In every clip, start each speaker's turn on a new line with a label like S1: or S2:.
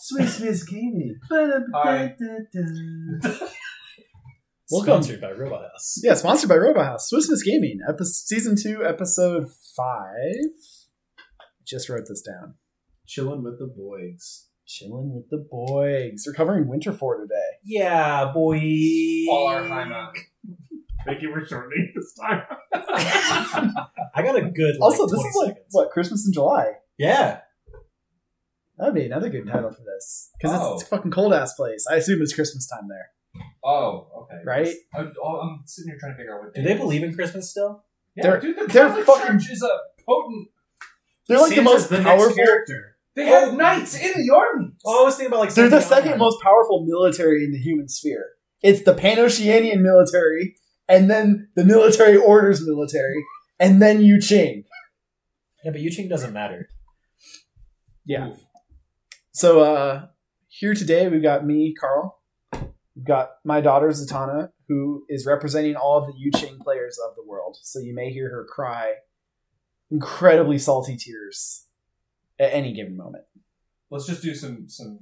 S1: Swiss Miss Gaming.
S2: Alright.
S3: Welcome.
S2: Sponsored by Robot House.
S3: Yeah, sponsored by Robot House, Swiss Miss Gaming, epi- season two, episode five. Just wrote this down.
S1: Chilling with the boys.
S3: Chilling with the boys. We're covering winter for today.
S1: Yeah, boy.
S2: Fallerheimer.
S4: Thank you for shortening this time.
S2: I got a good. Like,
S3: Also, this
S2: 20
S3: is like
S2: seconds.
S3: what Christmas in July.
S2: Yeah.
S3: That'd be another good title for this because
S2: Oh.
S3: it's a fucking cold ass place. I assume it's Christmas time there,
S4: Oh, okay.
S3: right?
S4: I'm, oh, I'm sitting here trying to figure out what
S2: Do
S4: day.
S2: they believe in Christmas still?
S4: Yeah,
S3: They're-
S4: dude, the
S3: they're
S4: Catholic
S3: fucking-
S4: Church is a potent.
S3: They're like the most powerful.
S1: character.
S4: They have
S3: Oh.
S4: knights in the army.
S2: Oh, I was thinking about like.
S3: They're the
S2: Saint John.
S3: second most powerful military in the human sphere. It's the Pan-Oceanian military, and then the military orders military, and then Yu Qing.
S2: Yeah, but Yuching doesn't matter.
S3: Yeah. So uh here today we've got me, Carl. We've got my daughter Zatanna, who is representing all of the Yu Qing players of the world. So you may hear her cry incredibly salty tears at any given moment.
S4: Let's just do some some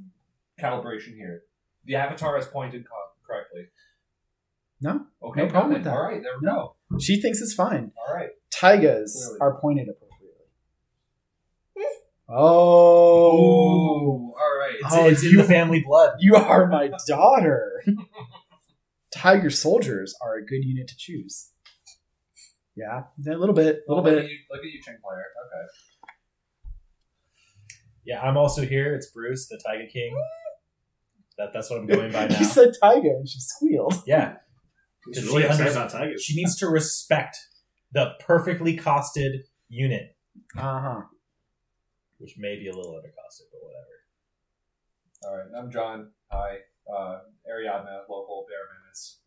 S4: calibration here. The avatar is pointed co- correctly.
S3: No.
S4: Okay.
S3: No problem with
S4: nothing.
S3: that.
S4: All right. There we go.
S3: She thinks it's fine.
S4: All right.
S3: Taigas
S4: Clearly.
S3: are pointed appropriately. Oh,
S4: Oh. All right.
S3: It's-
S2: oh,
S3: it's
S2: it's
S3: you-
S2: in the family blood.
S3: you are my daughter. Tiger soldiers are a good unit to choose. Yeah, a little bit, a little
S4: Look
S3: bit.
S4: At you, look at you, Ching player. Okay.
S2: Yeah, I'm also here. It's Bruce, the Tiger King. That that's what I'm going by now.
S3: You said tiger and she squealed.
S2: yeah,
S4: He's
S2: Did
S4: really
S2: she
S4: upset
S2: under-
S4: about tigers.
S2: she needs to respect the perfectly costed unit,
S3: Uh
S5: Uh-huh.
S3: huh.
S2: which may be a little undercosted, but whatever.
S4: All right. I'm John. Hi. Uh, Ariadna, local bear menace.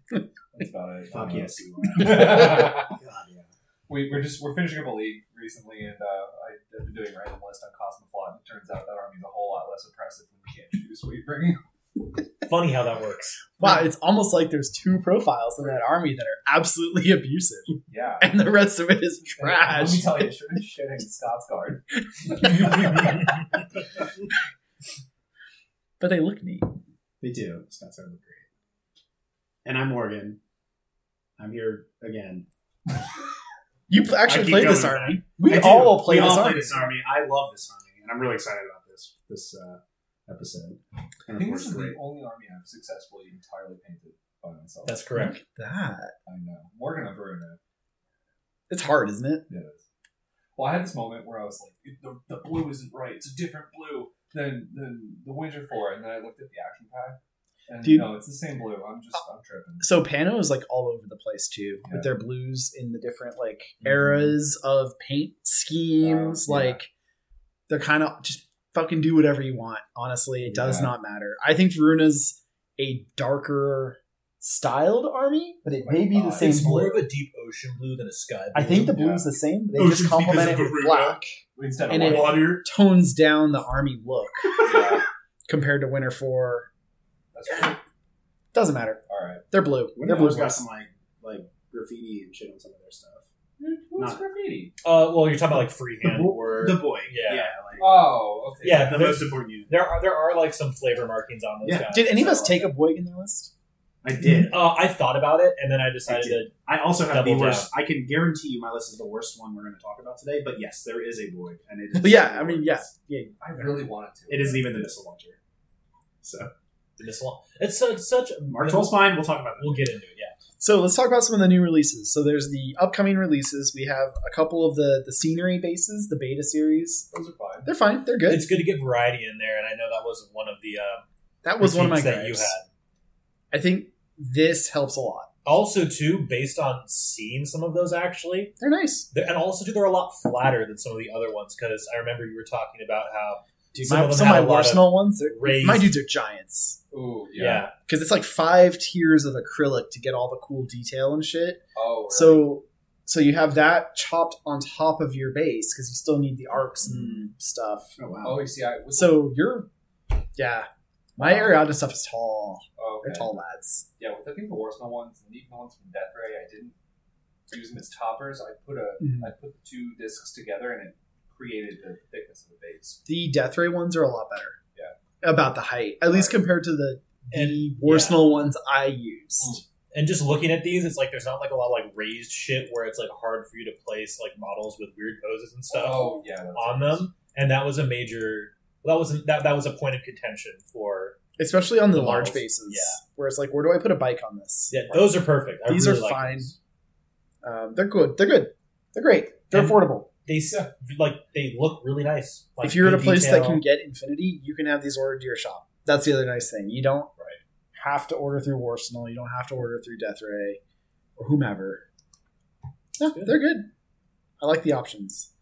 S4: That's about it.
S2: Fuck
S4: Um,
S2: yes.
S4: we, we're just we're finishing up a league recently, and uh, I've been doing random list on Cosmoflot. And it turns out that army's a whole lot less oppressive when you can't choose what you bring.
S2: Funny how that works.
S3: Wow, it's almost like there's two profiles in that army that are absolutely abusive,
S4: Yeah.
S3: and the rest of it is
S4: And Let
S3: trash.
S4: me tell you, sure as shit ain't Scott's guard.
S3: But they look neat.
S5: They do. Scott's are great. And I'm Morgan. I'm here again.
S3: You pl-
S5: I
S3: actually
S5: keep
S3: played this
S5: going
S3: army.
S5: back.
S3: We
S5: I do.
S3: all played
S5: We
S3: this
S5: all
S3: army.
S5: this army. I love this army, and I'm really excited about this this uh, episode.
S4: I
S5: And of
S4: think this
S5: course,
S4: is the
S5: great.
S4: only army I've successfully entirely painted by myself.
S2: That's correct.
S3: That
S4: I know. Morgan, I'm very mad.
S3: it's hard, isn't it?
S4: Yeah. Well, I had this moment where I was like, "It- the, the blue isn't right. It's a different blue than than the winter for And then I looked at the action pack, and
S3: Dude.
S4: no, it's the same blue. I'm just I'm tripping.
S3: So Pano is like all over the place too,
S4: Yeah.
S3: with their blues in the different like
S2: Mhm.
S3: eras of paint schemes.
S4: Oh, yeah.
S3: Like they're kind of just fucking do whatever you want. Honestly, it does
S4: Yeah.
S3: not matter. I think Veruna's a darker styled army, but it may be the
S4: God.
S3: same
S2: It's more
S3: blue.
S2: of a deep ocean blue than a sky blue.
S3: I think the blue's the same. They just
S5: Oceans
S3: complement it
S5: because of
S3: with
S5: Veruna.
S3: black.
S4: Instead of
S3: And it-
S4: white.
S5: Water.
S3: Tones down the army look
S4: yeah,
S3: compared to Winter Four.
S4: that's right.
S3: Doesn't matter.
S4: All right.
S3: They're blue. They're
S5: Winter
S3: blue.
S5: Blue's got
S3: boys.
S5: some like like graffiti and shit on some of their stuff.
S4: What's
S5: Not-
S4: graffiti?
S2: Uh, well, you're talking about like freehand
S5: bo-
S2: or
S5: The boy.
S2: Yeah.
S5: like,
S4: Oh, okay.
S2: yeah.
S5: the
S2: there's-
S5: most important unit.
S2: There are there are like some flavor markings on those
S5: Yeah.
S2: guys.
S3: Did any of us
S2: So-
S3: take a Boyg in their list?
S5: I did.
S2: Uh, I thought about it and then I decided
S5: I
S2: that
S5: did. I also have
S2: Double
S5: the worst. I can guarantee you, my list is the worst one we're going to talk about today. But yes, there is a boy, and it. Is
S3: Yeah, I mean, yeah, yeah.
S4: I really wanted to.
S5: It isn't even the missile launcher. So
S2: this long. It's such such a
S5: Mark Toll's fine. We'll talk about that.
S2: We'll get into it. Yeah.
S3: So let's talk about some of the new releases. So there's the upcoming releases. We have a couple of the the scenery bases, the beta series.
S4: Those are fine.
S3: They're fine. They're good.
S2: It's good to get variety in there, and I know that was one of the um,
S3: that was one of my
S2: critiques that you
S3: gripes.
S2: had.
S3: I think this helps a lot.
S2: Also, too, based on seeing some of those actually,
S3: They're nice.
S2: they're- and also too, they're a lot flatter than some of the other ones because I remember you were talking about how
S3: Dude,
S2: Some
S3: my,
S2: of them
S3: some of
S2: had
S3: my
S2: a lot of
S3: Arsenal ones. they're-
S2: raised.
S3: My dudes are giants
S4: Ooh, yeah.
S2: yeah.
S3: because it's like five tiers of acrylic to get all the cool detail and shit.
S4: Oh, really?
S3: So so you have that chopped on top of your base because you still need the arcs
S2: Hmm.
S3: and stuff.
S5: Oh wow.
S4: Oh, you see, I was
S3: So you're yeah. My Ariadne stuff is tall.
S4: oh,
S3: They're
S4: okay.
S3: tall lads.
S4: Yeah, with I think the Warsaw ones and even the ones from Death Ray, I didn't use them as toppers. I put a
S3: Mhm.
S4: I put the two discs together and it created the thickness of the base.
S3: The death ray ones are a lot better.
S4: Yeah.
S3: about the height, at least compared to the the
S2: And- Mm.
S3: Warsenal ones I used.
S2: And just looking at these, it's like there's not like a lot of like raised shit where it's like hard for you to place like models with weird poses and stuff
S4: Oh yeah, that's
S2: on
S4: nice.
S2: them. And that was a major that was that that was a point of contention for
S3: Especially on the,
S2: The
S3: large
S2: models,
S3: bases.
S2: yeah.
S3: Where it's like, where do I put a bike on this?
S2: yeah, those are perfect. I
S3: These
S2: really
S3: are
S2: like
S3: fine.
S2: those.
S3: Um, they're good. They're good. They're great. They're
S2: And-
S3: affordable.
S2: They s
S4: Yeah.
S2: like they look really nice. Like,
S3: if you're at a
S2: good
S3: place that
S2: detail.
S3: can get infinity, you can have these ordered to your shop. That's the other nice thing. You don't have to order through Warsenal. You don't have to order through Death Ray or whomever. No,
S2: Good.
S3: they're good. I like the options.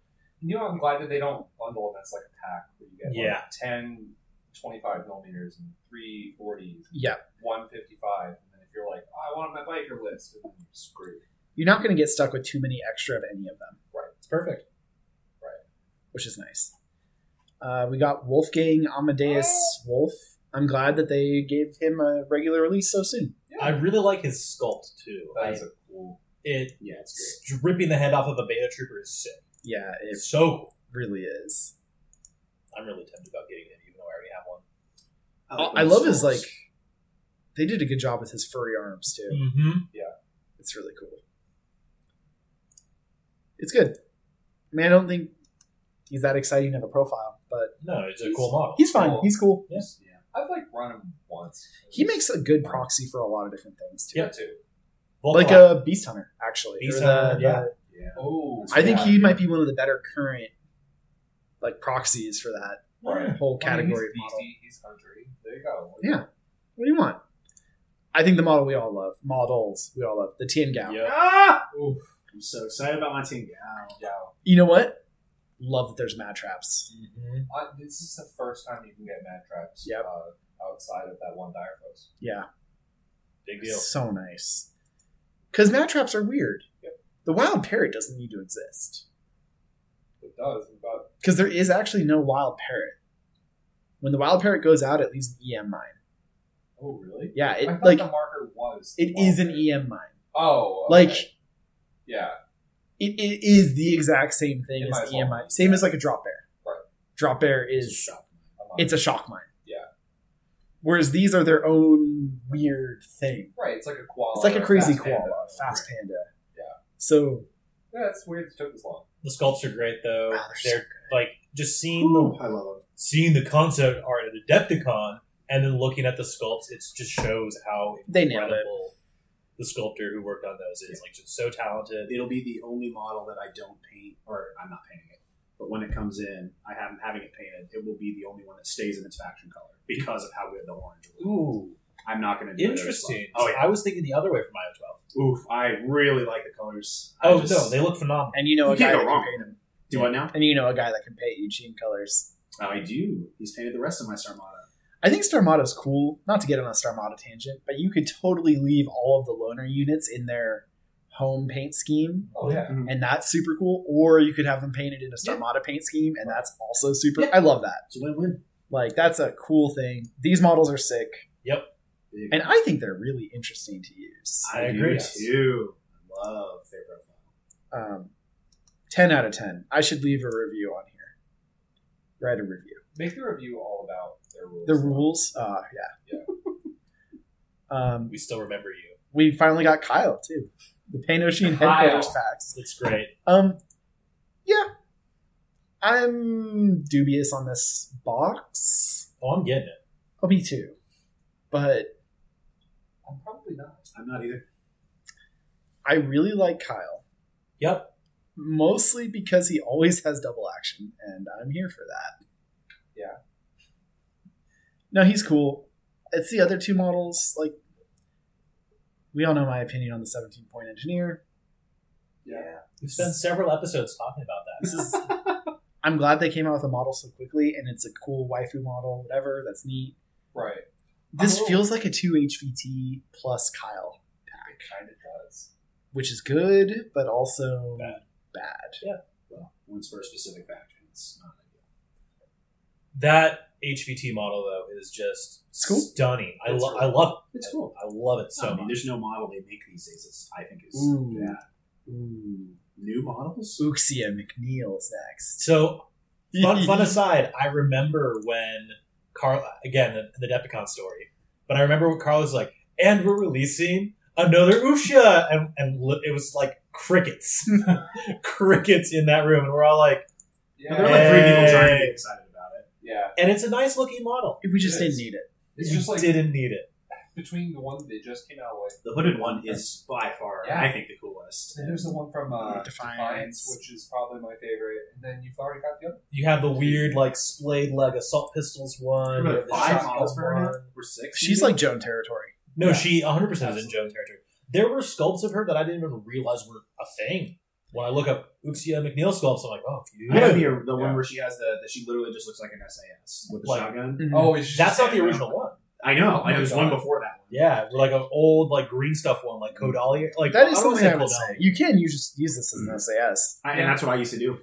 S4: You know, I'm glad that they don't bundle them as like a pack where you get
S2: Yeah.
S4: like 10, 25 millimeters and three forties,
S3: Yeah.
S4: one fifty five, and then if you're like, oh, I want my biker list, and then you're screwed.
S3: You're not going to get stuck with too many extra of any of them,
S2: it's perfect.
S3: which is nice. Uh, we got Wolfgang Amadeus Wolf. I'm glad that they gave him a regular release so soon.
S2: I really like his sculpt too.
S4: That
S2: I-
S4: is a cool.
S2: it
S5: Yeah, it's
S2: stripping the head off of a beta trooper is sick.
S3: Yeah, it
S2: It's so cool.
S3: really is.
S2: I'm really tempted about getting him, even though I already have one.
S5: great.
S3: I love his like. They did a good job with his furry arms too.
S2: Mm-hmm.
S3: It's really cool. It's good. I mean, I don't think he's that exciting of a profile, but
S2: No, it's a cool model.
S3: he's fine.
S4: Cool.
S3: He's cool.
S4: I've like run him once.
S3: He makes a good proxy for a lot of different things too.
S4: yeah too.
S3: Like
S2: Volcano-
S3: a beast hunter, actually.
S2: Beast
S3: Or the-
S2: Hunter,
S3: the-
S2: yeah.
S4: Oh,
S3: I think
S4: yeah.
S3: he might be one of the better current like proxies for that
S4: Right.
S3: whole
S4: I mean,
S3: category of
S4: he's
S3: model.
S4: beastie, he's country. There you go.
S3: Yeah. What do you want? I think the model we all love, models we all love, the Tian Gao.
S2: Yeah.
S5: I'm so excited about my team. Wow.
S4: Yeah.
S3: You know what? Love that there's mad traps.
S2: Mhm.
S4: I, this is the first time you can get mad traps
S3: Yep.
S4: uh, outside of that one dire post.
S3: Yeah.
S2: Big deal.
S3: So nice. Because mad traps are weird. The wild parrot doesn't need to exist.
S4: It does. We've got
S3: Because there is actually no wild parrot. When the wild parrot goes out, it leaves an EM mine.
S4: Oh, really?
S3: Yeah,
S4: I
S3: it
S4: thought
S3: like
S4: the marker was. the
S3: it is an
S4: marker.
S3: EM mine.
S4: Oh, okay.
S3: Like
S4: yeah,
S3: it, it is the exact same thing
S4: It might
S3: as
S4: as
S3: the EM
S4: well.
S3: mine. Same as like a drop bear.
S4: Right.
S3: Drop bear is
S4: I'm on-
S3: it's a shock mine.
S4: Yeah.
S3: Whereas these are their own weird thing.
S4: right. It's like a koala.
S3: It's like a crazy koala,
S4: Oh, Fast.
S3: fast panda.
S4: Yeah.
S3: So
S4: Yeah, it's weird. It took this long.
S2: The sculpts are great though.
S3: Ah, they're so
S2: they're like just seeing
S5: Ooh,
S2: the
S5: I love
S2: seeing the concept art of the Adepticon and then looking at the sculpts, it just shows how
S3: They nailed it.
S2: incredible the sculptor who worked on those is. Like just so talented.
S5: it. It'll be the only model that I don't paint, or I'm not painting it. But when it comes in, I am having it painted. It will be the only one that stays in its faction color because of how good the orange. Was.
S2: Ooh,
S5: I'm not going to do
S2: interesting.
S5: It as well.
S2: I was thinking the other way for Mayo 12.
S5: oh yeah, oof! I really like the colors. I
S2: Oh
S5: just-
S2: no, they look phenomenal.
S3: and you know
S5: You
S3: a
S5: can't
S3: guy
S5: go
S3: that
S5: wrong.
S3: can paint 'em.
S5: do what now? Oh,
S3: And you know a guy that can paint Eugene colors.
S5: I do. He's painted the rest of my Sarmada.
S3: I think Starmada's cool. Not to get on a Starmada tangent, but you could totally leave all of the loner units in their home paint scheme,
S4: Oh yeah.
S5: Mm-hmm.
S3: and that's super cool. Or you could have them painted in a Starmada paint scheme, and that's also super. I love that.
S5: It's a win-win.
S3: Like that's a cool thing. These models are sick,
S5: Big
S3: and I think they're really interesting to use.
S5: I,
S2: I
S5: agree
S2: agree.
S5: too. I love their profile.
S3: Um, ten out of ten. I should leave a review on here. Write a review.
S4: Make a review all about their rules.
S3: The rules, uh, yeah. um,
S2: We still remember you.
S3: we finally got Kyle too, the Panocean
S4: Kyle.
S3: headquarters facts.
S2: It's great.
S3: Um, yeah, I'm dubious on this box.
S2: Oh, I'm getting it.
S3: Oh, me too. But
S4: I'm probably not.
S5: I'm not either.
S3: I really like Kyle,
S2: Yep.
S3: mostly because he always has double action, and I'm here for that.
S4: Yeah.
S3: No, he's cool. It's the other two models. Like, we all know my opinion on the 17 point engineer.
S5: Yeah.
S2: We've spent several episodes talking about that. This is
S3: I'm glad they came out with a model so quickly, and it's a cool waifu model, whatever. That's neat.
S4: Right.
S3: This
S4: Oh.
S3: feels like a two HVT plus Kyle,
S4: It kind of does.
S3: which is good, but also
S2: Bad.
S3: bad.
S5: Well, one's for a specific faction. It's not ideal.
S2: that HVT model though is just
S3: It's cool.
S2: stunning. I
S5: It's
S2: love. I
S5: really
S2: love.
S5: It's cool.
S2: I love it so
S5: I mean,
S2: much.
S5: there's no model they make these days. It's, I think is
S3: Ooh. Ooh.
S5: yeah. Hmm, New models?
S3: Uxia McNeil's next.
S2: So fun, fun aside, I remember when Carl again the, the Decepticon story. But I remember what Carl was like, and we're releasing another Usha, and and li- it was like crickets, crickets in that room, and we're all like,
S5: And
S4: Yeah,
S5: there were like three people trying to
S2: Hey.
S5: get excited about it.
S4: yeah.
S2: and it's a nice looking model.
S3: We just didn't
S4: Yes.
S3: need it.
S4: It's
S2: You
S4: just like
S2: didn't need it.
S4: between the one that just came out with,
S5: The hooded one is by far,
S4: Yeah.
S5: I think, the coolest.
S4: and there's the one from uh,
S3: Defiance.
S4: Defiance. which is probably my favorite, and then you've already got the other.
S2: You have the weird like splayed leg assault pistols one.
S5: Remember
S2: you
S5: the
S2: have the
S5: five
S2: shotgun
S5: models for
S2: one.
S5: her? Or six?
S3: She's like Joan territory.
S2: No,
S4: Yeah.
S2: she 100 percent is in Joan territory. There were sculpts of her that I didn't even realize were a thing. When I look up Uxia McNeil sculpts, I'm like, oh, you-
S5: I know the, the
S4: Yeah.
S5: one where she has the that she literally just looks like an SAS with the
S2: Like-
S5: shotgun.
S3: Oh,
S4: it's just
S2: that's not the
S4: standing
S2: original one.
S5: I know. I know. There's
S2: Oh my
S5: one
S2: God.
S5: before that one.
S2: Yeah, like an old like green stuff one, like Kodali. Like
S3: Mm. that is
S2: I don't
S3: something I
S2: wanna
S3: would
S2: say
S3: say. You can you just use this as
S2: Mm-hmm.
S3: an SAS.
S5: I, and that's what I used to do.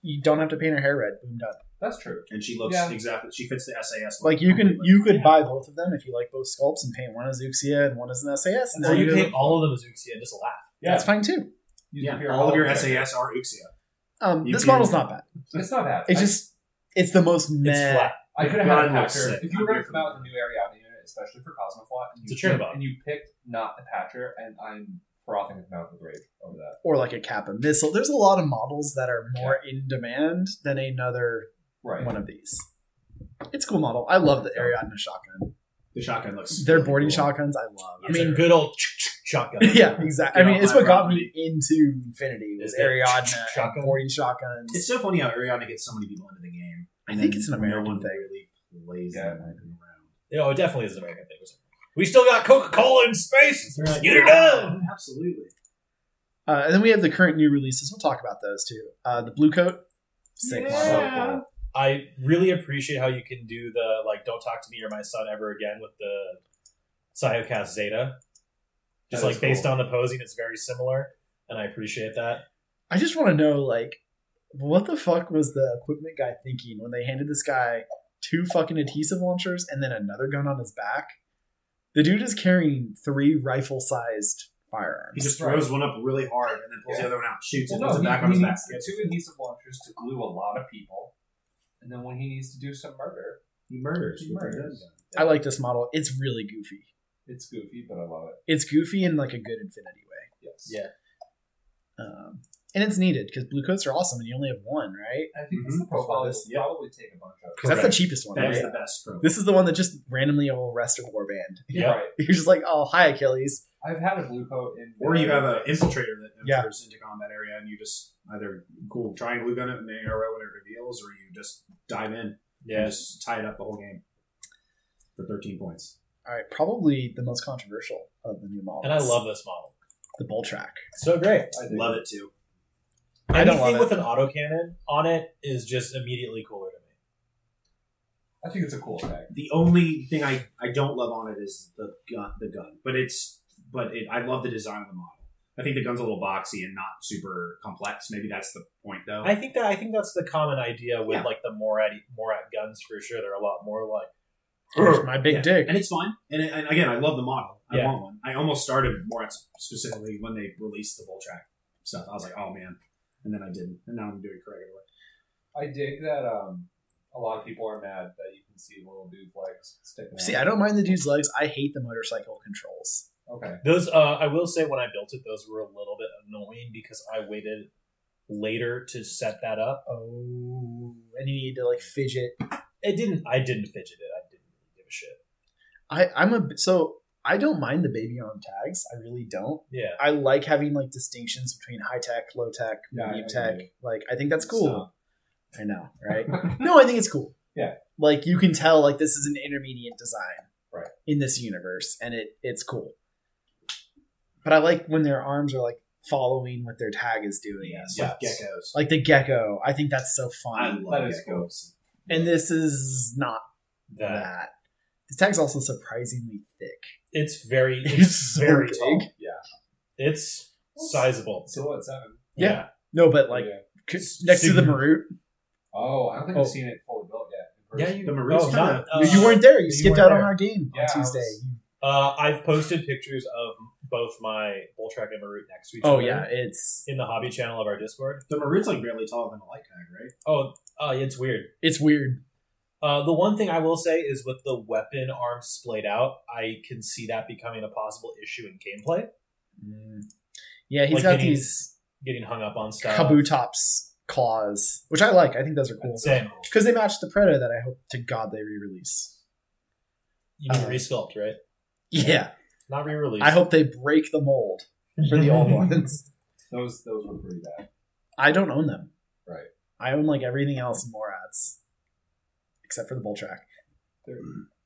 S3: You don't have to paint her hair red. Boom done.
S4: around. That's true.
S5: And she looks
S4: Yeah.
S5: exactly. She fits the SAS.
S3: Like you can
S5: completely.
S3: you could buy both of them if you like both sculpts and paint one as Uxia and one as an SAS. And
S2: Kodali. Or
S3: then
S2: you
S3: do-
S2: paint all of them as Uxia and just laugh.
S3: That's fine too.
S4: You
S5: Yeah,
S4: can hear
S5: all of your
S4: them.
S5: SAS are Uxia.
S3: Um,
S5: You
S3: this
S5: can-
S3: model's not bad.
S4: It's not that.
S3: It
S4: I-
S3: just it's the most meh.
S2: It's flat.
S4: I could have had a
S5: Gun looks
S4: patcher.
S5: sick.
S4: If you
S5: I'm
S4: were
S5: here
S4: to
S5: for
S4: come out
S5: that.
S4: with a new Ariadne unit, especially for Cosmoflot, and
S2: It's
S4: you,
S2: a chair
S4: picked,
S2: bot.
S4: and you picked not the patcher, and I'm frothing at the mouth with rage over that.
S3: Or like a Kappa missile. There's a lot of models that are more in demand than another
S4: Right.
S3: one of these. It's a cool model. I love the Ariadne shotgun.
S5: The shotgun looks.
S3: Their
S5: really
S3: boarding
S5: cool.
S3: shotguns, I love.
S2: I mean, good old shotgun.
S3: yeah, exactly. I
S5: You know,
S3: mean, it's
S5: my
S3: what got me
S5: property.
S3: into Infinity was
S2: Is it
S3: Ariadne
S2: shotgun?
S3: and boarding shotguns.
S5: It's so funny how Ariana gets so many people into the game.
S3: I
S5: and
S3: think
S5: then
S3: it's an
S5: no
S3: American
S5: one
S3: thing.
S5: really plays
S4: Yeah.
S5: them around.
S2: You know, it definitely is an American thing. It's like, We still got Coca Cola in space.
S5: They're like,
S2: Get it
S5: "Yeah,
S2: done.
S5: Absolutely.
S3: Uh, and then we have the current new releases. We'll talk about those too. Uh, the blue coat, sick model.
S4: Yeah.
S2: I really appreciate how you can do the like "Don't talk to me or my son ever again" with the Psyocast Zeta. Just
S4: That
S2: like
S4: is
S2: based
S4: cool.
S2: on the posing, it's very similar, and I appreciate that.
S3: I just want to know, like, what the fuck was the equipment guy thinking when they handed this guy two fucking adhesive launchers and then another gun on his back? The dude is carrying three rifle-sized
S5: He
S3: firearms.
S5: just
S4: Right.
S5: throws one up really hard and then pulls
S4: Yeah.
S5: the other one out, shoots
S4: Well,
S5: it, puts
S4: no,
S5: it
S4: he,
S5: back
S4: he
S5: on his back.
S4: needs two adhesive launchers to glue a lot of people, and then when he needs to do some murder,
S5: He murders.
S4: He
S5: with a
S4: murders.
S5: gun.
S3: I like this model. It's really goofy.
S4: it's goofy, but I love it.
S3: It's goofy in like a good Infinity way,
S4: Yes.
S2: Yeah.
S3: um, and it's needed because blue coats are awesome, and you only have one, right?
S4: I think
S5: Mhm.
S4: that's the profile.
S3: Before this,
S4: You'll probably take a bunch of.
S3: 'Cause that's the cheapest one.
S5: That is
S3: right?
S5: the best trope.
S3: This is the one that just randomly will rest a war band.
S2: Yeah.
S4: Right.
S3: You're just like, oh, hi, Achilles.
S4: I've had a blue coat in.
S5: Or you have an infiltrator that
S3: Yeah.
S5: enters into combat area and you just either cool try and glue gun it and they arrow when it reveals, or you just dive in and
S2: Yes.
S5: just tie it up the whole game for 13 points.
S3: All right, probably the most controversial of the new models.
S2: And I love this model.
S3: the bull track.
S2: So great.
S4: I do.
S5: Love it too.
S3: I don't
S2: Anything
S3: love it.
S2: with an autocannon on it is just immediately cooler to me.
S4: I think it's a cool tag.
S5: The only thing I, I don't love on it is the gun, the gun, but it's but it, I love the design of the model. I think the gun's a little boxy and not super complex. Maybe that's the point though.
S2: I think that I think that's the common idea with
S5: Yeah.
S2: like the Morat Morat guns for sure. They're a lot more like
S3: Here's my big
S5: Yeah.
S3: dick.
S5: and it's fun. And, and again, I love the model. I
S2: Yeah.
S5: want one. I almost started more specifically when they released the bull track stuff. I was like, oh man, and then I didn't, and now I'm doing it correctly.
S4: I dig that. Um, a lot of people are mad that you can see little dude's legs sticking.
S3: See,
S4: out.
S3: I don't mind the dude's legs. I hate the motorcycle controls.
S4: Okay.
S2: those. Uh, I will say when I built it, those were a little bit annoying because I waited later to set that up.
S3: Oh, and you need to like fidget.
S2: It didn't. I didn't fidget it. I didn't really give a shit.
S3: I I'm a so I don't mind the baby arm tags. I really don't.
S2: Yeah.
S3: I like having like distinctions between high tech, low tech,
S4: Yeah, I
S3: medium
S4: know
S3: tech.
S4: you
S3: Like I think that's cool.
S4: So-
S3: I know, right? no, I think it's cool.
S4: Yeah.
S3: Like you can tell like this is an intermediate design
S4: Right.
S3: in this universe and it it's cool. But I like when their arms are like following what their tag is doing.
S5: Yes,
S3: Like,
S5: with geckos.
S3: like the gecko. I think that's so
S5: I
S3: fun.
S5: love
S4: That is
S5: geckos.
S4: cool.
S3: and this is not
S2: That
S3: that. The tag's also surprisingly thick.
S2: it's very. It's,
S3: It's so
S2: very
S3: big.
S2: tall.
S4: Yeah.
S2: It's sizable.
S4: So what? Seven.
S3: Yeah. No, but like
S4: Yeah.
S3: c- next to the
S2: Sigma-
S3: Marut.
S4: Oh, I don't think
S3: Oh.
S4: I've seen it fully built yet. in
S2: Yeah.
S4: person.
S2: You,
S5: The maroon's
S2: oh,
S5: kinda-
S2: not, uh,
S3: you weren't there. You
S2: you
S3: skipped
S2: weren't
S3: out on
S2: there.
S3: our game
S4: Yeah, I
S3: on
S4: was-
S3: Tuesday.
S2: Uh, I've posted pictures of both my Voltrack and Marut next to each
S3: oh
S2: other
S3: yeah, it's
S2: in the hobby channel of our Discord.
S5: The maroon's like barely taller than a light tag, right?
S2: Oh, uh, it's weird.
S3: it's weird.
S2: Uh, the one thing I will say is with the weapon arm splayed out, I can see that becoming a possible issue in gameplay.
S3: Mm. Yeah, he's
S2: Like
S3: got
S2: any
S3: these
S2: Getting hung up on stuff.
S3: Kabutops claws, which I like. I think those are cool
S2: Same.
S3: because they match the Predator that I hope to God they re-release.
S2: You mean
S3: Uh,
S2: resculpt, right?
S3: Yeah,
S2: Not re-released.
S3: I hope they break the mold for the old ones.
S4: Those those were pretty bad.
S3: I don't own them.
S4: Right.
S3: I own like everything else in Morad's, except for the bull track.
S4: They're,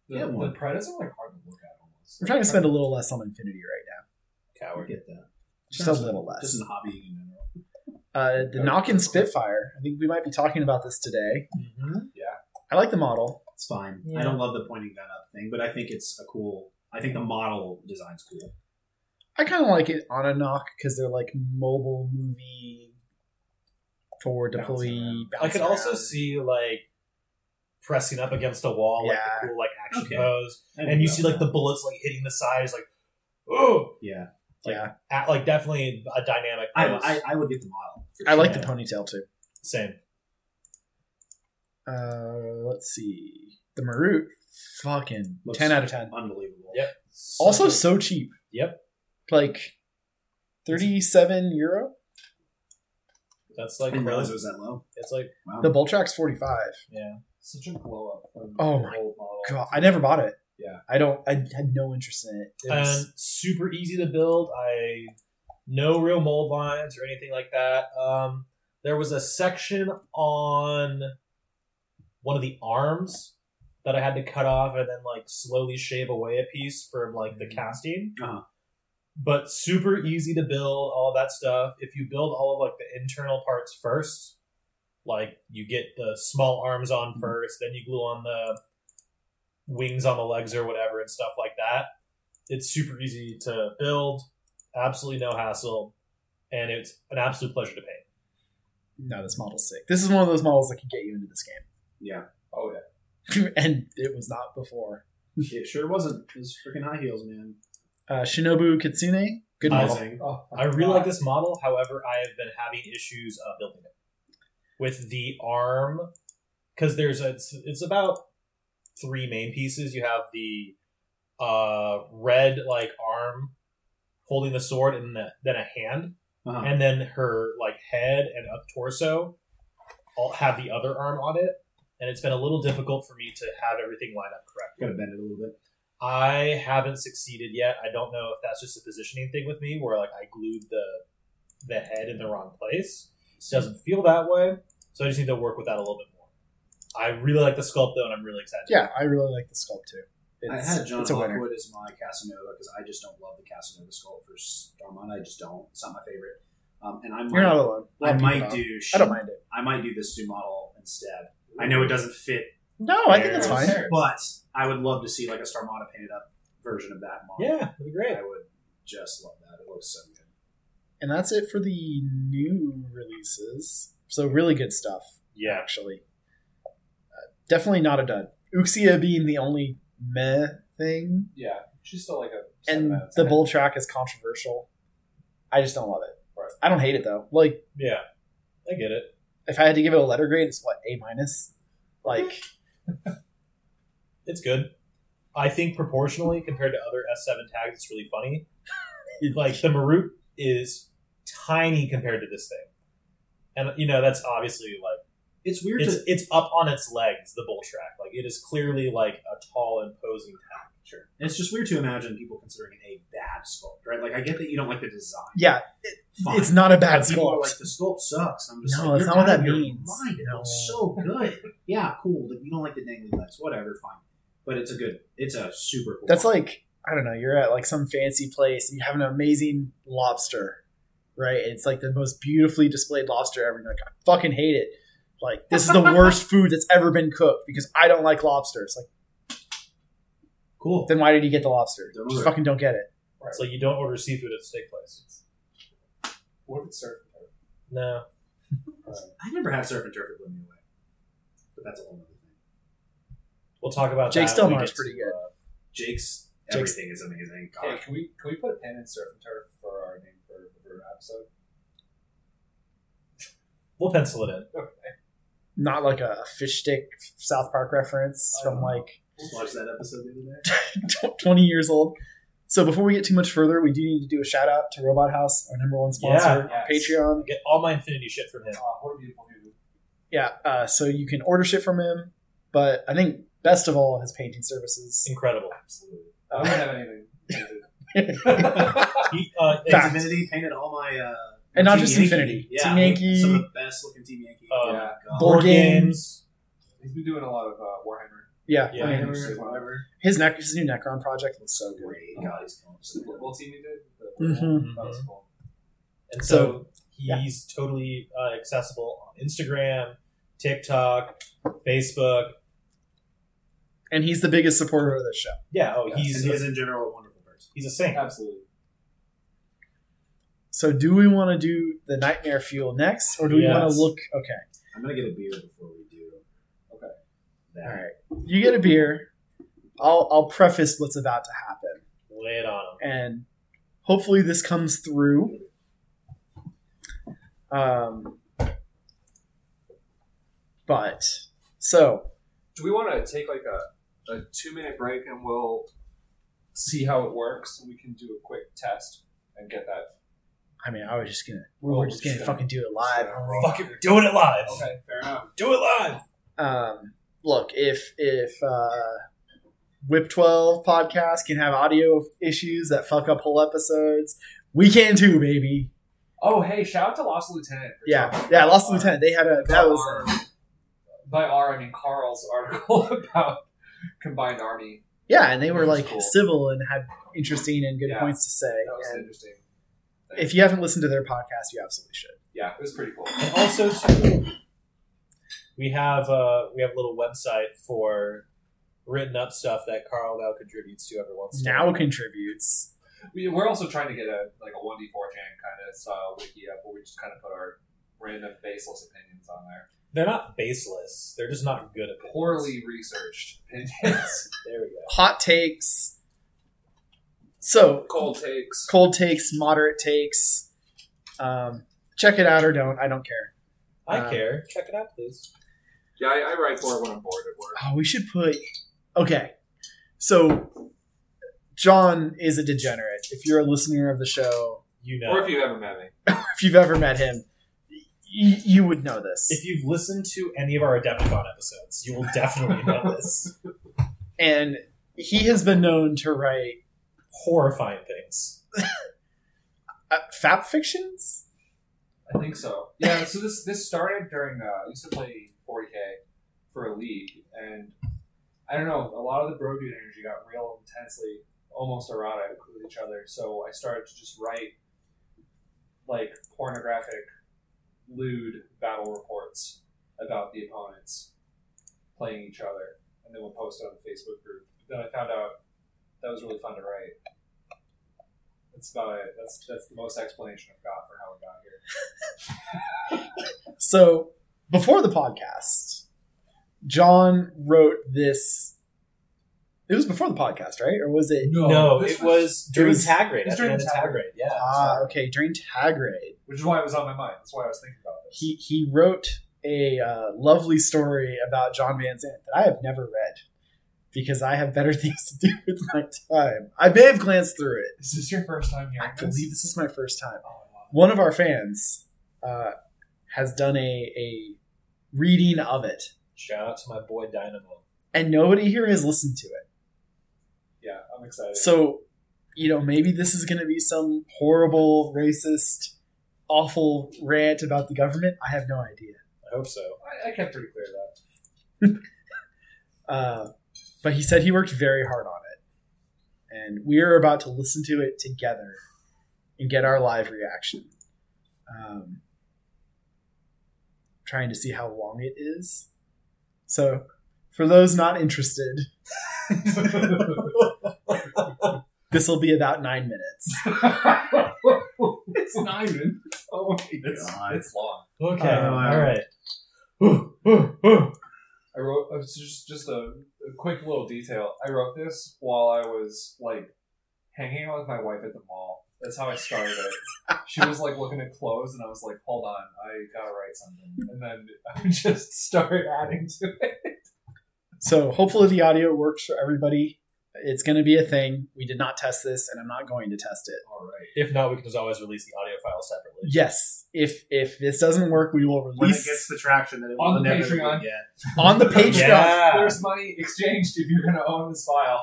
S5: Yeah,
S4: the,
S5: one.
S4: the Predators are like hard to look at almost.
S3: We're trying to spend a little less on Infinity right now,
S5: I
S2: Coward.
S5: get that.
S3: just a little less.
S5: Just in hobby in general.
S3: Uh, the Knockin' Spitfire. I think we might be talking about this today.
S2: Mhm.
S3: I like the model.
S5: It's fine.
S2: Yeah.
S5: I don't love the pointing that up thing, but I think it's a cool. I think the model design's cool.
S3: I kind of like it on a knock because they're like mobile movie forward
S5: Bouncing
S3: deploy.
S5: around.
S2: I could also see like pressing up against a wall, like the
S3: Yeah.
S2: cool like action
S5: Okay.
S2: pose,
S5: I
S2: and you
S5: love
S2: see like the
S5: that.
S2: bullets like hitting the sides, like oh,
S5: yeah.
S2: like,
S3: yeah,
S2: at, like definitely a dynamic.
S5: I,
S2: pose.
S5: I I would get the model. for
S3: I like
S5: sure.
S3: the ponytail too.
S2: same.
S3: Uh, let's see, the Marut, fucking
S5: Looks-
S3: ten out of ten.
S5: Unbelievable.
S2: Yep.
S3: Also, so cheap.
S2: Yep.
S3: like thirty-seven euro.
S2: That's
S5: I
S2: like
S5: didn't realize it
S2: really,
S5: was that low.
S2: it's like
S5: Wow.
S3: The Boltrack's forty-five.
S4: Such a glow up from
S3: Oh
S4: the
S3: my
S4: old model.
S3: God, I never bought it.
S4: Yeah.
S3: I don't. I had no interest in it. It was-
S2: um, super easy to build. I no real mold lines or anything like that. Um, there was a section on one of the arms that I had to cut off and then like slowly shave away a piece for like the casting.
S5: Uh-huh.
S2: But super easy to build all that stuff. If you build all of like the internal parts first, like you get the small arms on first, then you glue on the wings on the legs or whatever and stuff like that it's super easy to build, absolutely no hassle, and it's an absolute pleasure to paint.
S3: no, this model's sick. This is one of those models that could get you into this
S5: Yeah.
S4: Oh yeah.
S3: game, and it was not before.
S5: It sure wasn't. It was freaking high heels, man.
S3: Uh, Shinobu Kitsune, good model.
S5: Amazing.
S4: Oh,
S2: I really like this model, however, I have been having issues uh, building it with the arm because there's a, it's, it's about three main pieces. You have the uh, red like arm holding the sword, and the, then a hand,
S5: Uh-huh.
S2: and then her like head and up torso all have the other arm on it. And it's been a little difficult for me to have everything line up correctly.
S5: Gotta bend it a little bit.
S2: I haven't succeeded yet. I don't know if that's just a positioning thing with me, where like I glued the the head in the wrong place. It doesn't feel that way, so I just need to work with that a little bit more. I really like the sculpt though, and I'm really excited.
S3: Yeah, I really like the sculpt too. It's,
S5: I had John
S3: it's a winner.
S5: Lockwood as my Casanova because I just don't love the Casanova skull for Starmont. I just don't. It's not my favorite. Um, and I might,
S3: You're not alone. A lot
S5: I
S3: of people
S5: might
S3: don't.
S5: do.
S3: I don't mind it.
S5: I might do this new model instead. I know it doesn't fit,
S3: No, I think it's
S2: Fair.
S3: fine.
S5: but I would love to see like a Starmada painted up version of that model.
S2: yeah, that'd be great.
S5: I would just love that. It looks so good.
S3: And that's it for the new releases. So really good stuff,
S2: Yeah,
S3: actually. Uh, definitely not a dud. Uxia being the only meh thing,
S4: Yeah, she's still like a. seven
S3: and
S4: out of
S3: the
S4: 10.
S3: bull track is controversial. I just don't love it.
S4: Right.
S3: I don't hate it though. Like
S2: yeah, I get it.
S3: if I had to give it a letter grade, it's what A minus. Like
S2: It's good. I think proportionally compared to other S7 tags, it's really funny. like the Marut is tiny compared to this thing, and you know that's obviously like.
S5: It's weird
S2: it's
S5: to
S2: it's up on its legs, the bull track. Like it is clearly like a tall, imposing tack. Sure.
S5: And It's just weird to imagine people considering it a bad sculpt, right? Like, I get that you don't like the design.
S3: yeah,
S5: Fine.
S3: it's not a bad
S5: But people are like,
S3: sculpt.
S5: the sculpt sucks. I'm just
S3: No,
S5: like,
S3: that's
S5: you're
S3: not what
S5: out of
S3: that
S5: your
S3: means.
S5: Mind. It
S3: No.
S5: looks so good. yeah, cool. Like, you don't like the dangly legs, whatever, fine. But it's a good. It's a super. Cool
S3: That's
S5: model.
S3: like I don't know. You're at like some fancy place and you have an amazing lobster, right? And it's like the most beautifully displayed lobster ever. And you're like I fucking hate it. Like this is the worst food that's ever been cooked because I don't like lobster. It's like
S5: cool.
S3: then why did you get the lobster?
S5: Don't
S3: Just
S5: order it.
S3: fucking don't get it.
S2: It's like you don't order seafood at a steak place.
S4: What if it's surf? and turf?
S2: No.
S5: I never had surf and turf that blew me away, but that's a whole other thing.
S2: We'll talk about
S3: Jake
S2: that. when we
S3: Stelmar's
S2: get
S3: pretty
S2: to,
S3: good.
S2: uh,
S5: Jake's
S3: Jake's-
S5: everything is amazing.
S4: Okay,
S5: God.
S4: can we can we put a pin in surf and turf for our name for for an episode?
S2: we'll pencil it in.
S4: Okay.
S3: not like a fish stick South Park reference from like
S1: Just watched that episode the other day.
S3: 20 years old. So before we get too much further, we do need to do a shout out to Robot House, our number one sponsor,
S4: Yeah, yes.
S3: Patreon.
S2: Get all my Infinity shit from him.
S4: Oh, what a beautiful dude.
S3: Yeah, uh, so you can order shit from him, but I think best of all his painting services.
S2: Incredible.
S4: Absolutely. I
S3: Uh,
S4: wouldn't have anything.
S2: He, uh,
S3: Fact.
S5: Infinity painted all my. Uh,
S3: And not
S5: Team
S3: just
S5: Yankee.
S3: Infinity.
S5: Yeah,
S3: Team
S5: I mean,
S3: Yankee.
S5: Some of the best looking Team Yankee.
S2: Uh,
S4: yeah.
S5: God.
S3: Board
S2: games.
S4: He's been doing a lot of uh, Warhammer.
S3: yeah,
S2: Yeah,
S3: I mean,
S4: Warhammer
S5: Survivor.
S3: his nec- his new Necron project looks so good.
S5: Great. God, he's going
S4: Just the
S5: so good.
S4: football team he did. The-
S3: Mhm.
S4: That was cool.
S2: And
S3: So,
S2: so, he's totally uh, accessible on Instagram, TikTok, Facebook.
S3: And he's the biggest supporter of the show.
S2: Yeah. Oh,
S4: Yeah,
S2: he's
S5: And he's in general a wonderful person.
S2: he's a saint.
S4: Absolutely.
S3: So do we want to do the nightmare fuel next, or do we want
S2: Yes.
S3: to look? Okay,
S5: I'm gonna get a beer before we do.
S4: Okay.
S5: That.
S3: all right. You get a beer. I'll I'll preface what's about to happen,
S2: Lay it on him.
S3: and hopefully this comes through. Um, but so
S4: Do we want to take like a, a two minute break and we'll see how it works? We can do a quick test and get that.
S3: I mean, I was just gonna we were
S4: Oh,
S3: just gonna
S4: shit.
S3: fucking do it live. aren't we?
S2: Fuck it, we're doing it live.
S4: Okay, fair enough.
S2: Do it live.
S3: um, look if if uh, whip 12 podcast can have audio issues that fuck up whole episodes we can too baby
S4: Oh, hey, shout out to Lost Lieutenant. for
S3: yeah
S4: talking
S3: yeah
S4: about
S3: lost
S4: our-
S3: lieutenant they had a that
S4: about
S3: was
S4: our- by R, I mean Carl's article about combined army.
S3: yeah and they were
S4: That was
S3: like
S4: cool.
S3: civil and had interesting and good
S4: Yeah.
S3: points to say
S4: That was
S3: and
S4: interesting.
S3: if you haven't listened to their podcast you absolutely should
S4: Yeah, it was pretty cool.
S2: And also too, we have uh, we have a little website for written up stuff that Carl now contributes to every once in a
S3: now
S2: while.
S3: contributes
S4: We, we're also trying to get a like a one d four jan kind of style wiki up where we just kind of put our random baseless opinions on there,
S2: They're not baseless. They're just not good at
S4: poorly researched opinions,
S2: There we go.
S3: hot takes so
S4: cold takes.
S3: cold takes moderate takes um, check it out or don't i don't care
S2: I
S3: Uh,
S2: care. Check it out, please.
S4: Yeah, I, I write for it when I'm bored at work.
S3: Oh, we should put. Okay, so John is a degenerate. If you're a listener of the show,
S2: You know.
S4: Or if you ever met me,
S3: if you've ever met him, y- you would know this.
S2: If you've listened to any of our Adepticon episodes, you will definitely know this.
S3: And he has been known to write
S2: Horrifying things.
S3: uh, fap fictions.
S4: I think so. Yeah. So this this started during uh, I used to play 40k for a league, and I don't know. A lot of the bro dude energy got real intensely, almost erotic with each other. So I started to just write like pornographic, lewd battle reports about the opponents playing each other, and then we'll post it on the Facebook group. Then I found out that was really fun to write. That's about it. That's that's the most explanation I've got for how it got here.
S3: So before the podcast, John wrote this. It was before the podcast, right? Or was it?
S2: No,
S4: this
S2: it was
S3: Oh,
S2: during
S3: was-
S2: tag rate.
S4: it was
S2: At the end
S4: during
S2: of
S4: tag
S2: tag rate, yeah.
S3: Ah, okay. During tag raid,
S4: which is why it was on my mind. That's why I was thinking about this.
S3: he he wrote a uh, lovely story about John Van Zandt that I have never read because I have better things to do with my time. I may have glanced through it.
S4: Is this your first time hearing
S3: I believe this is my first time.
S4: this? Oh, wow.
S3: One of our fans uh, has done a a reading of it,
S2: Shout out to my boy Dynamo.
S3: and nobody here has listened to it.
S4: Yeah, I'm excited.
S3: So, you know, maybe this is going to be some horrible, racist, awful rant about the government. I have no idea.
S2: I hope so.
S4: I, I kept pretty clear of that.
S3: Uh, but he said he worked very hard on it. And we are about to listen to it together and get our live reaction. Um, trying to see how long it is. So, for those not interested, this will be about nine minutes.
S4: it's not even. Oh my it's,
S5: God.
S4: it's long.
S2: Okay,
S3: Uh,
S2: all right. Ooh, ooh, ooh.
S4: I wrote uh, so just just a, a quick little detail. I wrote this while I was like hanging out with my wife at the mall, That's how I started it. She was like looking at clothes, and I was like, "Hold on, I gotta write something." And then I would just start adding to it.
S3: So hopefully the audio works for everybody. It's going to be a thing. We did not test this, and I'm not going to test it.
S4: All right.
S2: If not, we can just always release the audio file separately.
S3: Yes, if if this doesn't work, we will
S5: When it
S3: release
S5: gets the traction that it
S4: On
S5: will
S4: the
S5: inevitably
S4: Patreon.
S5: get.
S3: on the Patreon.
S2: Yeah.
S4: There's money exchanged if you're gonna own this file.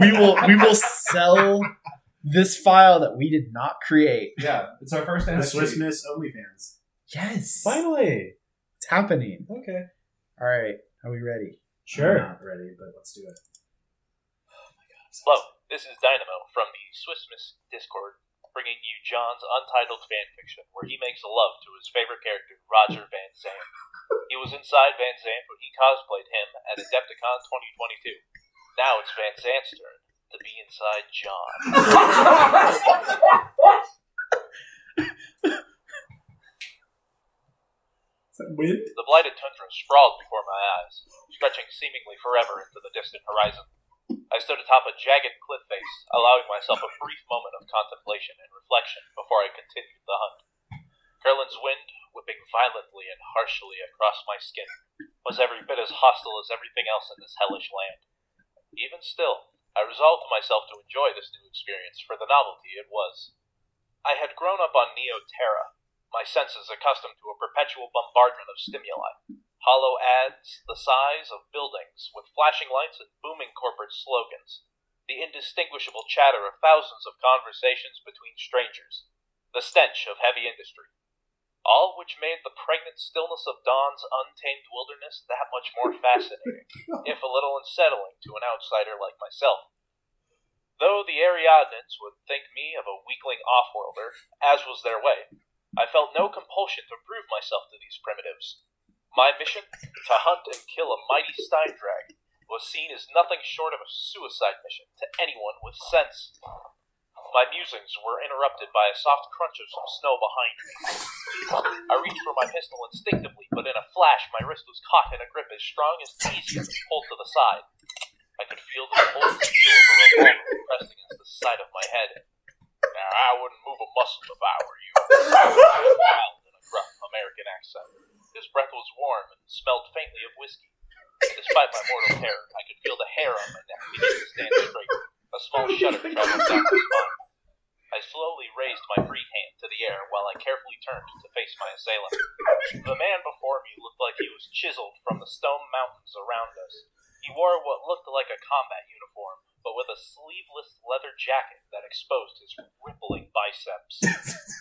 S3: We will we will sell this file that we did not create.
S4: Yeah, it's our first
S5: The
S4: NFT.
S5: Swiss Miss OnlyFans.
S3: Yes,
S2: Finally.
S3: it's happening.
S2: Okay.
S3: All right, are we ready?
S2: Sure.
S5: I'm not ready, but let's do it.
S6: Hello, this is Dynamo from the Swissmas Discord, bringing you John's untitled fanfiction, where he makes love to his favorite character, Roger Van Zandt. He was inside Van Zandt when he cosplayed him at Adepticon 2022. Now it's Van Zandt's turn to be inside John.
S1: Win?
S6: The blighted tundra sprawled before my eyes, stretching seemingly forever into the distant horizon. I stood atop a jagged cliff face, allowing myself a brief moment of contemplation and reflection before I continued the hunt. Curlin's wind, whipping violently and harshly across my skin, was every bit as hostile as everything else in this hellish land. Even still, I resolved myself to enjoy this new experience for the novelty it was. I had grown up on Neo Terra, my senses accustomed to a perpetual bombardment of stimuli. Hollow ads the size of buildings with flashing lights and booming corporate slogans. The indistinguishable chatter of thousands of conversations between strangers. The stench of heavy industry. All which made the pregnant stillness of dawn's untamed wilderness that much more fascinating, if a little unsettling to an outsider like myself. Though the Ariadnans would think me of a weakling offworlder, as was their way, I felt no compulsion to prove myself to these primitives. My mission, to hunt and kill a mighty Stein drag, was seen as nothing short of a suicide mission to anyone with sense. My musings were interrupted by a soft crunch of some snow behind me. I reached for my pistol instinctively, but in a flash my wrist was caught in a grip as strong as easy as pulled to the side. I could feel the cold steel of a revolver pressed against the side of my head. Now I wouldn't move a muscle if I were you growled in a gruff American accent. His breath was warm and smelled faintly of whiskey. Despite my mortal terror, I could feel the hair on my neck beginning to stand straight. A small shudder traveled down my spine. I slowly raised my free hand to the air while I carefully turned to face my assailant. The man before me looked like he was chiseled from the stone mountains around us. He wore what looked like a combat uniform, but with a sleeveless leather jacket that exposed his rippling biceps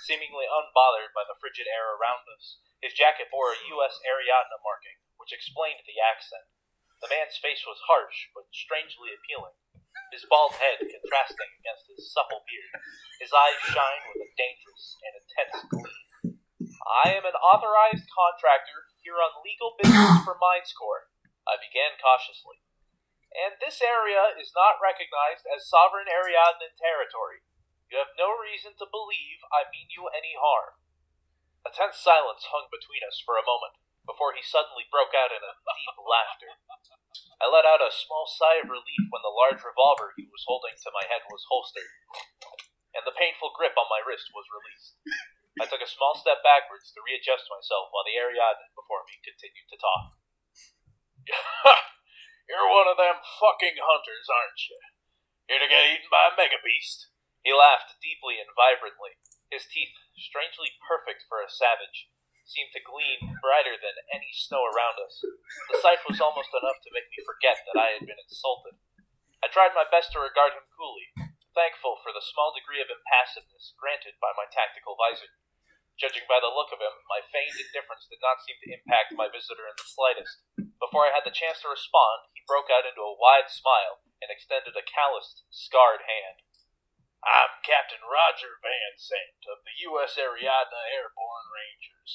S6: seemingly unbothered by the frigid air around us. His jacket bore a U.S. Ariadna marking, which explained the accent. The man's face was harsh, but strangely appealing, his bald head contrasting against his supple beard. His eyes shine with a dangerous and intense gleam. I am an authorized contractor here on legal business for MindScore, I began cautiously. And this area is not recognized as sovereign Ariadnan territory. You have no reason to believe I mean you any harm. A tense silence hung between us for a moment before he suddenly broke out in a deep laughter. I let out a small sigh of relief when the large revolver he was holding to my head was holstered, and the painful grip on my wrist was released. I took a small step backwards to readjust myself while the Ariadne before me continued to talk. You're one of them fucking hunters, aren't you? Here to get eaten by a mega beast? He laughed deeply and vibrantly. His teeth, strangely perfect for a savage, seemed to gleam brighter than any snow around us. The sight was almost enough to make me forget that I had been insulted. I tried my best to regard him coolly, thankful for the small degree of impassiveness granted by my tactical visor. Judging by the look of him, my feigned indifference did not seem to impact my visitor in the slightest. Before I had the chance to respond, he broke out into a wide smile and extended a calloused, scarred hand. I'm Captain Roger Van Sant of the U.S. Ariadna Airborne Rangers.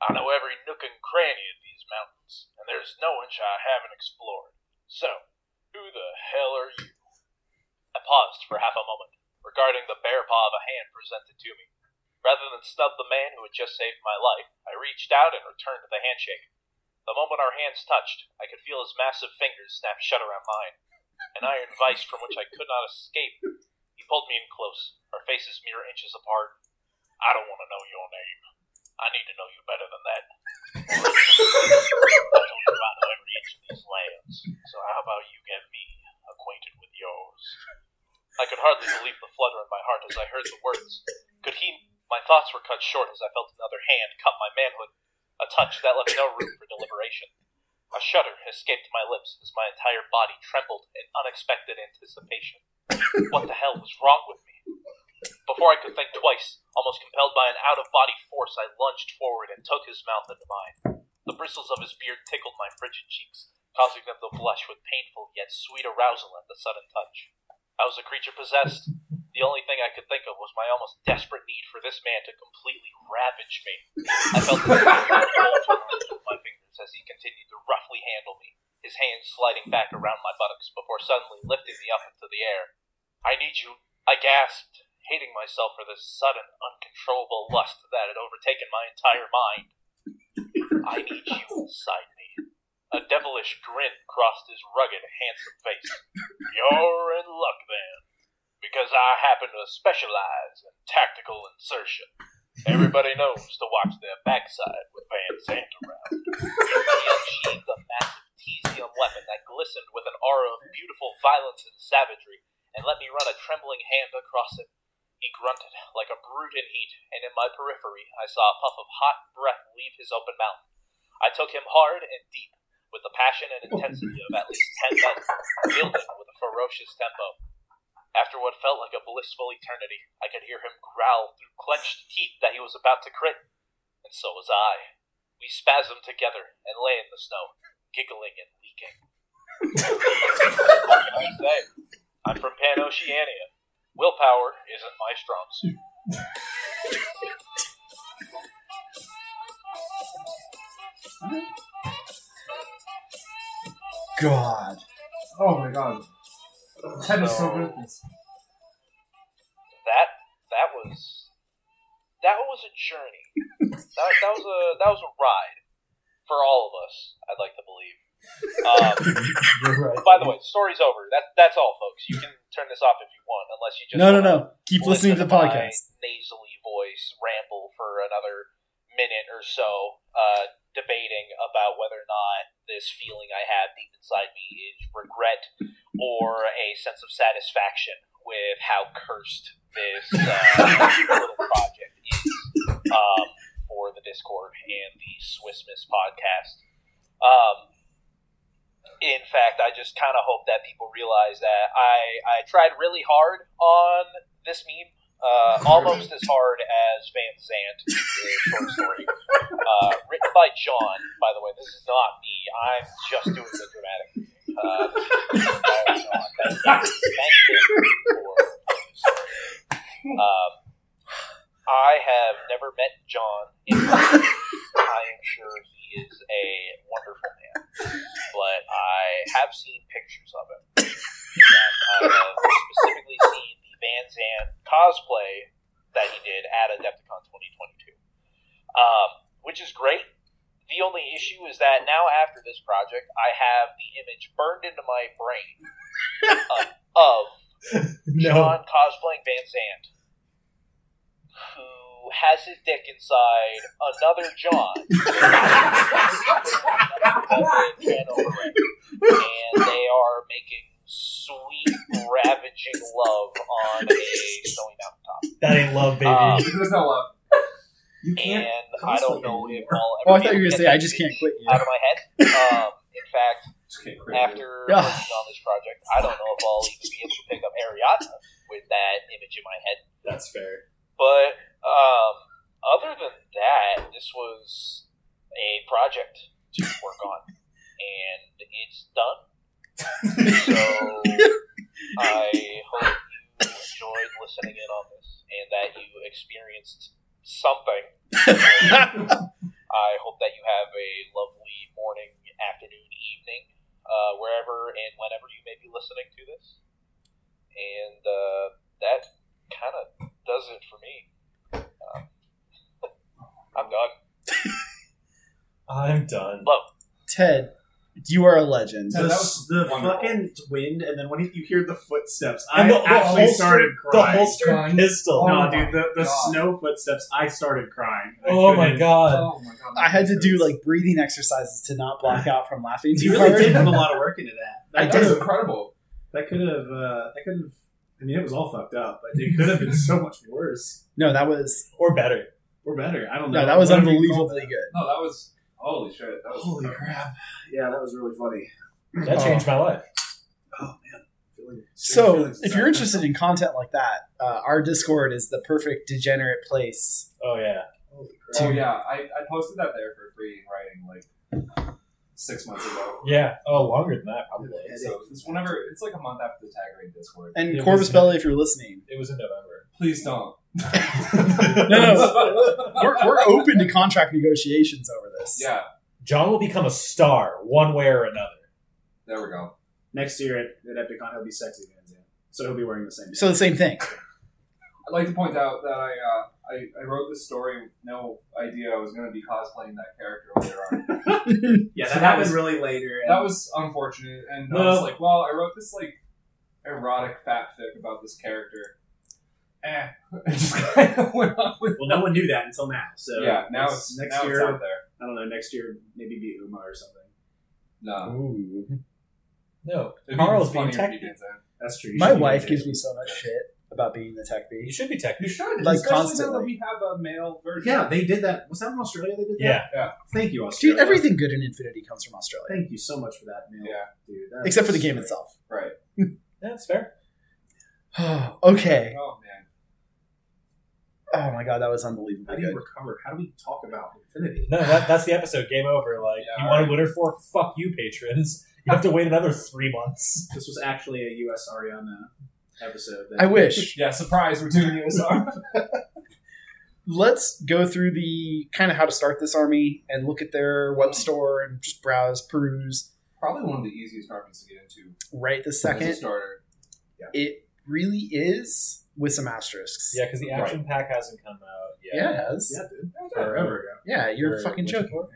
S6: I know every nook and cranny of these mountains, and there's no inch I haven't explored. So, who the hell are you? I paused for half a moment, regarding the bare paw of a hand presented to me. Rather than snub the man who had just saved my life, I reached out and returned the handshake. The moment our hands touched, I could feel his massive fingers snap shut around mine. An iron vice from which I could not escape he pulled me in close, our faces mere inches apart. I don't want to know your name. I need to know you better than that. I told you I know every inch of these lands, so how about you get me acquainted with yours? I could hardly believe the flutter in my heart as I heard the words. Could he? My thoughts were cut short as I felt another hand cut my manhood, a touch that left no room for deliberation. A shudder escaped my lips as my entire body trembled in unexpected anticipation. What the hell was wrong with me? Before I could think twice, almost compelled by an out of body force, I lunged forward and took his mouth into mine. The bristles of his beard tickled my frigid cheeks, causing them to blush with painful yet sweet arousal at the sudden touch. I was a creature possessed. The only thing I could think of was my almost desperate need for this man to completely ravage me. I felt the cold movement of my fingers as he continued to roughly handle me, his hands sliding back around my buttocks before suddenly lifting me up into the air. I need you, I gasped, hating myself for this sudden, uncontrollable lust that had overtaken my entire mind. I need you inside me. A devilish grin crossed his rugged, handsome face. You're in luck then, because I happen to specialize in tactical insertion. Everybody knows to watch their backside with Van Zandt around. He unsheathed a massive Tesium weapon that glistened with an aura of beautiful violence and savagery, and let me run a trembling hand across it. He grunted like a brute in heat, and in my periphery I saw a puff of hot breath leave his open mouth. I took him hard and deep, with the passion and intensity of at least ten men, wielding with a ferocious tempo. After what felt like a blissful eternity, I could hear him growl through clenched teeth that he was about to crit, and so was I. We spasmed together and lay in the snow, giggling and leaking. what can I say? I'm from Pan Oceania. Willpower isn't my strong suit.
S3: God.
S4: Oh my god. Ted is so good at this.
S6: That that was that was a journey. That, that was a that was a ride for all of us. I'd like to believe. Um,
S3: You're right.
S6: by the way, story's over. That that's all, folks. You can turn this off if you want, unless you just
S3: No, no,
S6: wanna
S3: no. Keep listening to the
S6: listen my
S3: podcast.
S6: nasally voice ramble for another minute or so, uh, debating about whether or not this feeling I have deep inside me is regret or a sense of satisfaction with how cursed this uh, little project is um, for the Discord and the Swiss Miss podcast. Um, in fact, I just kind of hope that people realize that I, I tried really hard on this meme, uh, almost as hard as Van Zant, the short story. Uh, written by John, by the way. This is not me. I'm just doing the dramatic. reading. Uh, this is all John. Thank you. Thank you for the story. Um, I have never met John. In person. I am sure he is a wonderful man but I have seen pictures of him. And I have uh, specifically seen the Van Zandt cosplay that he did at Adepticon 2022, um, which is great. The only issue is that now after this project, I have the image burned into my brain of, of
S2: No.
S6: John cosplaying Van Zandt, who has his dick inside another John. and they are making sweet, ravaging love on a snowy mountaintop.
S2: That ain't love, baby.
S6: Um,
S4: There's no love.
S5: You can't.
S6: And I don't know if I'll ever
S3: Well, Oh, I
S6: be
S3: thought you
S6: able
S3: were gonna
S6: to get
S3: say I
S6: that
S3: just
S6: image
S3: can't quit you.
S6: out of my head. Um, in fact,
S4: Just can't create it.
S6: after
S3: Yeah.
S6: working on this project, I don't know if I'll even be able to pick up Ariadna with that image in my head.
S2: That's fair.
S6: But um, other than that, this was a project to work on, and it's done. So I hope you enjoyed listening in on this, and that you experienced something. I hope that you have a lovely morning, afternoon, evening, uh, wherever and whenever you may be listening to this. And uh, that kind of does it for me. Um, I'm done.
S2: I'm done.
S6: Low.
S3: Ted, You are a legend.
S4: So
S5: the,
S4: that was
S5: the
S4: wonderful.
S5: fucking wind, and then when you hear the footsteps,
S2: And the-
S5: I
S2: the
S5: actually
S2: holster-
S5: started
S2: The
S5: crying.
S2: holster
S4: Gun.
S2: pistol.
S4: Oh
S5: no,
S4: my
S5: dude, the, the
S4: God.
S5: snow footsteps, I started crying. I
S2: Oh my
S5: couldn't-
S2: god.
S4: Oh my god!
S3: Uh, I had to do like breathing exercises to not black out from laughing too
S5: You really
S3: hard.
S5: did put a lot of work into that.
S3: I
S5: That
S4: That was
S5: could've-
S4: incredible.
S5: That could have. Uh, that could have. I mean, it was all fucked up, but it could have been so much worse
S3: No, that was
S4: Oh.
S2: Or better.
S5: or better. I don't know.
S3: no, that was
S5: Whatever you call
S3: unbelievably good.
S4: No, that was holy shit. That
S5: that.
S4: was
S5: Holy
S4: incredible.
S5: crap! Yeah, that was really funny.
S2: That
S3: Oh.
S2: changed my life.
S5: Feeling-
S3: So,
S5: feeling-
S3: if you're interested in content like that, uh, our Discord is the perfect degenerate place.
S2: Oh yeah.
S4: Oh yeah, I, I posted that there for free in writing like six months ago.
S2: Yeah. Oh, longer than that probably.
S4: So it's whenever it's like a month after the tag rate Discord.
S3: And
S2: It
S3: Corvus
S2: was-
S3: Belly, if you're listening,
S2: It was in November.
S4: Please don't.
S3: no, we're, we're open to contract negotiations over this.
S4: Yeah,
S2: John will become a star one way or another.
S4: there we go.
S5: next year at, at Epicon, he'll be sexy again, yeah. so he'll be wearing the same.
S3: So the same thing.
S4: I'd like to point out that I uh, I, I wrote this story with no idea I was going to be cosplaying that character later on.
S5: yeah,
S4: so
S5: that
S4: that
S5: happened
S4: was-
S5: really later. and-
S4: that was unfortunate, and I was
S5: Well-
S4: like, well, I wrote this like erotic fanfic about this character. Eh, I just kind of went on with.
S5: well, no one knew that until now. So
S4: yeah, now
S5: next-
S4: it's
S5: next
S4: now
S5: year.
S4: it's out there.
S5: I don't know. Next year, maybe be Uma or something.
S3: uh,
S4: No,
S2: No.
S4: it'd be
S2: Carl's being
S4: funnier if
S2: tech.
S4: he did that.
S5: That's true. You
S3: My
S5: should be
S3: wife
S5: there.
S3: gives me so much shit about being the tech
S2: You
S3: bee.
S2: should be tech.
S4: You should,
S3: Like,
S4: especially now
S3: constantly.
S4: that we have a male version.
S5: Yeah, they did that. Was that in Australia? They did that.
S2: Yeah.
S5: Thank you, Australia.
S3: Dude, everything good in Infinity comes from Australia,
S5: Thank you so much for that, man.
S4: Yeah.
S5: Dude, that
S3: except for the
S5: was
S3: game
S5: great.
S3: itself.
S4: right.
S2: That's fair.
S3: okay.
S4: Oh man,
S3: Oh my god, that was
S5: How
S3: unbelievably
S5: do you
S3: good.
S5: recover? How do we talk about infinity?
S2: No, that, that's the episode. Game over. Like
S4: Yeah,
S2: you
S4: all
S2: wanted Winter Four? Fuck you, patrons. You have to wait another three months.
S5: This was actually a U.S. Ariana episode. That
S3: I wish.
S4: yeah. Surprise, we're doing USR.
S3: Let's go through the kind of how to start this army and look at their web store and just browse, peruse.
S4: Probably one of the easiest armies to get into
S3: Right this
S4: as a
S3: second,
S4: starter.
S3: it really is with some asterisks.
S2: Yeah, because the action pack hasn't come out yet.
S3: Yeah, it has.
S5: Yeah, dude.
S2: Forever
S5: Forever ago.
S3: Yeah, you're
S2: For
S3: fucking
S2: Witcher
S3: joking.
S2: four?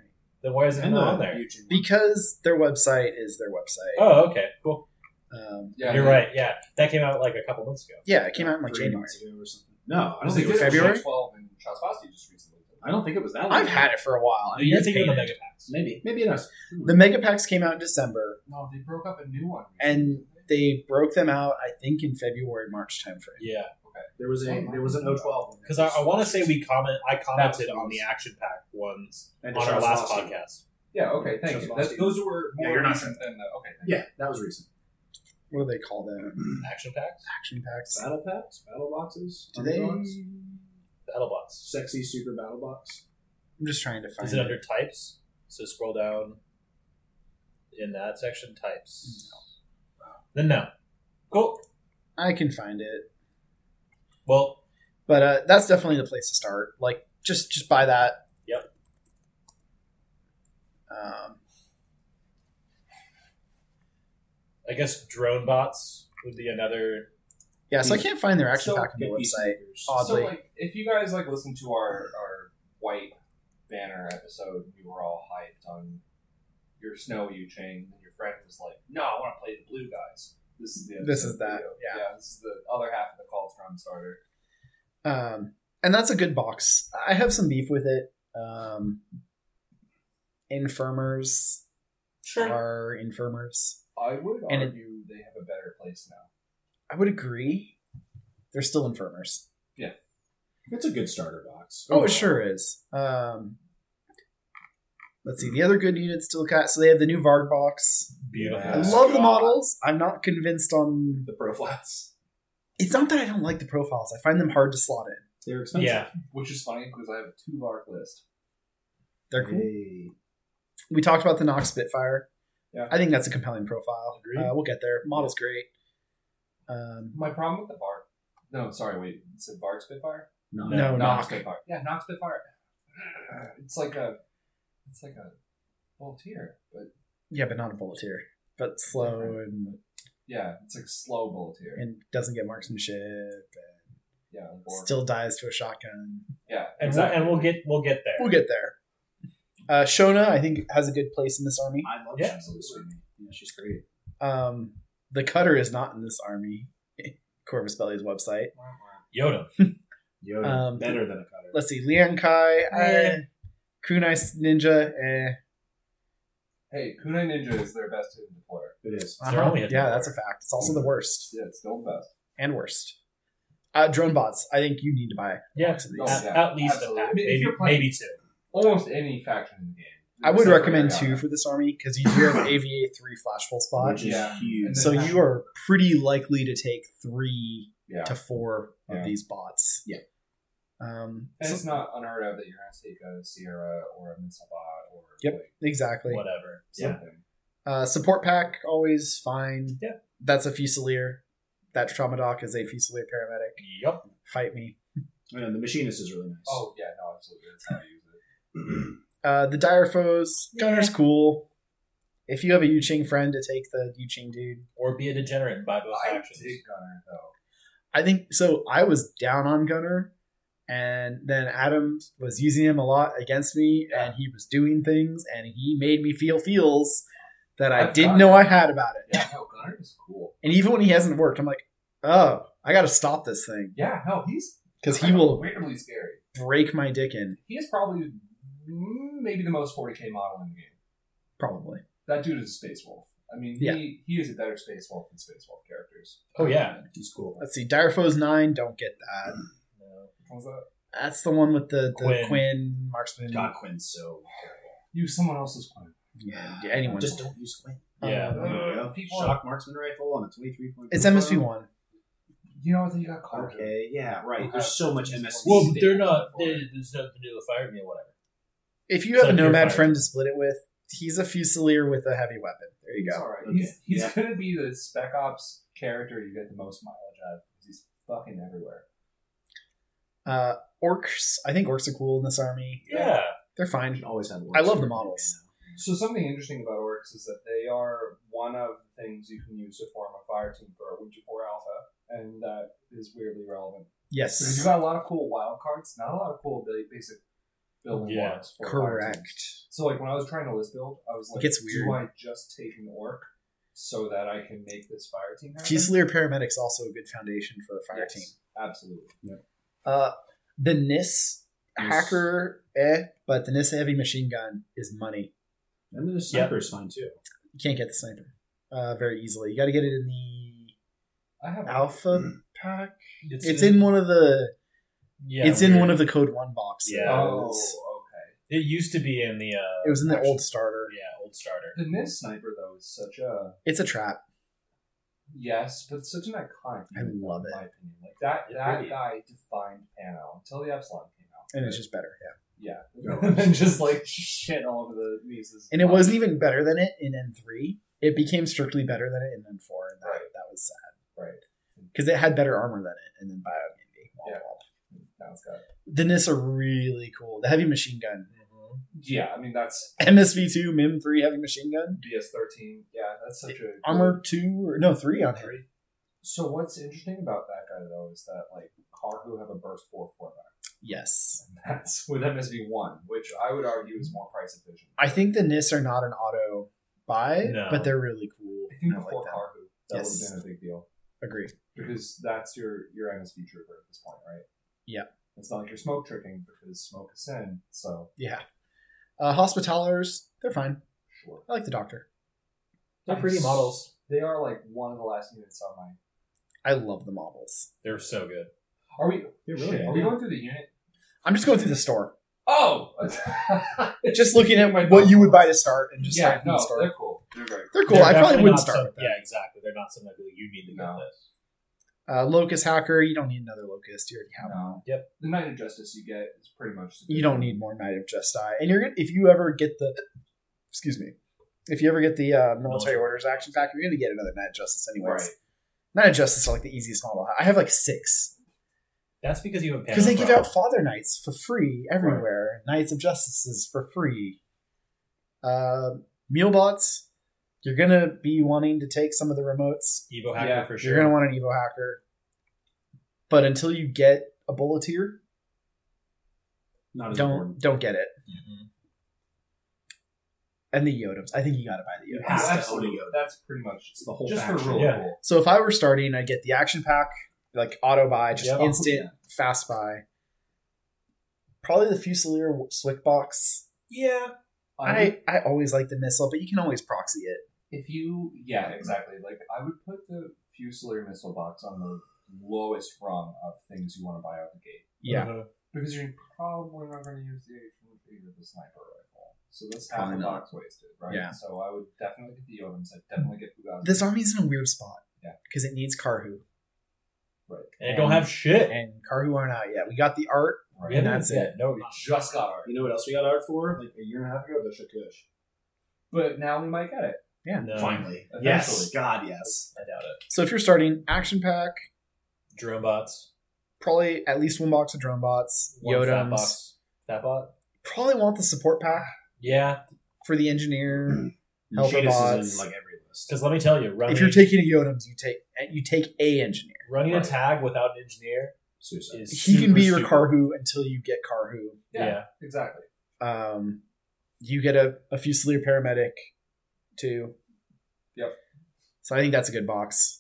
S2: Then why is it
S5: And
S2: not
S5: the
S2: on there?
S5: Uh, YouTube one.
S3: Because their website is their website.
S2: Oh, okay, cool.
S3: Um,
S4: Yeah,
S2: You're
S4: yeah.
S2: right. Yeah, that came out like a couple months ago.
S3: yeah, it came out in like
S5: Three
S3: January.
S5: months ago or something. No, I
S4: I don't
S5: don't think
S4: think
S5: it was
S3: February.
S4: Twelve and Trasvasti just recently.
S5: I don't think it was that. long.
S3: I've had it for a while. I mean,
S2: You're
S3: it's
S2: thinking of the
S3: faded.
S2: mega packs.
S5: Maybe. Maybe it is.
S3: The mega packs came out in December,
S4: No, they broke up a new one.
S3: and they broke them out. I think in February, March timeframe.
S2: Yeah,
S5: There was a there was an O twelve
S2: because I, I want to say we comment. I commented
S4: That was
S2: on the action pack ones
S5: And
S2: on our
S5: Charles
S2: last
S5: Austin.
S2: podcast.
S4: yeah, okay, thank you.
S5: Trasvasti.
S4: That, those were more
S5: Yeah, you're not
S4: recent than the okay. Thank
S5: Yeah, that was recent.
S3: What do they call them?
S2: Action packs,
S3: Action packs.
S5: Battle packs, battle boxes,
S3: Do they?
S5: underdogs,
S3: I'm
S2: BattleBots.
S5: sexy super battle box.
S3: just trying to find.
S2: Is it under types? So scroll down in that section, types. Then no. Cool.
S3: I can find it,
S2: Well,
S3: but uh, that's definitely the place to start. Like, just just buy that.
S2: Yep.
S3: Um,
S2: I guess drone bots would be another.
S3: yeah, so I can't find their action
S4: So,
S3: pack on the
S5: Get these
S3: website.
S5: sneakers.
S4: you.
S3: Oddly,
S4: So, like, if you guys like listen to our our white banner episode, you were all hyped on your snow you chain, and your friend was like, "No, I want to play the blue guys." This is the
S3: This
S4: episode
S3: is that,
S4: video.
S3: yeah.
S4: yeah. This is the other half of the call from starter.
S3: Um, and that's a good box. I have some beef with it. Um, infirmers are infirmers.
S4: I would
S3: And it-
S4: argue they have a better place now.
S3: I would agree. They're still infirmers.
S5: It's a good starter box.
S3: Oh, it sure is. Um, let's see. The other good units still got. So they have the new Varg box.
S2: Beautiful.
S3: I
S5: Yes.
S3: love the
S4: God.
S3: models. I'm not convinced on.
S5: The profiles.
S3: It's not that I don't like the profiles. I find them hard to slot in.
S5: They're expensive.
S2: Yeah.
S4: Which is funny because I have a two lark list.
S3: They're cool.
S5: Hey.
S3: We talked about the Nox Spitfire.
S4: Yeah.
S3: I think that's a compelling profile.
S2: Agreed.
S3: Uh, we'll get there. Model's great. Um,
S4: My problem with the bar. No, sorry, wait. It's a bar Spitfire.
S5: No.
S3: No,
S4: Knox
S3: Knock.
S4: Spitfire. Yeah, Knox Spitfire. It's like a, it's like a bulleteer, but
S3: Yeah, but not a bulleteer. But slow and,
S4: yeah, it's like a slow bulleteer.
S3: and doesn't get marksmanship and
S4: yeah, or-
S3: still dies to a shotgun.
S4: yeah,
S2: And,
S4: exactly.
S2: we'll, and we'll get we'll get there.
S3: We'll get there. Uh, Shona, I think, has a good place in this army.
S5: I love
S2: Yeah.
S5: She's Army. Yeah, she's great.
S3: Um, the Cutter is not in this army. Corvus Belly's website.
S2: Yoda.
S5: Yoda,
S3: Um,
S5: better than a cutter.
S3: Let's see, Lian Kai, eh.
S2: Eh.
S3: Kunai Ninja, eh.
S4: Hey, Kunai Ninja is their best hidden deployer.
S5: It is.
S2: They're only at the
S3: Uh-huh. yeah,
S2: lower.
S3: that's a fact. It's also the worst
S4: Yeah, it's still the best.
S3: and worst. Uh, drone bots. I think you need to buy.
S2: Yeah.
S3: lots of these.
S4: Oh,
S2: At,
S4: yeah.
S2: at least
S4: Absolutely.
S2: a pack.
S4: I mean, if
S2: Maybe,
S4: you're playing-
S2: maybe two.
S4: Almost any faction in the game.
S3: I would
S4: Except for
S3: recommend
S4: Ariana.
S3: two for this army because you do have AVA three flashbulb spot,
S5: Which is
S4: Yeah.
S5: huge.
S4: And
S3: so you are pretty likely to take three
S4: Yeah.
S3: to four of
S4: Yeah.
S3: these bots.
S5: Yeah.
S3: Um.
S4: And
S3: so-
S4: it's not unheard of that you're going to take a Sierra or a Mitsalbot or
S3: Yep.
S4: like
S3: exactly.
S2: Whatever. Yeah.
S4: something.
S3: Uh, support pack always fine.
S2: Yeah.
S3: That's a fusilier. That trauma doc is a fusilier paramedic.
S2: Yep.
S3: Fight me.
S5: I know, the machinist is really nice.
S4: Oh, yeah, no, absolutely. That's how you use it.
S3: Uh, the dire foes. Gunner's cool. If you have a Yu Ching friend to take the Yu Ching dude,
S2: Or be a degenerate and buy both
S4: I
S2: factions.
S4: dig Gunner, though.
S3: I think so. I was down on Gunner, and then Adam was using him a lot against me, and he was doing things, and he made me feel feels that I
S4: I've
S3: didn't
S4: got
S3: know
S4: it.
S3: I had about it.
S4: Yeah, no, Gunner is cool.
S3: And even when he hasn't worked, I'm like, oh, I got to stop this thing
S4: Yeah, no, he's
S3: because he will
S4: weirdly scary.
S3: break my dick in.
S4: He is probably mm, maybe the most 40k model in the game.
S3: Probably.
S4: That dude is a space wolf. I mean, he,
S3: Yeah.
S4: he is a better space wolf than space wolf characters.
S2: Oh, yeah.
S5: He's cool.
S3: Let's see. Dire Foes 9, don't get that.
S4: Which one's that?
S3: That's the one with the, the Quinn.
S2: Quinn.
S3: marksman.
S5: God, Quinn's so.
S4: Use someone else's coin.
S3: Yeah, anyone.
S5: Just don't use Quinn.
S3: Uh,
S2: Yeah.
S5: There you
S2: Uh,
S5: go.
S4: people-
S5: Shock marksman rifle on a 23 point.
S3: It's MSV1.
S4: You know what? You got Carter.
S5: Okay, yeah, right.
S4: Okay.
S5: There's so much MSV.
S2: Well,
S4: Well,
S2: but they're not. they there's nothing to do with fire me or whatever.
S3: If you have
S2: So
S3: a
S2: if you're
S3: nomad
S2: fired.
S3: friend to split it with, he's a fusilier with a heavy weapon. There you
S4: He's
S3: go.
S4: all right.
S5: Okay.
S4: He's, he's
S5: Yeah.
S4: gonna be the Spec Ops character you get the most mileage out of because he's fucking everywhere.
S3: Uh, orcs. I think orcs are cool in this army.
S4: Yeah.
S2: Yeah.
S3: They're fine.
S5: You always have.
S3: I love the models.
S4: So something interesting about orcs is that they are one of the things you can use to form a fire team for a Winter Four Alpha, and that is weirdly relevant because you
S3: Yes.
S4: got a lot of cool wild cards, not a lot of cool ba- basic building
S2: Yeah.
S4: blocks. for fire teams.
S3: Correct.
S4: So like when I was trying to list build, I was like,
S3: gets
S4: do
S3: weird.
S4: I just take an orc so that I can make this fire team happen?
S3: Fusilier paramedics also a good foundation for a fire
S4: Yes,
S3: team.
S4: absolutely.
S3: Uh, the NIS
S5: Yes.
S3: hacker, eh, but the NIS heavy machine gun is money.
S5: And then the sniper is fine too.
S3: You can't get the sniper uh, very easily. You got to get it in the
S4: I have
S3: alpha pack.
S2: It's,
S3: It's in one of the.
S2: Yeah,
S3: it's in
S2: weird.
S3: one of the code one boxes.
S2: Yeah.
S3: It
S4: Oh, okay.
S2: It used to be in the. Uh,
S3: was in the
S2: actual-
S3: old starter.
S2: Yeah, old starter.
S4: The Niv Sniper though is such a
S3: It's a trap.
S4: yes, but such an iconic.
S3: I
S4: unit,
S3: love
S4: in
S3: it.
S4: my opinion. Like that
S2: It's
S4: that
S2: pretty.
S4: guy defined Pano until the Epsilon came out.
S3: And it's just better. Yeah.
S4: yeah,
S5: No,
S4: and then just like shit all over the Mises.
S3: And it wasn't even better than it in N3. It became strictly better than it in N4. And that,
S4: Right.
S3: that was sad.
S4: right.
S3: Because it had better armor than it. And then bio immunity. Womp
S4: Yeah.
S3: womp.
S4: Now it's got
S3: The NIS are really cool. The heavy machine gun.
S4: Mm-hmm. yeah. I mean that's
S3: MSV2, MIM3 heavy machine gun.
S4: BS thirteen. Yeah, that's such a
S3: Armor 2, or no, 3 on here.
S4: So what's interesting about that guy though is that like Carhu have a burst four format,
S3: Yes.
S4: and that's with MSV one, which I would argue is more price efficient.
S3: I think the NIS are not an auto buy,
S2: No.
S3: but they're really cool.
S4: I think
S3: I like
S4: before
S3: them.
S4: Carhu, that
S3: Yes.
S4: would have been a big deal.
S3: Agree.
S4: because that's your your MSV trooper at this point, right?
S3: Yeah.
S4: It's not like you're smoke tricking because smoke is sin. So
S3: Yeah. Uh, Hospitallers, they're fine.
S4: sure,
S3: I like the Doctor.
S2: They're pretty models.
S4: They are like one of the last units on my.
S3: I love the models.
S2: They're so good.
S4: Are we?
S5: They're
S4: shit, are we going through the unit?
S3: I'm just going through the store.
S4: Oh,
S3: Just looking at what you would buy to start and just
S4: yeah,
S3: start from
S4: no,
S3: the store.
S4: they're cool. They're very
S3: They're cool.
S2: They're
S3: I probably
S2: definitely
S3: wouldn't
S2: not
S3: start
S2: some-
S3: with that.
S2: Yeah, exactly. They're not something that you need to
S4: No.
S2: get this.
S3: Uh, Locust Hacker, you don't need another Locust. You already have
S4: cool.
S3: one.
S4: No.
S2: Yep.
S4: The Knight of Justice you get is pretty much.
S3: You don't need more Knight of Jedi. And you're gonna- if you ever get the, excuse me, if you ever get the uh, Military
S2: Military.
S3: Orders action pack, you're going to get another Knight of Justice anyways.
S4: Right.
S3: Knight of Justice are like the easiest model. I have like six.
S2: That's because you have
S3: Because they
S2: Pano
S3: give
S2: Pro.
S3: out Father Knights for free everywhere. Knights of Justice is for free. Uh, Mulebots, you're gonna be wanting to take some of the remotes.
S2: Evo Hacker
S4: Yeah,
S2: for sure.
S3: You're gonna want an Evo hacker. But until you get a bulleteer,
S5: Not as
S3: don't
S5: important.
S2: Mm-hmm.
S3: don't get it.
S2: Mhm.
S3: and the Yodams. I think you got to buy the Yodams.
S5: That's
S4: absolutely.
S5: totally good.
S4: That's pretty much
S5: It's the whole
S4: just for
S5: faction.
S4: rule.
S2: Yeah.
S4: pool.
S3: So if I were starting, I'd get the action pack, like auto buy, just
S2: Yep.
S3: instant fast buy. Probably the Fusilier Swick box.
S2: Yeah.
S4: I-
S3: I, I always like the missile, but you can always proxy it.
S4: if you yeah exactly like I would put the Fusilier missile box on the lowest rung of things you want to buy out the gate
S3: Yeah,
S2: Uh-huh.
S4: because you're probably not going to use the H1P or the sniper rifle. So that's half
S3: Probably
S4: the
S3: not.
S4: box wasted, right?
S3: Yeah.
S4: So I would definitely get the Odoms. I'd definitely get Fugazi.
S3: this army's in a weird spot.
S4: Yeah.
S3: because it needs Karhu,
S4: right.
S2: And, don't have shit.
S3: and Karhu aren't out yet. We got the art.
S4: right.
S2: Yeah,
S3: and that's
S2: yeah,
S3: it.
S2: No,
S4: We just got ours.
S1: You know what else we got art for? Like a year and a half ago, the Shakush.
S4: But now we might get it.
S2: no.
S5: Finally.
S4: Eventually.
S5: Yes. God, yes.
S4: I doubt it.
S3: So if you're starting action pack,
S2: Drone bots.
S3: probably at least one box of drone bots,
S2: One fat
S3: Yodams.
S2: box. Fat bot.
S3: Probably want the support pack
S2: Yeah,
S3: for the engineer. Helper
S5: Shadus
S3: bots.
S5: is in like every list.
S2: because let me tell you, running
S3: If you're taking a Yodams, you take you take a engineer.
S2: running
S5: Right.
S2: a tag without an engineer
S5: Suicide.
S2: is
S3: He can
S2: super
S3: be your
S2: stupid.
S3: Karhu until you get Karhu.
S2: Yeah.
S4: Yeah. Exactly.
S3: Um, you get a, a Fusilier paramedic too.
S4: Yep.
S3: So I think that's a good box.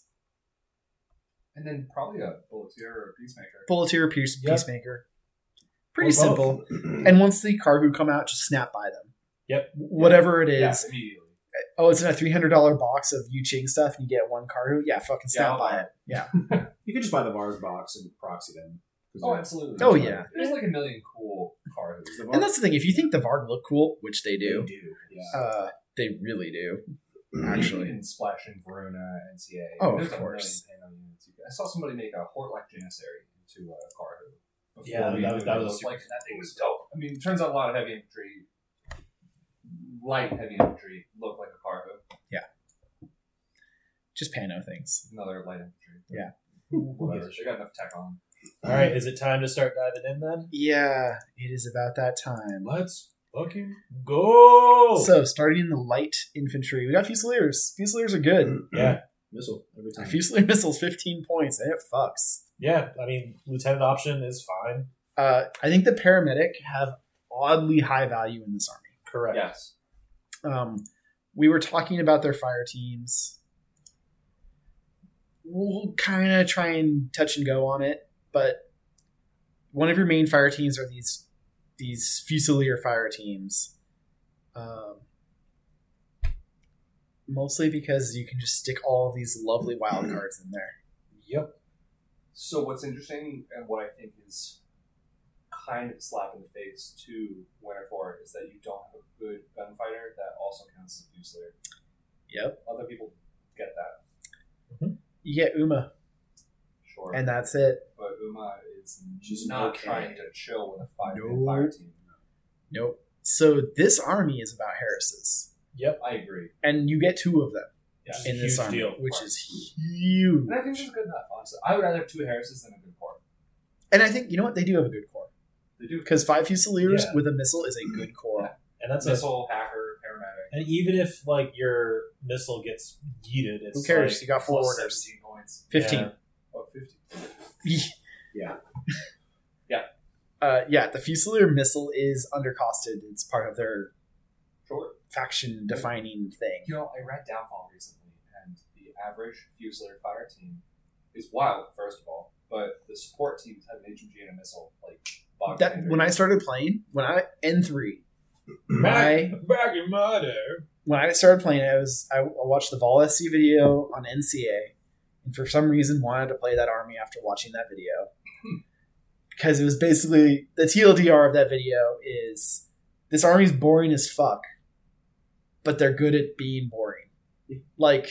S4: And then probably a Bulleteer or a Peacemaker.
S3: Bulleteer, Pierce,
S2: Yep.
S3: Peacemaker. Pretty
S2: Or both.
S3: simple. and once the Karhu come out, just snap by them.
S2: Yep.
S3: Whatever it is.
S4: Yeah, immediately.
S3: Oh, it's in a three hundred dollar box of Yu Ching stuff, and you get one Karhu. Yeah, fucking
S4: Yeah,
S3: snap
S4: I'll
S3: by
S4: buy
S3: it. Yeah.
S5: You could just buy the Vars box and proxy them. 'Cause
S4: Oh,
S5: they're-
S4: absolutely.
S3: Oh, yeah.
S4: There's like a million cool cars.
S5: because the Varg-
S3: And that's the thing. If you think the Varg look cool, which they
S5: they
S3: do,
S5: do. Yeah.
S3: uh, they really do.
S4: You
S3: Actually,
S4: can splash in Verona, NCA.
S3: Oh,
S4: There's
S3: of
S4: a million
S3: course.
S4: Pano units you can- I saw somebody make a Hortlack Janissary into a Carhu. before
S2: Yeah,
S4: we
S2: that
S4: knew
S2: was- that
S4: it
S2: was a
S4: like that thing was dope. I mean, it turns out a lot of heavy infantry, light heavy infantry, look like a Carhu.
S3: just pano things.
S4: Another light infantry.
S3: Yeah.
S4: Whatever. They got enough tech on.
S2: All right, is it time to start diving in then?
S3: Yeah, it is about that time.
S2: Let's fucking go.
S3: So, starting in the light infantry, we got Fusiliers. Fusiliers are good.
S2: yeah,
S1: Missile every
S5: Mm-hmm.
S1: time.
S3: Fusilier missiles, fifteen points, and it fucks.
S2: yeah. I mean, lieutenant option is fine.
S3: Uh, I think the paramedic have oddly high value in this army.
S2: Correct.
S4: Yes.
S3: um, we were talking about their fire teams. We'll kind of try and touch and go on it, but one of your main fire teams are these these fusilier fire teams, um, mostly because you can just stick all of these lovely wild cards in there.
S2: Yep.
S4: So what's interesting and what I think is kind of a slap in the face to Winterfort is that you don't have a good gunfighter that also counts as a fusilier.
S3: Yep.
S4: Other people get that,
S3: You get Uma,
S4: sure.
S3: and that's it.
S4: but Uma is
S1: She's
S4: not
S1: okay.
S4: trying to chill with a five man
S3: No.
S4: fire team.
S3: Nope. So this army is about Harris's,
S2: Yep.
S4: I agree.
S3: and you get two of them
S4: Yeah.
S2: It's a
S3: in this
S2: huge
S3: army,
S2: deal.
S3: which is huge.
S4: And I think that's good enough, honestly. I would rather have two Harrises than a good corps.
S3: And I think you know what they do have a good core
S4: They do.
S3: because five fusiliers
S2: Yeah.
S3: with a missile is a good core.
S4: Yeah.
S2: And that's a,
S4: Missile, hacker, paramedic.
S2: and even if like your missile gets yeeted, it's
S3: Who cares?
S2: like-
S3: you got four
S4: Plus
S3: orders,
S4: 17 points.
S3: fifteen.
S4: Oh, 50.
S3: Yeah. Uh, yeah, the fusilier missile is undercosted. It's part of their
S4: Sure.
S3: faction defining thing.
S4: You know, I read Downfall recently, and the average Fusilier fire team is wild, first of all, but the support teams have an HMG and a missile, like bog
S3: That
S4: standard.
S3: when I started playing, when I N three,
S2: Back,
S3: I
S2: back in my day.
S3: when I started playing, I was I watched the Vol SC video on NCA, and for some reason wanted to play that army after watching that video because it was basically the TLDR of that video is this army's boring as fuck, but they're good at being boring. Like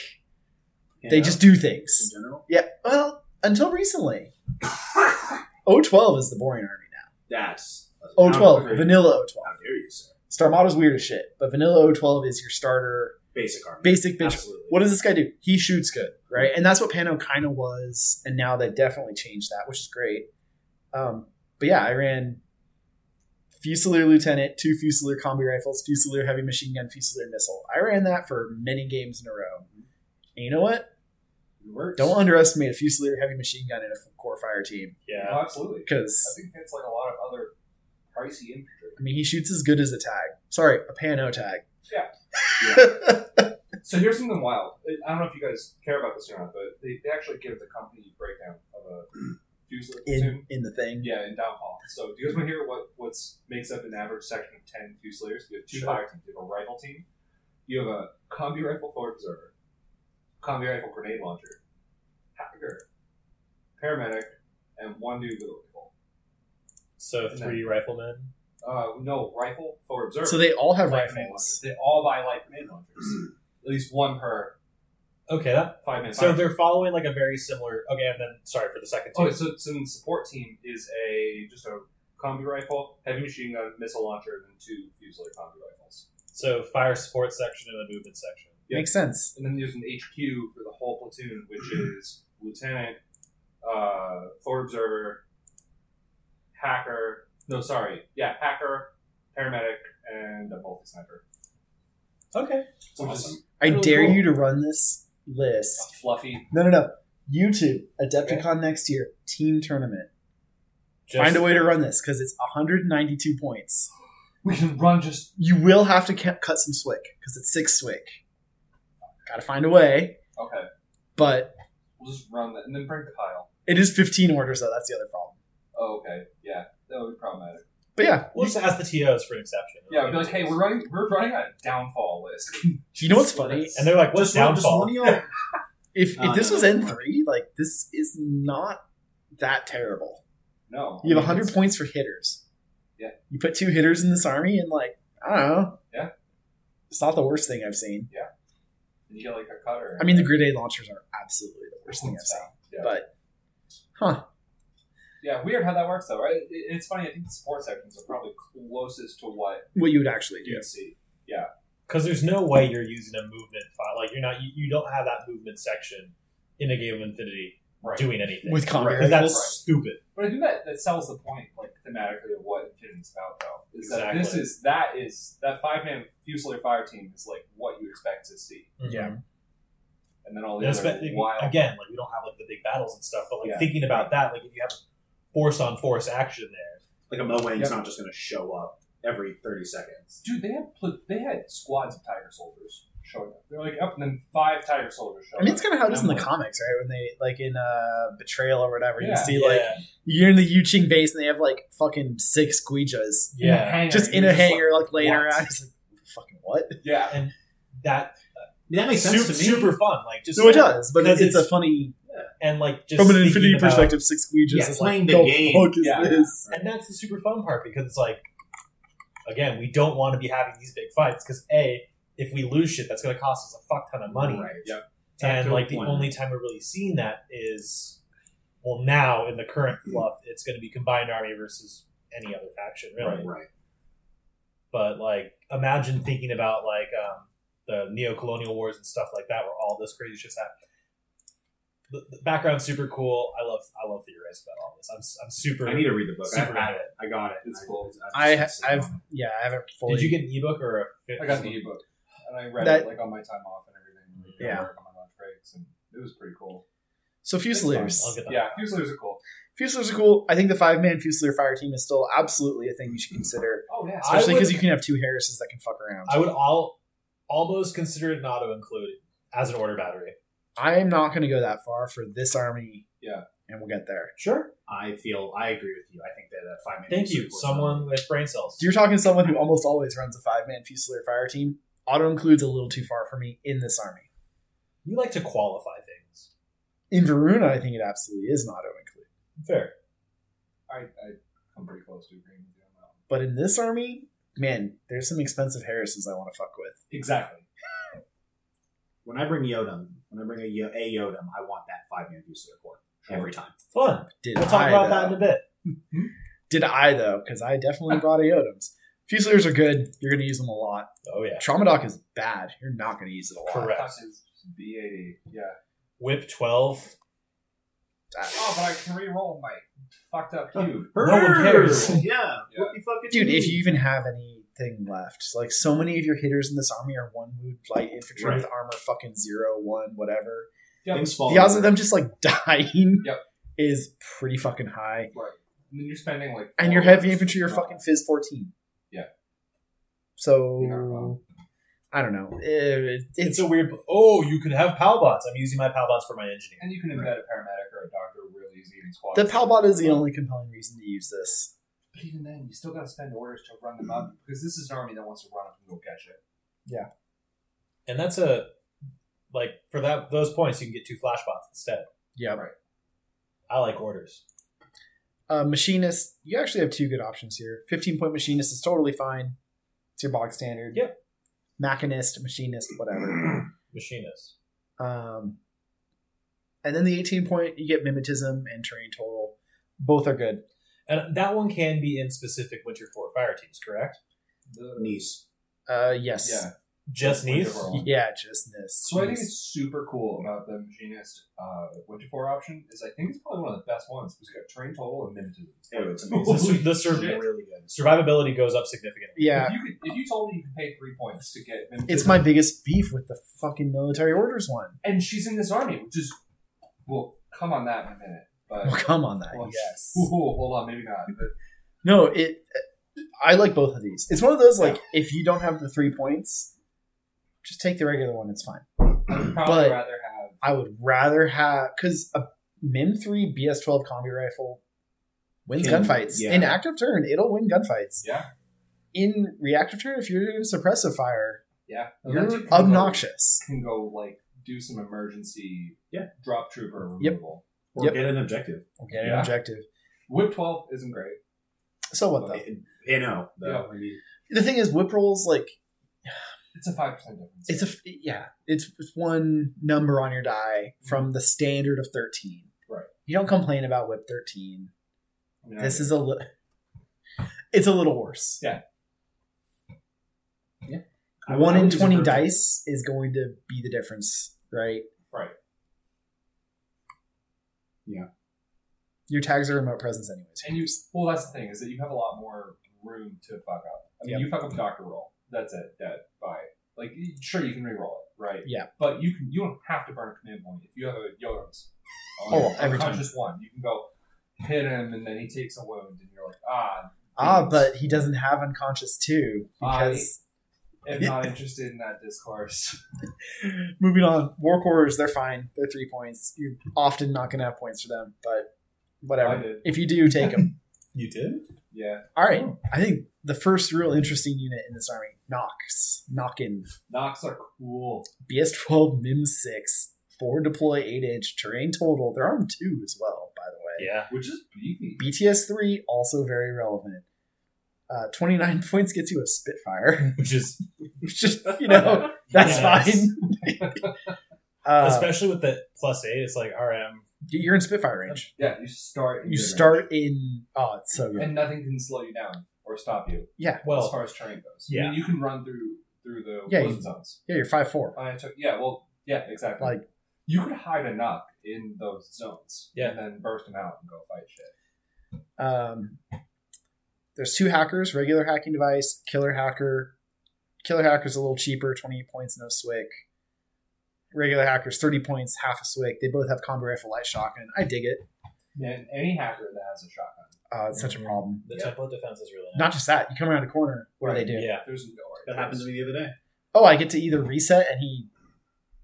S1: You
S3: they
S1: know,
S3: just do
S1: in
S3: things.
S1: general.
S3: Yeah. Well, until recently, O12 is the boring army
S5: That's.
S3: now.
S5: How
S3: O12,
S5: dare-
S3: Oh, vanilla O12.
S5: How dare you, sir?
S3: Starmada's weird as shit, but vanilla O12 is your starter
S5: Basic army.
S3: basic bitch
S5: Absolutely.
S3: what does this guy do? He shoots good, right? And that's what Pano kind of was, and now they've definitely changed that, which is great. Um, but yeah, I ran Fusilier Lieutenant, two Fusilier Combi Rifles, Fusilier Heavy Machine Gun, Fusilier Missile. I ran that for many games in a row. And you know what?
S5: It works.
S3: Don't underestimate a Fusilier Heavy Machine Gun in a core fire team,
S2: Yeah.
S4: Oh, absolutely. I
S3: because
S4: think it's like a lot of other pricey infantry.
S3: I mean he shoots as good as a tag. Sorry, a Pano tag.
S4: Yeah. So here's something wild. I- I don't know if you guys care about this or not, but they, they actually give the company breakdown of a fusel platoon.
S3: in in the thing.
S4: Yeah, in downfall. So do you guys want to hear what what's makes up an average section of ten fusiliers? You have two fire teams. You have a rifle team. You have a combi rifle forward observer, combi rifle grenade launcher, hacker, paramedic, and one dude with a rifle.
S2: So three riflemen.
S4: Uh, no rifle forward observer.
S3: So they all have
S4: light
S3: rifles.
S4: grenade launchers. They all buy light grenade launchers. At least one per
S2: Okay, that,
S4: five minute.
S2: so they're following like a very similar. Okay, and then sorry for the second team.
S4: Oh, so, so the support team is a just a combi rifle, heavy machine gun, missile launcher, and then two fusilier combi rifles.
S2: So fire support section and the movement section.
S4: Yeah.
S3: Makes sense.
S4: And then there's an HQ for the whole platoon, which is lieutenant, uh, forward observer, hacker. No, sorry, yeah, hacker, paramedic, and a multi sniper.
S2: Okay.
S4: So just
S3: I
S4: Really
S3: dare
S4: cool.
S3: you to run this list.
S4: a fluffy.
S3: No, no, no. You two, Adepticon next year, team tournament.
S2: Just,
S3: Find a way to run this because it's 192 points.
S4: We can run just.
S3: You will have to ca- cut some swick because it's six swick. Gotta find a way,
S4: Okay,
S3: but
S4: we'll just run that, and then bring Kyle.
S3: it is 15 orders though. That's the other problem.
S4: Oh, okay, yeah, that would be problematic.
S3: But yeah,
S2: We'll just ask the TOs for an exception.
S4: Yeah, I'd be like, hey, we're running, we're running a downfall list.
S3: you know what's funny?
S2: And they're like, what's
S5: Just one- just
S2: downfall?
S5: one of y'all-
S3: If
S5: Uh,
S3: if this
S5: no,
S3: was
S5: no,
S3: N
S5: no.
S3: three, like this is not that terrible.
S4: No,
S3: You have
S4: I mean,
S3: hundred
S4: it's-
S3: points for hitters.
S4: Yeah.
S3: You put two hitters in this army, and like I don't know.
S4: Yeah.
S3: It's not the worst thing I've seen.
S4: and You get like a cutter.
S3: I mean, the grenade launchers are absolutely the worst thing I've seen.
S4: Yeah.
S3: But huh?
S4: Yeah, weird how that works though, right? It, it's funny. I think the support sections are probably closest to what
S3: What you would actually do?
S4: you see.
S2: Because there's no way you're using a movement file. Like you're not. You, you don't have that movement section in a game of Infinity
S4: Right.
S2: doing anything.
S3: With combat
S2: Because that's
S4: Right.
S2: stupid.
S4: But I think that, that sells the point, like thematically, of what Infinity's about, though. Is
S2: Exactly.
S4: that this is that is that five man fusilier fire team is like what you expect to see,
S3: Yeah.
S4: and then all
S2: Mm-hmm. And
S4: the
S2: it's
S4: other
S2: been-
S4: wild.
S2: again, like we don't have like the big battles and stuff, but like
S4: Yeah.
S2: thinking about that, like if you have force on force action there,
S5: Like a Mo Wang's
S4: Yep.
S5: not just going to show up every 30 seconds.
S4: Dude, they had pl- they had squads of tiger soldiers showing up. They're like up, and then five tiger soldiers showing
S3: I mean, it's
S4: up.
S3: kind of how it is in the
S4: Yeah.
S3: comics, right? When they like in uh, Betrayal or whatever, you
S4: Yeah.
S3: see like
S2: Yeah.
S3: you're in the Yu Qing base, and they have like fucking six Guijas
S4: In a
S2: yeah.
S4: hangar,
S3: just
S4: and
S3: in
S4: you're
S3: a hangar, like, laying
S4: what?
S3: around. It's like fucking what?
S4: like-
S2: that
S4: yeah,
S5: I mean, that makes
S2: super,
S5: sense to me.
S2: super fun. Like just
S3: No, it does, but
S2: Because
S3: it's,
S2: it's-
S3: a funny
S2: and like just
S3: from an
S2: thinking
S3: infinity
S2: about-
S3: perspective. Six Ouija's
S5: Yeah,
S3: is
S5: playing
S3: like
S5: the
S3: the
S5: game.
S3: fuck is
S4: Yeah.
S3: this?
S2: And that's the super fun part because it's like, again, we don't want to be having these big fights because a, if we lose shit, that's going to cost us a fuck ton of money.
S5: Right.
S4: Yep.
S2: And
S5: Tactical
S2: like the
S5: plan.
S2: only time we're really seeing that is, well, now in the current
S3: Hmm.
S2: fluff, it's going to be combined army versus any other faction, really.
S5: Right, right.
S2: But like, imagine thinking about like um, the neo-colonial wars and stuff like that, where all this crazy shit's happening. The, the background's super cool. I love I love theorizing about all this. I'm s- I'm super.
S5: I need to read the book. I
S2: Super
S5: have it. I got it.
S4: It's
S5: I-
S4: cool.
S3: I
S5: I've
S3: ha-
S5: just-
S3: I've yeah, I haven't fully.
S2: Did you get an ebook or a?
S4: I got the ebook and I read
S3: That-
S4: it like on my time off and everything. Like,
S3: Yeah.
S4: I work on my lunch breaks and it was pretty cool.
S3: so fusiliers?
S2: I'll get that.
S4: Yeah, fusiliers are cool.
S3: Fusiliers are cool. I think the five man fusilier fire team is still absolutely a thing you should consider,
S4: Oh yeah,
S2: I
S3: especially
S2: would-
S3: because you can have two Harrises that can fuck around.
S2: I would all almost consider it an auto include as an order battery.
S3: I am not going to go that far for this army.
S4: Yeah.
S3: and we'll get there.
S2: Sure.
S5: I feel I agree with you. I think that a five minute.
S2: Thank you. Someone with brain cells.
S3: You're talking to someone who almost always runs a five man fusilier fire team. Auto includes a little too far for me in this army.
S2: You like to qualify things.
S3: In Varuna, I think it absolutely is an auto include.
S2: Fair.
S4: I, I come pretty close to agreeing with you on that. one.
S3: But in this army, man, there's some expensive Harrisons I want to fuck with.
S4: Exactly.
S5: When I bring Yodam, when I bring a, Yo- a Yodam, I want that five minute use of the court every time.
S2: Fun.
S3: Did
S2: We'll talk
S3: I,
S2: about
S3: though?
S2: that in a bit.
S3: Did I though? Because I definitely brought Iotums. Fusiliers are good. You're going to use them a lot.
S2: Oh yeah.
S3: Trauma doc is bad. You're not going to use it a lot.
S2: Correct.
S4: B eighty. Yeah.
S2: Whip twelve.
S4: Oh, but I can re-roll my fucked up cube.
S2: No one cares.
S5: Yeah.
S4: Yeah.
S5: What the fuck did
S3: Dude,
S5: you
S3: if
S5: do?
S3: you even have anything left, like so many of your hitters in this army are one mood light infantry with armor fucking zero, one, whatever.
S4: Yep.
S5: things fall.
S3: The odds of
S5: apart.
S3: them just like dying
S4: Yep.
S3: is pretty fucking high.
S4: And then you're spending like.
S3: And
S4: four
S3: your heavy
S4: hours
S3: infantry are
S4: just
S3: fucking Fizz 14.
S4: Yeah.
S3: So
S4: You're not wrong.
S3: I don't know. It-
S2: It's
S3: it's
S2: a weird. Oh, you can have Palbots. I'm using my Palbots for my engineer.
S4: And you can embed a paramedic or a doctor really easy in squad.
S3: the Palbot is the only compelling reason to use this.
S4: But even then, you still gotta spend orders to run them up because this is an army that wants to run up and go catch it.
S2: And that's a like for that those points you can get two flashbots instead.
S3: Yeah.
S4: Right.
S2: I like orders.
S3: Uh, machinist, you actually have two good options here. 15 point machinist is totally fine. It's your bog standard.
S2: Yep.
S3: Machinist, machinist, whatever.
S2: Machinists.
S3: Um, and then the 18 point, you get mimetism and terrain total. Both are good.
S2: And that one can be in specific Winter 4 fire teams, correct?
S4: The,
S5: Nice.
S3: Uh, yes.
S4: Yeah.
S2: Just
S4: Winter
S2: Nice?
S4: Four.
S3: Yeah, just this.
S4: So I think it's super cool about the machinist uh, Winter Four option is I think it's probably one of the best ones because you got terrain total and mimetism.
S5: Oh, it's amazing.
S2: The sur- the sur-
S4: shit.
S5: really good.
S2: survivability goes up significantly.
S3: Yeah.
S4: If you, could, if you told me you could pay three points to get mimetism,
S3: It's my biggest beef with the fucking military orders one.
S4: and she's in this army, which is we'll come on that in a minute.
S3: Well,
S4: But
S3: come on that.
S4: Well,
S3: Yes.
S4: Ooh, hold on, maybe not. But
S3: No, it. I like both of these. It's one of those like if you don't have the three points, just take the regular one. It's fine.
S4: I would probably
S3: But-
S4: rather have
S3: I would rather have because a Mim three BS twelve combi rifle wins
S5: Can-
S3: gunfights
S5: yeah.
S3: in active turn. It'll win gunfights.
S4: yeah,
S3: In reactive turn, if you're doing suppressive fire,
S4: yeah. That
S3: you're
S4: can go-
S3: obnoxious.
S4: Can go like do some emergency
S5: Yeah.
S4: drop trooper
S3: Yep.
S4: removal.
S5: Or
S3: Yep.
S5: get an objective.
S3: Okay,
S4: Yeah.
S3: objective.
S4: Whip twelve isn't great.
S3: So what though?
S5: I- I know. though. I mean,
S3: The thing is, whip rolls like
S4: It's a five percent difference.
S3: it's a f- yeah it's it's one number on your die from the standard of 13
S4: Mm-hmm. Right.
S3: you don't complain about whip 13
S4: I mean, I
S3: this
S4: get
S3: is a li- it's a little worse
S5: I would-
S3: one
S5: I
S3: in
S5: would use a
S3: 20
S5: virgin.
S3: dice is going to be the difference right
S4: Right.
S5: Yeah.
S3: your tags are remote presence anyways
S4: it. and you well that's the thing is that you have a lot more room to fuck up. I mean
S3: Yep.
S4: you fuck up doctor roll. That's it. Dead. Bye. Like y- sure you can re-roll it, right?
S3: Yeah.
S4: But you can you don't have to burn a command point if you have a Yoram's.
S3: Oh, every time.
S4: Just one. You can go hit him and then he takes a wound and you're like, ah,
S3: ah but he doesn't have unconscious too because
S4: I'm not interested in that discourse.
S3: moving on war cores they're fine they're three points you're often not going to have points for them but
S4: I
S3: whatever
S4: did.
S3: if you do take them
S2: You did?
S4: Yeah.
S3: All right. I think the first real interesting unit in this army, Nox. Knockin.
S4: Knocks are cool.
S3: BS12 Mim 6. Four deploy, eight inch, terrain total. They're armed two as well, by the way.
S2: Yeah.
S4: Which is beefy.
S3: BTS 3, also very relevant. Uh, 29 points gets you a Spitfire.
S2: Which is
S3: Which is, you know, that's
S2: Yes.
S3: fine. uh,
S2: especially with the plus eight, it's like RM.
S3: you're in Spitfire range.
S4: Yeah, you start. in
S3: You
S4: good
S3: start in. Oh, it's so
S4: range.
S3: good.
S4: and nothing can slow you down or stop you as
S2: Well,
S4: far as terrain goes. I
S2: yeah.
S4: mean, you can run through through the
S3: Yeah,
S4: blizzard
S3: you-
S4: zones.
S3: Yeah, you're 5 4.
S4: I took, yeah, well, yeah, exactly.
S3: Like-
S4: you could hide a knock in those zones,
S2: Yeah.
S4: and then burst them out and go fight shit.
S3: Um, there's two hackers: regular hacking device, killer hacker. Killer hacker's a little cheaper, 28 points, no swick. Regular hacker's 30 points, half a swick. They both have combo rifle, light shotgun. I dig it.
S4: And any hacker that has a shotgun,
S3: Uh, it's such a problem.
S2: the
S4: Yeah.
S2: template defense is really nice.
S3: Not just that, you come around a corner. What do
S4: Right,
S3: they do?
S2: Yeah.
S4: there's no
S5: That happened to me the other day.
S3: Oh, I get to either reset and he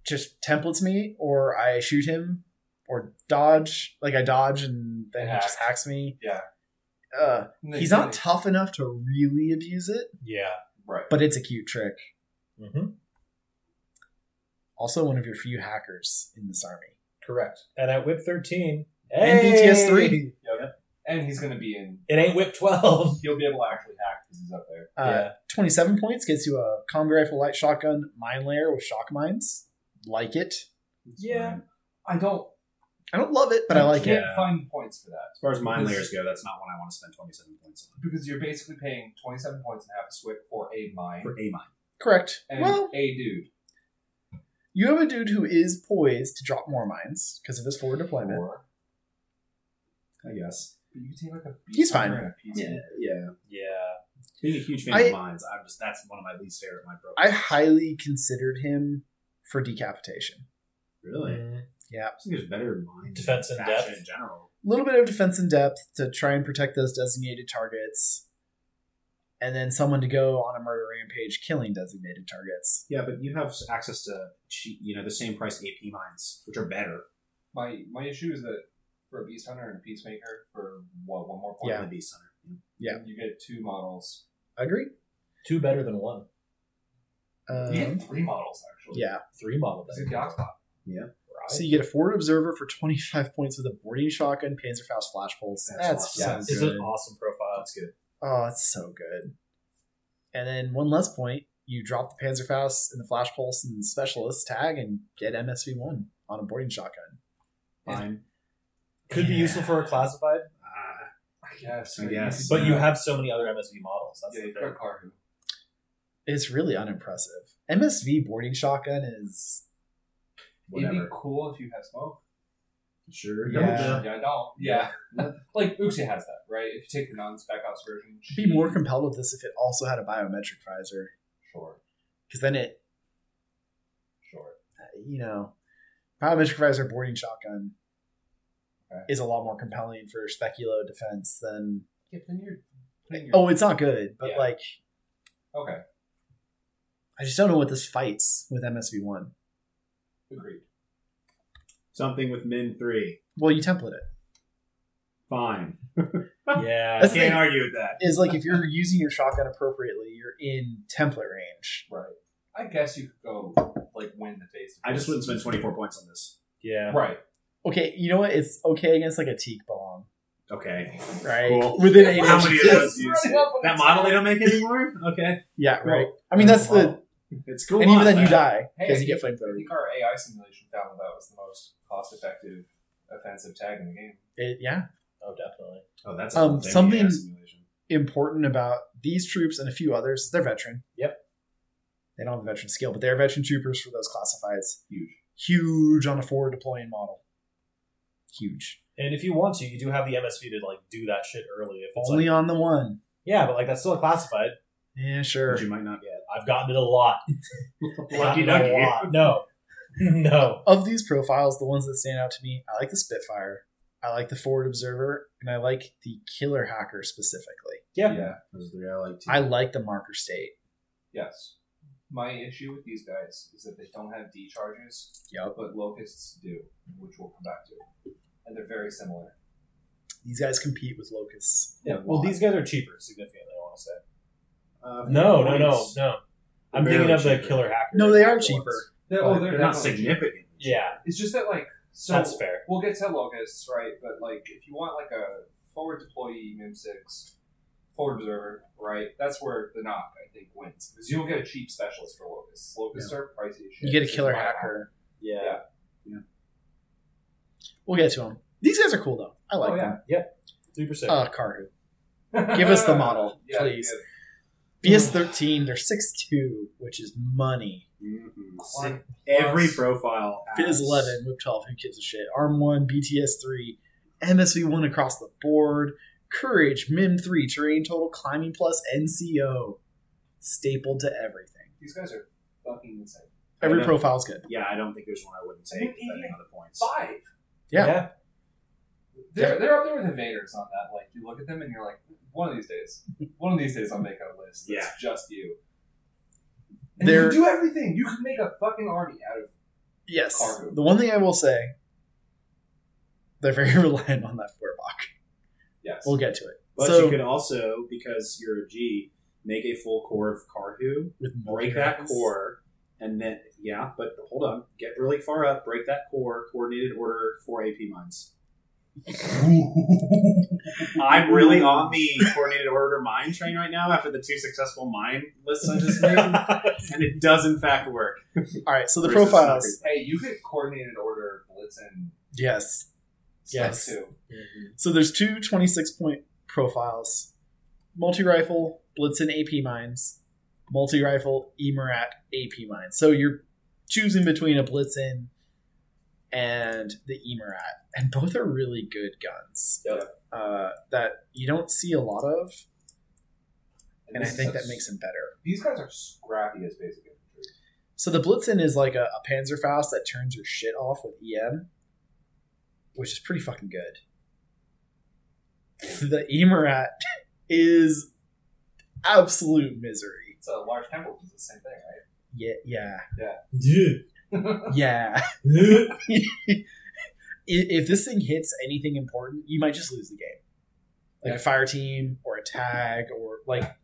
S3: just templates me, or I shoot him, or dodge. Like I dodge and then
S4: And
S3: he
S4: hack.
S3: just hacks me.
S4: Yeah.
S3: Uh,
S4: way.
S3: he's not tough enough to really abuse it,
S2: Yeah.
S4: right.
S3: but it's a cute trick.
S4: Mm-hmm.
S2: hmm
S3: also one of your few hackers in this army.
S2: Correct. And at whip 13.
S3: And BTS three.
S4: And he's going to be in.
S2: It ain't whip 12.
S4: He'll be able to actually hack because he's up there.
S3: Uh,
S2: Yeah.
S3: 27 points gets you a combi rifle, light shotgun, mine layer with shock mines. Like it.
S2: Yeah.
S4: I don't.
S3: I don't love it, but I,
S4: I
S3: like it.
S4: can't find points for that.
S5: As far as mine
S4: This-
S5: layers go, that's not one I want to spend 27 points on.
S4: because you're basically paying 27 points and half a swick for a mine
S5: For A mine.
S3: Correct.
S4: and
S3: well,
S4: a dude
S3: you have a dude who is poised to drop more mines because of his forward deployment.
S4: or
S5: I guess.
S4: but you can take like a
S3: He's fine.
S4: beachcomber and a piece of-
S5: yeah.
S2: Yeah.
S5: Being a huge fan
S3: I-
S5: of mines, I'm just that's one of my least favorite. My bro.
S3: I highly considered him for decapitation.
S5: really.
S3: Yeah.
S5: I think there's better mines.
S2: Defense in
S5: faction
S2: depth.
S5: in general.
S3: A little bit of defense in depth to try and protect those designated targets. and then someone to go on a murder rampage, killing designated targets.
S5: Yeah, but you have access to cheap, you know the same price AP mines, which are better
S4: My my issue is that for a beast hunter and a peacemaker for what one more point,
S5: than the Beast Hunter.
S3: Yeah.
S4: you get two models.
S3: Agree.
S2: Two better than one.
S3: Um,
S4: you get three models actually.
S3: yeah.
S2: Three model
S4: Is
S2: deck.
S4: it the ox pop?
S3: So you get a forward observer for 25 points with a boarding shotgun, Panzerfaust flash bolts.
S5: That's
S3: That's,
S5: awesome.
S3: so
S2: Yeah,
S3: good.
S2: it's an awesome profile.
S5: That's good.
S3: Oh, it's so good. And then one less point, you drop the Panzerfaust and the Flash Pulse and Specialist tag and get MSV1 on a boarding shotgun.
S5: Fine.
S2: Could be
S3: Yeah.
S2: useful for a classified,
S5: Uh,
S4: I guess.
S5: I guess.
S2: but you
S5: Yeah.
S2: have so many other MSV models. That's
S4: Yeah,
S2: the
S4: you
S2: thing.
S4: got a Karu.
S3: It's really unimpressive. MSV boarding shotgun is.
S4: It'd be
S5: whatever.
S4: cool if you had smoke.
S5: Sure.
S3: Yeah.
S4: Yeah, I don't. Yeah. like Uxie has that, right? If you take the non spec ops version,
S3: I'd be more compelled with this if it also had a biometric visor,
S4: Sure.
S3: because then it,
S4: Sure.
S3: you know, biometric visor boarding shotgun
S4: Okay.
S3: is a lot more compelling for speculo defense than.
S4: Yeah, then you're putting your
S3: Oh, it's not good, but
S4: Yeah.
S3: like
S4: Okay.
S3: I just don't know what this fights with MSV1.
S4: Agreed.
S5: Something with Min three.
S3: Well, you template it.
S5: Fine.
S2: Yeah,
S5: I
S3: That's the
S5: can't
S3: thing.
S5: argue with that.
S3: is like if you're using your shotgun appropriately, you're in template range.
S4: Right. I guess you could go like win the face.
S5: I just wouldn't spend twenty four points on this.
S2: yeah.
S4: Right.
S3: Okay, you know what? It's okay against like a teak bomb,
S5: Okay.
S3: right?
S5: Cool.
S3: Within eight
S5: How many of
S3: inches.
S5: those do you see? That model they don't make anymore? Okay.
S3: Yeah,
S5: Cool.
S3: right. I mean, that's the.
S5: It's cool.
S3: and even then, you
S5: man.
S3: die
S4: Hey,
S3: because
S4: I
S3: you get
S4: I
S3: flamethrower.
S4: think our AI simulation found that was the most cost effective offensive tag in the game.
S3: It- Yeah.
S2: Oh, definitely.
S5: Oh, that's
S3: Um,
S5: um,
S3: something-
S5: something. Simulation.
S3: Important about these troops and a few others. They're veteran.
S2: Yep.
S3: They don't have a veteran skill, but they're veteran troopers for those classifieds.
S4: Huge.
S3: Huge on a forward deploying model. Huge.
S2: And if you want to, you do have the MSV to like do that shit early. If it's
S3: Only
S2: like,
S3: on the one.
S2: yeah, but like that's still a classified.
S3: Yeah, sure.
S5: Which you might not get.
S2: I've gotten it a lot. Gotten
S5: Lucky
S2: it
S5: ducky.
S2: No, no.
S3: of these profiles, the ones that stand out to me, I like the Spitfire, I like the Forward Observer, and I like the Killer Hacker specifically.
S2: Yeah.
S5: Those are the I like too.
S3: I like the Marker State.
S4: Yes. My issue with these guys is that they don't have D charges,
S3: Yep.
S4: but locusts do, which we'll come back to. And they're very similar.
S3: These guys compete with locusts.
S2: Yeah. Well, these guys are cheaper significantly. I want to say.
S5: Uh,
S2: No, no, no,
S5: points.
S2: no. I'm
S5: Barely
S2: thinking of the
S5: cheaper.
S2: killer hacker.
S3: No, they are
S2: ones.
S3: cheaper.
S4: oh, They're,
S5: But they're not
S4: definitely-
S5: significant.
S2: Yeah,
S4: It's just that like so
S2: that's fair.
S4: We'll get to locusts, right? But like, if you want like a forward deployee MIM six, forward observer, right? That's where the knock I think wins because you don't get a cheap specialist for locusts. Locusts are pricey. as Shit,
S3: You get a
S4: so
S3: Killer
S4: buy them.
S3: Hacker.
S2: Yeah.
S3: We'll get to them. These guys are cool though. I like
S4: Oh, yeah.
S3: them.
S2: Three percent.
S3: Uh, Karu.
S2: Mm-hmm.
S3: Give us the model,
S4: Yeah,
S3: please.
S4: yeah.
S3: BS13, they're 6'2", which is money. Mm-hmm.
S5: Sick. Every profile.
S3: Fizz
S5: has-
S3: 11, Whip 12, who gives a shit? Arm 1, BTS 3, MSV 1 across the board, Courage, Mim 3, Terrain Total, Climbing Plus, NCO. Stapled to everything.
S4: These guys are fucking insane.
S3: Every
S5: Yeah.
S3: profile's good.
S5: Yeah, I don't think there's one I wouldn't take
S4: Even-
S5: depending on the points.
S4: Five.
S3: Yeah.
S4: They're, they're up there with the Vaders on that. Like you look at them and you're like, one of these days, one of these days I'll make a list. That's
S5: Yeah.
S4: just you. And
S3: They're-
S4: you can do everything. You can make a fucking army out of
S3: Yes.
S4: Cargo.
S3: The one thing I will say, they're very reliant on that four block.
S4: yes.
S3: We'll get to it.
S5: But
S3: so
S5: you could also, because you're a G, make a full core of Carhu,
S3: with
S5: break that core, and then yeah, but hold on, get really far up, break that core, coordinated order for AP mines. I'm really on the coordinated order mine train right now after the two successful mine lists I just made, and it does in fact work.
S3: All right. So the
S5: Versus
S3: profiles.
S4: Hey, you could coordinated order Blitzen
S3: Yes.
S4: stuff
S3: Yes.
S4: too.
S3: So there's two 26 point profiles multi rifle, Blitzen AP mines, multi rifle, Emerat AP mines. So you're choosing between a Blitzen and the Emerat, and both are really good guns
S4: Yep.
S3: uh, that you don't see a lot of, and I
S4: this is
S3: think that
S4: such-
S3: makes them better.
S4: these guys are scrappy as basic infantry.
S3: So the Blitzen is like a, a Panzerfaust that turns your shit off with EM, which is pretty fucking good. The Emerat is absolute misery.
S4: It's a large temple. It's the same thing, right?
S3: Yeah, yeah,
S2: Dude.
S3: yeah.
S2: Dude.
S3: if, if this thing hits anything important, you might just lose the game. Like a fire team or a tag or like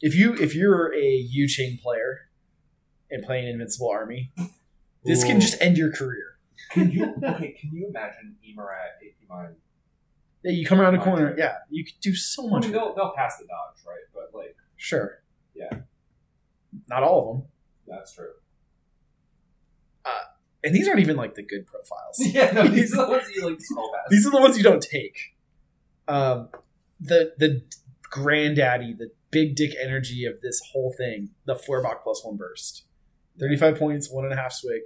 S3: if you if you're a Yu Ching player and playing Invincible Army, this can just end your career.
S4: Can you okay? Can you imagine Emirat, Ikiman?
S3: Yeah, you come around a corner. Yeah, you could do so
S4: I
S3: much.
S4: mean,
S3: with it.
S4: they'll, they'll pass the dodge, right? But like,
S3: Sure.
S4: Yeah.
S3: Not all of them,
S4: that's true.
S3: and these aren't even like the good profiles.
S4: Yeah, no, these are the ones that you like scroll past.
S3: These are the ones you don't take. Um, the the granddaddy, the big dick energy of this whole thing, the Flarebach plus one burst, thirty five points, one and a half swig,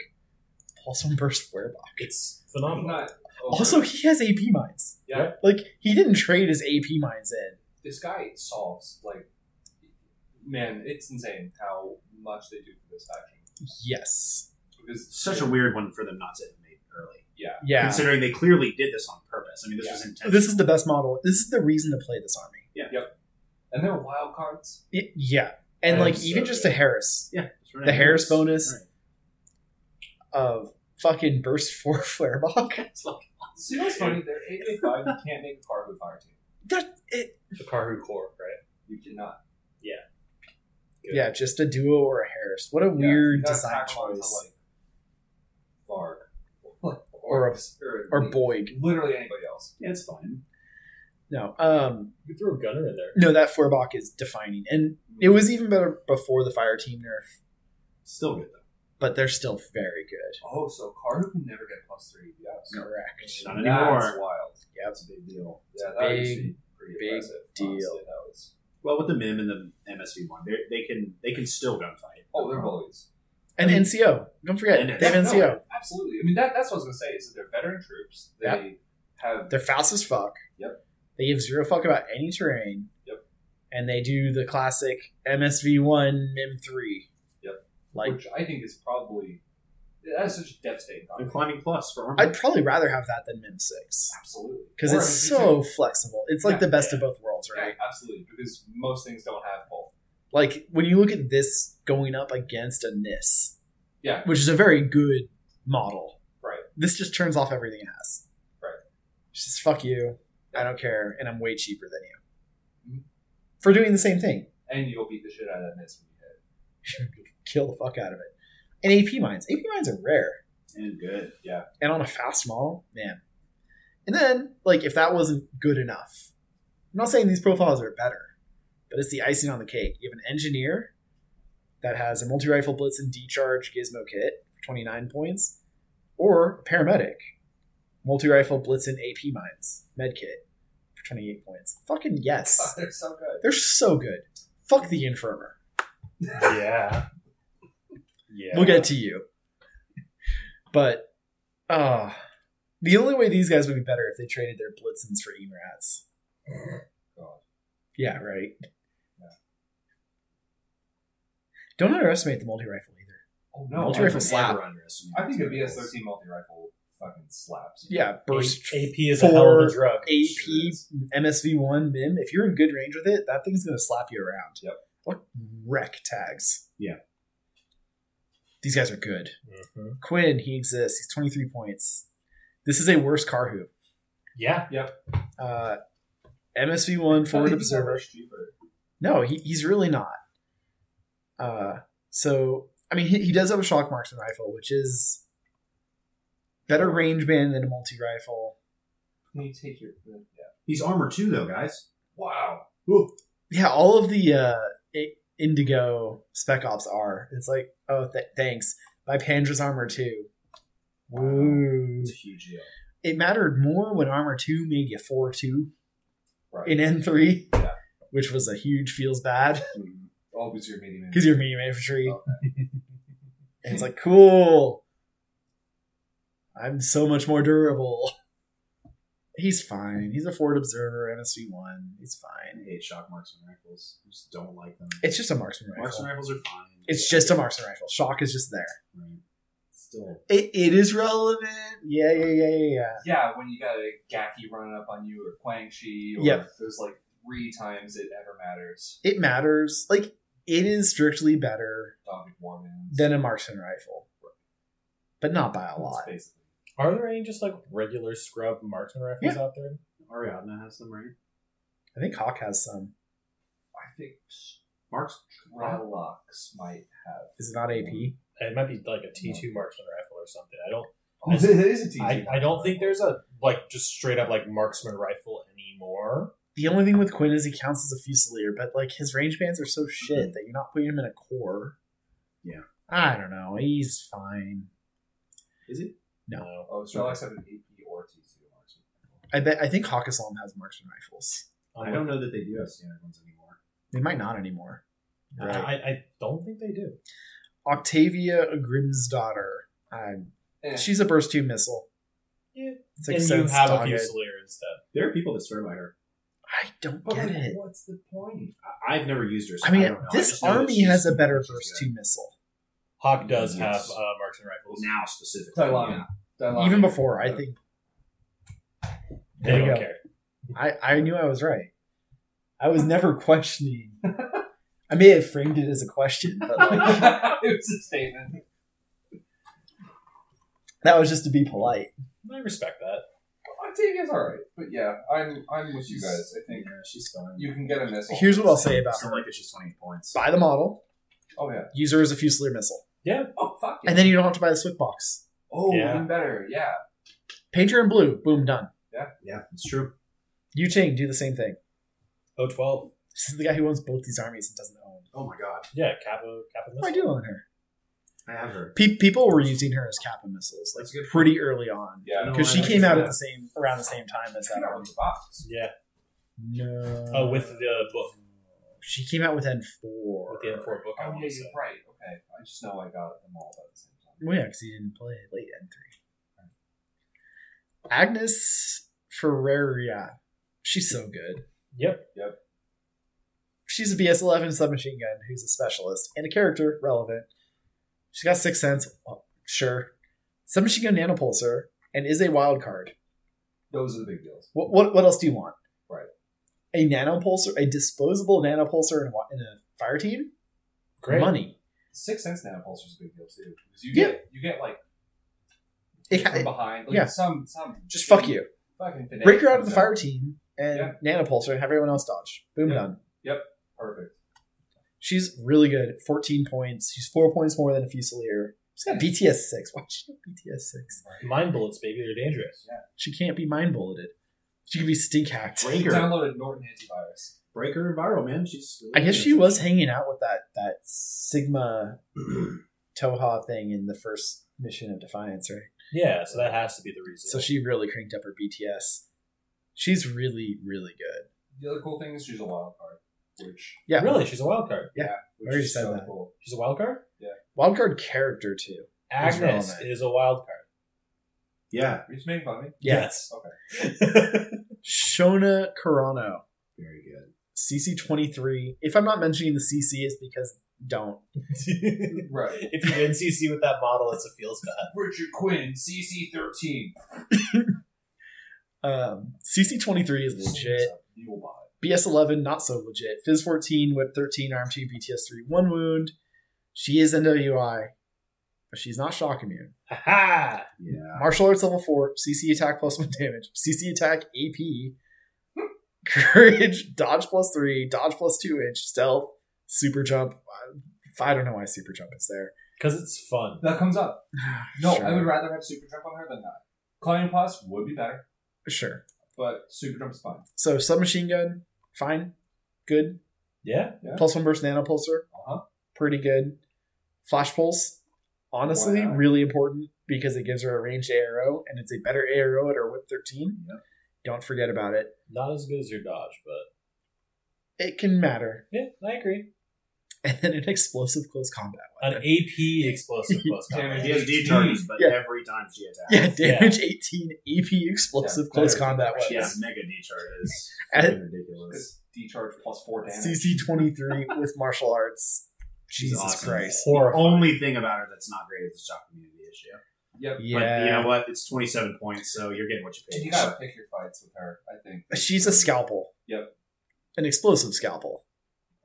S3: plus one burst Flarebach.
S2: It's
S4: I'm
S2: phenomenal.
S4: not oh, over-
S3: Also, he has AP mines.
S4: yeah,
S3: Like he didn't trade his AP mines in.
S4: this guy solves like, man, it's insane how much they do for this faction
S3: Yes.
S4: because
S5: Such a weird one for them not to have made early,
S4: yeah.
S3: Yeah.
S5: considering they clearly did this on purpose. I mean, this
S4: Yeah.
S5: was intentional.
S3: This is the best model. This is the reason to play this army.
S4: And they're wild cards.
S3: It, yeah. And
S4: That
S3: like
S4: is so
S3: even just
S4: good.
S3: the Harris
S5: yeah, just run
S3: the
S5: it.
S3: Harris bonus.
S5: Right.
S3: of fucking burst four Flarebach.
S5: It's like-
S4: See, what's funny? They're eight eight five. You can't make a card with fire team.
S3: That it,
S2: The Carhu core, right?
S4: You cannot.
S2: Good.
S3: yeah, just a duo or a Harris. What a weird design choice.
S4: Varg.
S3: Or a- Or
S4: boy.
S3: Boyg.
S4: Literally anybody else.
S5: yeah, it's fine.
S3: No. Um
S2: You could throw a gunner in there.
S3: no, that Flarebach is defining. And it was even better before the fire team nerf,
S5: Still good though.
S3: but they're still very good.
S4: Oh, so Karhu can never get plus three EPS.
S3: Correct.
S5: Not
S4: That's
S5: anymore.
S4: wild.
S3: Yeah,
S5: That's a big deal.
S4: Yeah, that
S3: big,
S4: was actually pretty
S3: big
S4: impressive,
S3: deal.
S4: honestly, that was,
S5: Well, with the Mim and the MSV one, they they can they can still gunfight.
S4: oh, they're bullies.
S3: And NCO. Don't forget.
S5: And
S3: They have
S4: Yeah,
S3: NCO.
S4: no, absolutely. I mean, that, that's what I was going to say is that they're veteran troops. They have.
S3: They're fast as fuck.
S4: Yep.
S3: They give zero fuck about any terrain.
S4: Yep.
S3: And they do the classic MSV one Mim three.
S4: Yep.
S3: Like
S4: which I think is probably. That's such a devastating
S5: They're
S4: combination.
S5: climbing plus for armor.
S3: I'd probably rather have that than Mim six
S4: Absolutely.
S3: because
S4: Or
S3: it's
S4: an
S3: so flexible. It's like
S4: Yeah,
S3: the best of both worlds,
S4: MP2.
S3: right?
S4: Yeah, absolutely. Because most things don't have both.
S3: Like when you look at this going up against a NIS,
S4: Yeah.
S3: which is a very good model,
S4: Right.
S3: This just turns off everything it has,
S4: Right.
S3: It's just fuck you. I don't care, and I'm way cheaper than you
S4: Mhm.
S3: for doing the same thing.
S4: And you'll beat the shit out of that miss when you hit.
S3: kill the fuck out of it. And AP mines. AP mines are rare.
S5: and good.
S3: And on a fast model, man. And then, like, if that wasn't good enough, I'm not saying these profiles are better, but it's the icing on the cake. You have an engineer that has a multi rifle blitz and decharge gizmo kit for 29 points, or a paramedic, multi rifle blitz and AP mines med kit for 28 points. Fucking
S4: God,
S3: yes.
S4: they're so good.
S3: They're so good. Fuck the infirmer.
S2: Yeah. Yeah.
S3: We'll get to you. But uh the only way these guys would be better if they traded their blitzens for Emrats.
S4: God.
S3: Yeah, right.
S4: Yeah.
S3: Don't underestimate the multi rifle either.
S4: Oh,
S5: I
S4: no.
S5: would
S3: Multi-rifle
S5: never
S4: I,
S3: slap.
S5: underestimate
S4: I think a
S5: materials.
S4: BS 13 multi rifle fucking slaps.
S3: Yeah, burst
S2: A- AP is a hell of a
S3: for
S2: drug.
S3: AP MSV one Mim. If you're in good range with it, that thing's gonna slap you around.
S4: Yep.
S3: What wreck tags?
S5: Yeah.
S3: These guys are good.
S2: hmm
S3: Quinn, he exists. He's 23 points. This is a worse car hoop.
S2: Yeah.
S3: Uh, MSV one forward observer.
S4: Cheaper.
S3: No, he, he's really not. Uh, so I mean, he, he does have a shock marksman rifle, which is better range band than a multi rifle.
S4: Can you take your. Yeah.
S5: He's armor too, though, guys.
S4: Wow.
S3: Yeah, all of the uh, I- Indigo Spec Ops are. It's like, oh, th- thanks. My Pandra's armor too. Woo!
S5: It's a huge deal.
S3: It mattered more when armor two made you four two
S4: Right.
S3: in N three,
S4: Yeah.
S3: which was a huge feels bad.
S4: Oh, because you're meeting
S3: because you're medium infantry.
S5: Oh.
S4: Okay.
S3: and it's like, cool. I'm so much more durable. He's fine. He's a forward observer, MSV one. He's
S5: I
S3: fine.
S5: hate shock marksman rifles. I just don't like them.
S3: It's just a marksman rifle.
S5: marksman rifles are fine.
S3: It's just a marksman rifle. Shock is just there.
S5: Right. Still,
S3: It, it is relevant. Yeah, yeah, yeah, yeah, yeah.
S4: Yeah, when you got a Gaki running up on you or Quang Shi or
S3: Yep.
S4: there's like three times it ever matters.
S3: It matters. Like it is strictly better
S4: Dominic Warman.
S3: than a marksman rifle, but not by a lot.
S4: Basically.
S2: Are there any just like regular scrub marksman rifles out there?
S5: Ariadna has some right.
S3: I think Hawk has some.
S4: I think
S5: Mark's
S4: Strelux might have.
S3: Is it not AP?
S2: It might be like a T two marksman rifle or something. I don't.
S4: Oh, it is a TG.
S2: I, I don't think there's a like just straight up like marksman rifle anymore.
S3: The only thing with Quinn is he counts as a fusilier, but like his range bands are so shit that you're not putting him in a core.
S5: Yeah.
S3: I don't know. He's fine.
S5: is it?
S2: No.
S4: Oh, Strelux had an AP or T two.
S3: I bet. I think Hawkislam has marksman rifles.
S2: Um,
S5: I don't know that they do have standard ones anymore.
S3: They might not anymore. Uh,
S2: I, I, I don't think they do.
S3: Octavia Grimm's daughter. Um,
S4: Eh.
S3: She's a burst two missile.
S2: Yeah.
S3: It's
S2: And you
S3: sense
S2: have a
S3: target.
S2: fusilier instead.
S5: There are people that swear by her.
S3: I don't
S4: But
S3: get
S4: like,
S3: it.
S4: what's the point?
S5: I, I've never used her. So
S3: I mean,
S5: don't know. I
S3: this
S5: just know that
S3: army
S5: she's-
S3: has a better
S5: she's
S3: burst
S5: good.
S3: two missile.
S2: Hawk does
S5: Yes.
S2: have uh, marksman rifles.
S5: now specifically.
S4: Dylan. Dylan.
S3: Even before, I think
S2: They
S3: There you
S2: don't
S3: go.
S2: care.
S3: I, I knew I was right. I was never questioning. I may have framed it as a question, but like,
S4: it was a statement.
S3: that was just to be polite.
S2: I respect that.
S4: Octavia's alright, but yeah, I'm I'm with you guys. I think
S5: Yeah, she's fine.
S4: you can get a missile.
S3: Here's what I'll say about
S5: I
S3: her:
S5: like that she's 28 points.
S3: buy the model,
S4: Oh yeah.
S3: use her as a fusilier missile,
S4: Oh fuck it.
S3: and then you don't have to buy the swift box.
S4: oh,
S2: Yeah.
S4: even better. Yeah.
S3: Paint her in blue. Boom, done.
S5: Yeah, it's true.
S3: Yu Ching, do the same thing.
S2: O Oh, twelve.
S3: This is the guy who owns both these armies and doesn't own.
S5: Oh my god,
S2: Yeah, Kappa Kappa
S3: I
S2: missile.
S3: do own her.
S5: I have her.
S3: Pe- people were using her as Kappa missiles, like
S5: That's good.
S3: pretty early on,
S4: Yeah.
S5: No,
S3: because
S5: I
S3: she
S5: like
S3: came out
S5: that.
S3: at the same around the same time as
S4: I
S3: that
S4: got
S3: army.
S4: with the box.
S2: Yeah.
S3: No,
S2: Oh, with the book,
S3: she came out with N four.
S2: with the M four book. I
S4: Oh
S2: want
S4: yeah,
S2: to say.
S4: you're right. Okay. I just know I got them all at the same time.
S3: Well, yeah, because he didn't play late N three. Agnes Ferreria, she's so good.
S2: Yep.
S3: She's a BS eleven submachine gun who's a specialist and a character relevant. She's got sixth sense, well, sure. Submachine gun nanopulsar and is a wild card.
S4: Those are the big deals.
S3: What, what, what else do you want?
S4: Right.
S3: A nanopulsar, a disposable nanopulsar in, a wa- in a fire team?
S2: Great.
S3: Money.
S4: Six cents now pulsar's a big deal too. Because you
S3: Yeah.
S4: get you get like
S3: It
S4: from
S3: ha-
S4: behind. Like
S3: yeah.
S4: some some
S3: just fuck you.
S4: Fucking fanatic
S3: Break her out of the
S4: comes
S3: fire team and
S4: Yeah.
S3: nanopulsar and have everyone else dodge. Boom,
S4: Yeah.
S3: done.
S4: Perfect.
S3: She's really good. at 14 points. She's four points more than a fusilier. She's got BTS 6. Why she have BTS 6?
S2: Mind bullets, baby. They're dangerous.
S3: She can't be mind bulleted. She could be stink hacked.
S5: Breaker,
S4: Downloaded Norton antivirus.
S5: breaker, and viral man. She's.
S3: I guess she was hanging out with that, that Sigma Toha thing in the first mission of Defiance, right?
S2: Yeah. So that has to be the reason.
S3: So she really cranked up her BTS. She's really, really good.
S4: The other cool thing is she's a wild card, which
S3: Yeah,
S2: really, she's a wild card.
S4: which
S3: already
S4: is
S3: said
S4: so
S3: that.
S4: cool.
S2: She's a wild card.
S3: Wildcard character too.
S2: Agnes
S3: relevant.
S2: is a wild card.
S5: Yeah,
S4: Are you just making fun of me?
S2: Yes.
S3: Shona Carano,
S5: very good.
S3: CC twenty three. If I'm not mentioning the CC, it's because don't.
S4: Right.
S2: if you didn't CC with that model, it's a feels bad.
S4: Richard Quinn, CC thirteen.
S3: Um, CC twenty three is legit.
S4: You will buy it.
S3: BS eleven not so legit. Fizz fourteen, Whip thirteen, Arm two, BTS three, one wound. She is NWI, but she's not shock immune.
S2: Ha ha.
S5: Yeah,
S3: Martial arts level four, CC attack plus one damage, CC attack AP, courage, dodge plus three, dodge plus two inch, stealth, super jump. I I don't know why super jump is there.
S2: Because it's fun.
S4: That comes up. No,
S3: Sure.
S4: I would rather have super jump on her than not. Climbing plus would be better,
S3: Sure.
S4: but super jump's fine.
S3: So submachine gun, fine, good.
S2: Yeah.
S3: Plus one burst nanopulsar,
S4: Uh-huh.
S3: pretty good. Flash pulse, honestly,
S4: Why not?
S3: really important because it gives her a ranged arrow and it's a better arrow at her whip thirteen. Don't forget about it.
S2: Not as good as your dodge, but
S3: It can matter.
S2: yeah, I agree.
S3: And then an explosive close combat
S2: An AP explosive plus
S4: Damage.
S5: she
S2: combat.
S5: has D charges, but
S3: Yeah.
S5: every time she attacks,
S3: Yeah, damage 18, AP explosive
S4: Yeah,
S3: close
S4: better.
S3: combat
S5: she has
S3: weapons.
S5: mega D charges.
S3: At-
S5: Fucking ridiculous.
S4: It's D charge plus four damage.
S3: CC 23 with martial arts.
S5: She's
S3: Jesus
S5: awesome.
S3: Christ.
S5: The
S2: Horrifying.
S5: only thing about her that's not great is the shock immunity issue.
S4: Yep.
S3: Yeah.
S5: But you know what? It's 27 points, so you're getting what you
S4: And
S5: paid.
S4: you gotta pick your fights with her, I think.
S3: She's a scalpel.
S4: Yep.
S3: an explosive scalpel.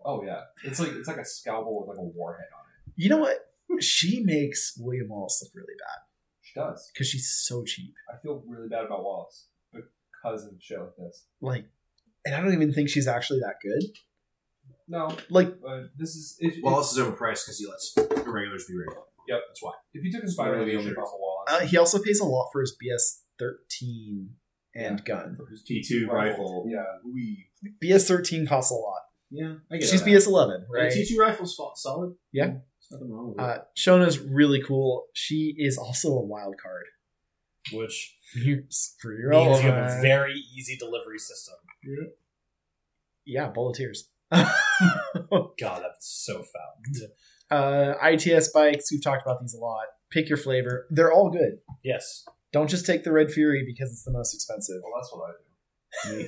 S4: Oh yeah, it's like it's like a scalpel with like a warhead on it.
S3: You know what? She makes William Wallace look really bad
S4: She does.
S3: because she's so cheap.
S4: I feel really bad about Wallace because of shit like this.
S3: Like, and I don't even think she's actually that good.
S4: No,
S3: Like,
S4: but this is if
S5: Wallace is overpriced because he lets irregulars be regular.
S4: Yep.
S5: that's why.
S4: if, if you took a spider
S5: Really
S4: really
S5: the
S4: off
S5: only
S4: of Wallace,
S3: uh, he also pays a lot for his BS thirteen and gun.
S5: T two rifle.
S4: Yeah,
S5: We.
S3: BS thirteen costs a lot.
S5: Yeah, I get
S3: She's
S5: that.
S3: BS eleven, right?
S5: T two rifle's fa- solid.
S3: Yeah.
S5: There's nothing wrong with it.
S3: Uh, Shona's really cool. She is also a wild card.
S2: which
S3: You screw your
S2: means
S3: own.
S2: you have a very easy delivery system.
S3: yeah, Uh, volunteers.
S2: God, that's so foul.
S3: Uh, ITS bikes. We've talked about these a lot. Pick your flavor. They're all good.
S2: Yes.
S3: Don't just take the Red Fury because it's the most expensive.
S4: well that's what I do. Oh,
S5: Me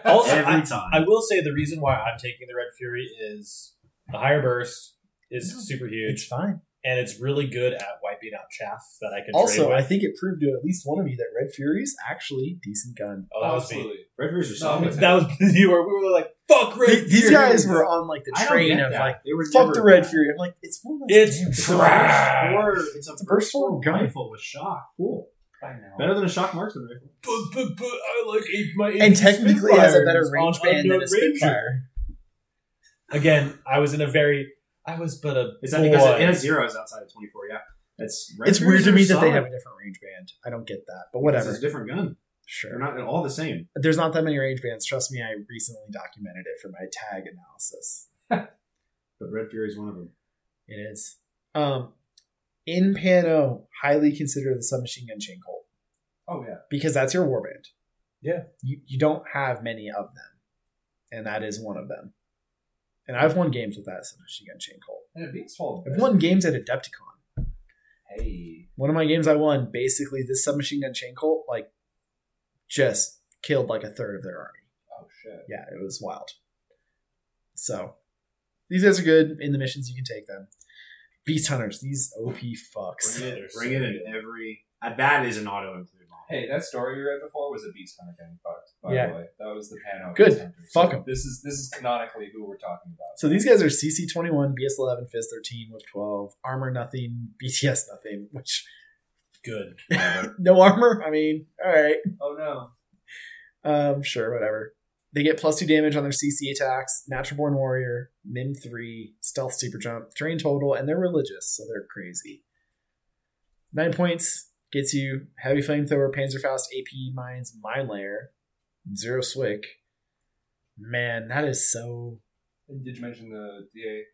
S5: too.
S2: Also,
S5: Every
S2: I,
S5: time.
S2: I will say the reason why I'm taking the Red Fury is the higher burst is super
S3: It's
S2: huge,
S3: fine.
S2: and it's really good at wiping out chaff that I can trade
S3: Also, I
S2: with.
S3: think it proved to at least one of you that Red Fury's actually decent gun.
S2: oh, that was me.
S5: Red Rivers are
S4: No,
S5: solid.
S4: but
S2: That was you were. We were like, "Fuck Red
S3: Th- These
S2: Fury.
S3: guys were on like the
S5: I don't
S3: train
S5: get
S3: of
S5: that.
S3: like
S5: They were
S3: fuck
S5: never
S3: the Red
S5: bad.
S3: Fury. I'm like, it's one of those
S2: It's
S3: damn-
S2: trash.
S5: It's a burst four rifle with shock. Cool.
S4: I
S3: Oh.
S4: know.
S5: Better than a shock marksman rifle.
S2: But, but, but I like eight, my
S3: and technically has a better
S2: Spitfires
S3: range
S2: on
S3: band than a
S2: Unknown Ranger.
S3: Spitfire.
S2: Again, I was in a very. I was but a.
S5: Is that because
S2: boy.
S5: it has zeros outside of twenty four? Yeah, that's. Red
S3: it's
S5: Rivers
S3: weird to
S5: are
S3: me that they
S5: solid.
S3: have a different range band. I don't get that, but
S5: Because
S3: whatever.
S5: It's a different gun. They're
S3: Sure.
S5: not at all the same.
S3: There's not that many range bands. Trust me, I recently documented it for my tag analysis.
S5: But Red Fury is one of them.
S3: It is. Um, in Pano, highly consider the submachine gun chain colt
S4: Oh yeah,
S3: because that's your warband.
S2: Yeah.
S3: You, you don't have many of them, and that is one of them. And I've won games with that submachine gun chain colt.
S4: and it being swallowed.
S3: I've won games at Adepticon.
S4: Hey,
S3: one of my games I won, basically this submachine gun chain colt like just killed like a third of their army.
S4: oh shit.
S3: Yeah, it was wild. So these guys are good in the missions. You can take them. Beast hunters, these OP fucks.
S5: Bring it,
S2: They're
S5: bring
S2: so
S5: it in every. Uh, that is an auto include model.
S4: Hey, that story we read before was a beast hunter getting fucked. By
S3: Yeah.
S4: the way, that was the Pano.
S3: Good.
S4: Beast Hunters.
S3: Fuck
S4: So
S3: 'em.
S4: This is this is canonically who we're talking about.
S3: So these guys are CC twenty one, BS eleven, Fizz thirteen, Whip twelve, armor nothing, BTS nothing. Which
S2: good.
S3: no armor. I mean, all right,
S4: Oh no.
S3: um, sure, whatever. They get plus two damage on their CC attacks. Natural born warrior, Mim three, stealth super jump, terrain total, and they're religious, so they're crazy. Nine points gets you heavy flamethrower, panzerfaust, AP mines, mine layer, zero swick. Man, that is so.
S4: And did you mention the DA?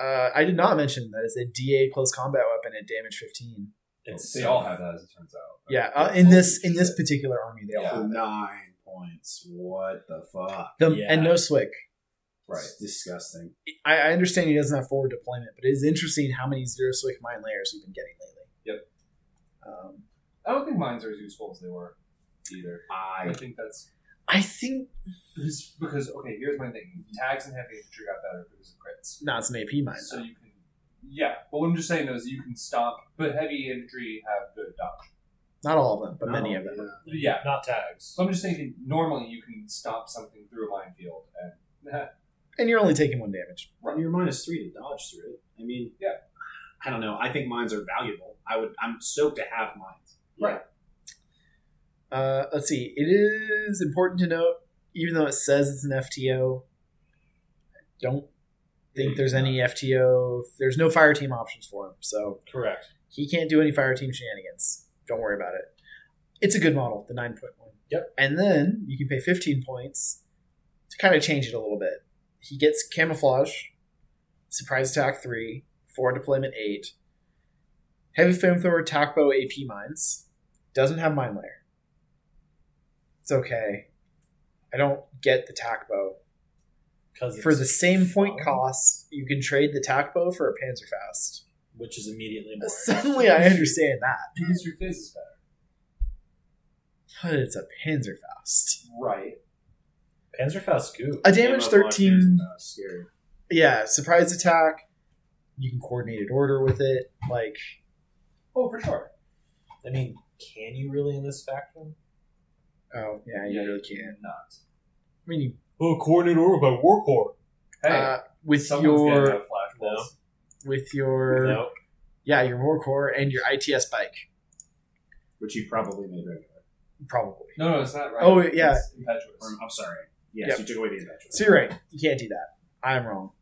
S3: Uh, I did not mention that it's a DA close combat weapon at damage fifteen.
S2: It's
S4: they
S2: so-
S4: all have that, as it turns out.
S3: Yeah, uh, in this in this particular army, they all
S4: Yeah.
S5: For nine points. What the fuck?
S3: the,
S2: Yeah.
S3: and no swick.
S5: Right. It's disgusting.
S3: I, I understand he doesn't have forward deployment, but it is interesting how many zero slick mine layers we've been getting lately.
S4: Yep.
S3: Um,
S4: I don't think mines are as useful as they were either. I
S5: I
S4: think that's
S3: I think
S4: because, because okay. Here's my thing: tags and heavy infantry got better because of crits.
S3: not it's an AP mine.
S4: So
S3: though.
S4: you can, yeah. But what I'm just saying though is you can stomp, but heavy infantry have good dodge.
S3: Not all of them, but
S5: No,
S3: many of them.
S4: Yeah.
S2: not tags.
S4: So I'm just thinking normally you can stomp something through a minefield and
S3: And you're only taking one damage.
S5: Run your minus three to dodge through it. I mean,
S4: Yeah.
S5: I don't know. I think mines are valuable. I would. I'm stoked to have mines.
S3: Uh, let's see. It is important to note, even though it says it's an FTO, I don't think there's any FTO. There's no fire team options for him, so
S2: Correct.
S3: he can't do any fire team shenanigans. Don't worry about it. It's a good model, the 9.1.
S2: Yep.
S3: And then you can pay 15 points to kind of change it a little bit. He gets camouflage, surprise attack 3, forward deployment 8, heavy flamethrower, attack bow, AP mines. Doesn't have mine layer. It's okay. I don't get the tac bow.
S2: 'Cause
S3: For
S2: it's
S3: the same point
S2: fun,
S3: cost, you can trade the tac bow for a Panzerfaust.
S2: which is immediately more.
S3: Suddenly, I understand that.
S4: because your fizz is better.
S3: But it's a Panzerfaust.
S4: Right.
S2: Panzerfaust goo.
S3: A damage
S5: Camouflage
S3: thirteen.
S5: is, uh, scary.
S3: Yeah, surprise attack. You can coordinated order with it. Like
S4: Oh, for sure.
S2: I mean, can you really in this faction?
S3: oh yeah, you really can't.
S4: Not.
S3: I mean you
S2: Oh, coordinate order by war corps.
S4: Hey,
S3: uh, with
S4: someone's
S3: your
S4: getting a flashbulb.
S3: with your
S2: No.
S3: yeah your war core and your ITS bike
S5: which you probably made regular.
S3: probably.
S4: No, no, it's not right.
S3: Oh, yeah.
S4: It's impetuous.
S5: Or, I'm sorry. Yes,
S3: Yep.
S5: you took away the adventure.
S3: So you're right. You can't do that. I'm wrong.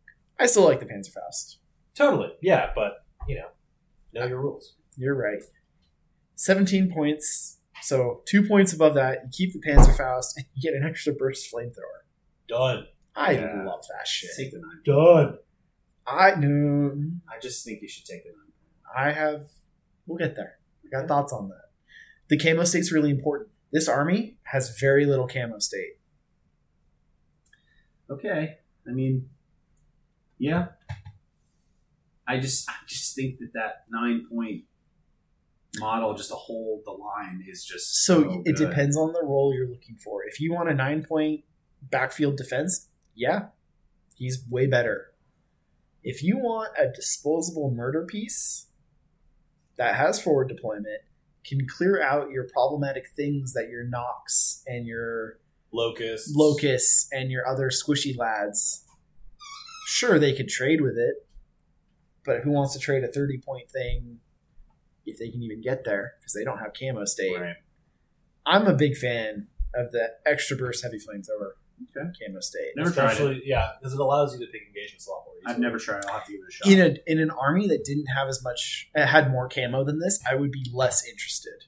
S3: I still like the Panzerfaust.
S2: Totally. Yeah, but, you know, know your rules.
S3: You're right. 17 points. So two points above that. You keep the Panzerfaust and you get an extra burst flamethrower.
S2: Done.
S3: I
S5: Yeah.
S3: love that shit.
S5: Take the nine.
S2: Done.
S3: I no.
S5: I just think you should take the nine.
S3: I have. We'll get there. I got thoughts on that. The camo state's really important. This army has very little camo state.
S5: Okay. I mean, yeah. I just, I just think that that nine point model just to hold the line is just
S3: So it
S5: Oh, good.
S3: depends on the role you're looking for. If you want a nine point backfield defense, yeah, he's way better. If you want a disposable murder piece that has forward deployment, can clear out your problematic things that your Nox and your
S2: Locusts.
S3: Locus and your other squishy lads, sure they could trade with it, but who wants to trade a thirty point thing if they can even get there because they don't have camo state?
S5: Right.
S3: I'm a big fan of the extra burst heavy flamethrower
S5: Okay.
S3: camo state
S5: Never tried it.
S2: Especially, yeah, because it allows you to pick engagements a lot more easily.
S5: I've never tried. it. I'll have to give it a shot.
S3: in a in an army that didn't have as much uh, had more camo than this. I would be less interested.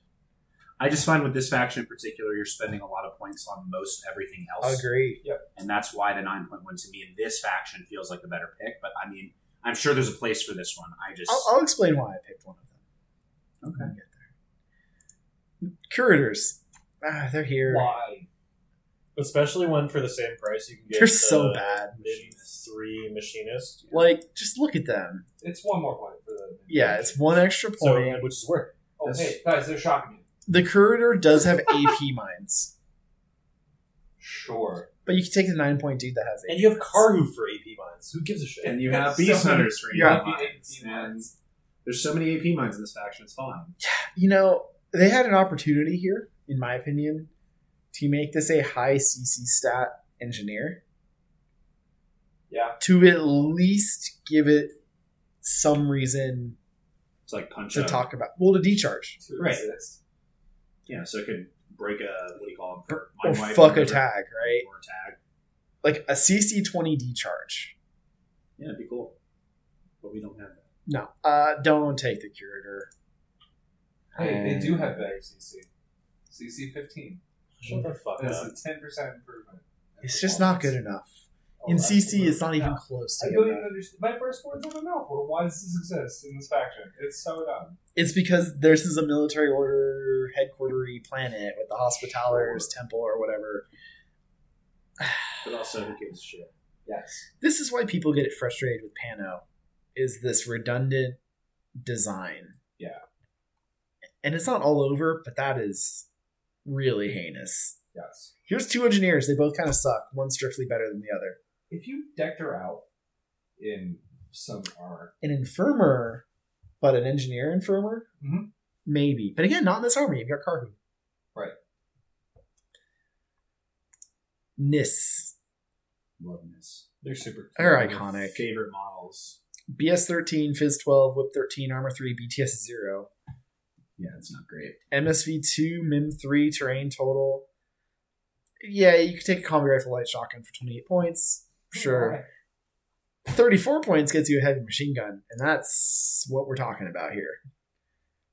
S5: I just find with this faction in particular, you're spending a lot of points on most everything else,
S3: Agree.
S5: and that's why the nine point one to me in this faction feels like the better pick. But I mean, I'm sure there's a place for this one. I just
S3: I'll, I'll explain why I picked one of them.
S5: okay.
S3: Curators, ah, they're here.
S4: Why?
S2: Especially when for the same price you can get.
S3: They're so
S2: the
S3: bad.
S2: mid Three machinists.
S3: Like, just look at them.
S4: It's one more point for the.
S3: Yeah, it's one extra
S2: So,
S3: point.
S2: which is worth.
S4: Oh, hey, guys, they're shocking you.
S3: the curator does have AP mines,
S4: Sure.
S3: but you can take the nine point dude that has
S2: And
S3: AP.
S2: you have Carhu for AP mines. Who gives a shit?
S5: And you
S4: That's
S5: have
S4: so
S5: beast
S4: many-
S5: hunters for
S3: Yeah.
S5: AP mines.
S4: AP
S5: man.
S4: mines.
S5: There's so many AP mines in this faction. It's fine.
S3: You know, they had an opportunity here, in my opinion, to make this a high CC stat engineer
S4: Yeah.
S3: to at least give it some reason
S5: It's like punch
S3: to
S5: up.
S3: talk about. Well, to decharge
S4: To
S5: Right.
S4: exist.
S5: Yeah, so it could break a what do you call them?
S3: or
S5: Mind wipe
S3: fuck a
S5: whatever,
S3: tag, right?
S5: or a tag.
S3: Like a CC twenty decharge.
S5: Yeah, it'd be cool. But we don't have that.
S3: No, uh, don't take the curator.
S4: Hey, they do have better CC. CC 15.
S2: Shut the fuck
S4: That's
S2: up.
S4: a 10% improvement.
S3: It's just not good enough.
S4: Oh,
S3: In CC,
S4: absolutely.
S3: it's not even
S4: No.
S3: close to
S4: I
S3: good
S4: don't
S3: enough.
S4: even understand. My first words out of my mouth were, why does this exist in this faction? It's so dumb.
S3: It's because this is a military order headquartery planet with the hospitallers temple or whatever.
S5: But also, who gives a shit?
S4: Yes.
S3: This is why people get frustrated with Pano, is this redundant design.
S4: Yeah.
S3: And it's not all over, but that is really heinous.
S4: Yes.
S3: Here's two engineers. They both kind of suck. One's strictly better than the other.
S4: If you decked her out in some armor,
S3: An infirmer, but an engineer infirmer?
S4: Mhm.
S3: Maybe. But again, not in this army. You've got Carhu.
S4: Right.
S3: Nis.
S5: Loving this.
S2: They're super.
S3: They're
S5: One of my
S3: iconic.
S5: favorite models.
S3: BS 13, Fizz 12, Whip 13, Armor 3, BTS 0,
S5: Yeah, it's not great.
S3: MSV 2, MIM 3, Terrain Total. Yeah, you could take a combat rifle light shotgun for 28 points. Sure. 34 points gets you a heavy machine gun, and that's what we're talking about here.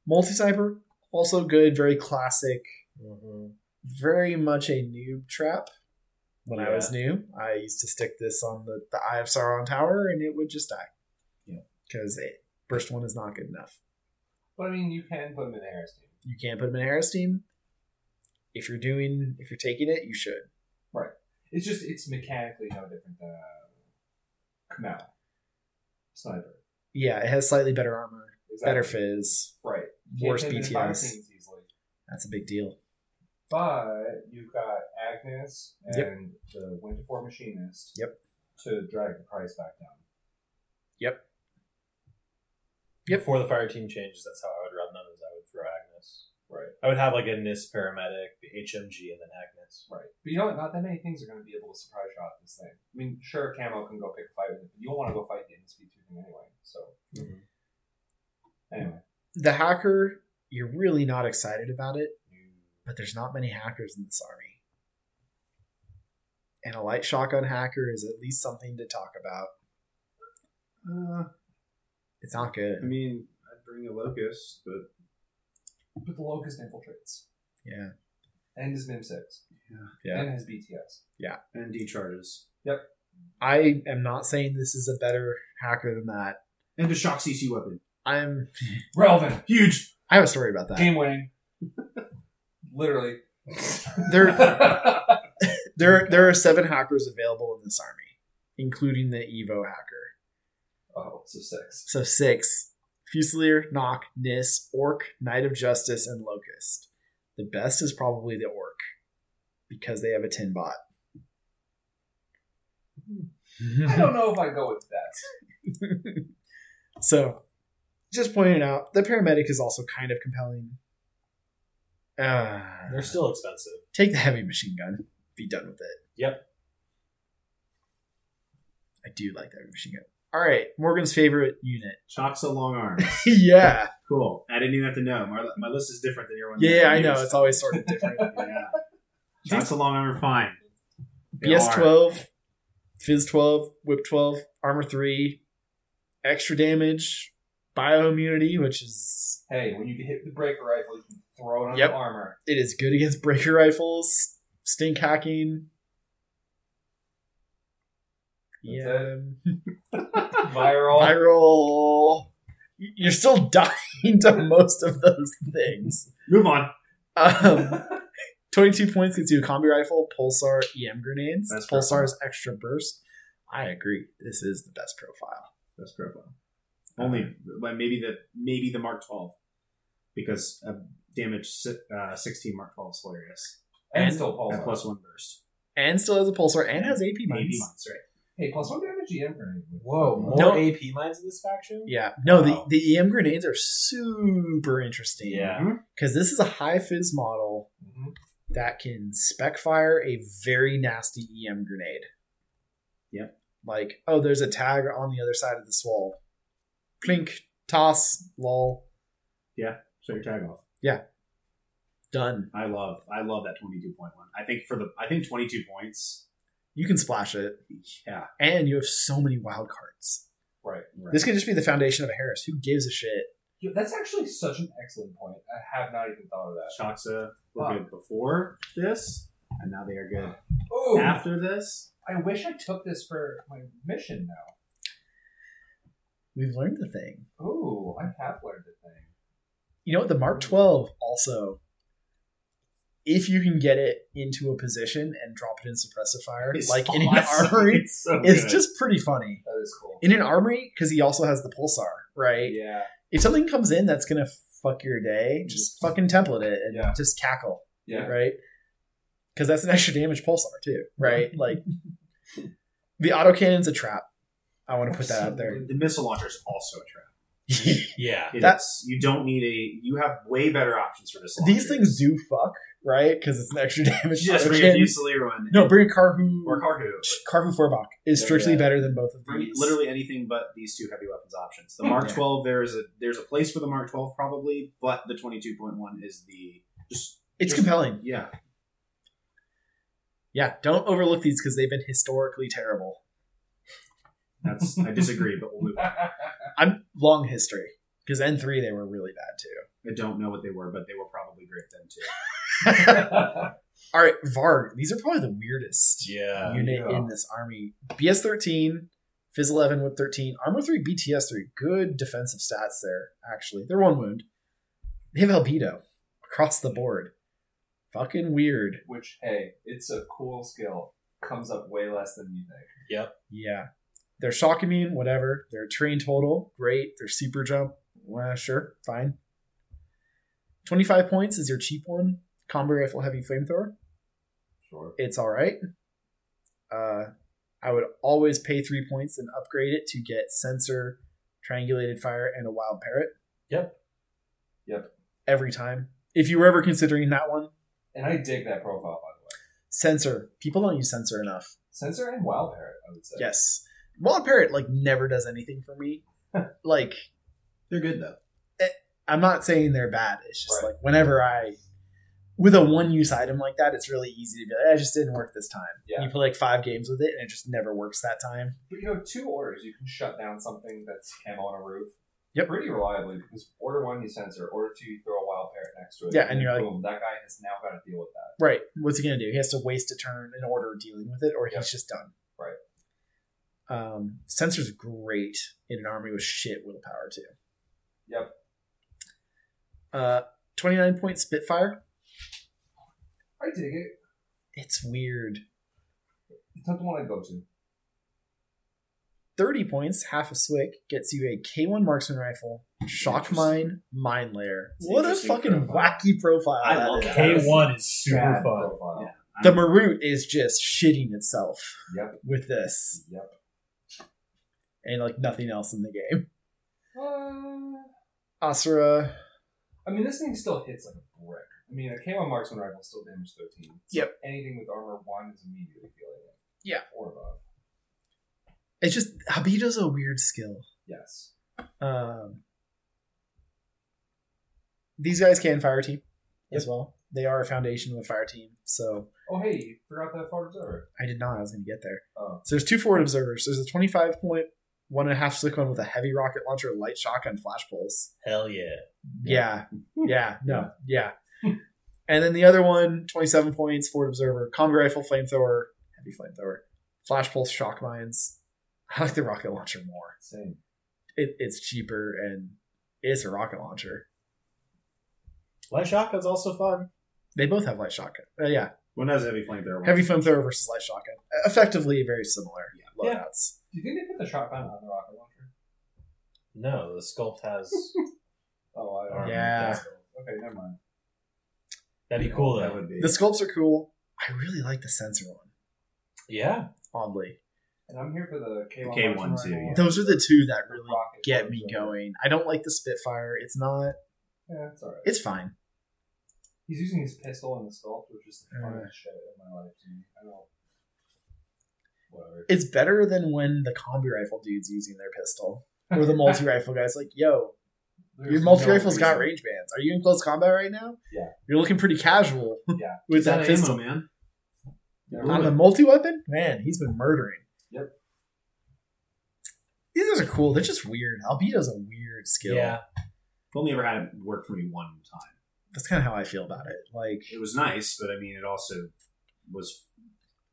S3: Multi sniper, also good, very classic,
S4: Mm-hmm.
S3: very much a noob trap. When I was new, I used to stick this on the, the Eye of Sauron Tower, and it would just die.
S5: Yeah.
S3: Because burst one is not good enough.
S4: But I mean, you can put them in the Harris team.
S3: you can't put them in a Harris team. If you're doing, if you're taking it, you should.
S4: It's just, it's mechanically no different than uh, Kamau. Sniper.
S3: Yeah, it has slightly better armor,
S4: Exactly.
S3: better fizz,
S4: Right. You
S3: worse
S4: can't put them in fire
S3: BTS.
S4: teams easily.
S3: That's a big deal.
S4: But you've got Agnes and
S3: Yep.
S4: the Winterfort Machinist.
S3: Yep.
S4: To drag the price back down.
S2: Before the fire team changes, that's how I would run them. Is I would throw Agnes. I would have like a NIS paramedic, the HMG, and then Agnes.
S4: Right. But you know what? Not that many things are going to be able to surprise you out of this thing. I mean, sure, Camo can go pick a fight with it, but you don't want to go fight the speed two thing anyway. So,
S3: Mm-hmm.
S4: anyway.
S3: The hacker, you're really not excited about it, but there's not many hackers in this army. And a light shotgun hacker is at least something to talk about.
S1: Uh,
S3: It's not
S1: I
S3: good.
S1: mean, I'd bring a locust, but
S4: But the Locust infiltrates
S3: Yeah.
S4: and his MIM 6
S3: Yeah.
S4: and his BTS.
S1: and D charges.
S3: I am not saying this is a better hacker than that.
S1: And a shock CC weapon.
S3: I'm
S4: Relevant.
S1: Huge!
S3: I have a story about that.
S4: Game winning. Literally.
S3: There there there are seven hackers available in this army, including the Evo hacker.
S4: oh, so six.
S3: So six. Fusilier, Nock, Nis, Orc, Knight of Justice, and Locust. The best is probably the Orc. Because they have a tin bot. Hmm.
S4: I don't know if I go with that.
S3: so just pointing it out, the paramedic is also kind of compelling. Uh,
S2: They're still expensive.
S3: take the heavy machine gun. Be done with it.
S2: Yep.
S3: I do like the heavy machine gun. Alright, Morgan's favorite unit.
S5: Chalk's a long arm.
S3: yeah.
S5: cool. I didn't even have to know. My, my list is different than your one.
S3: Yeah, I know. It's always sort of different.
S5: yeah. Chalk's a long arm. Fine. They
S3: BS
S5: are.
S3: twelve, Fizz twelve, Whip twelve, Armor three, extra damage, bioimmunity, which is
S4: Hey, when you can hit the breaker rifle, you can throw it on
S3: Yep.
S4: the armor.
S3: it is good against breaker rifles, stink hacking.
S4: That's
S3: Yeah,
S4: Viral.
S3: viral. Y- You're still dying to most of those things.
S5: Move on.
S3: Um, Twenty-two points gets you a combi rifle, pulsar, EM grenades.
S5: That's
S3: pulsar's extra burst. I agree. This is the best profile.
S5: Best profile. Only well, maybe the maybe the Mark Twelve, because a damage si- uh, sixteen Mark Twelve is hilarious.
S4: and,
S3: and-
S4: still pulse.
S5: At plus one burst.
S3: And still has a pulsar and has AP
S5: Maybe
S3: mines.
S5: months, right?
S4: Hey, plus one damage EM grenade.
S2: Whoa, more
S3: No.
S2: AP mines in this faction?
S3: Yeah. No,
S5: Wow.
S3: the, the EM grenades are super interesting.
S2: Yeah.
S3: Because this is a high fizz model
S4: Mhm.
S3: that can spec fire a very nasty EM grenade.
S5: Yep.
S3: Like, oh, there's a tag on the other side of this wall. Clink, toss, lol,
S5: Shut your tag off.
S3: done.
S5: I love I love that twenty two point one. I think for the I think twenty two points.
S3: You can splash it.
S5: Yeah.
S3: And you have so many wild cards.
S4: Right.
S5: Right.
S3: This could just be the foundation of a Harris. Who gives a shit?
S4: Yeah, that's actually such an excellent point. I have not even thought of that.
S5: Shaksa were good before this, and now they are good
S4: Oh,
S5: after this.
S4: I wish I took this for my mission now.
S3: We've learned the thing.
S4: Ooh, I have learned a thing.
S3: you know what the mark 12 also if you can get it into a position and drop it in suppressive fire
S5: It's
S3: like in an
S5: awesome.
S3: armory
S5: It's so
S3: it's
S5: good.
S3: just pretty funny
S4: That is cool.
S3: in an armory because he also has the pulsar right
S4: Yeah.
S3: if something comes in that's gonna fuck your day just fucking template it and
S4: Yeah.
S3: just cackle
S4: Yeah.
S3: right because that's an extra damage pulsar too right like the autocannon's a trap i want to put that out there
S5: The missile launcher is also a trap.
S2: Yeah.
S5: It
S3: That-
S5: is. you don't need a. You have way better options for missile.
S3: these things
S5: launchers.
S3: do fuck right because it's an extra damage
S5: Just bring a
S3: autocannon.
S5: Fusilier one.
S3: No, bring a Carhu
S5: or Cargo.
S3: Carhu Forbach is
S4: Yeah,
S3: strictly
S4: yeah.
S3: better than both of
S5: Bring
S3: these.
S5: literally anything but these two heavy weapons options. The Mark
S3: Yeah.
S5: Twelve, there is a there's a place for the Mark Twelve probably, but the twenty two point one is the just
S3: it's compelling.
S5: yeah.
S3: Yeah, don't overlook these because they've been historically terrible.
S5: That's I disagree, but we'll move. on.
S3: I'm long history because N three they were really bad too.
S5: I don't know what they were, but they were probably great then too.
S3: All right, Varg. These are probably the weirdest
S2: Yeah.
S3: unit
S4: yeah.
S3: in this army. BS thirteen, Fizz eleven, Whip thirteen, Armor three, BTS three. Good defensive stats there. Actually, they're one wound. They have albedo across the board. Fucking weird.
S4: Which, hey, it's a cool skill. Comes up way less than you think.
S3: Yeah. They're shock immune, whatever. They're terrain total, great. They're super jump, well, sure, fine. 25 points is your cheap one. Combo rifle heavy flamethrower.
S4: Sure.
S3: It's all right. Uh, I would always pay three points and upgrade it to get sensor, triangulated fire, and a wild parrot.
S2: Yep.
S4: Yep.
S3: Every time. if you were ever considering that one,
S4: And I dig that profile, by the way.
S3: censor. People don't use censor enough.
S4: Sensor and Wild Parrot, I would say.
S3: Yes, Wild Parrot like never does anything for me. like eh,
S5: They're good though.
S3: I'm not saying they're bad. It's just
S4: Right.
S3: like whenever I with a one use item like that, it's really easy to be like, I just didn't work this time.
S4: Yeah.
S3: You play like five games with it and it just never works that time.
S4: But you know, two orders, you can shut down something that's camo on a roof.
S3: Yep.
S4: Pretty reliably, because order one, you censor. Order two, you throw a Wild Parrot next to it.
S3: Yeah, and
S4: then
S3: you're like-
S4: boom, that guy has now got to deal with that.
S3: Right. What's he gonna do? He has to waste a turn in order dealing with it, or
S4: Yeah.
S3: he's just done.
S4: Right.
S3: Um, Censor's great in an army with shit willpower too.
S4: Yep.
S3: Uh, twenty nine point Spitfire.
S4: I dig it.
S3: It's weird.
S4: It's not the one I go to.
S3: Thirty points, half a swick, gets you a K one marksman rifle, shock
S5: Interesting.
S3: mine, mine layer.
S5: It's
S3: what a
S5: interesting
S3: fucking
S5: profile.
S3: wacky profile!
S5: I
S3: that
S5: love
S3: is.
S5: that.
S2: K1 is super fun.
S4: Bad Profile.
S5: Yeah.
S3: The Marut is just shitting itself
S4: Yep.
S3: with this,
S4: Yep.
S3: and like nothing else in the game.
S4: Uh,
S3: Asura
S4: I mean, this thing still hits like a brick. I mean, a camo marksman rifle still damage 13. So
S3: Yep.
S4: Anything with armor 1 is immediately feeling it.
S3: Yeah.
S4: Or above.
S3: It's just Habido's a weird skill.
S4: Yes.
S3: Um, these guys can fire team as well. They are a foundation of a fire team, so
S4: Oh, hey, you forgot that forward observer.
S3: I did not. I was going to get there.
S4: Oh.
S3: So there's two forward observers. There's a 25 point one and a half slick one with a heavy rocket launcher, light shotgun, flash pulse.
S2: Hell yeah.
S3: Yeah, yeah, no, yeah. and then the other one, 27 points, forward observer, combi rifle, flamethrower, heavy flamethrower, flash pulse, shock mines. I like the rocket launcher more.
S4: Same.
S3: it, it's cheaper and it's a rocket launcher.
S2: Light shotgun's also fun.
S3: They both have light shotgun. Uh, yeah,
S5: One has heavy flamethrower.
S3: heavy flamethrower versus light shotgun. E-, Effectively, very similar
S2: Yeah.
S3: loadouts.
S4: Do you think they put the shotgun on the rocket launcher?
S2: No, the sculpt has.
S4: Oh, I
S2: Armor.
S4: don't
S3: Yeah.
S4: know. Okay, never mind.
S2: That'd be cool,
S5: That
S2: though.
S5: would be.
S3: The sculpts are cool. I really like the sensor one.
S2: Yeah.
S3: Oddly,
S4: And I'm here for the K1,
S5: K1
S4: marksman
S5: too,
S4: rifle.
S5: yeah.
S3: those are the two that really
S4: Rocket
S3: get me
S4: launcher.
S3: going. I don't like the Spitfire. It's not.
S4: Yeah, it's alright.
S3: It's fine.
S4: He's using his pistol and the sculpt, which is the funniest
S3: Uh.
S4: shit in my life to me. I don't. Whatever.
S3: It's better than when the combi rifle dude's using their pistol or the multi rifle guy's like, "Yo, your
S4: There's
S3: multi
S4: no
S3: rifle's got
S4: reason.
S3: range bands. Are you in close combat right now?
S4: Yeah.
S3: You're looking pretty casual
S4: Yeah.
S3: with
S5: Is that
S3: that pistol."
S5: ammo, man?
S4: Never
S3: On
S4: mind.
S3: the multi weapon, man, he's been murdering.
S4: Yep.
S3: These guys are cool. They're just weird. Albedo's a weird skill.
S2: Yeah.
S5: I've only ever had it work for me one time.
S3: that's kind of how I feel about it. Like,
S5: It was nice, but I mean, it also was.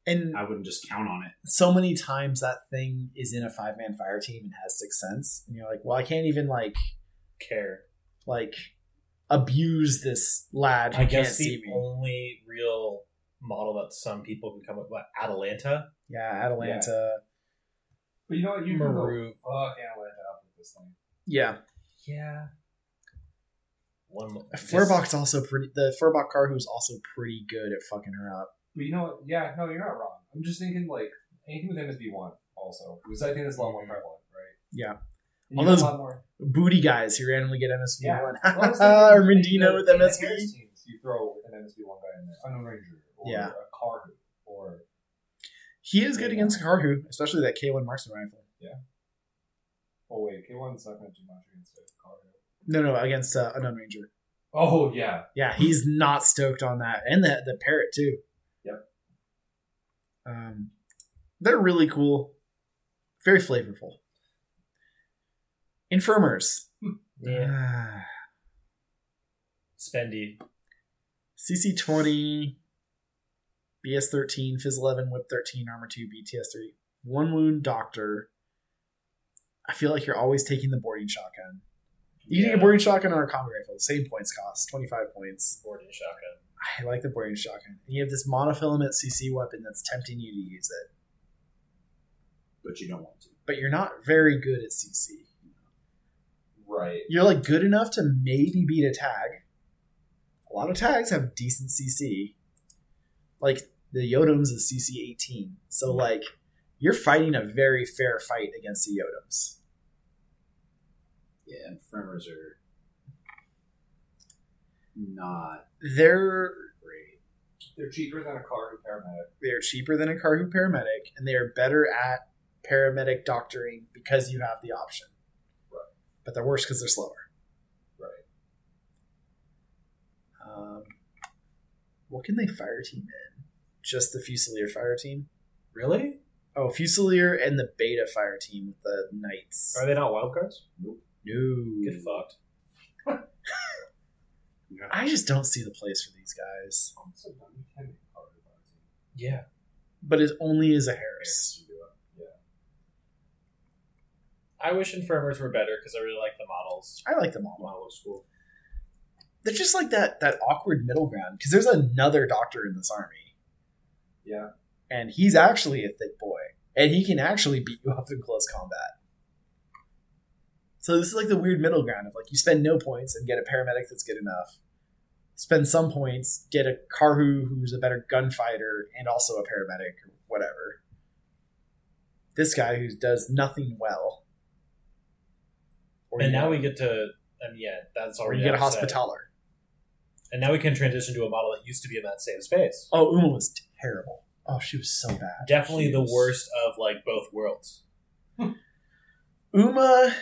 S3: and
S5: I wouldn't just count on it.
S3: so many times that thing is in a five man fire team and has sixth sense, and you're like, well, I can't even like
S2: Care.
S3: like abuse this lad who
S2: I
S3: can't
S2: guess the
S3: see me.
S2: only real model that some people can come up with, Atalanta.
S3: Yeah, Atalanta.
S4: But you know what? You can go
S2: Maru.
S4: fuck Atlanta up with this thing.
S3: Yeah,
S2: Yeah. One more.
S3: Furbock's also pretty. The Furbock car who's also pretty good at fucking her up.
S4: But you know what? Yeah, no, you're not wrong. I'm just thinking, like, anything with MSB 1 also. Because I think it's a lot more prevalent, right?
S3: Mm-hmm. Yeah.
S4: And
S3: All
S4: you get
S3: those-
S4: a lot more.
S3: Booty guys who randomly get MSV
S4: Yeah.
S3: one.
S4: Well, I was thinking,
S3: or
S4: like,
S3: Mendino
S4: the-
S3: with
S4: the
S3: MSV.
S4: Harris teams, You throw an MSB 1 guy in there. Unknown Ranger. Or
S3: Yeah.
S4: a Karu. Or.
S3: He is good against Karhu, especially that K1 marksman rifle.
S4: Oh, wait. K1's not going to do much against a Karu.
S3: No, no, against uh, Unknown Ranger.
S4: Oh, yeah.
S3: Yeah, he's not stoked on that, and the the parrot too.
S4: Yep.
S3: Um, they're really cool, very flavorful. Infirmers. Ah.
S2: Yeah. Spendy.
S3: CC twenty, BS thirteen, Fizz eleven, Whip thirteen, Armor two, BTS three, one wound Doctor. I feel like you're always taking the boarding shotgun. You can take a boarding shotgun or a combat rifle. Same points cost, twenty five points.
S2: Boarding shotgun.
S3: I like the boarding shotgun. And you have this monofilament CC weapon that's tempting you to use it,
S5: But you don't want to.
S3: but you're not very good at CC.
S4: Right.
S3: You're like good enough to maybe beat a tag. A lot of tags have decent CC. Like the Yodoms is CC 18. So like you're fighting a very fair fight against the Yodoms.
S5: Yeah, infirmers are
S1: not
S3: They're
S1: great.
S4: They're cheaper than a car who paramedic.
S3: they're cheaper than a Carhu paramedic, and they are better at paramedic doctoring because you have the option.
S4: Right.
S3: But they're worse because they're slower.
S4: Right.
S3: Um, what can they fire team in? Just the Fusilier fire team?
S2: Really?
S3: Oh, Fusilier and the Beta fire team with the Knights.
S2: Are they not wildcards?
S3: No.
S2: Get fucked.
S3: I just don't see the place for these guys.
S4: I'm so done. You can make a car who paramedic.
S2: Yeah.
S3: But it only is a Harris.
S2: I wish infirmers were better because I really like the models.
S3: I like them all.
S2: Model of school.
S3: They're just like that that awkward middle ground because there's another doctor in this army.
S4: Yeah.
S3: and he's actually a thick boy, and he can actually beat you up in close combat. So this is like the weird middle ground of like you spend no points and get a paramedic that's good enough. Spend some points, get a Karhu who's a better gunfighter and also a paramedic or whatever. This guy who does nothing well. Or
S2: And
S3: you
S2: now
S3: get-
S2: we get to. I mean, yeah, that's
S3: or
S2: already.
S3: you get a
S2: out of sight.
S3: hospitaller.
S2: And now we can transition to a model that used to be in that same space.
S3: Oh, Uma was terrible. Oh, she was so bad.
S2: Definitely the
S3: Jeez.
S2: worst of like both worlds.
S3: Uma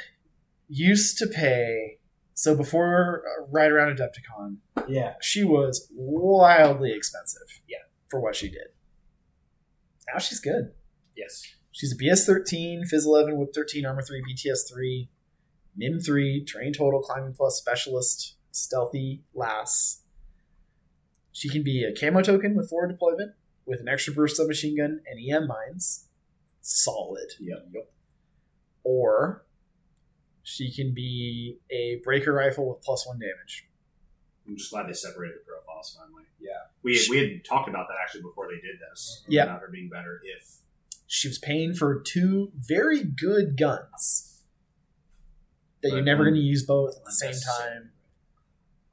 S3: used to pay. So before, uh, right around Adepticon,
S2: Yeah.
S3: she was wildly expensive.
S2: Yeah.
S3: For what she did. Now she's good.
S2: Yes.
S3: She's a BS 13, Phys 11, Whip 13, Armor 3, BTS 3, Nim 3, Terrain Total, Climbing Plus, Specialist, Stealthy, Lass. She can be a camo token with forward deployment, with an extra burst submachine gun and EM mines. Solid.
S1: Yep.
S3: Or she can be a breaker rifle with plus one damage.
S5: I'm just glad they separated the profiles finally.
S4: Yeah.
S5: we we had talked about that actually before they did this.
S3: Yeah.
S5: about her being better if
S3: She was paying for two very good guns that you're
S5: But
S3: never
S5: un-
S3: going to use both at the same
S5: unnecessary.
S3: time.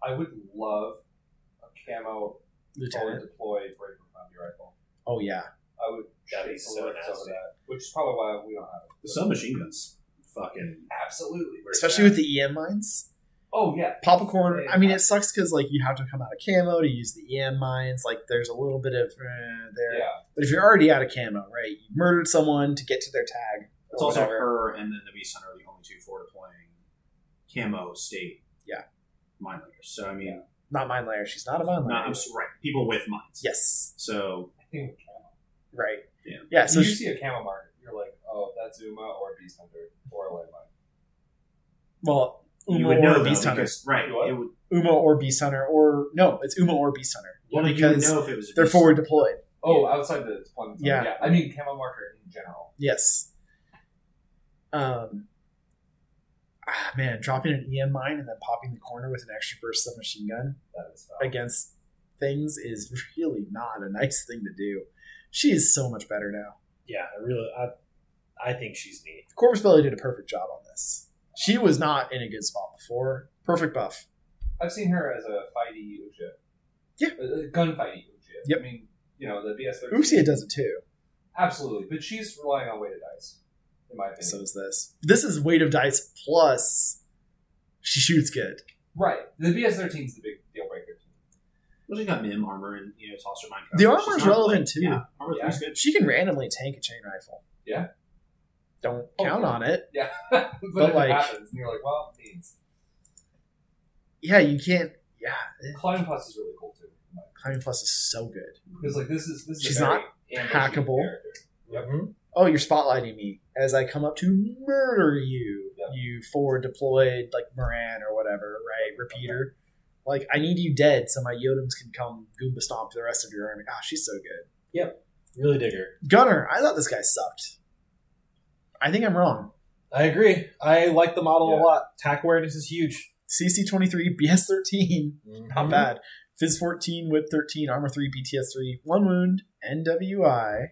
S4: I would love a camo forward
S3: Lieutenant.
S4: deploy breaker combi rifle.
S3: Oh, yeah.
S4: I would
S2: That'd be
S4: shake the
S2: so
S4: lyrics
S2: nasty.
S4: over that, which is probably why we don't have it.
S5: the submachine guns fucking
S4: Absolutely,
S3: especially with the EM mines.
S4: oh yeah,
S3: Popcorn.
S4: Yeah.
S3: I mean, it sucks because like you have to come out of camo to use the EM mines. Like, there's a little bit of
S5: Eh,
S3: uh, there,
S4: yeah.
S3: but if you're already out of camo, right? You murdered someone to get to their tag.
S5: It's
S3: or
S5: also
S3: whatever.
S5: her and then the Beast Hunter are the only two forward playing camo state.
S3: Yeah.
S5: Mind layers. So I mean,
S3: not mine layer. She's not a mine layer.
S5: not, I'm s- right. People with minds.
S3: yes,
S5: So
S4: I think with camo.
S3: right.
S5: Yeah.
S3: So
S4: when you
S3: she-
S4: see a camo market, you're like, oh, that's Uma or a Beast Hunter or a Landmine.
S3: well, Uma
S5: you would
S3: or
S5: know
S3: Beast
S5: though,
S3: Hunter.
S5: because- right?
S4: You what?
S5: It would,
S3: Uma or Beast Hunter, or no, it's Uma or Beast Hunter.
S5: well, like, you would
S3: because
S5: know if it was. a
S3: they're
S5: Beast
S3: forward deployed.
S4: Oh, outside the deployment. zone.
S3: Yeah.
S4: yeah. I mean camo marker in general.
S3: Yes. Um. Ah, man, dropping an EM mine and then popping the corner with an extra burst submachine gun.
S4: That is foul.
S3: against things is really not a nice thing to do. She is so much better now.
S2: Yeah, I really. I, I think she's neat.
S3: Corpus Belly did a perfect job on this. She was not in a good spot before. Perfect buff.
S4: I've seen her as a fighty Uja.
S3: Yeah.
S4: A, a gunfighty Uja.
S3: Yep.
S4: I mean, you know, the BS
S3: Uxia does it too.
S4: Absolutely, but she's relying on weighted dice, in my opinion.
S3: So is this. This is weight of dice plus she shoots good.
S4: right. The BS 13 is the big deal breaker.
S5: Hunter. Well, she's got Mim armor and you know Tosser mind.
S3: The
S5: cover.
S3: armor
S5: Oh, She's
S3: is
S5: not, like-
S3: relevant, too.
S5: Yeah, armor
S4: Yeah.
S5: three's good.
S3: She can randomly tank a chain rifle.
S4: Yeah.
S3: Don't
S4: Oh,
S3: count
S4: yeah.
S3: on it.
S4: Yeah. but
S3: But,
S4: if
S3: like-
S4: it happens, and you're like, well, it means.
S3: Yeah, you can't. Yeah.
S4: Climbing Plus is really cool, too.
S3: Climbing plus is so good.
S4: Because, like, this is. This is
S3: She's
S4: a very
S3: not
S4: ambushing
S3: hackable.
S4: character. Yep.
S3: oh, you're spotlighting me as I come up to murder you,
S4: Yeah.
S3: you forward deployed, like Moran or whatever, right? Repeater. Like, I need you dead so my Yodums can come Goomba stomp the rest of your army. Ah, she's so good.
S2: Really dig her.
S3: Gunner, I thought this guy sucked. I think I'm wrong.
S2: I agree. I like the model
S4: Yeah.
S2: a lot. Tack awareness is huge.
S3: CC23, BS13,
S4: Mm-hmm.
S3: not bad. Fizz 14, Whip 13, Armor 3, BTS 3, 1 wound, NWI.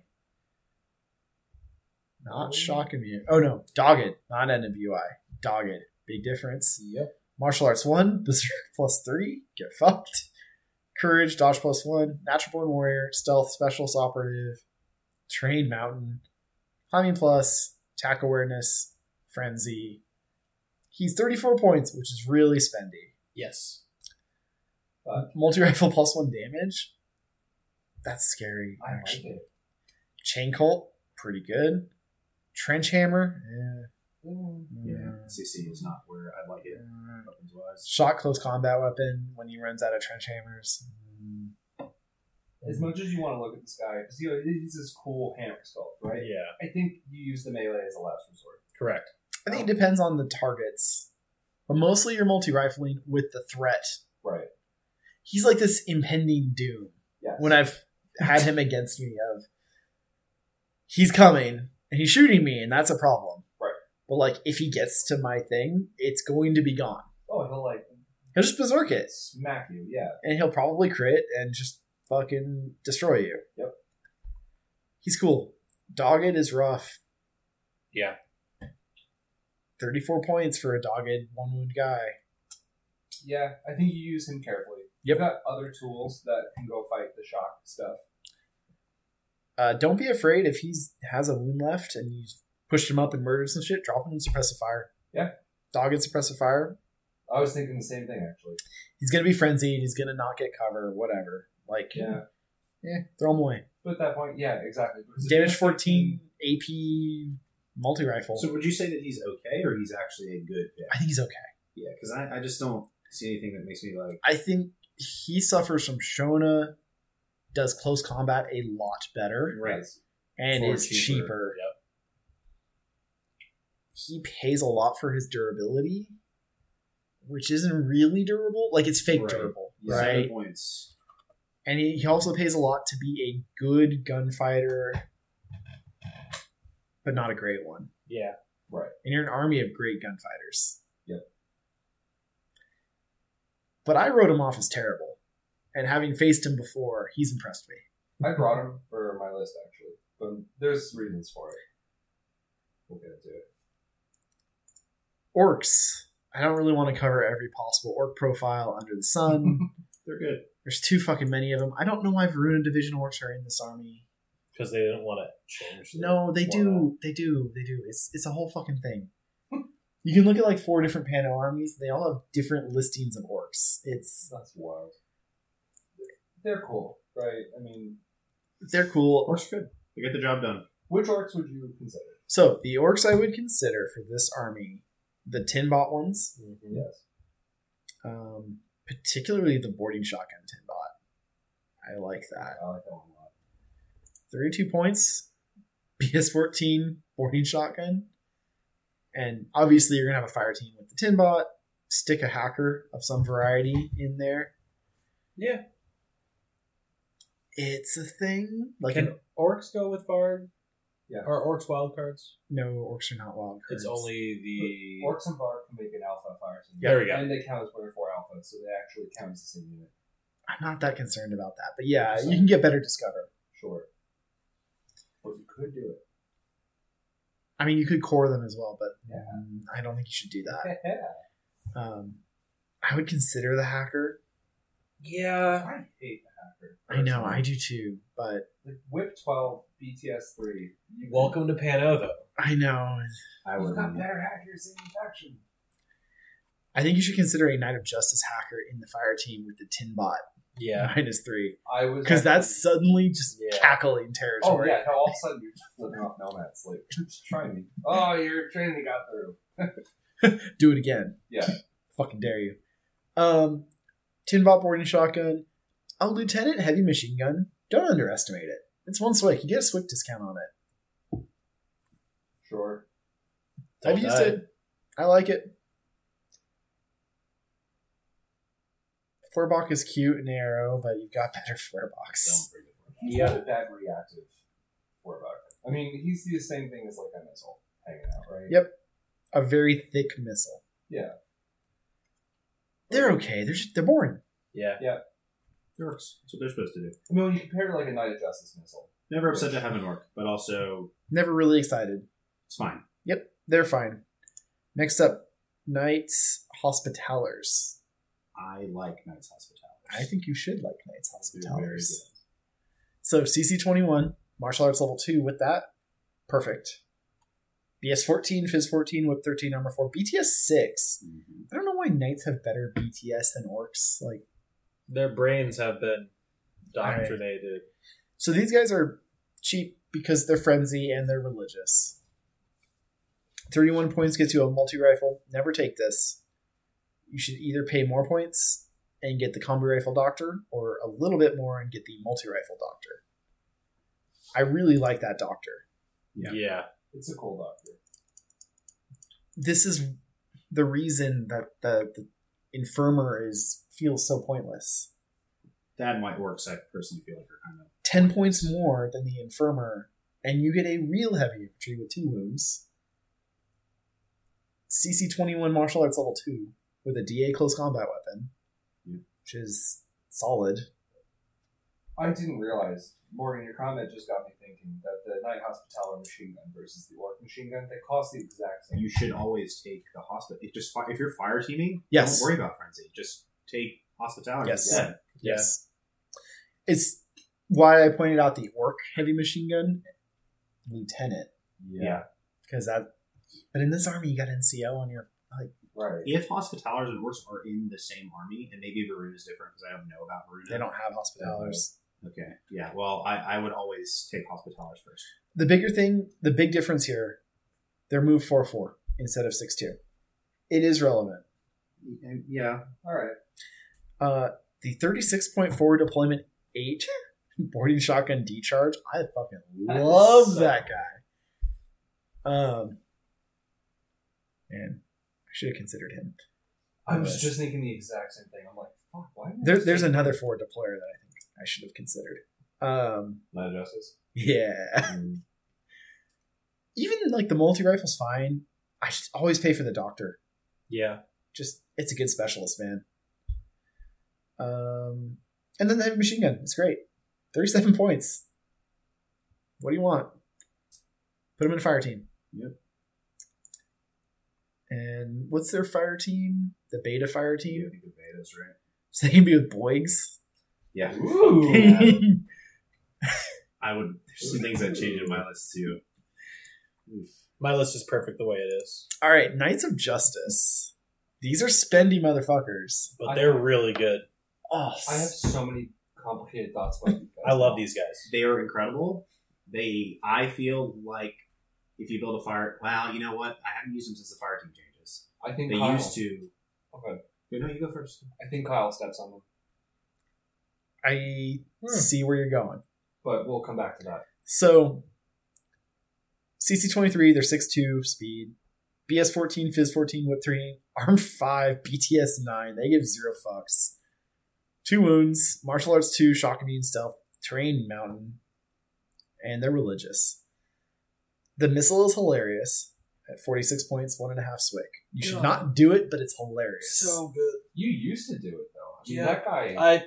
S3: Not shock immune. Oh no, dogged, not NWI. Dogged. Big difference.
S2: Yep.
S3: Martial Arts 1, Berserk plus 3, get fucked. Courage, Dodge plus 1, Natural Born Warrior, Stealth, Specialist Operative, Trained Mountain, Climbing plus, Attack Awareness, Frenzy. He's 34 points, which is really spendy.
S2: Yes.
S3: Multi rifle plus one damage. That's scary.
S4: I like
S3: Actually.
S4: it.
S3: Chain Colt, pretty good. Trench Hammer, eh.
S4: Mm-hmm.
S3: yeah.
S5: CC is not where I'd like it. Weapons wise,
S3: Mm. Shot close combat weapon when he runs out of trench hammers.
S4: As much as you want to look at this guy, because you know, he's this cool hammer sculpt, right?
S2: Yeah,
S4: I think you use the melee as a last resort.
S2: correct.
S3: I think
S4: Oh.
S3: it depends on the targets, but mostly you're multi rifling with the threat.
S4: Right.
S3: He's like this impending doom.
S4: Yes.
S3: When I've had him against me, of he's coming and he's shooting me, and that's a problem.
S4: Right.
S3: But like, if he gets to my thing, it's going to be gone.
S4: oh, he'll like
S3: He'll just berserk it.
S4: smack you. Yeah.
S3: and he'll probably crit and just fucking destroy you.
S4: Yep.
S3: He's cool. Dogged is rough.
S5: Yeah.
S3: 34 points for a dogged one wound guy.
S4: Yeah. I think you use him carefully.
S3: Yep.
S4: You've got other tools that can go fight the shock stuff.
S3: Uh, don't be afraid if he's has a wound left and you pushed him up and murdered some shit, drop him in suppressive fire.
S4: Yeah.
S3: Dogged suppressive fire.
S4: I was thinking the same thing actually.
S3: He's gonna be frenzied, he's gonna not get cover, whatever. Like
S4: Yeah.
S3: eh, throw him away.
S4: But at that point, yeah, exactly. Because if
S3: Damage
S4: you're
S3: 14, AP multi rifle.
S5: so would you say that he's okay or he's actually a good pick?
S3: I think he's okay.
S5: Yeah, because I, I just don't see anything that makes me like.
S3: I think he suffers from Shona, does close combat a lot better,
S5: Right.
S3: and
S2: For
S3: is cheaper. He pays a lot for his durability, which isn't really durable. Like it's fake
S5: Right.
S3: durable,
S5: He's seven
S3: right?
S5: points.
S3: And he, he also pays a lot to be a good gunfighter, but not a great one.
S2: Yeah.
S3: And you're an army of great gunfighters.
S4: Yep.
S3: But I wrote him off as terrible. And having faced him before, he's impressed me.
S4: I brought him for my list actually, but there's reasons for it. We'll get into it.
S3: orcs. I don't really want to cover every possible orc profile under the sun.
S5: They're good.
S3: There's too fucking many of them. I don't know why Varuna Division orcs are in this army.
S2: Because they didn't want to change. the-
S3: No, they do. They do. They do. It's it's a whole fucking thing. You can look at like four different Pano armies. They all have different listings of orcs. It's
S4: That's wild. They're cool, right? I mean,
S3: they're cool.
S5: Horse good. They get the job done.
S4: which orcs would you consider?
S3: So the orcs I would consider for this army, the Tinbot ones,
S4: Yes.
S3: um, particularly the boarding shotgun Tinbot. I like that.
S4: I like that one a lot.
S3: 32 points, PS14 boarding shotgun, and obviously you're gonna have a fire team with the Tinbot. Stick a hacker of some variety in there.
S2: Yeah.
S3: It's a thing. Like
S2: Can orcs go with bard?
S4: Yeah.
S2: Are orcs wild cards?
S3: no orcs are not wild cards.
S2: It's only the
S4: Orcs and Bard can make an alpha fire team.
S2: There we go.
S4: And they count as one or four alphas, so they actually count as the same unit.
S3: I'm not that concerned about that, but yeah,
S4: Interesting.
S3: you can get better discover.
S4: Sure. But you could do it.
S3: I mean, you could core them as well, but
S4: Yeah.
S3: mm, I don't think you should do that.
S4: Yeah.
S3: Um, I would consider the hacker.
S2: yeah.
S4: I hate the hacker.
S3: I know I do too, but
S4: Like Whip 12, BTS 3. You
S2: Welcome to Pano though.
S3: I know
S5: I
S4: You've
S5: would.
S4: got better hackers in faction.
S3: I think you should consider a Knight of Justice hacker in the fire team with the tin bot
S2: Yeah.
S3: minus three
S4: I was.
S3: because that's
S4: actually-
S3: suddenly just
S2: Yeah.
S3: cackling
S4: Oh,
S3: territory.
S4: yeah. No, all of a sudden you're just flipping off nomads. Like, just try me. Oh, your training got through.
S3: Do it again.
S4: Yeah.
S3: fucking dare you. Um, tin bot boarding shotgun, a lieutenant heavy machine gun. Don't underestimate it. It's one swick. You get a swick discount on it.
S4: Sure.
S2: Don't
S3: I've used
S2: die.
S3: it. I like it. Flarebach is cute and arrow, but you've got better Flarebox.
S4: Yeah. Not a bad reactive for I mean, he's the same thing as like a missile hanging out, right?
S3: Yep. A very thick missile.
S4: Yeah.
S3: They're okay. They're just, they're boring.
S2: Yeah.
S5: Orcs. That's what they're supposed to do.
S4: I mean, when you compare it to like a Knight of Justice missile.
S5: Never upset to have an orc, but also
S3: Never really excited.
S5: it's fine.
S3: Yep, they're fine. Next up, Knights Hospitallers.
S5: I like Knights Hospitality.
S3: I think you should like Knights Hospitallers.
S5: good.
S3: So CC twenty one, martial arts level two with that, perfect. BS fourteen, Fizz fourteen, Whip thirteen, Armor four, BTS six. I don't know why Knights have better BTS than Orcs. Like
S2: Their brains have been doctrinated.
S3: So these guys are cheap because they're frenzy and they're religious. 31 points gets you a multi rifle. Never take this. You should either pay more points and get the combo rifle doctor, or a little bit more and get the multi rifle doctor. I really like that doctor.
S2: Yeah.
S1: Yeah.
S4: It's a cool doctor.
S3: This is the reason that the, the infirmer is feels so pointless.
S5: That might work. So I personally feel like we're kind of
S3: 10 points more than the infirmer, and you get a real heavy infantry with two wounds. CC 21 martial arts level 2 with a DA close combat weapon, which is solid.
S4: I didn't realize, Morgan, your comment just got me thinking that the Night Hospitaller machine gun versus the Orc machine gun, they cost the exact same.
S5: you should always take the hospital. It just fi- if you're fire teaming,
S3: Yes.
S5: don't worry about frenzy. Just take hospitality.
S3: Yes.
S5: instead.
S3: Yes. It's why I pointed out the orc heavy machine gun lieutenant,
S5: Yeah.
S3: because that. But in this army, you got NCO on your.
S4: Right.
S5: If hospitalers and orcs are in the same army, and maybe Varuna is different because I don't know about Varuna.
S3: They don't have hospitalers.
S5: Okay. Yeah. Well, I, I would always take hospitalers first.
S3: the bigger thing, the big difference here, they're move 4 4 instead of 6 2. It is relevant.
S5: Yeah.
S4: All right.
S3: Uh, the 36.4 deployment 8 boarding shotgun decharge, I fucking
S4: That is
S3: love
S4: so-
S3: that guy. Um, man, I should have considered him.
S4: I was just thinking the exact same thing. I'm like, fuck, why? didn't I
S3: There,
S4: just
S3: there's
S4: think-
S3: another forward deployer that I think I should have considered. Um,
S4: Night of Justice.
S3: yeah. Even like the multi rifle's fine. I should always pay for the doctor.
S2: Yeah.
S3: just it's a good specialist, man. Um, and then the heavy machine gun. It's great. Thirty-seven points. What do you want? Put them in a fire team.
S5: Yep.
S3: And what's their fire team? The beta fire
S5: You
S3: team.
S5: think the betas, right?
S3: So they can be with Boigs.
S5: Yeah.
S4: Ooh.
S5: I would. There's some things that change in my list too.
S2: My list is perfect the way it is.
S3: All right, Knights of Justice. These are spendy motherfuckers.
S2: But
S4: I-
S2: they're really good.
S3: Oh,
S4: I have so many complicated thoughts about these guys.
S2: I love these guys.
S5: They are incredible. They. I feel like if you build a fire. Well, you know what? I haven't used them since the fire team changes.
S4: I think
S5: They
S4: Kyle,
S5: used to.
S4: Okay.
S5: No, you go first.
S4: I think Kyle steps on them,
S3: I
S2: Hmm.
S3: see where you're going.
S4: but we'll come back to that.
S3: So CC23, they're 6'2 speed. BS14, Fizz14, Whip 3, Arm 5, BTS 9. They give zero fucks. Two wounds, martial arts 2, shock immune, stealth, terrain, mountain. And they're religious. The missile is hilarious at 46 points, one and a half swick. You should
S2: Yeah.
S3: not do it, but it's hilarious.
S2: good.
S4: You used to do it, though. I mean,
S2: Yeah.
S4: that guy
S2: I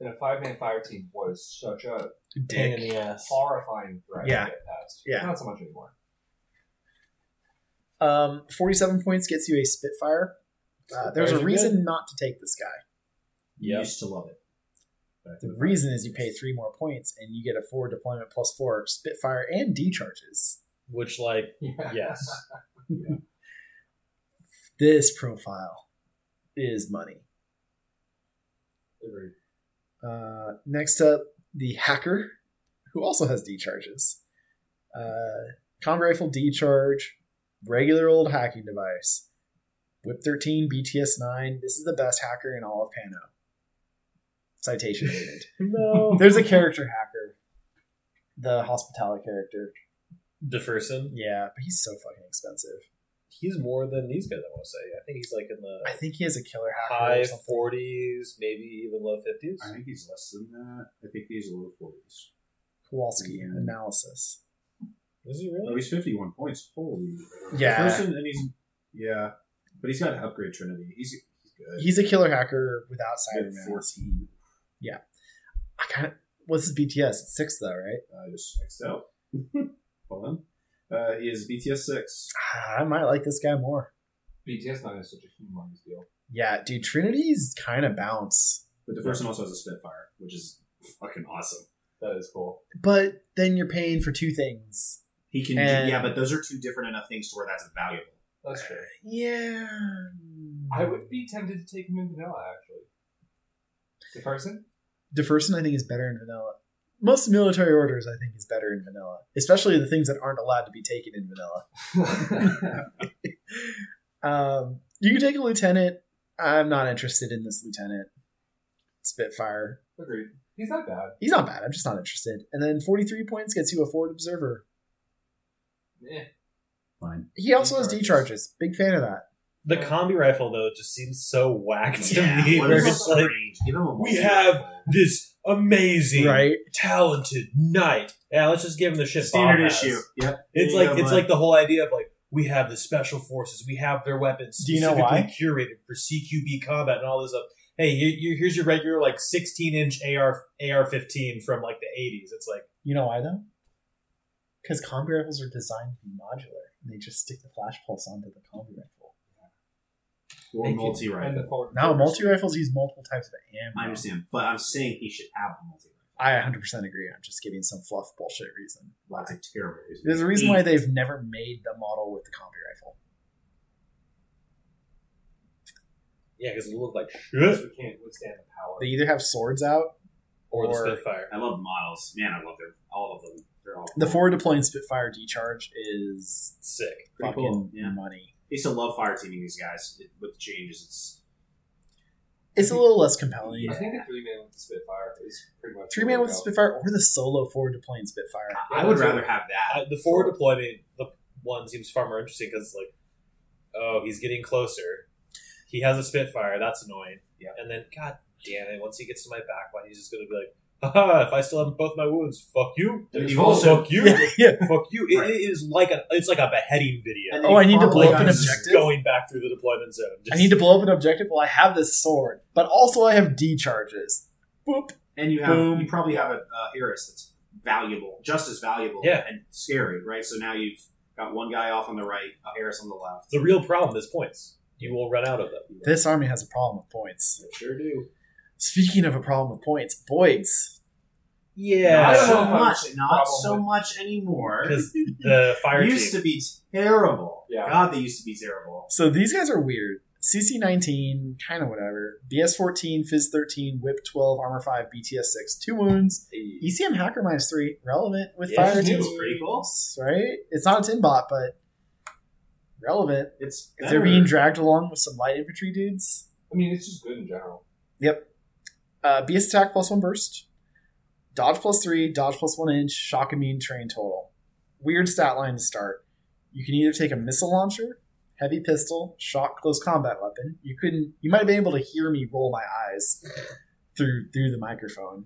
S4: in a five man fire team was such a
S2: pain
S3: Dick.
S2: in the ass.
S4: horrifying threat
S3: Yeah.
S4: to get past.
S3: Yeah.
S4: Not so much anymore.
S3: Um, 47 points gets you a Spitfire. Uh, there's
S2: Spitfires
S3: a
S2: are
S3: reason not to take this guy.
S5: You
S2: Yeah.
S5: used to love it. Back in
S3: The
S5: the-
S3: reason is you pay three more points and you get a four deployment plus four Spitfire and D charges.
S2: Which like
S4: Yeah.
S2: yes.
S3: This profile is money.
S4: Agreed.
S3: Uh, next up, the hacker, who also has D charges. Uh, combat rifle D charge, regular old hacking device. Whip 13, BTS 9. This is the best hacker in all of Pano. Citation needed.
S2: No.
S3: There's a character hacker, the hospitality character.
S2: DeFerson.
S3: Yeah, but he's so fucking expensive.
S2: He's more than these guys, I want to say. I think he's like in the
S3: I think he has a killer hacker.
S2: high
S3: or something.
S2: forties, maybe even low fifties.
S5: I think he's less than that. I think he's a little forties.
S3: Kowalski
S5: Mhm.
S3: analysis.
S2: Is he
S5: Oh,
S2: really?
S5: he's fifty-one points. Holy.
S3: Yeah.
S5: Person, and he's yeah, but he's got an upgrade Trinity. He's he's good.
S3: He's a killer hacker without
S5: He's
S3: cyber
S5: at
S3: man.
S5: fourteen.
S3: I kind of what's his BTS? It's six though, right?
S5: I just X'd out. Hold on. Uh, he is BTS six.
S3: Ah, I might like this guy more.
S4: BTS 9 is such a humongous deal.
S3: Yeah, dude, Trinity's kind of bounce,
S5: But the person also has a Spitfire, which is fucking awesome.
S4: That is cool.
S3: but then you're paying for two things.
S5: He can,
S3: And-
S5: yeah, but those are two different enough things to where that's valuable.
S4: That's true.
S3: Yeah,
S4: I would be tempted to take him in vanilla, actually. The person?
S3: DeFerson, I think, is better in vanilla. Most military orders, I think, is better in vanilla, especially the things that aren't allowed to be taken in vanilla. Um, you can take a lieutenant. I'm not interested in this lieutenant. Spitfire.
S4: Agreed. He's not bad.
S3: He's not bad. I'm just not interested. And then 43 points gets you a forward observer.
S4: Eh.
S5: Fine.
S3: He also has D charges. Big fan of that.
S2: The combi rifle though just seems so whack to me.
S5: what
S2: Where
S5: is
S2: it's
S5: the
S2: like
S5: range? Give him a
S2: we
S5: multi-
S2: have this amazing,
S3: Right?
S2: talented knight. Yeah, let's just give him the shit.
S5: standard
S2: Bob has.
S5: issue. Yep.
S2: It's
S5: Yeah,
S2: like it's
S5: but-
S2: like the whole idea of like we have the special forces, we have their weapons
S3: Do you know
S2: specifically curated for CQB combat and all this stuff. Hey, you, you, here's your regular like 16 inch AR AR-15 from like the 80s. It's like
S3: You know why though? Because combi rifles are designed to be modular, and they just stick the flash pulse onto the combi rifle.
S5: Or
S4: Thank you.
S5: multi
S4: And
S5: rifle.
S4: the forward.
S3: Now, multi rifles use multiple types of ammo.
S5: I understand, but I'm saying he should have a multi rifle.
S3: I 100% agree. I'm just giving some fluff bullshit reason.
S5: That's a terrible reason.
S3: There's a reason why they've never made the model with the combi rifle.
S2: yeah, because it looked like
S4: We
S2: shit
S4: can't withstand the power.
S3: They either have swords out
S2: or,
S3: Or-
S2: the Spitfire.
S5: I love the models. Man, I love them. All of them. They're all
S3: The forward deploying Spitfire decharge is
S2: Sick.
S5: Pretty
S3: fucking
S5: cool, yeah.
S3: money.
S5: I used to love fire teaming these guys it, with the changes. It's
S3: It's a little less compelling.
S4: I think the three man with the Spitfire is pretty much
S3: Three man with
S4: the
S3: the Spitfire or the solo forward deploying Spitfire.
S5: I would rather have that.
S2: I, the forward deployment the one seems far more interesting because it's like, oh, he's getting closer. He has a Spitfire. That's annoying.
S5: Yeah.
S2: And then, god damn it, once he gets to my back line, he's just gonna be like, haha, if I still have both my wounds, fuck you.
S5: There's
S2: Fuck
S5: also-
S2: you.
S3: Yeah, yeah.
S2: Fuck you. It-
S5: Right.
S2: it is like a it's like a beheading video.
S5: And
S3: Oh, I need to
S5: Farm
S3: blow up an
S5: Legends is
S3: objective.
S2: Going back through the deployment zone.
S3: I need to blow up an objective. Well, I have this sword, but also I have D charges. Boop.
S5: And you have
S3: Boom.
S5: you probably have a, a Harris that's valuable, just as valuable,
S2: Yeah.
S5: and scary, right? So now you've got one guy off on the right, a Harris on the left.
S2: the real problem is points. You will run out of them.
S3: This army has a problem with points.
S5: Sure do.
S3: Speaking of a problem with points, Boyd's.
S5: Not
S4: Yeah.
S5: so
S4: Yeah.
S5: much, not
S4: Problem
S5: so
S4: with-
S5: much anymore.
S2: Because the fire team.
S5: used to be terrible.
S4: Yeah.
S5: God, they used to be terrible.
S3: So these guys are weird. CC 19, kind of whatever. BS 14, Fizz 13, Whip 12, Armor 5, BTS 6, 2 wounds. ECM E Hacker minus 3, relevant with
S2: Yeah,
S3: fire
S2: it's new.
S3: teams.
S5: It's pretty cool.
S3: Right? It's not a tin bot, but relevant.
S5: It's
S3: If they're
S5: better.
S3: being dragged along with some light infantry dudes.
S4: I mean, it's just good in general.
S3: Yep. Uh, BS attack plus one burst. Dodge plus three, dodge plus one inch, shock immune, terrain total. Weird stat line to start. You can either take a missile launcher, heavy pistol, shock close combat weapon. You couldn't you might have been able to hear me roll my eyes through through the microphone.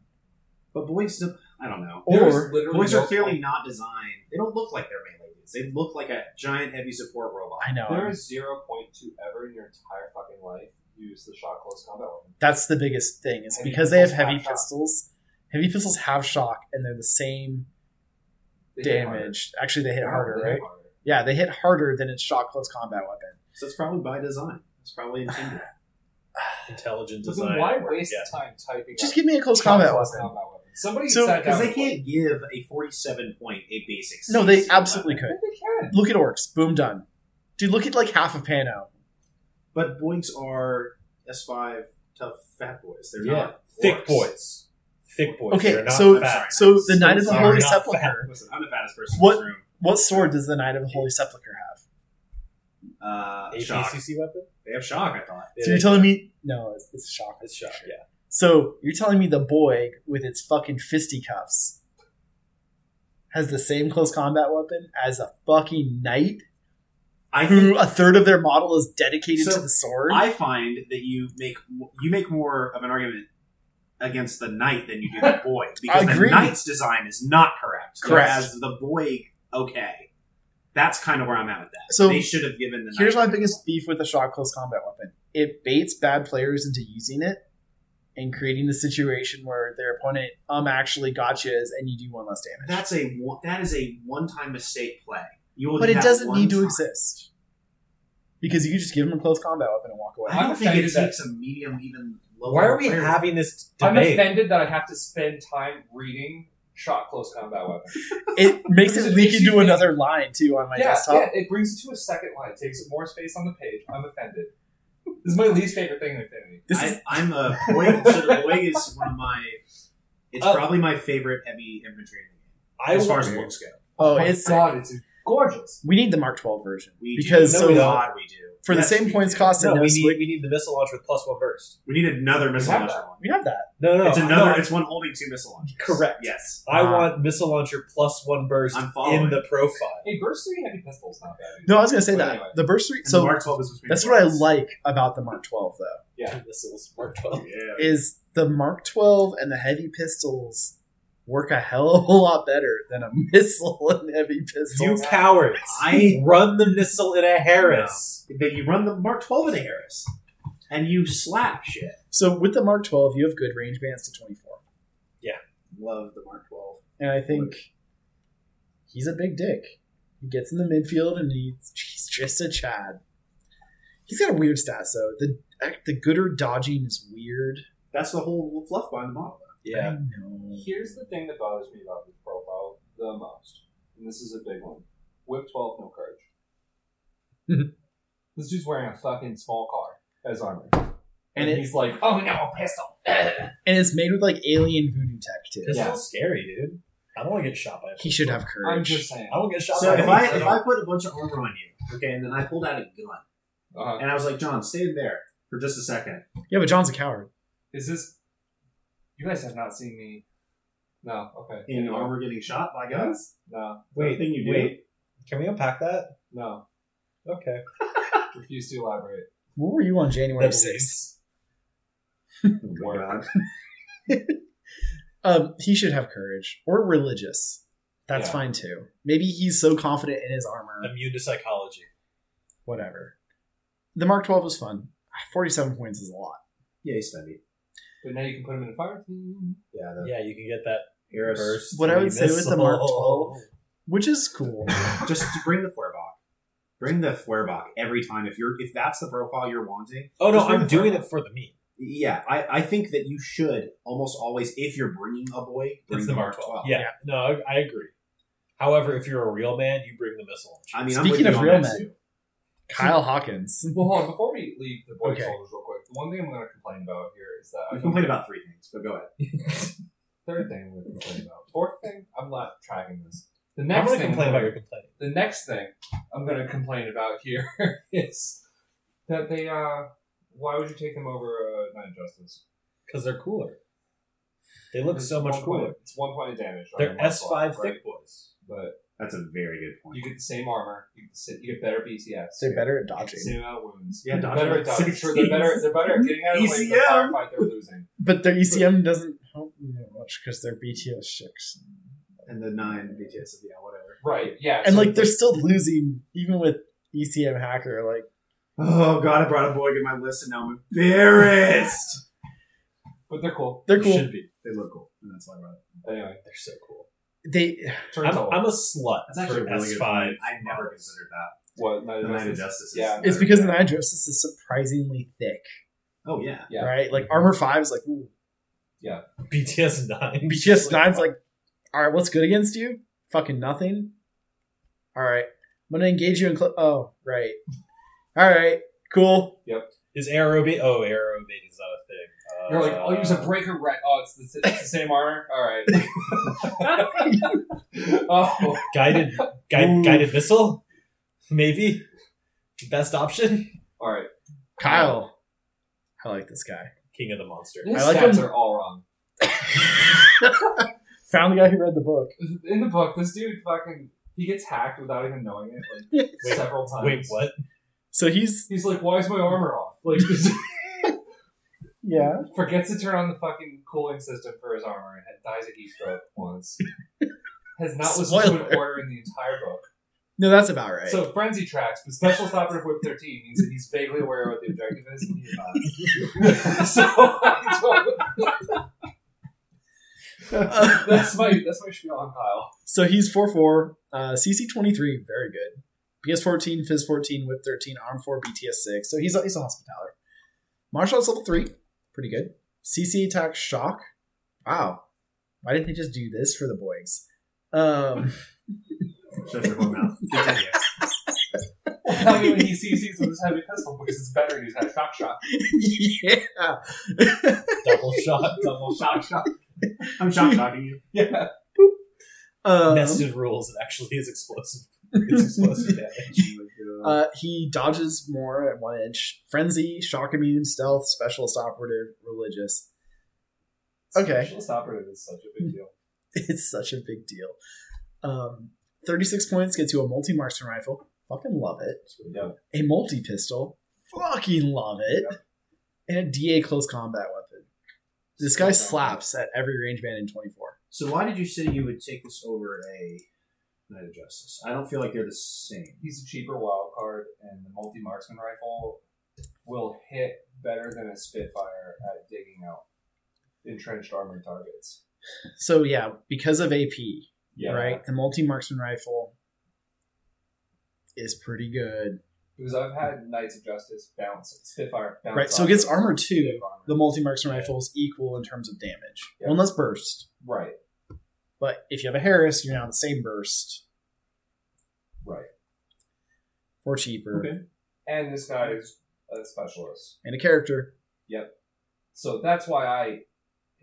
S5: but boys, don't- I don't know.
S4: There's
S3: Or
S4: literally
S5: Boys are
S4: no
S5: clearly
S4: point.
S5: not designed. They don't look like they're melee dudes. They look like a giant heavy support robot.
S3: I know
S4: There is zero point to ever in your entire fucking life use the shot close combat weapon.
S3: that's the biggest thing, is
S4: Heavy
S3: because they have
S4: pistols have
S3: heavy
S4: shock.
S3: pistols. Heavy pistols have shock and they're the same
S4: They hit
S3: damage. Actually they hit
S4: harder.
S3: harder,
S4: They hit
S3: right?
S4: harder.
S3: Yeah, they hit harder than its shock close combat weapon.
S5: So it's probably by design. It's probably intended.
S2: intelligent
S4: So
S2: design.
S4: then why
S2: work,
S4: waste
S2: yeah.
S4: time typing?
S3: Just
S4: up
S3: give me a close
S4: shot
S3: combat
S4: close
S3: weapon.
S4: combat weapon? Somebody
S3: So-
S4: sat down
S5: Because they
S4: and-
S5: can't give a 47 point a basic.
S3: No,
S5: CC
S3: they
S5: weapon.
S3: absolutely
S4: I
S3: could.
S4: think they can.
S3: Look at orcs. Boom, done. Dude, look at like half of Pano.
S5: But boinks are S5 tough fat boys. They're
S2: Yeah.
S5: not
S2: Thick
S5: orcs.
S2: boys. Thick boys.
S3: Okay,
S2: They're not
S3: so-
S2: fat.
S3: So the Knight of the
S5: Sorry,
S3: Holy
S2: not
S3: Sepulchre.
S5: Listen, I'm the fattest person
S3: What-
S5: in this room.
S3: What sword does the Knight of the Holy Sepulchre have?
S5: Uh, shock.
S2: APCC weapon.
S5: They have shock. I thought.
S3: So you're telling me no, it's, it's shock.
S2: it's shock. Yeah.
S3: So you're telling me the boy with its fucking fisticuffs has the same close combat weapon as a fucking knight
S5: I think
S3: who a third of their model is dedicated
S5: So,
S3: to the sword.
S5: I find that you make you make more of an argument against the knight than you do the boy because the
S3: agree.
S5: knight's design is not correct.
S3: Correct.
S5: Whereas the boy, okay, that's kind of where I'm at with that.
S3: So
S5: they should have given the.
S3: Here's my
S5: knight.
S3: biggest beef with the shot close combat weapon. It baits bad players into using it and creating the situation where their opponent um actually gotchas and you do one less damage.
S5: That's a one- that is a one time mistake play. You will
S3: but
S5: do
S3: it
S5: that
S3: doesn't
S5: one
S3: need to
S5: time.
S3: exist. Because you can just give them a close combat weapon and walk away.
S5: I
S4: I'm
S5: don't think it
S4: offended that-
S5: takes a medium, even lower.
S2: Why are we
S5: player.
S2: having this
S4: I'm
S2: debate?
S4: offended that I have to spend time reading shot close combat weapon.
S3: It makes
S4: Because
S3: it leak
S4: it makes you
S3: into
S4: think-
S3: another line too on my
S4: yeah,
S3: desktop.
S4: yeah, it brings it to a second line. It takes up more space on the page. I'm offended. This is my least favorite thing in Infinity.
S3: This
S5: I,
S3: is
S5: I'm a boy. so the boy is one of my. It's
S2: Oh.
S5: probably my favorite heavy infantry in the game,
S2: I
S5: as
S2: will-
S5: far as looks go.
S3: oh,
S4: my
S3: it's
S4: God, it's gorgeous.
S3: we need the Mark Twelve version
S5: We
S3: because
S5: do.
S2: No, we
S3: so
S2: don't.
S5: God, we do
S3: for the
S5: Yes,
S3: same
S5: we
S3: points
S5: do.
S3: cost
S2: No,
S3: and no,
S2: we
S3: split,
S2: need, we need the missile launcher plus one burst.
S5: We need another missile
S4: have
S5: launcher.
S4: that.
S5: One.
S3: we have that.
S2: No, no,
S5: it's
S2: no,
S5: another.
S2: I-
S5: It's one holding two missile launchers.
S2: Correct.
S5: Yes.
S2: I
S3: Ah.
S2: want missile launcher plus one burst
S5: I'm following.
S2: in the profile.
S4: Hey, burst three heavy pistols not bad. either.
S3: No, I was gonna say
S4: But
S3: that
S4: anyway.
S3: the burst three.
S5: And
S3: So
S5: the Mark 12 is between
S3: that's
S5: the
S3: what I
S5: lines.
S3: like about the Mark Twelve though
S4: Yeah.
S2: Missiles marked well.
S5: Oh, Yeah.
S3: is the Mark Twelve and the heavy pistols work a hell of a lot better than a missile and heavy
S2: You
S3: pistols.
S2: cowards!
S5: I-
S2: run the missile in a Harris.
S5: That you run the Mark 12 into Harris, and you slap shit.
S3: So with the Mark Twelve, you have good range bands to twenty four,
S1: Love the Mark 12.
S3: and I think he's a big dick. He gets in the midfield and he's, he's just a Chad. He's got a weird stat though. The the gooder dodging is weird.
S1: That's the whole fluff behind the model.
S2: Yeah,
S3: I know.
S4: Here's the thing that bothers me about this profile the most, and this is a big one: Whip twelve, no courage. this dude's wearing a fucking small car as armor, and,
S3: And it-
S4: he's like, "Oh no, a pistol!"
S3: and it's made with like alien voodoo tech too.
S2: this
S4: Yeah.
S2: is scary, dude. I don't want to get shot by. a
S3: He should have courage.
S4: I'm just saying.
S2: I won't get shot
S5: So
S2: by.
S5: if
S2: a
S5: I
S2: missile.
S5: if I put a bunch of armor on you, okay, and then I pulled out a gun,
S4: Uh,
S5: and I was like, John, stay there for just a second.
S3: yeah, but John's a coward.
S4: is this? You guys have not seen me. No. Okay.
S5: In armor getting shot by guns?
S4: No.
S5: The thing you do.
S2: wait. Can we unpack that?
S4: No.
S2: Okay.
S4: Refuse to elaborate.
S3: What were you on January
S2: That's-
S3: sixth?
S1: Oh my God.
S3: Um, he should have courage or religious. That's
S4: Yeah.
S3: fine too. Maybe he's so confident in his armor.
S2: Immune to psychology.
S3: Whatever. The Mark Twelve was fun. Forty-seven points is a lot.
S1: Yeah, he's steady.
S4: But now you can put him in a fire team.
S1: Yeah, the
S2: Yeah, you can get that
S1: Harris.
S2: burst.
S3: What I
S2: three
S3: would say with the
S2: missile.
S3: Mark 12. which is cool.
S5: Just bring the Feuerbach. Bring the Feuerbach every time. If you're if that's the profile you're wanting,
S2: Oh no,
S5: Just bring
S2: I'm
S5: the
S2: doing
S5: Feuerbach.
S2: it for the meme.
S5: yeah, I, I think that you should almost always, if you're bringing a boy, bring
S2: It's the Mark 12. Yeah.
S3: Yeah.
S2: No, I, I agree. However, if you're a real man, you bring the missile.
S5: I mean, I'm with
S3: Speaking
S5: you
S3: of
S5: on
S3: real
S5: that,
S3: men,
S5: too.
S3: Kyle Hawkins.
S4: Well, hold on. Before we leave the boy
S3: Okay.
S4: soldiers real quick, the one thing I'm going to complain about here is that I
S5: I've
S4: think
S5: complained about three things, but go ahead.
S4: third thing I'm going to complain about. Fourth thing, I'm not tracking this. The
S2: I'm
S4: next
S2: going to
S4: thing,
S2: complain about your complaining.
S4: the next thing I'm going to complain about here is that they. uh Why would you take them over uh, Nine Justice?
S2: Because they're cooler. They look
S4: It's
S2: so much
S4: one point-
S2: cooler.
S4: It's one point of damage. on
S2: They're
S4: one
S2: S5
S4: slot, right?
S2: thick boys.
S4: but
S5: That's a very good point.
S4: you get the same armor. You get, the, sa- you get better BTS.
S3: They're better at
S4: The
S3: dodging,
S4: Same amount of wounds.
S5: Yeah, dodge
S4: better
S5: like
S4: at dodging. Sure,
S5: 16.
S4: they're better. They're better at getting out of the way of the
S5: ECM.
S4: firefight they're losing.
S3: but their ECM doesn't help me that much because they're BTS six,
S5: And the nine BTS, yeah, whatever.
S4: Right. Yeah.
S3: and
S4: so
S3: like they're still losing even with ECM hacker. Like
S5: Oh god, I brought a boy to my list, and now I'm embarrassed.
S4: but they're cool.
S3: they're cool.
S2: Should be.
S5: they look cool, and that's why I brought it.
S4: Anyway,
S2: They're so cool.
S3: They
S4: turns
S2: I'm,
S4: out
S2: I'm a slut
S5: That's actually
S2: for
S5: a really good
S2: S5.
S5: point. I never considered that.
S4: what Knight
S5: The
S4: of
S5: Knight of
S4: Justice.
S5: Justice. Is
S4: Yeah.
S3: it's because the Nidrosis is surprisingly thick,
S5: Oh yeah.
S4: Yeah.
S3: right? Like armor five is like ooh.
S2: BTS 9.
S3: BTS nine's like, all right, what's good against you? Fucking nothing. All right, I'm gonna engage you in. Cl- oh, right. All right, cool.
S2: Is aerobate? Oh, aerobate is not a thing. Uh,
S4: You're like, I'll use a breaker right. Oh, it's the, it's the same armor. All right. oh,
S2: guided guide, guided missile. Maybe best option.
S4: all right.
S3: Kyle, I like this guy.
S2: King of the monster.
S4: His
S3: I like
S4: stats
S3: him.
S4: are all wrong.
S3: Found the guy who read the book.
S4: In the book, this dude fucking he gets hacked without even knowing it, like
S2: Wait,
S4: several times.
S2: Wait, what?
S3: So he's
S4: He's like, why is my armor off? Like,
S3: yeah.
S4: forgets to turn on the fucking cooling system for his armor and dies of heat stroke once. Has not listened to an
S3: Spoiler.
S4: order in the entire book.
S3: No, that's about right.
S4: So frenzy tracks, but special stopper of whip thirteen means that he's vaguely aware of what the objective is and he's not. so I don't-
S3: Uh,
S4: that's my that's my spiel on Kyle.
S3: so he's four four, uh, CC twenty three, very good. PS fourteen, Fizz fourteen, Whip thirteen, Arm four, BTS six. So he's a, he's a hospitaller. Martial arts level three, pretty good. CC attack shock. Wow, why didn't they just do this for the boys? Um,
S5: Shut your whole mouth. Continue.
S4: tell me when he sees he's with his heavy pistol because it's better and he's had a shock shot.
S3: yeah.
S2: Double shot.
S4: Double shock shot.
S5: I'm shock shocking you.
S4: Yeah.
S3: Um,
S2: Nested rules. It actually is explosive. It's explosive damage.
S3: uh, he dodges more at one edge. Frenzy, shock immune, stealth, specialist operative, religious. Okay.
S4: Specialist operative is such a big deal.
S3: It's such a big deal. Um, 36 points gets you a multi marksman rifle. Fucking love it.
S4: Yeah.
S3: a multi pistol. Fucking love it. And a DA close combat weapon. This guy
S4: Close combat.
S3: slaps at every range man in 24.
S5: So why did you say you would take this over a Knight of Justice? I don't feel like they're the same.
S4: He's a cheaper wild card, and the multi marksman rifle will hit better than a Spitfire at digging out entrenched armored targets.
S3: So, yeah, because of AP,
S4: Yeah.
S3: right? The multi marksman rifle is pretty good.
S4: Because I've had Knights of Justice bounce Spitfire bounce.
S3: Right, so
S4: off
S3: it gets
S4: of
S3: armor too.
S4: Spitfire.
S3: The multi marksman rifle is equal in terms of damage.
S4: Yeah.
S3: One less burst.
S4: right,
S3: But if you have a Harris, you're now the same burst
S4: right.
S3: for cheaper
S4: And this guy is a specialist.
S3: and a character.
S4: So that's why I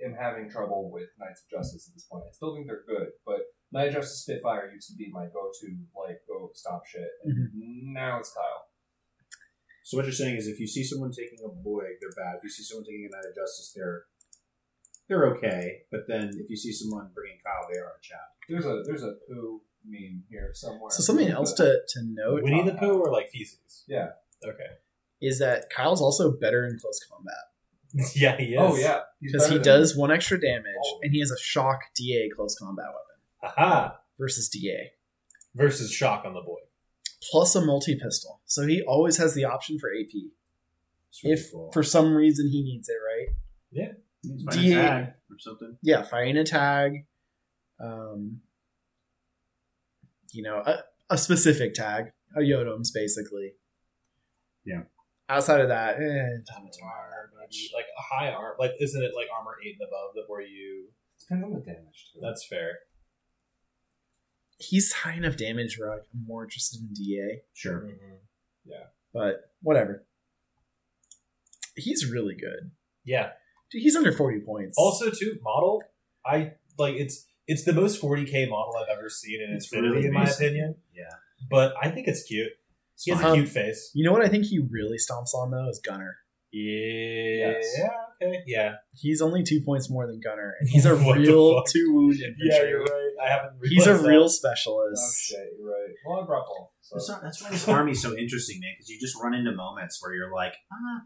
S4: am having trouble with Knights of Justice at this point. I still think they're good, but Knight of Justice Spitfire used to be my go to, like, go stop shit. And
S3: Mm-hmm.
S4: now it's Kyle.
S5: So what you're saying is, if you see someone taking a Boig, they're bad. If you see someone taking a Knight of Justice, they're they're okay. But then if you see someone bringing Kyle, they are a chap.
S4: There's a there's a poo meme here somewhere.
S3: So, something else to, to note
S2: Uh, Winnie the Pooh or like feces?
S4: Yeah.
S2: Okay.
S3: is that Kyle's also better in close combat
S2: Yeah, he is.
S4: Oh yeah, He's
S3: because he
S4: better than-
S3: does one extra damage
S4: Oh.
S3: and he has a shock DA close combat weapon
S2: Aha.
S3: versus DA
S2: Versus shock on the boy.
S3: plus a multi pistol. So he always has the option for AP
S5: It's really
S3: if
S5: cool.
S3: for some reason he needs it, right?
S5: It's
S3: D8
S5: fine, a tag or something.
S3: Yeah, firing a tag, um, you know, a, a specific tag, a Yodems basically.
S5: Yeah.
S3: Outside of that, eh,
S2: Like a high arm. Like isn't it like armor eight and above that where you?
S4: depends on the damage too.
S2: That's fair.
S3: he's high enough damage where like, I'm more interested in DA.
S5: Sure.
S3: but whatever. He's really good.
S2: Yeah.
S3: Dude, he's under 40 points.
S2: Also, too model. I like it's it's the most 40k model I've ever seen, and it's,
S5: It's
S2: really,
S5: really
S2: in my
S5: amazing.
S2: opinion.
S5: Yeah.
S2: But I think it's cute.
S5: It's
S2: He has
S5: fine.
S2: a
S3: fine.
S2: cute face.
S3: you know what I think he really stomps on, though, is Gunner.
S2: Yeah. Okay. Yeah.
S3: He's only two points more than Gunner, and he's a
S2: What the
S3: real
S2: fuck?
S3: two wound infantry.
S2: right. I haven't.
S3: He's a
S2: realized that.
S3: real
S4: Oh
S3: specialist.
S4: shit, you're right. Well, I brought both. So.
S5: That's, not, that's why this army's so interesting, man. Because you just run into moments where you're like, ah,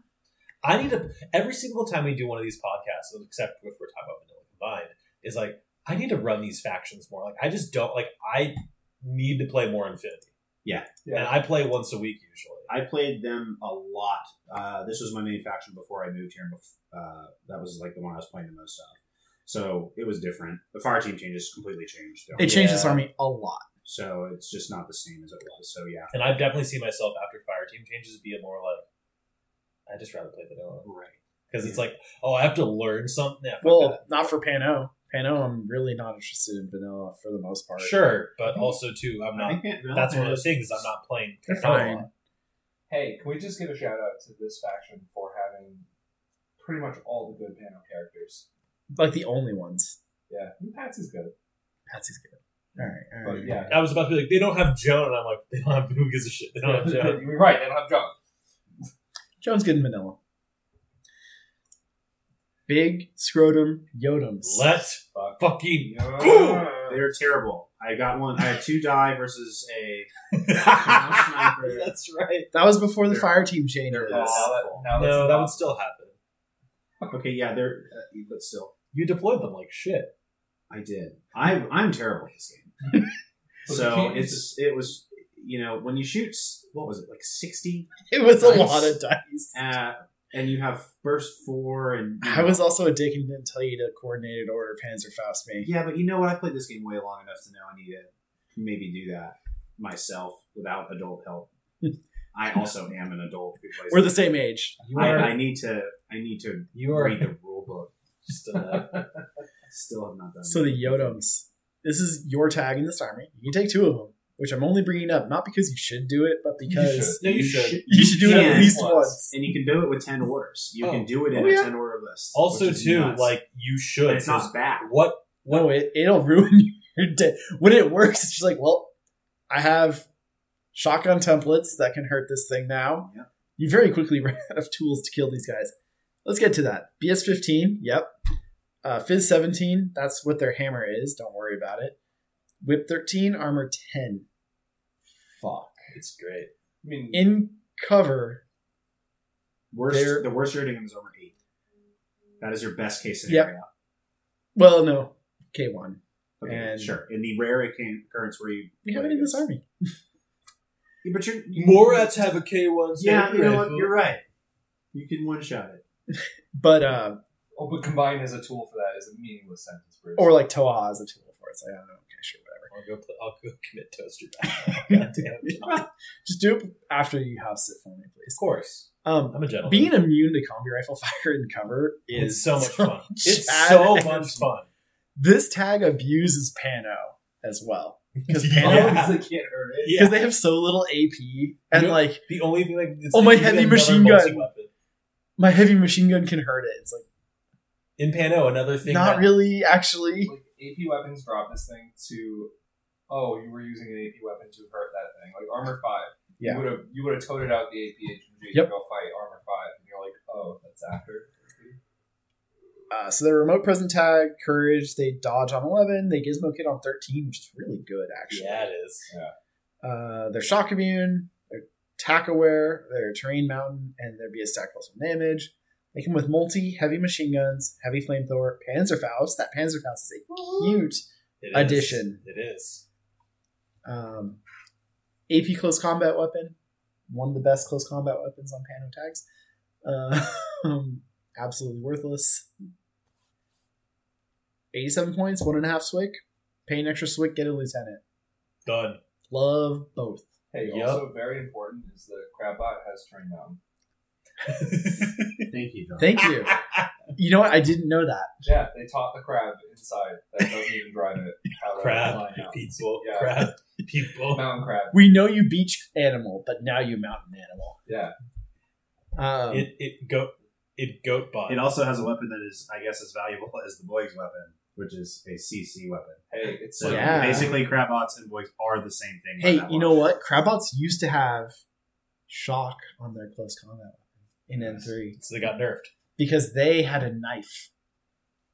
S2: I need to every single time we do one of these podcasts, except if we're talking about vanilla combined, is like I need to run these factions more. Like I just don't like I need to play more Infinity, and
S4: yeah,
S2: I play once a week usually.
S5: I played them a lot. Uh, this was my main faction before I moved here, and bef- uh, that was like the one I was playing the most of. So it was different. The fire team changes completely changed. though.
S3: It changed
S2: Yeah.
S3: this army a lot.
S5: so it's just not the same as it was. So yeah,
S2: And I've definitely seen myself after fire team changes be a more like I just rather play vanilla
S5: right.
S2: because it's like oh I have to learn something. Yeah, fuck
S3: Well,
S2: that.
S3: not for Pano. Pano, I'm really not interested in vanilla for the most part.
S2: sure, but also too I'm not. That's one of the things I'm not playing.
S3: They're
S2: vanilla.
S3: fine.
S4: Hey, can we just give a shout out to this faction for having pretty much all the good Pano characters?
S3: Like the only ones.
S4: Yeah, I mean, Pats is good,
S3: Patsy's good. All right. All right.
S4: but yeah,
S2: I was about to be like they don't have Joan, and I'm like they don't have who gives a shit. They don't have Joan.
S4: you're right. They don't have junk.
S3: Jones good in vanilla. Big scrotum yodums.
S2: Let's
S4: Fuck.
S2: fucking
S4: Yeah.
S5: They're terrible. I got one. I had two die versus a sniper.
S2: That's right.
S3: that was before the
S5: They're-
S3: fire team changes.
S5: they're
S4: Now that,
S2: No,
S4: now that's
S2: that
S4: enough.
S2: would still happen.
S5: Okay, yeah, they're uh, but still,
S2: You deployed them like shit.
S5: I did. I I'm terrible at this game. so it's it was you know when you shoot s- what was it like sixty
S3: It was a
S5: Nice.
S3: lot of dice.
S5: uh, and you have burst four and you
S3: I
S5: know-
S3: was also a dick and didn't tell you to coordinated order Panzerfaust me.
S5: yeah but you know what i played this game way long enough to know i need to maybe do that myself without adult help i also am an adult who plays
S3: We're the same age.
S2: You
S5: I,
S2: are
S5: I need to i need to
S2: you are
S5: read the rule book
S2: just a,
S5: still have not done
S3: So
S5: it.
S3: the yodums. This is your tag in this army. You can take two of them. which I'm only bringing up not because you should do it, but because
S2: No, you should.
S3: you should do it at
S5: can
S3: least
S4: once.
S3: once.
S5: and you can do it with ten orders. You
S2: Oh.
S5: can do it in
S3: Oh, yeah.
S5: a ten order list.
S2: Also,
S5: which is
S2: too,
S5: nuts.
S2: like you should.
S5: But it's not bad.
S2: What?
S3: No, it, it'll ruin your day. When it works, it's just like, well, I have shotgun templates that can hurt this thing now.
S5: Yeah.
S3: You very quickly run out of tools to kill these guys. Let's get to that. BS 15, yep. Uh, Fizz 17, that's what their hammer is. Don't worry about it. Whip 13, armor 10. Fuck.
S2: It's great.
S4: I mean,
S3: In cover,
S5: Worst,
S3: They're-
S5: the worst rating is over eight. That is your best case scenario.
S3: well, no, K1.
S5: Okay,
S3: And-
S5: sure. In the rare occa- occurrence where you,
S3: We have it
S5: play
S3: in this
S5: against-
S3: army.
S5: Yeah, but you're
S2: Morats have a K one.
S5: Yeah, you know what? You're right. You can one shot it.
S3: But, uh,
S4: oh, but combined as a tool for that is a meaningless sentence, Bruce.
S3: or like Toa has a tool for it. So I don't know. Okay, sure, whatever.
S2: I'll go, pl- I'll go commit toaster. God damn it.
S3: Just do it after you have sit for me, please.
S2: Of course,
S3: Um,
S2: I'm a gentleman.
S3: being immune to combi rifle fire in cover
S2: it's
S3: is
S2: so much fun. It's
S3: Chad
S2: so
S3: and-
S2: much fun.
S3: This tag abuses Pano as well because
S4: Oh,
S3: Pano
S2: Yeah.
S4: because they can't hurt it.
S2: Yeah.
S3: because they have so little AP and
S2: Yeah.
S3: like
S2: The only thing like it's
S3: Oh, my
S2: you need
S3: heavy
S2: another
S3: machine gun.
S2: multi-weapon.
S3: my heavy machine gun can hurt it. It's like
S2: in Pano. Another thing.
S3: not
S2: that-
S3: really actually.
S4: Like AP weapons drop this thing to, oh, you were using an AP weapon to hurt that thing, like armor five.
S3: Yeah.
S4: You would have you would have toted out the AP HMG
S3: Yep.
S4: to go fight armor five, and you're like, oh, that's after.
S3: Uh, so their remote present tag, courage, they dodge on eleven, they gizmo kid on thirteen, which is really good actually.
S2: Yeah, it is.
S3: Uh, they're shock immune, they're attack aware, they're terrain mountain, and their BS stack plus one damage. They come with multi heavy machine guns, heavy flamethrower, Panzerfaust. That Panzerfaust is a cute
S2: It is.
S3: Addition.
S2: It is.
S3: um, AP close combat weapon, one of the best close combat weapons on Pano tags. Uh, um, absolutely worthless. 87 points, one and a half swick. Pay an extra swick, get a lieutenant.
S2: Done.
S3: Love both.
S4: Hey,
S2: Yep.
S4: also very important is the crab bot has turn down.
S5: Thank you, John.
S3: Thank you. you know what? I didn't know that.
S4: Yeah, they taught the crab inside that doesn't even drive it. how that
S2: crab
S5: Oh,
S4: line out.
S2: people.
S4: Yeah.
S2: Crab
S5: Um,
S2: people.
S4: Mountain crab.
S3: We know you beach animal, but now you mountain animal.
S4: Yeah.
S3: Um,
S2: It it goat it goat bot.
S5: It also has a weapon that is, I guess, as valuable as the Boyg's weapon, which is a CC weapon.
S4: Hey, it's
S5: So
S4: like
S3: Yeah.
S5: basically, Crabots and Boygs are the same thing. by
S3: hey,
S5: that
S3: you
S5: logic.
S3: know what? Crabots used to have shock on their close combat weapon in N3
S2: so they got nerfed.
S3: because they had a knife.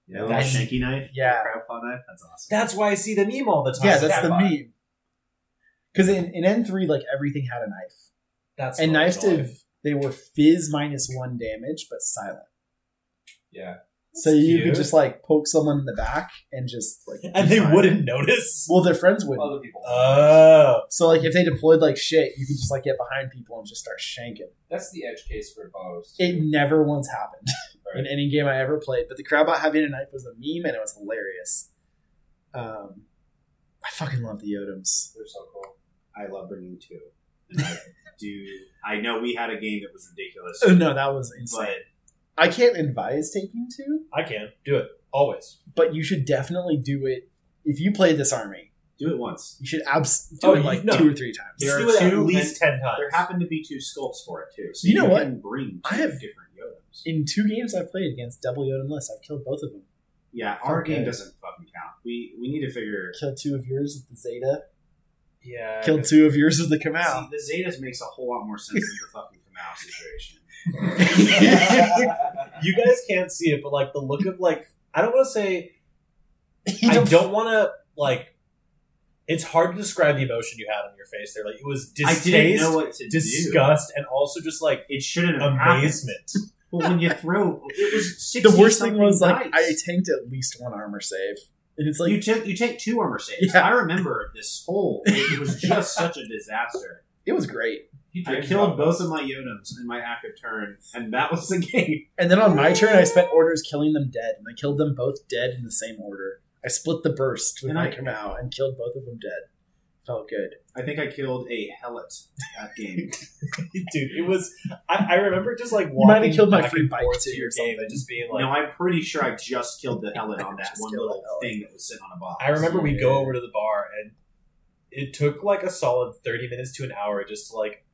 S5: Yeah, that
S3: That's-
S5: shanky knife.
S3: yeah.
S5: crab claw knife. That's awesome.
S2: That's why I see the meme all the time.
S3: yeah, that's the
S2: Crab bot.
S3: meme. Because in, in N3, like everything had a knife,
S2: That's
S3: and
S2: what
S3: knives
S2: I'm
S3: did they were fizz minus one damage, but silent.
S4: yeah.
S3: So you
S2: cute.
S3: could just like poke someone in the back and just like,
S2: going. And they
S3: fine.
S2: wouldn't notice.
S3: Well, their friends wouldn't.
S4: Other people.
S2: Oh,
S3: So like if they deployed like shit, you could just like get behind people and just start shanking.
S4: That's the edge case for bows.
S3: It never once happened in
S4: Right.
S3: any game I ever played. But the Crabot having a knife was a meme and it was hilarious. Um, I fucking love the Odoms.
S4: They're so cool.
S5: I love bringing two. And I do. I know we had a game that was ridiculous,
S3: Oh no, that was
S5: but
S3: insane. I can't advise taking two,
S2: I can do it always.
S3: but you should definitely do it if you play this army.
S5: do it once.
S3: You should abs do
S2: Oh,
S3: it
S2: you-
S3: like
S2: no.
S3: two or three times.
S5: There
S2: Just do it
S5: are two-
S2: at least ten times.
S5: There happen to be two sculpts for it too, so
S3: You know what?
S5: can bring. Two
S3: I have-
S5: different yodems.
S3: In two games I've played against double Yodom lists, I've killed both of them.
S5: Yeah, our
S3: Okay.
S5: game doesn't fucking count. We we need to figure.
S3: Killed two of yours with the Zeta.
S4: Yeah.
S3: Killed two of yours with the Kamau.
S5: See, the Zetas makes a whole lot more sense than the fucking Kamau situation.
S2: you guys can't see it, but like the look of like I don't want to say
S3: You
S2: I
S3: don't-
S2: don't want to like. It's hard to describe the emotion you had on your face there. Like it was
S5: I didn't know
S2: distaste,
S5: what to do.
S2: disgust, and also just like
S5: It shouldn't have happened.
S2: amazement.
S5: Well, when you throw, it was 60
S3: the worst thing was like
S5: something
S3: I
S5: dice.
S3: tanked at least one armor save, and it's like
S5: you took you take two armor saves.
S3: Yeah.
S5: I remember this whole. It was just such a disaster.
S3: it was great.
S4: He
S5: I
S4: dreams
S5: killed
S4: about
S5: both
S4: those.
S5: of my Yodams in my active turn, and that was the game.
S3: And then on my turn, I spent orders killing them dead, and I killed them both dead in the same order. I split the burst with
S5: And
S3: my
S5: I- Oh,
S3: Kamau and killed both of them dead. Felt good.
S5: I think I killed a helot that game.
S2: Dude, it was. I, I remember just like
S3: might have
S2: walking
S3: killed my
S2: back
S3: free
S2: and
S3: bike
S2: forth
S3: too
S2: to your
S3: or
S2: game
S3: something.
S2: and just being like.
S5: no, I'm pretty sure I just killed the helot on that
S3: Just
S5: one
S3: killed
S5: little
S3: the helot.
S5: thing that was sitting on a box.
S2: I remember we
S3: Yeah.
S2: go over to the bar and it took like a solid 30 minutes to an hour just to like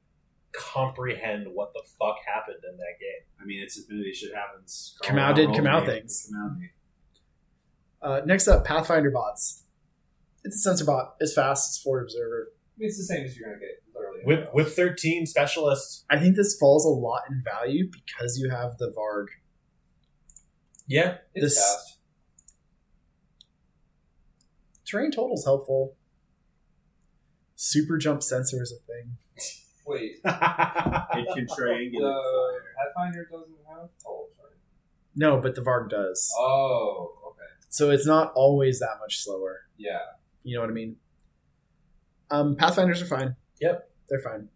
S2: comprehend what the fuck happened in that game.
S5: I mean, it's Infinity. Shit happens.
S3: Come out did come out things. Uh, next up, Pathfinder bots. It's a sensor bot. It's fast. It's forward observer.
S4: It's the same as you're gonna get literally.
S2: Whip, whip 13 specialist.
S3: I think this falls a lot in value because you have the Varg.
S2: Yeah.
S4: It's
S3: this-
S4: fast.
S3: Terrain total's helpful. Super jump sensor is a thing.
S4: Wait,
S1: It can
S3: Uh,
S1: triangulate.
S4: the Pathfinder doesn't have. Oh, sorry.
S3: No, but the Varg does.
S4: Oh, okay.
S3: So it's not always that much slower.
S4: Yeah.
S3: You know what I mean? Um, Pathfinders are fine.
S2: Yep.
S3: They're fine.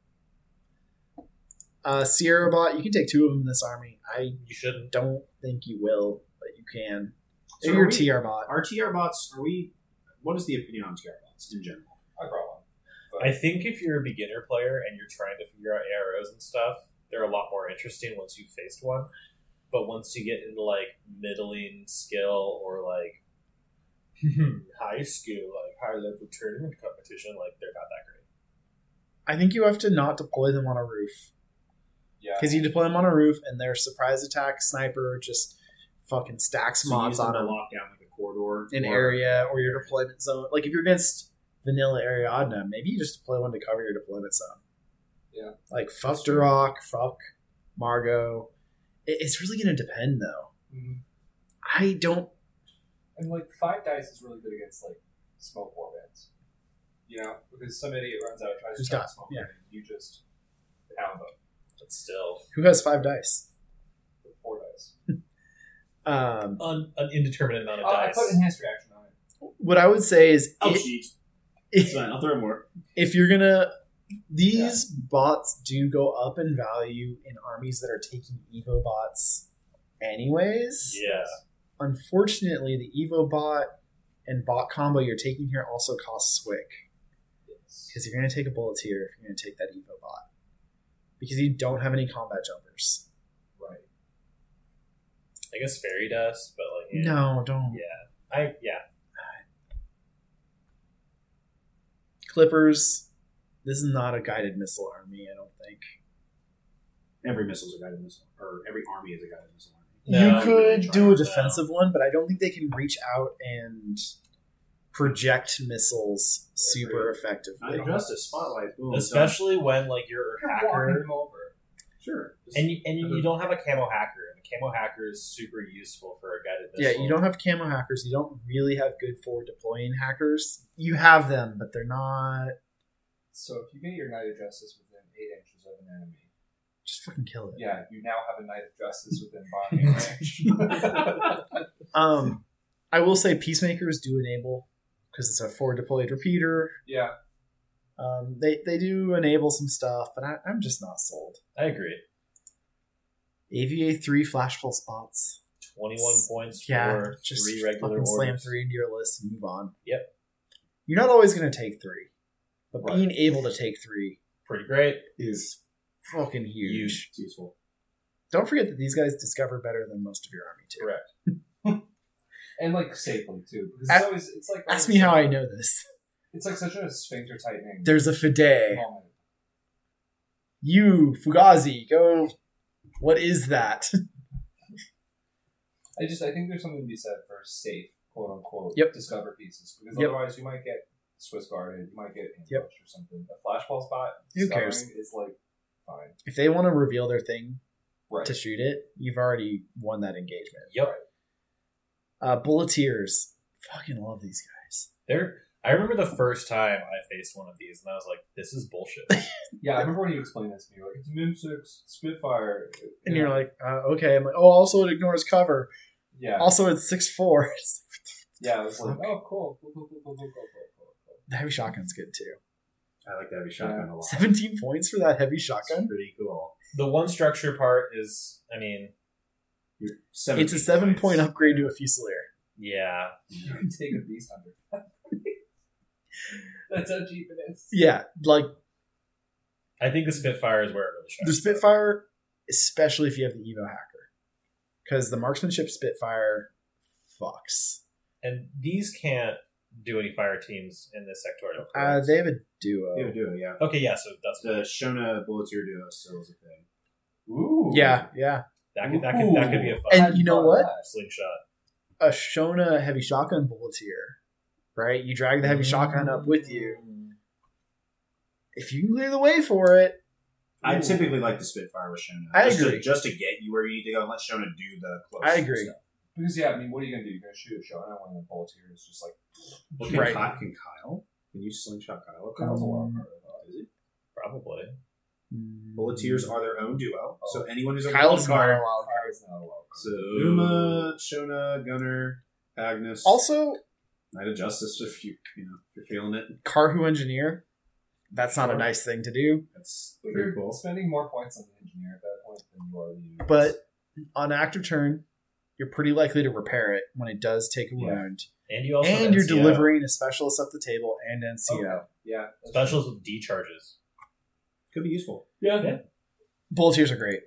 S3: Uh, Sierra bot, you can take two of them in this army. I
S2: You shouldn't.
S3: don't think you will, but you can.
S5: So
S3: If you're
S5: are we-
S3: TR bot.
S5: Are TR bots? Are we? What is the opinion on TR bots in general?
S4: I brought one.
S2: I think if you're a beginner player and you're trying to figure out arrows and stuff, they're a lot more interesting once you've faced one. But once you get into like middling skill or like high skill, like high level tournament competition, like they're not that great.
S3: I think you have to not deploy them on a roof
S4: Yeah.
S3: because you deploy them on a roof and their surprise attack sniper just fucking stacks
S5: So
S3: mods
S5: use them
S3: on
S5: to
S3: them.
S5: lock down like a corridor,
S3: an
S5: or-
S3: area or your deployment zone. Like if you're against vanilla Ariadna, maybe you just deploy one to cover your deployment zone.
S4: Yeah.
S3: Like fuck Duroc, fuck Margot. It, it's really gonna depend though.
S4: Mhm.
S3: I don't
S4: And like five dice is really good against like smoke warbands. You know, because some idiot runs out and tries
S3: Just
S4: to
S3: die,
S4: stop smoke
S3: yeah.
S4: and you just pound them
S2: But still,
S3: who has five dice.
S4: with four dice.
S3: Um
S2: an, an indeterminate amount of
S4: Uh, I
S2: dice.
S4: put enhanced reaction on it.
S3: what I would say is
S5: I'll
S3: i-
S5: cheat.
S3: if,
S5: Oh, It's fine. I'll throw more.
S3: if you're gonna these bots do go up in value in armies that are taking Evo bots anyways.
S2: yeah.
S3: Unfortunately, the Evo bot and bot combo you're taking here also costs Swick.
S4: Yes.
S3: Because you're going to take a Bulleteer if you're going to take that Evo bot. Because you don't have any combat jumpers.
S4: Right.
S2: I guess fairy dust, but like yeah.
S3: No, don't.
S2: yeah, I yeah.
S3: Clippers. This is not a guided missile army, I don't think.
S5: Every missile's a guided missile, or every army is a guided missile. Army.
S2: No,
S3: you could
S5: really
S3: do a
S5: try.
S3: defensive one, but I don't think they can reach out and project missiles super effectively.
S5: Not justice spotlight. Boom.
S2: Especially when like you're a
S4: Walking
S2: hacker
S4: them over.
S5: done. sure. Just-
S2: and you, and
S3: Uh-huh.
S2: you, you don't have a camo hacker, and a camo hacker is super useful for a guided
S3: Yeah,
S2: missile.
S3: you don't have camo hackers. You don't really have good forward deploying hackers. You have them, but they're not.
S4: So if you get your knight of justice within eight inches of an enemy,
S3: Just fucking kill it.
S4: yeah, you now have a knight of justice within body range.
S3: Um, I will say peacemakers do enable because it's a forward deployed repeater.
S4: yeah.
S3: Um, they they do enable some stuff, but I, I'm just not sold.
S2: I agree.
S3: AVA three flash pull spots.
S2: Twenty-one points
S3: Yeah,
S2: for
S3: just
S2: three regular
S3: fucking
S2: orders.
S3: slam three into your list and move on.
S2: Yep.
S3: You're not always going to take three, but
S2: Right.
S3: being able to take three
S2: Pretty great.
S3: is fucking huge.
S2: Huge.
S5: It's useful.
S3: Don't forget that these guys discover better than most of your army too.
S2: Correct.
S4: And like safely too. Because
S3: Ask-
S4: it's always it's like
S3: Ask me how I know this.
S4: it's like such a sphincter tightening
S3: There's a Fide.
S4: moment.
S3: You Fugazi, go. What is that?
S4: I just I think there's something to be said for safe, quote unquote,
S3: Yep.
S4: discover pieces because
S3: Yep.
S4: otherwise you might get Swiss guarded, you might get ambushed
S3: Yep.
S4: or something. A flashball spot
S3: Who cares?
S4: discovering is like fine,
S3: if they want to reveal their thing
S4: right?
S3: to shoot it, you've already won that engagement.
S2: Yep.
S3: Uh, Bulleteers, fucking love these guys.
S2: There. I remember the first time I faced one of these, and I was like, "This is bullshit."
S4: yeah, I remember when you explained this to me, like it's Mim Six Spitfire,
S3: And
S4: yeah.
S3: you're like, uh, okay. I'm like, oh, also it ignores cover.
S4: yeah,
S3: Also, it's six four.
S4: yeah. I was like, oh, cool, cool, cool, cool, cool, cool, cool, cool, cool.
S3: the heavy shotgun's good too.
S5: I like that heavy shotgun a lot.
S3: Seventeen points for that heavy
S5: It's
S3: shotgun.
S5: pretty cool.
S2: the one structure part is, I mean,
S5: You're
S3: It's a
S5: 17
S3: seven
S5: points.
S3: point upgrade to a fusilier.
S2: yeah,
S4: You can take a beast hunter. That's how cheap it is.
S3: Yeah, like
S2: I think the Spitfire is where it really shines.
S3: the Spitfire, especially if you have the Evo hacker, because the marksmanship Spitfire fucks.
S2: and these can't do any fire teams in this sectorial?
S3: Uh,
S2: correct?
S3: they have a duo.
S5: Yeah, do it, yeah.
S2: okay, yeah. So that's
S5: The Shona Bulletier duo still is a thing.
S4: Ooh.
S3: Yeah, yeah.
S2: that could that could, that could be a fun
S3: And you know what?
S2: slingshot.
S3: A Shona heavy shotgun bulletier, right? You drag the heavy shotgun up with you. If you can clear the way for it,
S5: I
S4: Ooh.
S5: typically like the Spitfire with Shona.
S3: I
S5: just
S3: agree.
S5: To, just to get you where you need to go and let Shona do the close.
S3: I agree.
S5: stuff.
S4: Because yeah, I mean, what are you gonna do? You're gonna shoot a shot at one of the bulletiers, just like
S5: Well, can,
S3: Right.
S5: Ky- can Kyle? Can you slingshot Kyle?
S4: Kyle's a lot
S5: Is it?
S2: Probably.
S5: Bulletiers are their own duo, so anyone who's a
S3: Kyle's
S5: wild
S3: not
S5: card.
S3: Mm. a wild card.
S4: cards now. Well,
S5: So Uma, Shona, Gunner, Agnes,
S3: Also,
S5: Knight of Justice. If you you know if you're feeling it,
S3: Carhu engineer. That's not a nice thing to do,
S5: that's
S4: but
S5: pretty
S4: you're
S5: cool.
S4: spending more points on the engineer at that point than you are the unit.
S3: but on active turn, you're pretty likely to repair it when it does take a
S4: Yeah.
S3: wound,
S2: And you also have
S3: and you're
S2: NCO.
S3: delivering a specialist up the table and NCO.
S5: Oh.
S4: Okay. yeah, that's
S2: specials with D charges.
S5: Could be useful.
S4: Yeah.
S2: Yeah.
S3: Bulletiers are great.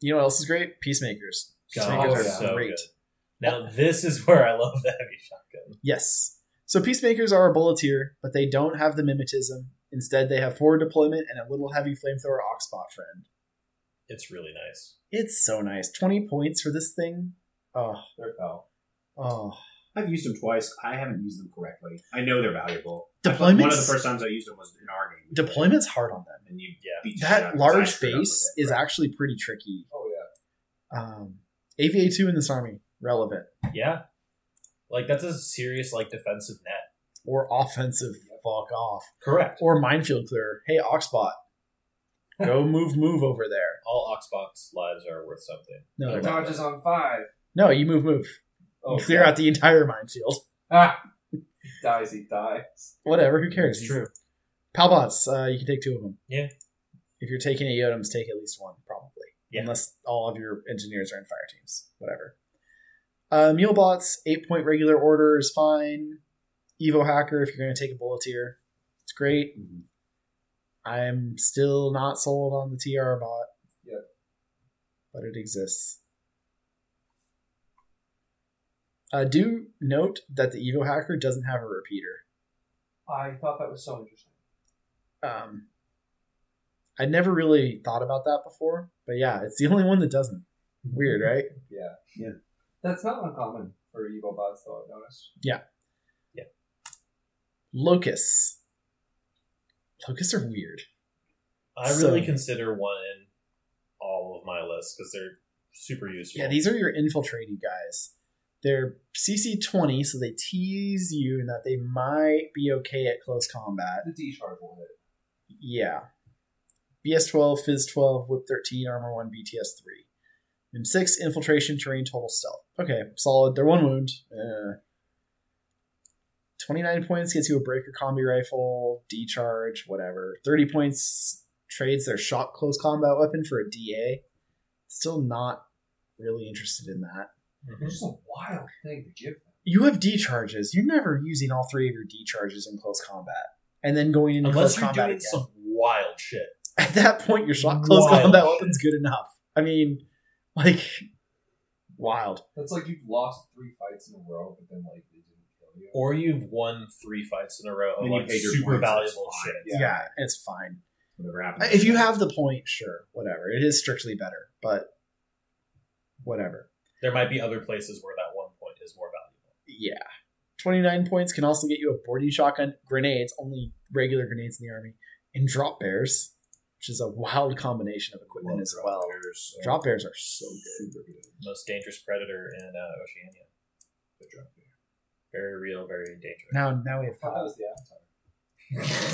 S3: You know what else is great? Peacemakers.
S2: God,
S3: Peacemakers are
S2: so
S3: great.
S2: good. Now this is where I love the heavy shotgun.
S3: Yes. So peacemakers are a bulletier, but they don't have the mimetism. Instead, they have forward deployment and a little heavy flamethrower oxbot friend.
S2: It's really nice.
S3: It's so nice. Twenty points for this thing. Oh,
S4: They're foul.
S3: oh.
S5: I've used them twice. I haven't used them correctly. I know they're valuable.
S3: Deployments-
S5: One of the first times I used them was in our game.
S3: Deployment's hard on them.
S5: And you
S2: Yeah.
S5: beat the shit out
S3: That
S5: of us. I
S3: large
S5: screwed up with
S3: base
S5: it,
S3: is
S5: right.
S3: actually pretty tricky.
S4: Oh yeah.
S3: Um, AVA two in this army relevant
S2: Yeah. Like that's a serious like defensive net.
S3: or offensive? Fuck off.
S2: Correct.
S3: Or minefield clearer. Hey, oxbot, go move move over there.
S2: All Oxbox lives are worth something.
S3: No, they're not.
S4: Dodge is on five.
S3: no, you move move.
S4: Oh,
S3: you clear out the entire minefield.
S4: Ah, he dies. He dies.
S3: Whatever, who cares?
S2: It's true.
S3: Palbots, uh, you can take two of them.
S2: Yeah.
S3: If you're taking a Yotems, take at least one, probably.
S2: Yeah.
S3: Unless all of your engineers are in fire teams. Whatever. Uh, Mulebots, eight point regular order is fine. Evo Hacker, if you're going to take a Bulletier, it's great.
S5: Mhm.
S3: I'm still not sold on the TR bot.
S4: Yeah.
S3: But it exists. Uh, do note that the Evo Hacker doesn't have a repeater.
S4: I thought that was so interesting.
S3: Um, I never really thought about that before, but yeah, it's the only one that doesn't. Weird, right?
S4: Yeah.
S5: Yeah.
S4: That's not uncommon for evil bots, though. I've noticed.
S3: Locusts. Locusts are weird.
S2: I
S3: So-
S2: really consider one in all of my lists because they're super useful.
S3: Yeah, these are your infiltrating guys. They're CC twenty, so they tease you and that they might be okay at close combat.
S4: The D charge will hit.
S3: Yeah. BS twelve, Fizz twelve, Whip thirteen, Armor one, BTS three. And six infiltration, terrain, total stealth. Okay, solid. They're one wound. Uh, Twenty nine points gets you a breaker combi rifle, D charge, whatever. Thirty points trades their shock close combat weapon for a DA. Still not really interested in that.
S2: Mhm.
S4: It's just a wild thing to give them.
S3: You have D charges. You're never using all three of your D charges in close combat, and then going into
S2: Unless
S3: close
S2: you're
S3: combat
S2: doing
S3: again
S2: some wild shit.
S3: at that point your shot close
S2: Wild
S3: combat
S2: shit.
S3: weapon's good enough. I mean, like wild.
S4: That's like you've lost three fights in a row, but then like they didn't kill you.
S2: Or you've won three fights in a row of
S5: And you
S2: like
S5: paid your
S2: super
S5: points, that's
S2: valuable
S5: fine.
S2: shit.
S3: Yeah. it's fine.
S5: Whatever happens.
S3: If you have the point, sure, whatever. It is strictly better, but whatever.
S2: There might be other places where that one point is more valuable.
S3: Yeah. 29 points can also get you a boarding shotgun, grenades, only regular grenades in the army, and drop bears, which is a wild combination of equipment as well.
S5: There's, uh,
S3: Drop bears are so good.
S5: super good.
S2: Most dangerous predator in uh, Oceania.
S5: Good drop there.
S2: Very real, very dangerous.
S3: Now, now we have
S4: I thought that
S3: five.
S4: was the avatar.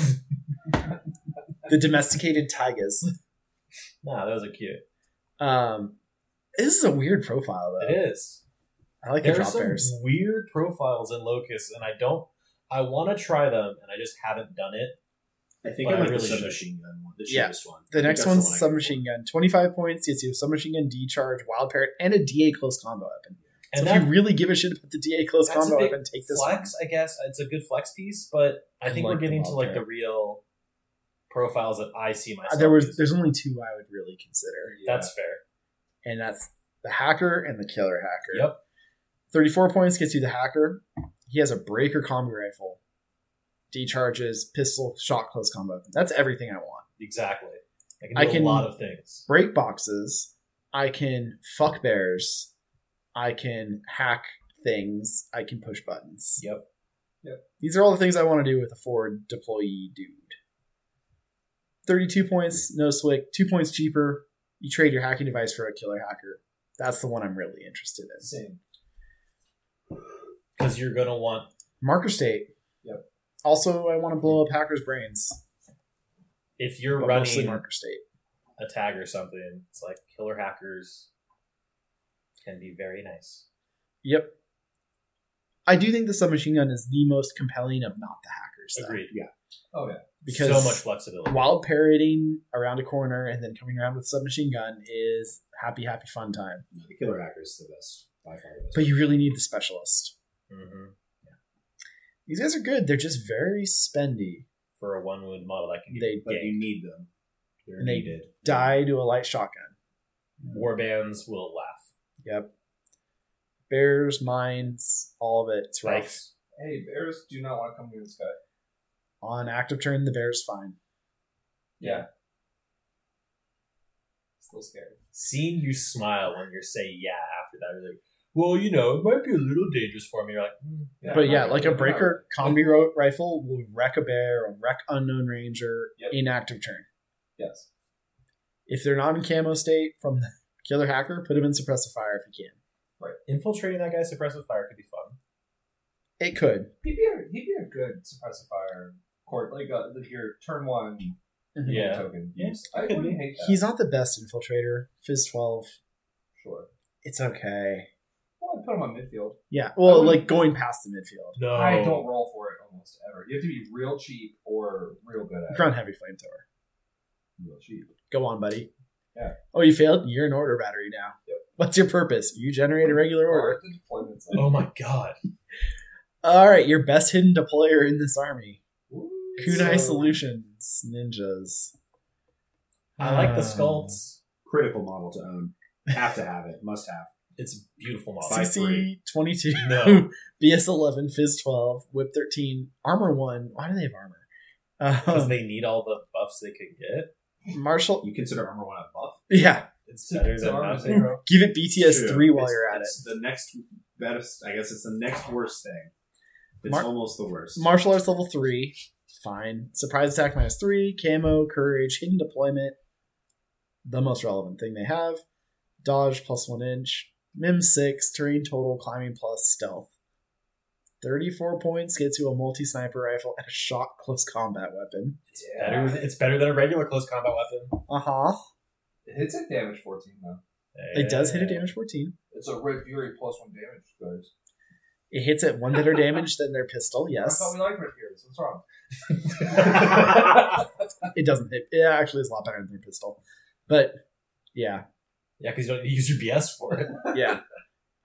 S3: the domesticated tigers.
S2: Nah, those are cute.
S3: Um, this is a weird profile though.
S2: It is.
S3: I like the
S2: There are
S3: drop
S2: some
S3: bears.
S2: weird profiles in Locust, and I don't. I want to try them, and I just haven't done it.
S5: I think
S2: But
S5: I
S2: I
S5: like
S2: really
S5: the
S2: should.
S5: submachine gun one, the
S3: Yeah.
S5: cheapest one. I
S3: The
S5: think
S3: next
S5: that's
S3: one's
S5: one I go for.
S3: submachine gun. Twenty five points gets you a submachine gun, D charge, wild parrot, and a DA close combo weapon. So
S2: And
S3: if
S2: that
S3: you really give a shit about the DA close
S2: That's a
S3: combo
S2: big
S3: weapon, take this one.
S2: flex, I guess, it's a good flex piece, but I,
S3: I
S2: think
S3: like
S2: we're
S3: the
S2: getting to
S3: wild
S2: like the
S3: parrot.
S2: real profiles that I see
S3: Uh,
S2: myself.
S3: There was
S2: as.
S3: there's only two I would really consider,
S2: that's fair.
S3: and that's the hacker and the killer hacker.
S2: Yep.
S3: Thirty four points gets you the hacker. He has a breaker combi rifle, decharges, pistol, shot, close combo. That's everything I want.
S2: Exactly. I can do
S3: I can-
S2: a lot of things.
S3: Break boxes. I can fuck bears. I can hack things. I can push buttons.
S2: Yep.
S3: These are all the things I want to do with a forward deployee dude. 32 points, no swick, two points cheaper. You trade your hacking device for a killer hacker. That's the one I'm really interested in.
S4: Same.
S2: Because you're gonna want
S3: Marker state.
S4: Yep.
S3: Also, I want to blow up hackers' brains.
S2: if you're
S3: But mostly
S2: running
S3: marker state.
S2: a tag or something, it's like killer hackers can be very nice.
S3: Yep. I do think the submachine gun is the most compelling of not the hackers. Though,
S2: Agreed.
S4: Oh yeah.
S3: Because
S2: so much flexibility.
S3: While parading around a corner and then coming around with submachine gun is happy, happy fun time.
S5: No, the killer hacker is the best by far. The best.
S3: But you really need the specialist.
S2: Mhm.
S3: These guys are good. They're just very spendy.
S2: For a one wound model that can get
S3: They
S5: but you need them. They're
S3: And they-
S5: needed.
S3: die to a light shotgun.
S2: warbands will laugh.
S3: Yep. Bears, mines, all of it. It's rough.
S2: Thanks.
S4: Hey, bears do not want to come near this guy.
S3: On active turn, the bear's fine.
S4: Yeah. Still scared.
S2: Seeing you smile when you say yeah after that, you're like, well, you know, it might be a little dangerous for me. You're like,
S4: Hmm.
S2: "Mm,
S3: but yeah,
S4: I'm
S3: like
S4: not-
S3: a breaker combi ro- rifle will wreck a bear or wreck unknown ranger
S4: Yep.
S3: in active turn.
S4: Yes.
S3: If they're not in camo state from the killer hacker, put them in suppressive fire if you
S2: infiltrating that guy's suppressive fire could be fun.
S3: can. It could.
S4: He'd be a, he'd be a good suppressive fire court, like uh, like your turn one
S2: Yeah.
S4: token.
S2: Yeah,
S4: use. I
S2: it could
S4: wouldn't
S2: be.
S4: hate that.
S3: He's not the best infiltrator. Fizz 12.
S4: sure.
S3: It's okay.
S4: Well, I put him on midfield.
S3: Yeah. Well,
S4: would-
S3: like going past the midfield.
S2: No,
S4: I don't roll for it almost ever. You have to be real cheap or real good at it.
S3: Grunt heavy flamethrower.
S4: Real cheap.
S3: Go on, buddy.
S4: Yeah.
S3: Oh, you failed? You're an order battery now.
S4: Yep.
S3: What's your purpose? You generate a regular
S4: Or
S3: order.
S4: at the deployment side.
S2: Oh my god.
S3: All right, your best hidden deployer in this army.
S4: Ooh,
S3: Kunai
S4: so-
S3: Solutions Ninjas.
S2: I like the
S3: Uh,
S2: sculpts.
S5: Critical model to own. Have to have it. Must have.
S2: It's a beautiful model.
S3: CC 22.
S2: No.
S3: BS 11, Fizz 12, Whip 13, Armor 1. Why do they have armor?
S2: Because
S3: Um,
S2: they need all the buffs they can get.
S3: Marshall.
S5: You consider armor one a buff?
S3: Yeah.
S2: It's better than
S4: Armor
S2: nothing.
S4: zero.
S3: Give it BTS
S5: True.
S3: 3 while
S5: It's-
S3: you're at it.
S5: it's The next best. I guess it's the next worst thing. It's
S3: Mar-
S5: almost the worst.
S3: Martial Arts level 3. Fine. Surprise attack minus 3. Camo, courage, hidden deployment. The most relevant thing they have. Dodge plus 1 inch. Mim 6. Terrain total, climbing plus stealth. 34 points gets you a multi sniper rifle and a shot close combat weapon.
S2: Better, it's better than a regular close combat weapon.
S3: Uh huh.
S4: It hits at damage 14, though.
S3: It does hit a damage 14.
S4: It's a Red Fury plus one damage, guys.
S3: It hits at one better damage than their pistol. Yes,
S4: I thought we liked Red Furies. What's wrong?
S3: it doesn't hit. It actually is a lot better than their pistol, but yeah,
S2: Yeah, because you don't use your BS for it.
S3: yeah.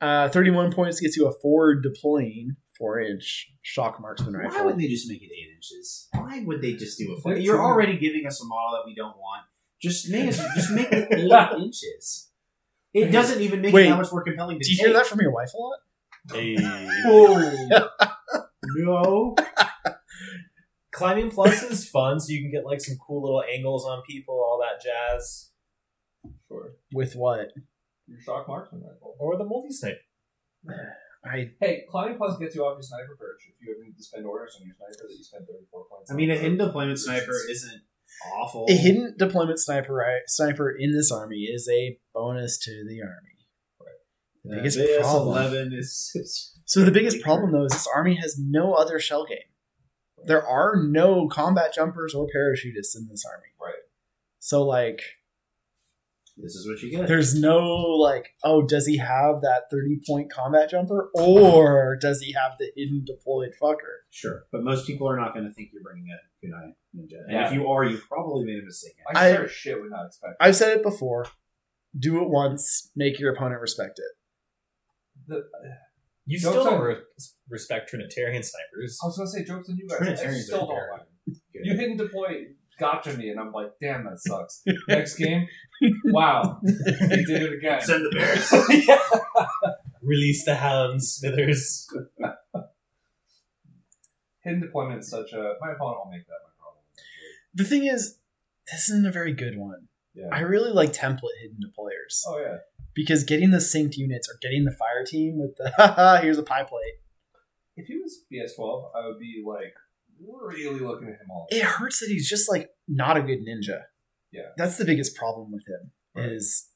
S3: Uh, Thirty-one points gets you a forward deploying four-inch shock marksman
S5: Why
S3: rifle.
S5: would they just make it eight inches? Why would they just do a foot?
S4: They're
S5: You're
S4: too-
S5: already giving us a model that we don't want. Just make it. Just make it eight inches. It doesn't even make
S3: Wait.
S5: it that much more compelling. To
S3: Do you hear
S5: take.
S3: that from your wife a lot?
S2: Hey.
S5: Oh no!
S2: Climbing plus is fun, so you can get like some cool little angles on people, all that jazz.
S4: Sure.
S3: With what?
S4: Your shock marksman rifle.
S2: Or the multi snipe.
S3: I
S4: Hey, climbing plus gets you off your sniper perch if you ever need to spend orders on your sniper that you spend 34 points
S5: I mean, a
S4: on.
S5: hidden deployment sniper isn't awful.
S3: a hidden deployment sniper right, sniper in this army is a bonus to the army.
S5: Yeah,
S3: biggest
S5: VS
S3: problem.
S5: eleven is. is-
S3: So the biggest problem though is this army has no other shell game. There are no combat jumpers or parachutists in this army.
S4: Right.
S3: So like
S5: This is what you get.
S3: there's no like oh does he have that 30 point combat jumper or does he have the hidden deployed fucker?
S5: Sure, but most people are not going to think you're bringing a kunai ninja, and
S4: Yeah.
S5: if you are, you've probably made a mistake.
S4: I
S3: I-
S4: sure as shit would not expect
S3: I've said it before. Do it once, make your opponent respect it.
S4: the,
S2: You
S4: Don't
S2: still
S4: tell
S2: don't
S4: me.
S2: re- respect Trinitarian snipers.
S4: I was going to say, jokes on you guys. I
S5: Trinitarians
S4: still
S5: are
S4: don't
S5: bad.
S4: like it. You hidden deploy got to me, and I'm like, damn, that sucks. Next game, wow, you did it again.
S5: Send the bears.
S2: Release the hounds, Smithers.
S4: Hidden deployment is such a. My opponent will make that my problem.
S3: The thing is, this isn't a very good one.
S4: Yeah.
S3: I really like template hidden deployers
S4: Oh yeah.
S3: because getting the synced units or getting the fire team with the haha, here's a pie plate.
S4: If he was BS12, I would be like really looking at him all. the
S3: It hurts that he's just like not a good ninja.
S4: Yeah.
S3: that's the biggest problem with him
S4: Right.
S3: is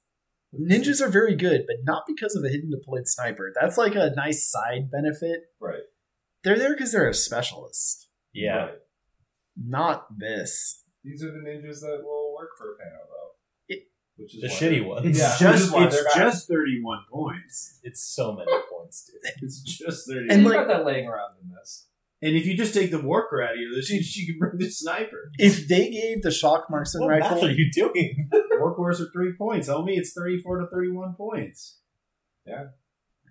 S3: ninjas are very good, but not because of a hidden deployed sniper. That's like a nice side benefit.
S4: Right.
S3: They're there because they're a specialist,
S2: Yeah.
S4: Right.
S3: not this.
S4: These are the ninjas that will work for Pano though.
S3: It-
S4: Which is
S2: The
S4: why-
S2: shitty ones.
S5: It's
S4: Yeah, which is
S5: just
S4: why they're
S5: it's
S4: bad.
S5: just thirty one points.
S2: It's so many points, dude.
S5: It's just thirty.
S3: And
S5: And,
S4: They've
S3: like-
S4: got that laying around in this.
S5: if you just take the worker out of your list, you, you can bring the sniper.
S3: If they gave the shock marksman
S2: What math
S3: rifle,
S2: are you doing?
S5: Workhorse are three points. Homie, it's thirty four to thirty one points.
S4: Yeah.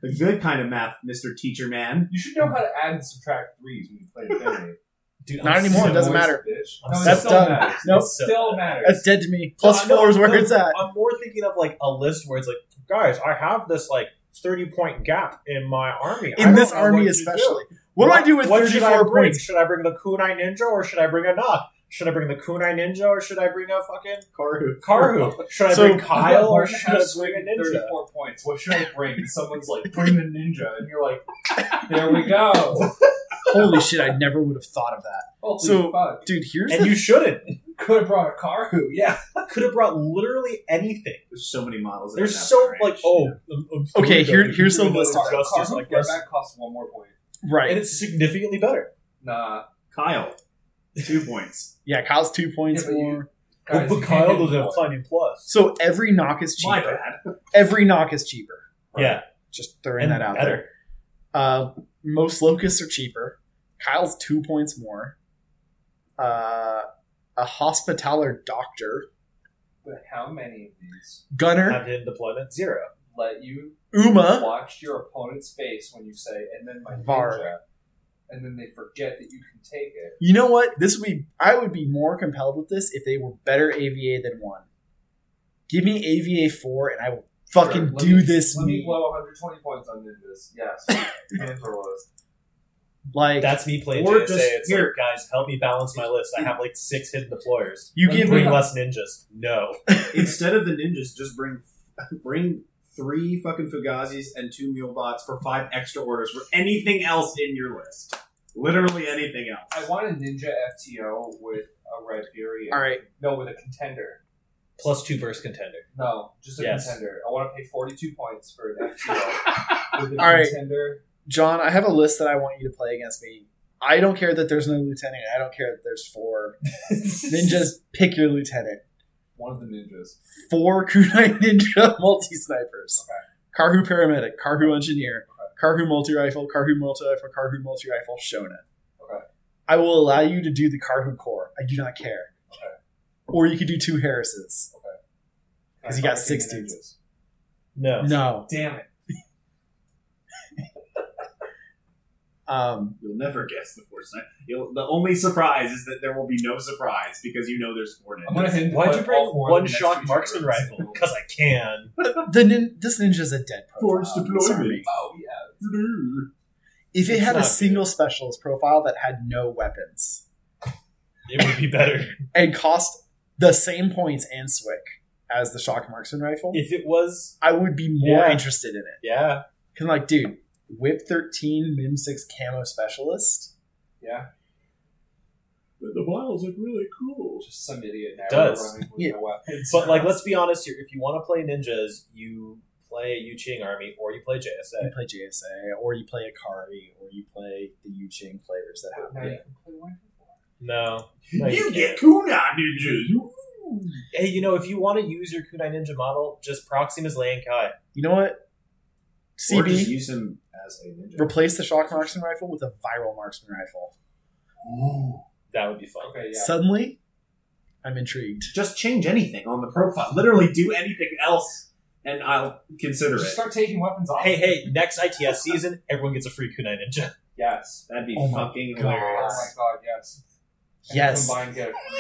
S5: The good kind of math, Mister Teacher Man.
S4: You should know how to add and subtract threes when you play Infinity.
S2: Dude,
S3: Not anymore, it
S2: so-
S3: doesn't
S4: Voice,
S3: matter.
S4: Bitch.
S2: I'm
S4: No, it
S2: so-
S4: still
S3: done.
S4: Matters.
S3: Nope.
S4: It still matters.
S3: that's dead to me. Plus
S2: No, I know,
S3: four is where
S2: no,
S3: it's at.
S2: I'm more thinking of like a list where it's like, guys, I have this like 30 point gap in my army. I
S3: in this
S2: don't know what
S3: army
S2: to
S3: especially. What, do I do with
S2: what should I
S3: 34
S2: bring?
S3: points?
S2: Should I bring the kunai ninja or should I bring a knock? Should I bring the kunai ninja or should I bring a fucking
S5: Karu.
S2: Karu? Should I
S3: So-
S2: bring Kyle or should I
S4: Half's
S2: bring a
S4: like
S2: ninja?
S4: 34 points. What should I bring? Someone's like, bring the ninja. And you're like, there we go.
S3: Holy shit, I never would have thought of that.
S4: Holy
S3: So-
S4: fuck.
S3: Dude, here's
S2: And
S3: the
S2: you shouldn't.
S4: Could have brought a Karu. Yeah.
S2: Could have brought literally anything.
S5: There's so many models. that
S2: There's
S5: have
S2: so
S5: that
S2: like
S5: range.
S2: oh um, um,
S3: Okay, here-
S2: Florida,
S3: here's
S2: even
S3: the
S2: though
S3: list
S2: it's
S4: Karu,
S2: justice, I
S4: Karu
S2: guess.
S4: quarterback costs one more point.
S2: and
S3: right.
S2: it's significantly better.
S4: Nah.
S5: Kyle, two points.
S3: Yeah, Kyle's two points
S4: Yeah, but you-
S3: more.
S4: Guys,
S2: but
S4: you can't
S2: Kyle
S4: hit
S2: doesn't have
S4: one.
S2: climbing plus.
S3: So every knock is
S5: My
S3: cheaper.
S5: bad.
S3: Every knock is cheaper.
S2: Yeah,
S3: Just throwing that out
S2: better.
S3: there. Uh, most locusts are cheaper. Kyle's two points more. Uh, a hospitaller doctor,
S4: But how many of these
S3: gunner,
S2: Have hidden deployment zero.
S4: let you
S2: Uh,
S3: Uma,
S4: watch your opponent's face when you say, and then my
S3: Var.
S4: ninja? And then they forget that you can take it.
S3: You know what? This would be I would be more compelled with this if they were better AVA than one. Give me AVA four and I will fucking
S4: Sure, let
S3: do
S4: me-
S3: this
S4: Let me
S3: me.
S4: blow 120 points on ninjas. Yes. Hands are lows.
S3: Like
S2: That's me playing
S5: Or
S2: JSA.
S5: just-
S2: it's
S5: here.
S2: like, guys, help me balance my list. I have like six hidden deployers.
S3: you
S4: let
S3: give
S4: me-
S2: Bring
S3: me
S2: less ninjas. No.
S5: Instead of the ninjas, just bring bring three fucking Fugazis and two mule bots for five extra orders for anything else in your list. Literally anything else.
S4: I want a ninja FTO with a red fury. and-
S3: all right.
S4: No, with a contender.
S2: Plus two burst contender.
S4: No, just a
S2: Yes.
S4: contender. I want to pay 42 points for an FTO with a
S3: All right.
S4: contender.
S3: John, I have a list that I want you to play against me. I don't care that there's no lieutenant. I don't care that there's four. then just pick your lieutenant.
S4: One of the ninjas.
S3: Four kunai ninja multi snipers.
S4: Okay.
S3: Carhu paramedic, Carhu engineer, Carhu multi rifle, Carhu multi rifle, Carhu multi rifle, Shona.
S4: Okay.
S3: I will allow you to do the Carhu core. I do not care.
S4: Okay.
S3: Or you could do two Harrises. 'Cause you got six dudes.
S2: No.
S3: No.
S4: Damn it.
S3: Um,
S5: You'll never guess the fourth side. You'll, the only surprise is that there will be no surprise because you know there's four
S4: I'm gonna
S5: ninjas.
S4: hit
S2: Why'd you
S4: all
S2: bring
S4: four of the
S2: one
S4: next
S2: shot
S4: two
S2: marksman
S4: turns.
S2: rifle? Because I can.
S3: the nin- this ninja's a dead profile.
S5: Forced
S3: I'm Uh, sorry.
S5: deployment.
S4: Oh, yeah.
S3: If it
S2: It's
S3: had a
S2: not
S3: single specialist profile that had no weapons
S2: It would be better.
S3: and cost the same points and swick as the shock marksman rifle,
S2: if it was
S3: I would be more
S2: Yeah.
S3: interested in it.
S2: yeah.
S3: Cause like, dude, whip thirteen mim six camo specialist.
S4: Yeah.
S5: But the models look really cool.
S4: Just some idiot now.
S2: Does.
S4: Running with
S3: Yeah.
S4: no weapons.
S2: But like let's be honest here, if you want to play ninjas, you play a Yu Ching army or you play
S3: You
S2: JSA.
S3: play JSA, or you play Akari, or you play the Yu Ching flavors that have.
S4: Now you can play one for four.
S2: No. no
S5: You
S2: can't.
S5: get Kuna ninjas. Woo!
S2: Hey, you know, if you want to use your Kunai Ninja model, just Proximus Lan Kai.
S3: You know what?
S5: Or just
S3: CB
S5: use him as a ninja.
S3: replace the shock marksman rifle with a viral marksman rifle.
S2: That would be fun.
S4: Okay, yeah.
S3: Suddenly, I'm intrigued.
S5: Just change anything on the profile. Literally do anything else, and I'll consider
S4: Just
S5: it.
S4: start taking weapons off.
S2: Hey, hey, next ITS season, everyone gets a free Kunai Ninja.
S4: Yes.
S5: That'd be
S3: Oh my
S5: fucking
S3: God.
S4: Oh
S5: hilarious.
S4: my god, yes. And
S3: Yes.
S4: Combined get a free.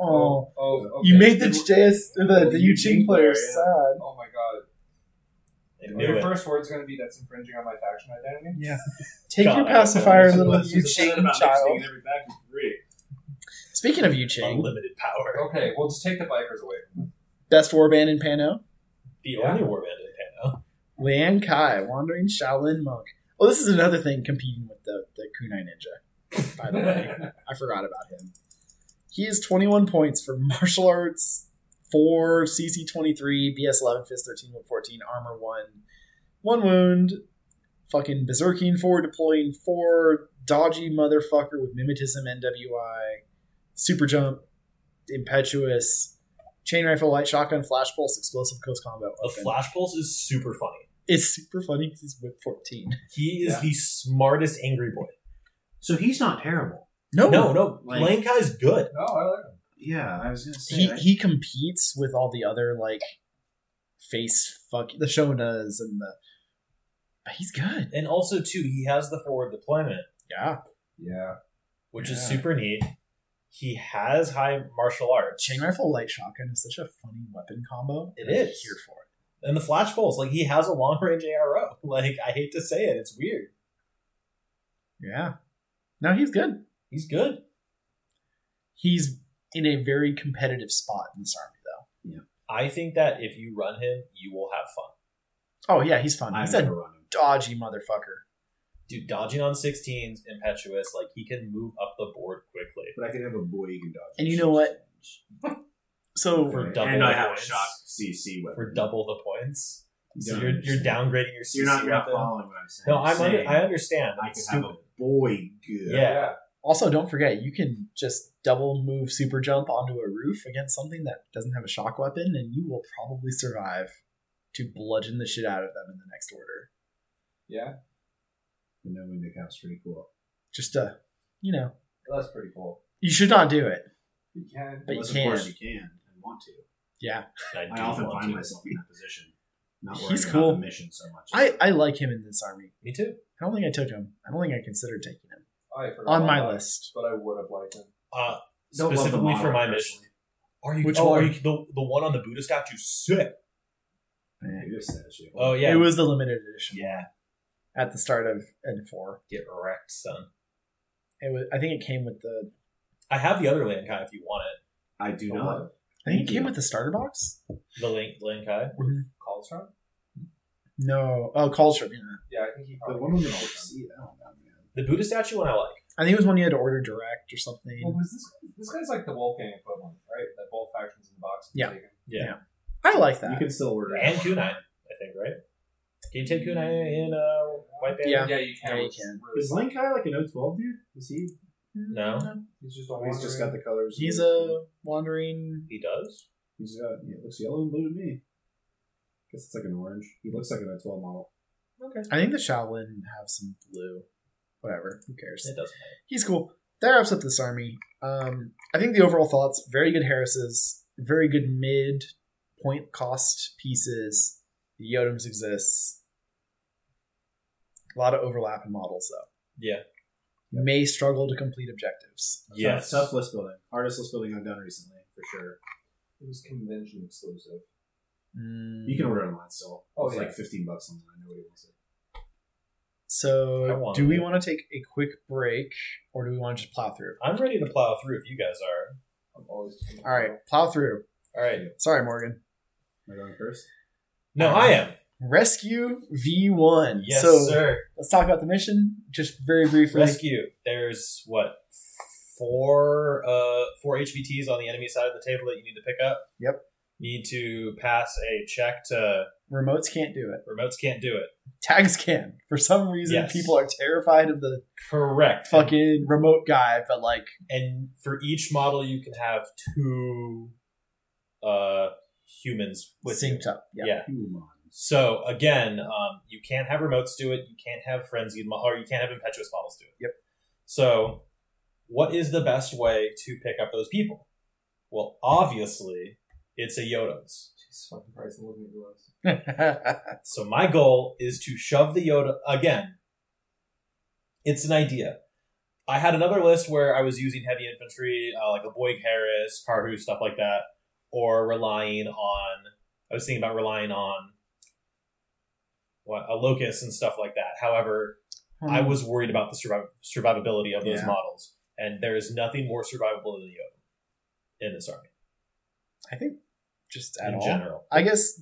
S3: Oh,
S4: oh, okay.
S3: you made the JS the, the Yu Ching
S5: Ching player,
S3: players
S5: yeah.
S3: sad.
S4: Oh my god.
S2: They I
S4: Your
S2: knew it.
S4: first word's going to be that's infringing on my faction identity.
S3: Take your
S2: God, I don't know.
S3: pacifier, little
S1: Unless
S3: Yu
S1: there's a
S3: Ching
S1: thing about
S3: child.
S1: mixing every back is free.
S3: Speaking of Yu Ching,
S2: Unlimited power.
S4: Okay, we'll just take the bikers away. from them.
S3: best warband in Pano,
S2: The
S4: Yeah.
S2: only warband in Pano.
S3: Lian Kai, wandering Shaolin monk. Well, this is another thing competing with the, the Kunai Ninja, by the way. I forgot about him. He is 21 points for martial arts, 4, CC 23, BS 11, fist 13, wood 14, armor 1, 1 wound, fucking berserking 4, deploying 4, dodgy motherfucker with mimetism NWI, super jump, impetuous, chain rifle, light shotgun, flash pulse, explosive close combat
S2: The
S3: weapon.
S2: Flash Pulse is super funny.
S3: it's super funny because he's whip 14.
S2: He is
S4: Yeah.
S2: the smartest angry boy.
S5: So he's not terrible.
S2: No, no.
S5: Like-
S2: Lane Kai's good.
S4: No, I like them.
S5: Yeah, I was gonna say.
S3: he
S5: right?
S3: he competes with all the other like face fuck the Shonas and the but he's good.
S2: And also, too, he has the forward deployment,
S3: Yeah.
S4: Yeah.
S2: which
S4: Yeah.
S2: is super neat. He has high martial arts.
S3: Chain rifle light shotgun is such a funny weapon combo.
S2: It
S3: I'm
S2: is.
S3: here for it.
S2: And the Flash Pulse, like, he has a long range ARO. Like, I hate to say it. It's weird.
S3: Yeah. No, he's good.
S2: He's good.
S3: He's in a very competitive spot in this army though.
S2: I think that if you run him, you will have fun.
S3: Oh yeah, he's fun.
S5: I've
S3: He's a
S5: never run him.
S3: dodgy motherfucker.
S2: Dude, dodging on 16s, impetuous, like, he can move up the board quickly.
S5: But I could have a boy you can dodge.
S3: And you know what? So
S2: For double
S5: and I have a
S2: points.
S5: shock CC weapon.
S2: for double the points. So
S5: Yeah.
S2: you're, you're downgrading your CC.
S5: You're not, you're not
S2: weapon.
S5: following what I'm saying.
S2: No,
S5: I'm
S2: I'm under,
S5: saying
S2: I understand.
S5: I
S2: It's
S5: could have
S2: stupid.
S5: a boy good.
S2: Yeah.
S3: also don't forget you can just double move super jump onto a roof against something that doesn't have a shock weapon and you will probably survive to bludgeon the shit out of them in the next order
S4: Yeah.
S5: The no window cap's pretty cool.
S3: just to you know
S4: That's pretty cool.
S3: you should not do it
S4: You can.
S3: But you
S5: Unless,
S3: can.
S5: Of course you can and want to.
S3: yeah
S2: I,
S5: I
S2: do
S5: often
S2: want
S5: find
S2: to.
S5: myself in that position. Not
S3: He's
S5: worrying
S3: cool.
S5: about the mission so much.
S3: i i like him in this army
S2: Me too.
S3: i don't think i took him i don't think i considered taking him
S4: Oh, I forgot
S3: on
S4: all
S3: my
S4: about it,
S3: list
S4: But I would have liked them.
S2: Uh,
S5: Don't love the
S2: specifically for
S5: model,
S2: my
S5: personally.
S2: mission. Are you?
S3: Which
S2: oh,
S3: one?
S2: Are you, the, the one on the Buddha statue? Sick.
S5: It is that issue.
S2: Oh yeah.
S3: it was the limited edition
S2: yeah.
S3: at the start of n4
S2: Get wrecked, son.
S3: it was i think it came with the
S2: I have the other Lankai if you want it.
S5: I do not.
S3: i think it came with the starter box
S2: The Link Lankai.
S4: Callstrom?
S3: no oh culture yeah.
S4: Yeah, I think he
S5: The
S4: probably.
S5: woman with the
S4: Karlstrom.
S5: see, I don't know, man.
S2: The Buddha statue one I like.
S3: I think it was one you had to order direct or something.
S4: Well, was this, this guy's like the Wolfgang equivalent, right? That both factions in the box. can
S3: Yeah.
S4: take him.
S3: I like
S5: You
S3: that.
S5: can still order
S2: And
S5: it.
S2: Kunai, I think, right? Can you take Kunai in uh, White Band?
S3: Yeah.
S4: Yeah, you
S3: Yeah,
S4: can.
S3: you
S4: which is
S3: can.
S4: really
S5: Is Link Eye like an O12 dude? Is he?
S2: No,
S4: He's just
S5: Oh, he's just got the colors.
S3: He's a wandering.
S2: he does.
S5: He's got. Yeah, it looks yellow and blue to me. Guess it's like an orange. He looks like an O12 model.
S3: I think the Shaolin have some blue. Whatever. Who cares?
S2: It doesn't.
S3: He's cool. That wraps up this army. Um, I think the overall thoughts very good Harrises, very good mid point cost pieces. The Yotems exists. A lot of overlap in models, though.
S2: Yeah.
S3: May struggle to complete objectives.
S2: Yes.
S5: Tough, tough list building. Hardest list building I've done recently, for sure.
S4: It was convention exclusive.
S2: Mm.
S5: You can order it online still.
S4: Oh,
S5: it's
S4: yeah.
S5: like 15 bucks online. Nobody wants it.
S2: I
S3: So,
S2: want
S3: do we
S2: it.
S3: want to take a quick break, or do we want to just plow through?
S2: I'm ready to plow through if you guys are.
S4: I'm always.
S3: All right, plow through.
S2: All right.
S3: Sorry, Morgan.
S5: Am I going first?
S2: No, I am.
S3: Rescue V1.
S2: Yes,
S3: so
S2: sir.
S3: let's talk about the mission just very briefly.
S2: Rescue. There's what four uh four HVTs on the enemy side of the table that you need to pick up.
S3: Yep.
S2: Need to pass a check to
S3: Remotes can't do it.
S2: remotes can't do it.
S3: Tags can. For some reason,
S2: Yes.
S3: people are terrified of the
S2: Correct.
S3: fucking remote guy, but like,
S2: And for each model, you can have two uh humans with you.
S3: synced up. Yeah.
S2: Yeah.
S5: Humans.
S2: So again, um, you can't have remotes do it. You can't have frenzied mo- or you can't have impetuous models do it.
S3: Yep.
S2: So, what is the best way to pick up those people? Well, obviously, it's a Yoda's.
S4: Jesus fucking Christ, I'm looking at yours.
S2: So my goal is to shove the Yoda again. It's an idea. I had another list where I was using heavy infantry, uh, like a Boyg Harris, Carhu, stuff like that, or relying on. I was thinking about relying on what, a locus and stuff like that. However,
S3: Hmm.
S2: I was worried about the surviv- survivability of those
S5: Yeah.
S2: models, and there is nothing more survivable than the Odin in this army
S3: I think just at
S2: in
S3: all.
S2: general. Ah,
S3: I guess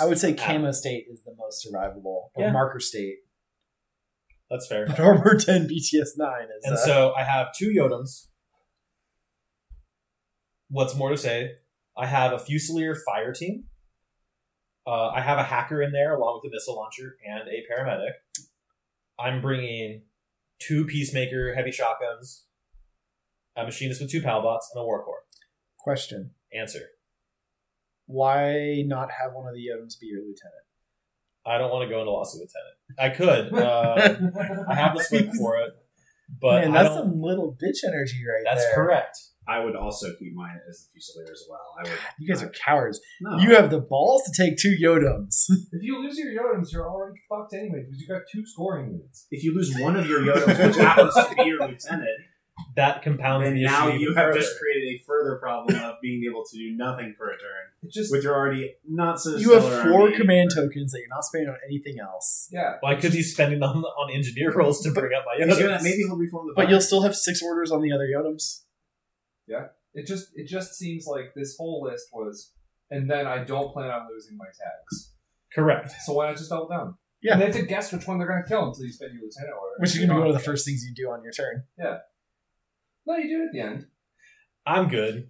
S3: I would say
S2: At-
S3: camo state is the most survivable, or
S2: Yeah.
S3: marker state.
S2: That's fair.
S3: But armor ten BTS nine is
S2: And
S3: uh,
S2: so I have two Yodums. What's more to say, I have a Fusilier fire team. Uh, I have a hacker in there along with a missile launcher and a paramedic. I'm bringing two Peacemaker heavy shotguns, a machinist with two palbots, and a war core.
S3: question.
S2: Answer.
S3: Why not have one of the Yodems be your lieutenant?
S2: I don't want to go into lawsuit with tenant. I could. Uh, I have the swing for it, but
S3: Man,
S2: I
S3: that's
S2: don't-
S3: some little bitch energy right
S2: that's
S3: there.
S2: correct.
S5: I would also keep mine as the Fusilier as well. I would.
S3: You guys are cowards.
S5: No.
S3: You have the balls to take two Yodems.
S4: If you lose your Yodems, you're already fucked anyway because you got two scoring units.
S5: if you lose one of your Yodems, which happens to be your lieutenant,
S2: That compounds
S5: then
S2: the
S5: now
S2: issue.
S5: you
S2: even
S5: have
S2: further.
S5: just created a further problem of being able to do nothing for a turn
S4: It just
S5: with your already not so.
S3: You have
S5: stellar
S3: four
S5: army.
S3: command tokens that you're not spending on anything else.
S4: yeah.
S2: Why could he spending them on engineer rolls to bring up my
S5: Maybe he'll-
S2: others?
S5: Maybe he'll reform the.
S3: But
S5: fire.
S3: you'll still have six orders on the other Yodems.
S4: It just it just seems like this whole list was, and then I don't plan on losing my tags.
S2: Correct.
S4: So why not just double down?
S3: Yeah.
S4: And they have to guess which one they're going to kill until you spend your lieutenant order.
S3: Which is going to be one of the first things you do on your turn.
S4: No, you do it at the end.
S2: I'm good.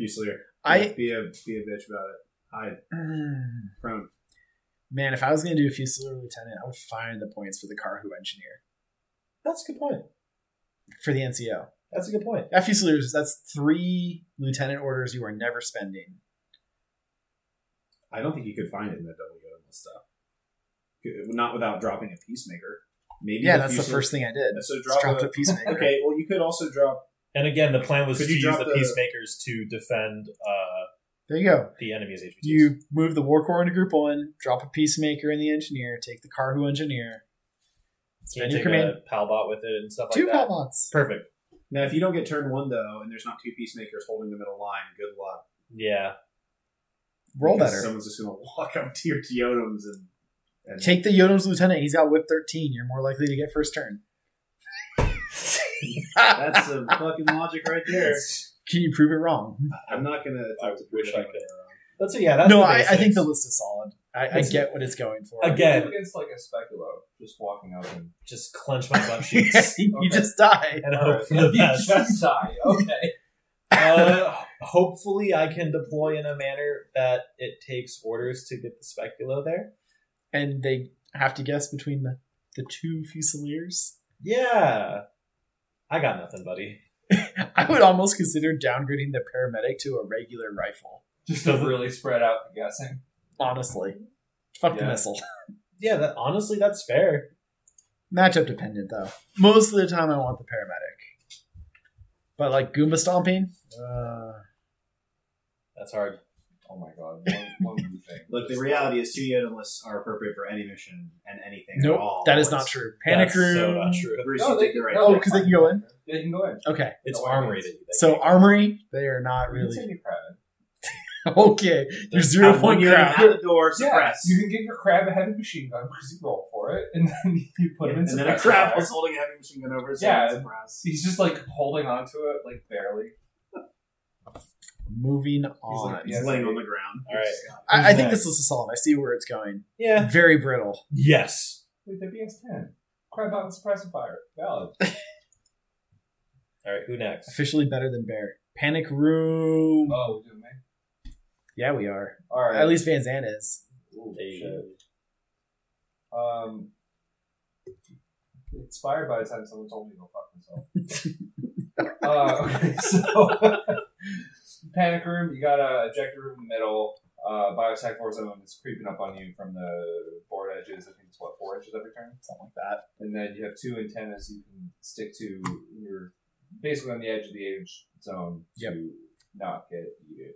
S5: Fusilier.
S3: I
S5: be a be a bitch about it. I prone.
S3: man, if I was going to do a Fusilier Lieutenant, I would find the points for the Carhu Engineer
S2: That's a good point.
S3: for the NCO.
S2: That's a good point.
S3: That Fusiliers, that's three lieutenant orders you are never spending.
S5: I don't think you could find it in the double Yodel stuff. Not without dropping a peacemaker. Maybe.
S3: Yeah, that's the
S5: Fusilier-
S3: first thing I did.
S5: So
S3: Just
S5: drop
S3: dropped
S5: a,
S3: a Peacemaker.
S5: Okay, well, you could also drop.
S2: And again, the plan was
S5: Could
S2: to
S5: you
S2: use
S5: drop
S2: the,
S5: the-
S2: peacemakers to defend uh,
S3: There you go.
S2: the enemy's HPTs.
S3: You move the War Core into Group 1, drop a Peacemaker in the Engineer, take the Carhu Engineer,
S2: Can
S3: spend
S2: you
S3: your
S2: take
S3: command.
S2: a palbot with it and stuff like
S3: Two
S2: that.
S3: Palbots.
S2: Perfect.
S5: Now, if you don't get turn one though, and there's not two peacemakers holding the middle line, good luck.
S2: Yeah.
S3: Roll
S5: Because
S3: better.
S5: Someone's just gonna walk up to your Teodoms and, and
S3: Take the Yodom's Lieutenant. He's got Whip 13. You're more likely to get first turn.
S5: That's some fucking logic right there.
S3: Can you prove it wrong?
S5: I'm not gonna.
S2: I
S5: talk to
S2: wish I
S5: Bruno
S2: could.
S5: about it.
S2: That's a, yeah. That's
S3: no,
S2: the
S3: I, I
S2: basics.
S3: think the list is solid. I, I
S2: It's-
S3: get what it's going for.
S2: Again.
S4: Go against like a speculo, just walking up and
S2: just clench my butt
S3: you
S2: cheeks
S4: Okay.
S3: just die.
S2: and
S4: All
S2: hope
S4: right,
S2: for the
S4: you
S2: best.
S4: just die. Okay.
S2: uh, hopefully, I can deploy in a manner that it takes orders to get the speculo there.
S3: And they have to guess between the, the two Fusiliers.
S2: Yeah, I got nothing, buddy.
S3: I would almost consider downgrading the paramedic to a regular rifle.
S4: Just to really spread out the guessing.
S3: Honestly. Fuck the
S4: Yeah.
S3: missile.
S2: Yeah, that honestly, that's fair.
S3: Matchup dependent, though. Most of the time, I want the paramedic. But like Goomba stomping, uh,
S2: That's hard.
S4: Oh my god. One, one new thing.
S5: Look, the
S4: Just-
S5: reality is two Yodomlists are appropriate for any mission and anything at all.
S3: nope, that is
S5: It's-
S3: not true. Panic
S2: That's
S3: room.
S2: So not true.
S5: Bruce,
S4: No,
S5: you
S4: they
S5: did the
S4: can-
S5: right
S4: no,
S5: thing.
S3: Oh, because they can go in.
S4: Yeah, you can go in.
S3: Okay,
S2: It's
S4: No, I
S2: arm
S4: mean-
S2: rated.
S3: so armory, they are not
S4: You can
S3: really
S4: save your crab.
S3: okay. You're zero
S5: Have one
S3: point
S5: Yodel
S3: crowd.
S5: at the door, suppress.
S4: You can give your crab a heavy machine gun because you roll for it, and then you put him in.
S5: and then a
S4: suppressor
S5: crab
S4: fire.
S5: was holding a heavy machine gun over his
S4: Yeah.
S5: head. Suppress.
S4: He's just like holding onto it, like barely.
S3: Moving
S5: He's,
S3: on.
S5: like, he's
S4: Yes.
S5: laying on the ground.
S2: All right.
S3: I, I think
S2: next?
S3: this list is solid. I see where it's going.
S2: yeah.
S3: Very brittle.
S2: Yes.
S4: Wait, the BS10. Crab out and suppressor fire. Valid.
S2: All right. Who next?
S3: Officially better than bear. Panic room.
S4: Oh, we doing me?
S3: Yeah, we are.
S4: All right.
S3: At least Van Zandt is.
S4: Ooh,
S2: There you
S4: shit.
S2: go.
S4: Um, inspired by the time someone told me to go fuck myself. uh, okay, so panic room. You got a ejector room in the middle. Uh, biotech war zone is creeping up on you from the board edges. I think it's what four inches every turn, something like that. And then you have two antennas you can stick to. You're basically on the edge of the age zone
S3: Yep.
S4: to not get eaten.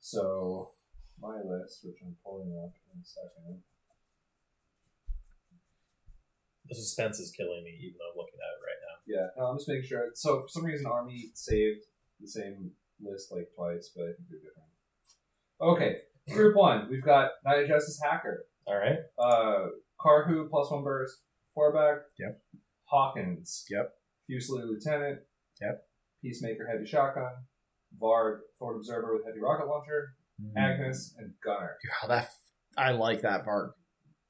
S4: So my list, which I'm pulling up in a second.
S2: The suspense is killing me, even though I'm looking at it right now.
S4: Yeah, no, I'm just making sure. So for some reason, Army saved the same list like twice, but I think they're different. Okay, group one, we've got Knight of Justice Hacker.
S2: All right.
S4: Uh, Carhu plus one burst, fourback.
S3: Yep.
S4: Hawkins.
S3: Yep.
S4: Fusilier Lieutenant.
S3: Yep.
S4: Peacemaker Heavy Shotgun. Vard Forward Observer with Heavy Rocket Launcher.
S3: Mm.
S4: Agnes and Gunner.
S3: God, that f- I like that Varg.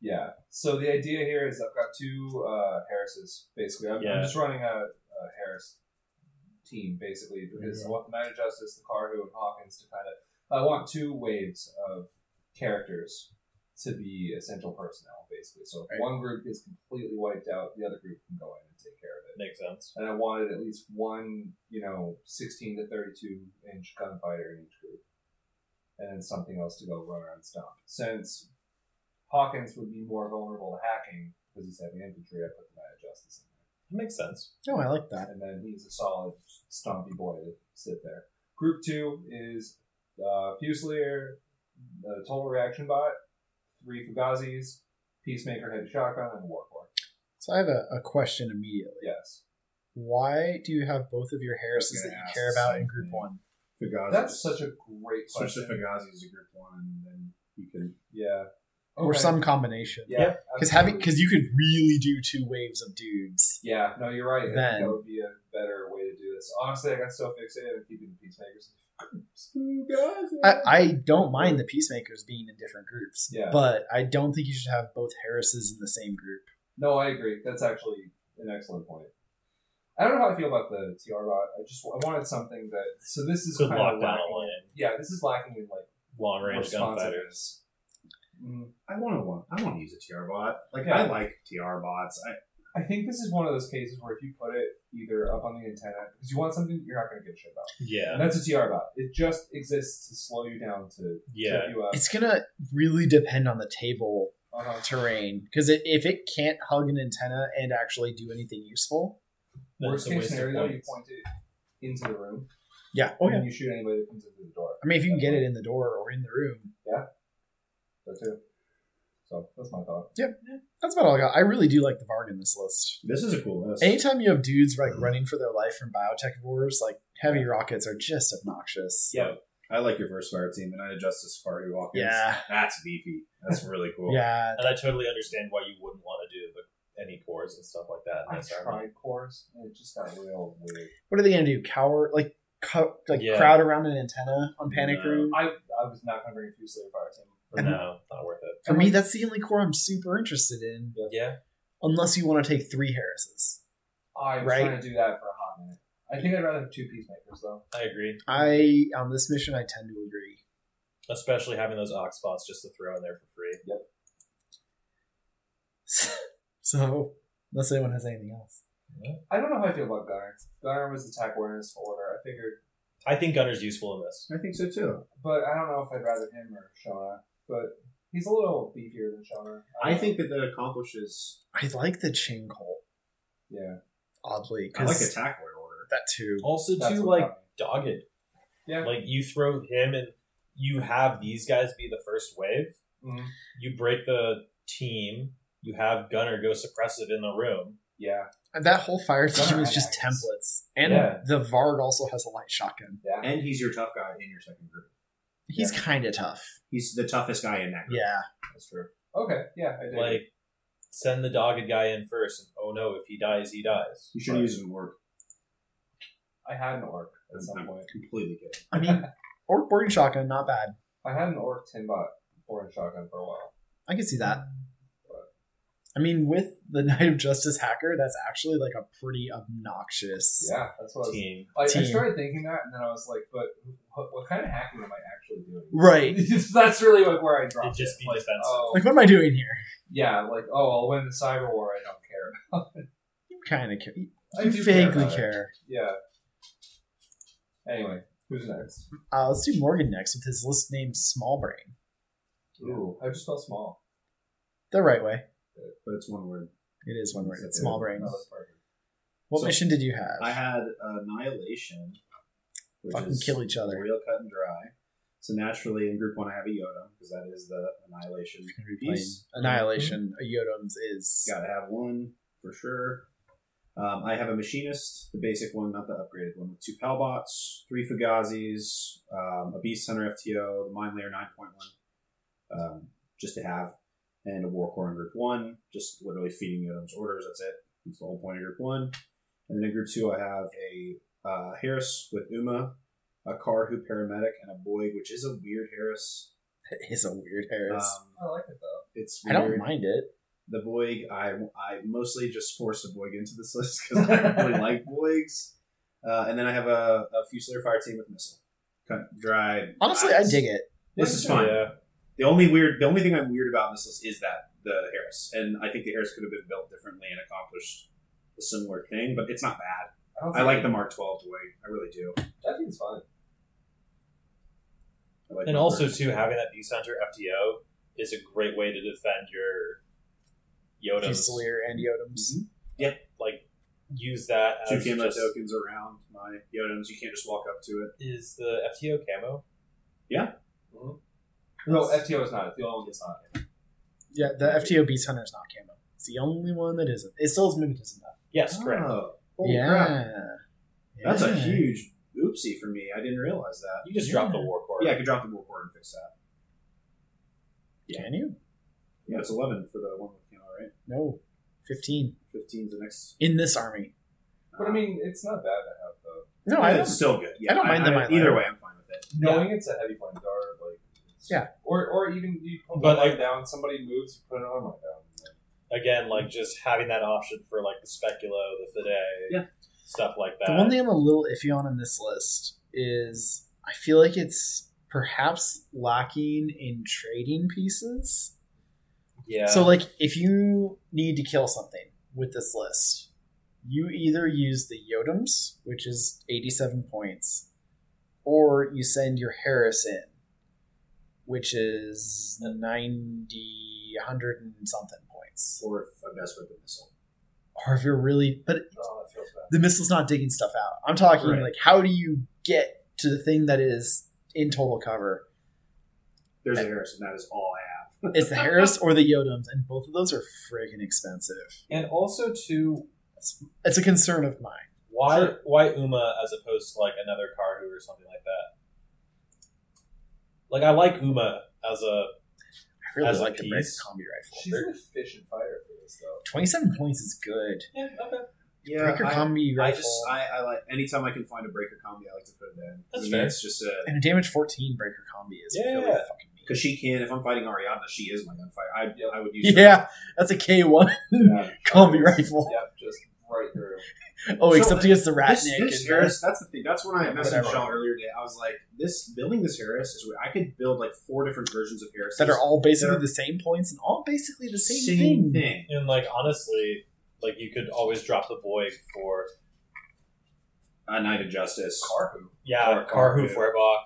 S4: Yeah. So the idea here is I've got two uh, Harrises basically. I'm, I'm
S2: Yeah.
S4: just running a, a Harris team basically because I want the Knight of Justice, the Carhu, and Hawkins to kind of. I want two waves of characters to be essential personnel basically. So if
S3: Right.
S4: one group gets completely wiped out, the other group can go in and take care of it.
S2: Makes sense.
S4: And I wanted at least one, you know, 16 to 32 inch gunfighter in each group. And then something else to go run around and stomp. Since Hawkins would be more vulnerable to hacking because he's heavy infantry, I put the Knight of Justice in
S2: Makes sense.
S3: Oh, I like that.
S4: there. And then he's a solid, stompy boy to sit there. Group two is uh, Fusilier, the Total Reaction Bot, three Fugazis, Peacemaker Heavy Shotgun, and Warcore.
S3: So I have a, a question immediately.
S4: Yes.
S3: Why do you have both of your Harrises that
S5: gonna
S3: you
S5: ask
S3: care
S5: the
S3: about
S5: same
S3: in Group
S5: thing.
S3: One?
S5: Fugazi.
S4: That's such a great
S5: switch to
S4: question.
S5: Fugazi as a group one, then you can.
S4: Yeah.
S3: Or
S4: Okay.
S3: some combination?
S4: Yeah.
S3: Because
S4: absolutely.
S3: having because you could really do two waves of dudes.
S4: Yeah, no, you're right. I think
S3: Then-
S4: that would be a better way to do this. Honestly, I got so fixated on keeping the peacemakers.
S3: I, I don't mind the peacemakers being in different groups,
S4: Yeah.
S3: but I don't think you should have both Harrises in the same group.
S4: No, I agree. That's actually an excellent point. I don't know how I feel about the TR bot. I just I wanted something that so this is
S2: Could
S4: kind
S2: lock
S4: of
S2: down
S4: lacking.
S2: a lane.
S4: Yeah, this is lacking in like
S2: Long range gunfighter.
S4: responsiveness. Mm,
S5: I want to want. I want to use a TR bot. Like
S4: Yeah.
S5: I like TR bots. I
S4: I think this is one of those cases where if you put it either up on the antenna because you want something that you're not going to get shit about. And
S2: Yeah.
S4: that's a TR bot. It just exists to slow you down to
S2: Yeah.
S4: trip you up.
S3: It's gonna really depend on the table
S4: Uh-huh.
S3: terrain because it, if it can't hug an antenna and actually do anything useful,
S2: That's
S4: Worst
S2: a
S4: case
S2: waste of
S4: scenario, you
S2: points.
S4: point it into the room.
S3: Oh, yeah.
S4: and you shoot anybody that comes into the door.
S3: I mean, if you can get it in the door or in the room,
S4: So too. So that's my thought.
S3: that's about all I got. I really do like the Varg in this list.
S5: this is a cool list.
S3: Anytime you have dudes like running for their life from biotech wars, like heavy rockets are just obnoxious.
S4: Yeah.
S5: I like your first fire team, and I adjust this far to Hawkins.
S3: Yeah.
S5: that's beefy. That's really cool.
S3: Yeah.
S2: And I totally understand why you wouldn't want to do the, any cores and stuff like that. in
S4: I
S2: this army.
S4: tried course and it just got real weird.
S3: What are they gonna do? Cower like co- like
S2: Yeah.
S3: crowd around an antenna on Panic
S5: No.
S3: Room?
S4: I I was not gonna bring a Fusilier Fire Team.
S2: But no, not worth it.
S3: For me, that's the only core I'm super interested in.
S2: Yeah.
S3: Unless you want to take three Harrises.
S4: I was
S3: Right.
S4: trying to do that for a hot minute. I think I'd rather have two peacemakers though.
S2: I agree.
S3: I on this mission I tend to agree.
S2: Especially having those ox spots just to throw in there for free.
S3: so unless anyone has anything else.
S4: I don't know how I feel about Gunner. Gunner was attack awareness order. I figured,
S2: I think Gunner's useful in this.
S5: I think so too.
S4: but I don't know if I'd rather him or Shona. But he's a little beefier than Shona.
S5: I think that that accomplishes.
S3: I like the Chain Colt,
S4: yeah.
S3: oddly,
S5: I like
S3: because
S5: attack word order.
S3: that too.
S2: Also,
S4: That's
S2: too,
S4: what
S2: like,
S4: got me.
S2: dogged.
S4: Yeah.
S2: Like, you throw him and you have these guys be the first wave.
S4: Mhm.
S2: You break the team. You have Gunner go suppressive in the room.
S4: Yeah.
S3: That whole fire team
S4: Gunner
S3: is just
S4: Hacks.
S3: templates. And
S2: Yeah.
S3: the Varg also has a light shotgun.
S4: Yeah.
S5: And he's your tough guy in your second group.
S3: He's kind of tough.
S5: He's the toughest guy in that group.
S3: Yeah.
S4: That's true. Okay. Yeah. I did.
S2: Like, send the dogged guy in first. And, oh no, if he dies, he dies.
S5: You should have used him in work.
S4: I had an orc at
S5: I'm,
S4: some
S5: I'm
S4: point.
S5: completely kidding.
S3: I mean, Orc Boarding Shotgun, not bad.
S4: I had an orc Timbot boring shotgun for a while.
S3: I can see that. I mean, with the Knight of Justice hacker, that's actually like a pretty obnoxious.
S4: Yeah, that's what I was.
S2: Team.
S4: I, I
S3: Team.
S4: started thinking that, and then I was like, "But what, what kind of hacking am I actually doing?"
S3: Right.
S4: that's really like where I
S2: It'd
S4: dropped.
S2: just
S4: it.
S2: be
S4: like,
S2: defensive.
S5: uh,
S4: Oh,
S3: Like, what am I doing here?
S4: yeah, like oh, I'll win the cyber war. I don't care.
S3: You kind of care. You
S4: I do care
S3: vaguely
S4: about it.
S3: care.
S4: Yeah. Anyway, who's next?
S3: Uh, let's do Morgan next with his list named Small Brain.
S4: Ooh, I just spell small.
S3: The right way.
S5: But it's one word.
S3: It is one word. It's
S5: Yeah.
S3: Small
S4: No,
S3: Brain.
S4: that's perfect.
S3: What
S5: So-
S3: mission did you have?
S5: I had Annihilation. Which
S3: Fucking kill each other.
S5: Real cut and dry. So naturally, in group one, I have a Yoda because that is the Annihilation
S3: Plain.
S5: piece.
S3: Annihilation. A Yodom's is.
S5: Got to have one for sure. Um, I have a machinist, the basic one, not the upgraded one, with two Palbots, three Fugazis, um, a Beast Hunter FTO, the Mind Layer 9.1, um, just to have. and a war core in group one, just literally feeding items orders. That's it. That's the whole point of group one. And then in group two, I have a uh, Harris with Uma, a Carhu paramedic, and a Boyd, which is a weird Harris.
S3: It is a weird Harris.
S5: Um,
S4: I like it though.
S5: it's
S3: I
S5: weird.
S3: don't mind it.
S5: the Boig. I I mostly just forced a Boig into this list because I don't really like Boigs. Uh, and then I have a, a Fusilier Fire team with missile, cut, dried.
S3: Honestly, I dig it.
S5: This is fun. The only weird, the only thing I'm weird about in this list is that the Harris, and I think the Harris could have been built differently and accomplished a similar thing, but it's not bad.
S4: I, don't
S5: I like the
S4: think-
S5: Mark Twelve Boig. I really do.
S4: I think it's fine.
S5: I like
S2: And
S5: the
S2: also
S5: Harris.
S2: too, having that Beast Hunter FTO is a great way to defend your Yodas.
S3: Fusilier and Yodams.
S2: Like use that
S5: two
S2: as
S5: camo
S2: just,
S5: tokens around my Yodams. You can't just walk up to it.
S2: is the FTO camo.
S4: No, FTO is not. It's the only one that's not.
S3: Yeah, the FTO Beast Hunter is not camo. It's the only one that isn't. It still has mimetism though.
S2: Yes, correct.
S5: Oh, holy
S3: yeah.
S5: crap. That's a
S3: Yeah.
S5: huge oopsie for me. I didn't realize that.
S2: You just drop the war core.
S5: Yeah, I could drop the war core and fix that.
S3: Can you?
S5: Yeah, it's 11 for the one with camo, right?
S3: No. 15.
S5: 15 is the next.
S3: In this army.
S4: But I mean, it's not bad to have though.
S3: No,
S5: Yeah,
S3: I
S5: it's
S3: don't.
S5: still good. Yeah,
S3: I don't mind them either.
S5: Either way, I'm fine with it.
S4: Knowing it's a heavy point guard, like it's-
S3: Yeah.
S4: or or even you put
S2: But
S4: one
S2: I-
S4: line down, somebody moves, you put an arm line down.
S2: Again, like just having that option for like the speculo, the fide,
S5: Yeah.
S2: stuff like that.
S3: The one thing I'm a little iffy on in this list is I feel like it's perhaps lacking in trading pieces.
S2: yeah.
S3: So, like, if you need to kill something with this list, you either use the Yodams, which is 87 points, or you send your Harris in, which is 90, 100 and something points.
S5: Or if I'm desperate with missile.
S3: Or if you're really, but
S4: Oh, that feels bad.
S3: the missile's not digging stuff out. I'm talking
S5: Right.
S3: like, how do you get to the thing that is in total cover?
S5: There's a Harris, and that is all I have.
S3: It's the Harris or the Yodams, and both of those are friggin' expensive.
S2: and also too,
S3: It's a concern of mine.
S2: why why Uma as opposed to like another Karhu or something like that? Like I like Uma as a
S3: I really
S2: As a
S3: like the Red
S2: piece.
S3: combi rifle.
S4: She's an efficient fighter for this though.
S3: 27 points is good.
S2: yeah, okay.
S5: yeah,
S3: Breaker
S5: I,
S3: combi
S5: I
S3: rifle.
S5: just, I, I like, anytime I can find a breaker combi, I like to put it in.
S2: That's
S5: I mean,
S2: fair.
S5: It's just a,
S3: and a damage 14 breaker combi is
S2: Yeah.
S3: really fucking mean.
S5: because she can, if I'm fighting Ariadna, she is my gunfighter. I, I would use her.
S3: Yeah, that's a K1 combi rifle.
S4: Yep, just right through.
S3: Oh,
S5: So,
S3: except against the
S5: This,
S3: Ratnik.
S5: this
S3: and the-
S5: Harris, that's the thing. That's when I messaged
S3: Whatever.
S5: y'all earlier today. I was like, this building this Harris is where I could build like four different versions of Harris
S3: that are all basically
S5: They're-
S3: the same points and all basically the same, thing.
S5: thing.
S2: And like honestly, like you could always drop the boy for
S5: A Knight of Justice. Carhu.
S2: yeah,
S5: Or
S2: Karhu
S5: Karhu.
S2: Feuerbach.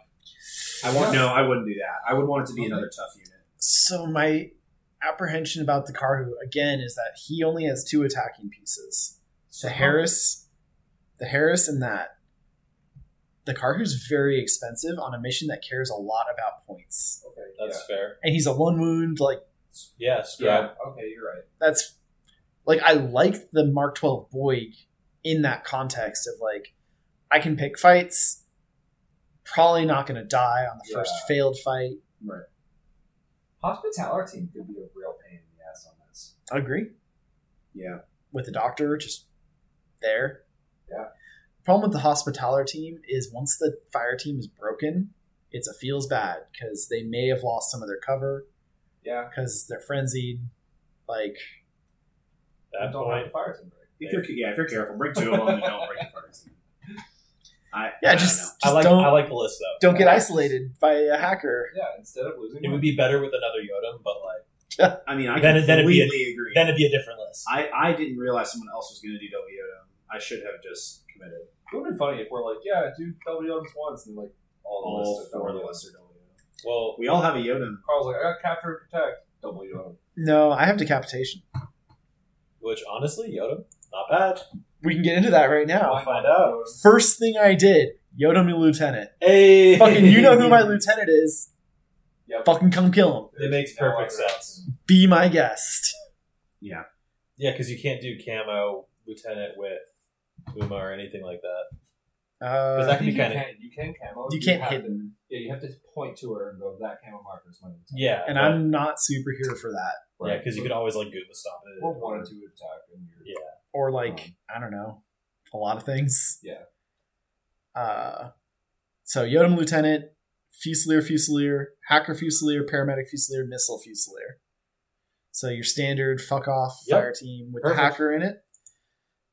S5: I want no. I wouldn't do that. I would want it to be another tough unit.
S3: So my apprehension about the Karhu again is that he only has two attacking pieces. The Harris, the Harris, and that. The Karhu's very expensive on a mission that cares a lot about points,
S4: Okay,
S2: That's fair.
S3: and he's a one wound. Like
S2: Yeah,
S4: yeah. yeah.
S2: scrap.
S4: Okay, you're right.
S3: that's like I like the Mark Twelve Boig in that context of like I can pick fights. Probably not going to die on the first failed fight.
S4: Hospitality team could be a real pain in the ass on this.
S3: I agree.
S5: Yeah.
S3: with the doctor just there.
S4: Yeah.
S3: Problem with the hospitaller team is once the fire team is broken, it's a feels bad because they may have lost some of their cover
S4: Yeah,
S3: because they're frenzied. Like
S2: At that
S4: don't have
S2: point,
S4: the fire team break.
S5: If you're yeah, if you're careful, bring two of them and don't break the first. I
S3: yeah,
S5: I
S3: just,
S5: don't
S3: just
S2: I like
S3: don't
S2: I like the list though.
S3: don't get isolated by a hacker.
S4: Yeah, instead of losing,
S2: It would
S4: one-
S2: be better with another Yodam, but like
S5: know. I mean, I
S2: Then it- then it'd be a-
S5: completely agree.
S2: then it'd be a different list.
S5: I I didn't realize someone else was going to do Del Yodem. I should have just committed
S4: it would be funny if we're like, yeah, do double yodels once, and like all the
S5: all
S4: lists are
S5: four of
S4: double
S5: the
S4: yodels.
S5: lesser Del Yodem.
S2: Well,
S5: We all have a Yodem.
S4: Carl's like, I got capture and protect, double yodel.
S3: No, I have decapitation.
S2: which honestly, Yodam, not bad.
S3: We can get into that right now.
S4: Why
S2: find
S4: not
S2: out.
S4: yodel?
S3: First thing I did, Yoda new lieutenant.
S2: Hey,
S3: Fucking, you know who my lieutenant is.
S4: Yep.
S3: Fucking come kill him.
S2: It makes
S4: There's no
S2: perfect
S4: other
S2: sense.
S4: option.
S3: Be my guest.
S2: Yeah, because you can't do camo lieutenant with Uma or anything like that.
S3: Uh,
S2: Does that
S4: I
S2: can be
S4: think you
S2: kinda-
S4: can- You can camo.
S3: you can't
S4: have
S3: hit
S4: to-
S3: them,
S4: Yeah, you have to point to her and go, that camo marker is one attack.
S2: Yeah,
S3: and
S2: but-
S3: I'm not super here for that.
S2: yeah because you could always like goomba stomp it.
S4: Or one or two attack. And you're,
S2: Yeah.
S3: Or like
S2: Um,
S3: I don't know, a lot of things.
S4: Yeah.
S3: Uh, so Yodem Lieutenant, Fusilier, Fusilier, Hacker Fusilier, Paramedic Fusilier, Missile Fusilier. So your standard fuck off
S2: Yep.
S3: fire team with
S2: Perfect.
S3: the hacker in it.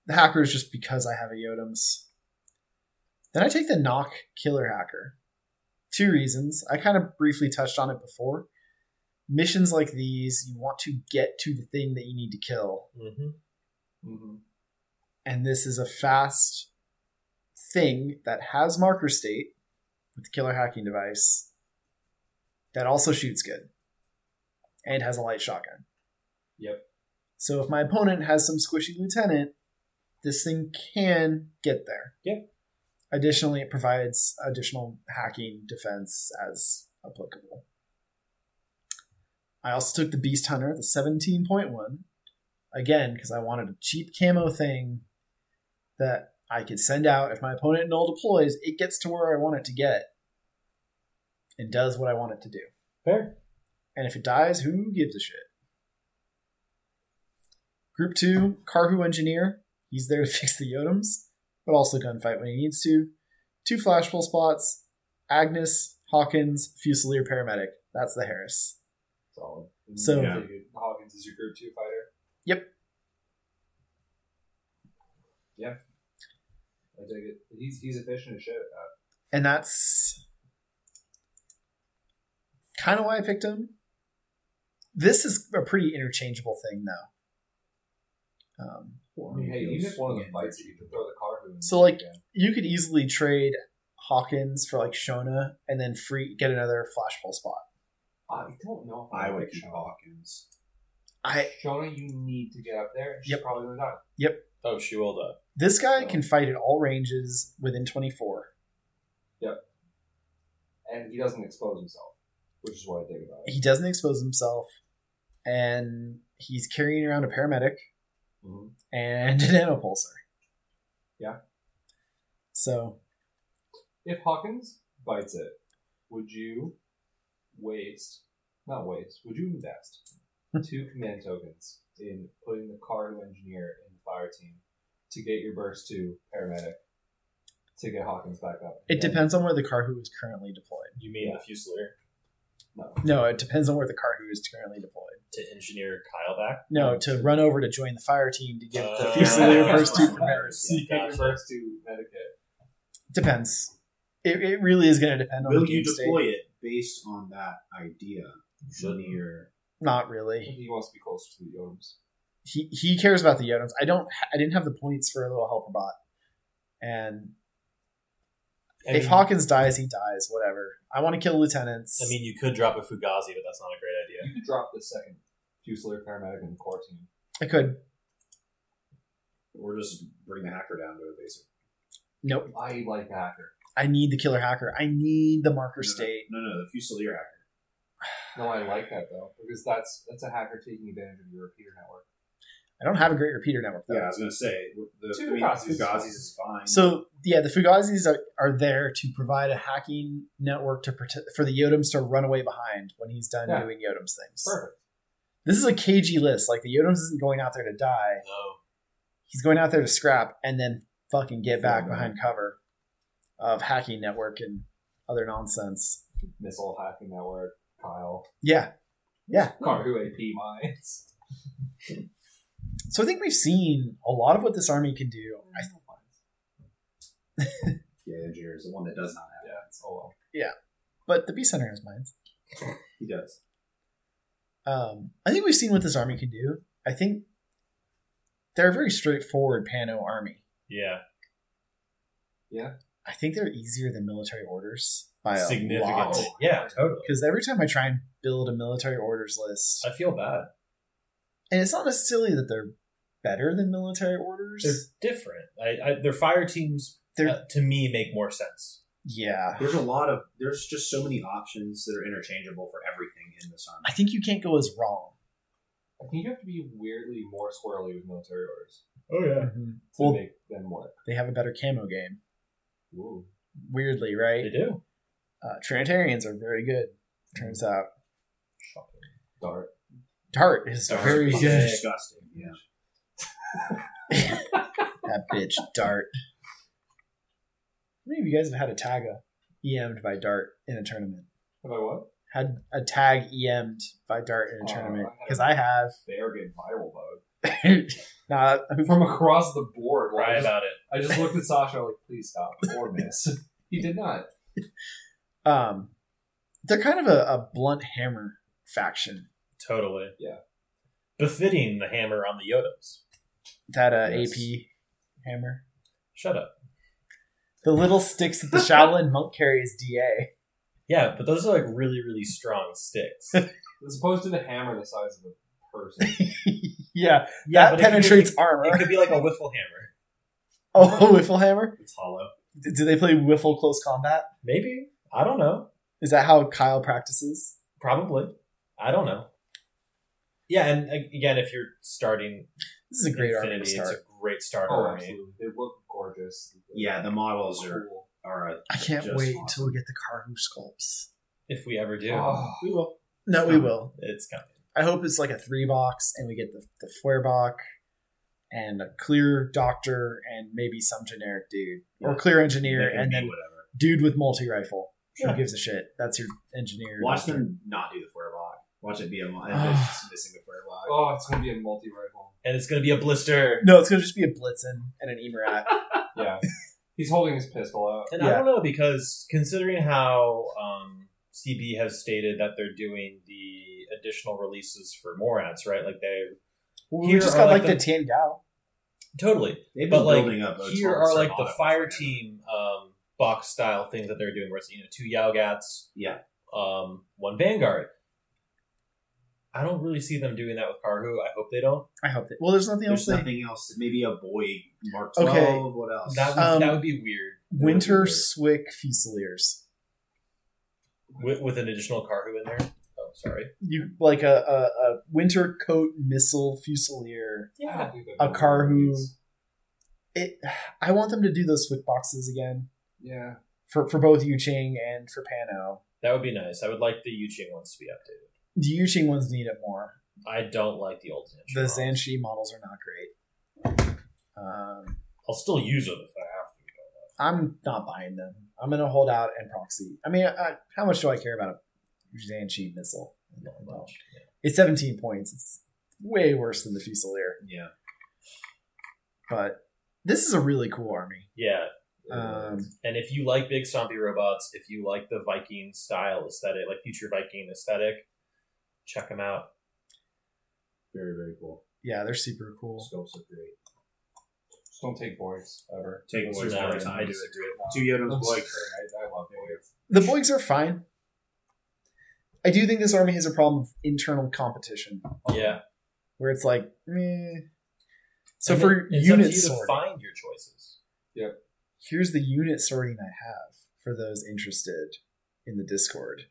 S3: The hacker is just because I have a Yodems. Then I take the knock killer hacker. Two reasons. I kind of briefly touched on it before. Missions like these, you want to get to the thing that you need to kill
S2: Mm-hmm.
S4: Mhm.
S3: and this is a fast thing that has marker state with the killer hacking device that also shoots good and has a light shotgun.
S4: Yep.
S3: So if my opponent has some squishy lieutenant, this thing can get there.
S2: Yep.
S3: Additionally, it provides additional hacking defense as applicable. I also took the Beast Hunter, the 17.1, again because I wanted a cheap camo thing that I could send out. If my opponent null deploys, it gets to where I want it to get and does what I want it to do.
S2: Fair.
S3: And if it dies, who gives a shit? Group two, Carhu Engineer. He's there to fix the Yodems, but also gunfight when he needs to. Two flashball spots, Agnes, Hawkins, Fusilier Paramedic. That's the Harris.
S4: Solid. And
S3: So-
S4: you take it- Hawkins is your group two fighter.
S3: Yep.
S4: Yeah. I dig it. He's, he's efficient as shit at that.
S3: and that's kind of why I picked him. This is a pretty interchangeable thing, though. Um,
S4: I mean, hey, even if one of them bites you, you can throw the car in.
S3: So, like-
S4: again.
S3: you could easily trade Hawkins for like Shona, and then free get another flashball spot.
S4: I don't know if I,
S5: I would
S4: like
S5: keep
S4: Shona.
S5: Hawkins.
S3: I
S4: Shona, you need to get up there. She's
S3: Yep.
S4: probably gonna die.
S2: Oh, she will die.
S3: this
S4: Oh.
S3: guy can fight at all ranges within twenty four.
S4: And he doesn't expose himself, which is what I dig about it.
S3: He doesn't expose himself, and he's carrying around a paramedic
S4: Mhm.
S3: and an ammo pulser.
S4: Yeah.
S3: So
S4: If Hawkins bites it, would you waste, not waste, would you invest
S3: Hmm.
S4: two command tokens in putting the cargo engineer in the fire team to get your burst to paramedic to get Hawkins back up?
S3: It depends on where the Carhu is currently deployed.
S2: You mean the Fusilier
S4: No.
S3: No, it depends on where the Carhu is currently deployed.
S2: to engineer Kyle back?
S3: No, to run over to join the fire team to give the
S2: Uh,
S3: Fusilier
S2: yeah,
S3: first two
S2: that's
S3: prepares.
S4: To get your
S2: Gotcha.
S4: burst to Medicaid.
S3: Depends. It, it really is going to depend on
S5: Will
S3: the game
S5: you
S3: state.
S5: deploy it based on that idea? Engineer.
S3: Not
S4: I think
S3: really.
S4: He wants to be closer to the Yodems.
S3: He he cares about the Yodems. I don't. ha- I didn't have the points for a little helper bot. And
S2: I
S3: if
S2: mean-
S3: Hawkins dies, he dies. Whatever. I want to kill lieutenants.
S2: I mean, you could drop a Fugazi, but that's not a great idea.
S4: You could drop the second Fusilier paramedic in the core team.
S3: I could.
S5: Or just bring the hacker down to it, basically.
S3: Nope.
S4: I like the hacker.
S3: I need the killer hacker. I need the marker
S5: No,
S3: state.
S5: No, no, the Fusilier hacker.
S4: No, I like that though, because that's that's a hacker taking advantage of your repeater network.
S3: I don't have a great repeater network though.
S5: Yeah, I was going to say, the
S4: Two
S5: I mean,
S4: Fugazis.
S5: Fugazis is fine.
S3: So yeah, the Fugazis are, are there to provide a hacking network to prote- for the Yodems to run away behind when he's done
S4: Yeah.
S3: doing Yodems things.
S4: Perfect.
S3: This is a cagey list. Like the Yodems isn't going out there to die.
S2: No.
S3: He's going out there to scrap and then fucking get back
S5: Yeah.
S3: behind cover of hacking network and other nonsense.
S4: Missile hacking network, Kyle.
S3: Yeah.
S4: Carhu AP mines.
S3: So I think we've seen a lot of what this army can do. I th-
S5: yeah, the engineer is the one that does not have.
S4: Yeah, it's oh well.
S3: but the Beast Hunter has mines.
S5: He does.
S3: Um, I think we've seen what this army can do. I think they're a very straightforward Pano army.
S2: Yeah.
S3: I think they're easier than military orders by a
S2: Significantly.
S3: lot.
S2: Yeah, totally.
S3: Because every time I try and build a military orders list,
S2: I feel bad.
S3: and it's not necessarily that they're better than military orders.
S2: They're different. I, I, their fire teams,
S3: They're-
S2: uh, to me, make more sense.
S3: yeah,
S5: There's a lot of, there's just so many options that are interchangeable for everything in this army.
S3: I think you can't go as wrong.
S4: I think you have to be weirdly more squirrely with military orders
S2: Oh, yeah.
S4: to
S3: Well-
S4: make them work.
S3: They have a better camo game.
S5: Whoa.
S3: Weirdly, right?
S2: They do.
S3: Uh, Trinitarians are very good. Turns out
S5: Dart.
S3: Dart is very
S5: Fucking
S3: good.
S5: Disgusting. Yeah.
S3: that bitch Dart. How many of you guys have had a tag EM'd by Dart in a tournament?
S4: Have I what?
S3: Had a tag EM'd by Dart in a
S4: Oh,
S3: tournament?
S4: I had
S3: Because I have.
S5: They are getting viral though.
S3: Nah,
S4: From across the board. while
S2: Cry
S4: I, just,
S2: about it.
S4: I just looked at Sasha like, please stop or miss. he did not.
S3: um, they're kind of a, a blunt hammer faction
S2: Totally.
S4: Yeah.
S2: Befitting the hammer on the Yodams.
S3: that uh,
S5: Yes.
S3: AP hammer.
S2: Shut up.
S3: The little sticks that the Shaolin monk carries DA.
S2: Yeah, but those are like really, really strong sticks.
S4: As opposed to the hammer the size of a person.
S3: Yeah, that
S2: Yeah, but it could be-
S3: penetrates
S2: It
S3: armor.
S2: could be like a wiffle hammer.
S3: Oh, wiffle hammer?
S2: It's hollow.
S3: D- Do they play wiffle close combat?
S2: Maybe. I don't know.
S3: Is that how Kyle practices?
S2: Probably. I don't know. Yeah, and a- again, if you're starting
S3: This is a great
S2: Infinity,
S3: army to start.
S2: it's a great starter
S4: oh,
S2: army.
S4: absolutely. They look gorgeous.
S5: Yeah, the models are
S4: Cool.
S5: are a
S3: I can't
S5: Just
S3: wait
S5: awesome.
S3: until we get the Karu sculpts.
S2: If we ever do,
S4: Oh,
S5: we will.
S3: No, we will.
S2: it's coming.
S3: I hope it's like a three box and we get the, the Feuerbach and a clear doctor and maybe some generic dude. Or clear engineer
S5: They can
S3: and
S5: be
S3: then
S5: whatever.
S3: dude with multi rifle.
S2: Yeah.
S3: Who gives a shit? That's your engineer.
S5: Watch
S3: doctor.
S5: them not do the fireball. Watch it be a mo- and it's just missing the fireball.
S4: oh, it's going to be a multi rifle.
S2: And it's gonna be a blister.
S3: No, it's gonna just be a Blitzen and an Emerat.
S4: Yeah. He's holding his pistol out.
S2: And I
S3: Yeah.
S2: don't know because considering how um, CB has stated that they're doing the additional releases for Morats, right? Like they
S3: we
S2: Here
S3: just
S2: are
S3: got
S2: like
S3: like the, Tian Gao.
S2: totally
S5: They've been
S2: but like
S5: building up. Oates
S2: here
S5: on
S2: are like
S5: Sarmata
S2: the
S5: for
S2: fire
S5: forever.
S2: team um, box style things that they're doing, where it's you know two Yaogats,
S5: Yeah.
S2: um, one Vanguard. I don't really see them doing that with Karhu. I hope they don't.
S3: I hope that. Well, there's nothing else.
S5: There's
S3: They,
S5: nothing else. Maybe a boy Mark Twelve.
S3: Okay.
S5: What else?
S2: That would,
S3: Um,
S2: that would be weird
S3: Winter Swick Fusiliers.
S2: with, with an additional Karhu in there. Oh, sorry.
S3: You like a, a, a winter coat missile fusilier.
S4: I don't think they've
S3: A
S4: done
S3: car who-
S4: these.
S3: It, I want them to do those Swick boxes again
S4: Yeah.
S3: for for both Yu Ching and for Pano.
S2: That would be nice. I would like the Yuching ones to be updated.
S3: The Yu Ching ones need it more.
S2: I don't like the old Zanshi.
S3: The
S2: models.
S3: Zanshi models are not great. Um,
S2: I'll still use them if I have to.
S3: I'm not buying them. I'm gonna hold out and proxy. I mean, I, how much do I care about a Zanshi missile? It's 17 points. It's way worse than the Fusilier.
S5: Yeah.
S3: But this is a really cool army.
S2: Yeah,
S3: Um,
S2: and if you like big stompy robots, if you like the Viking style aesthetic, like future Viking aesthetic, check them out.
S5: Very very cool.
S3: yeah, they're super cool.
S5: Sculpts are great.
S4: Just don't take boys ever.
S5: Take boys
S2: No,
S5: every
S2: I
S5: time.
S2: do
S5: Two Yoda's
S4: I'm
S5: boy.
S4: sorry, I, I love boys.
S3: The Boigs are fine. I do think this army has a problem of internal competition,
S2: Yeah.
S3: where it's like, meh. So
S2: And
S3: for
S2: it- it's up to
S3: unit
S2: you to
S3: sorting,
S2: find your choices.
S3: here's the unit sorting I have for those interested in the Discord.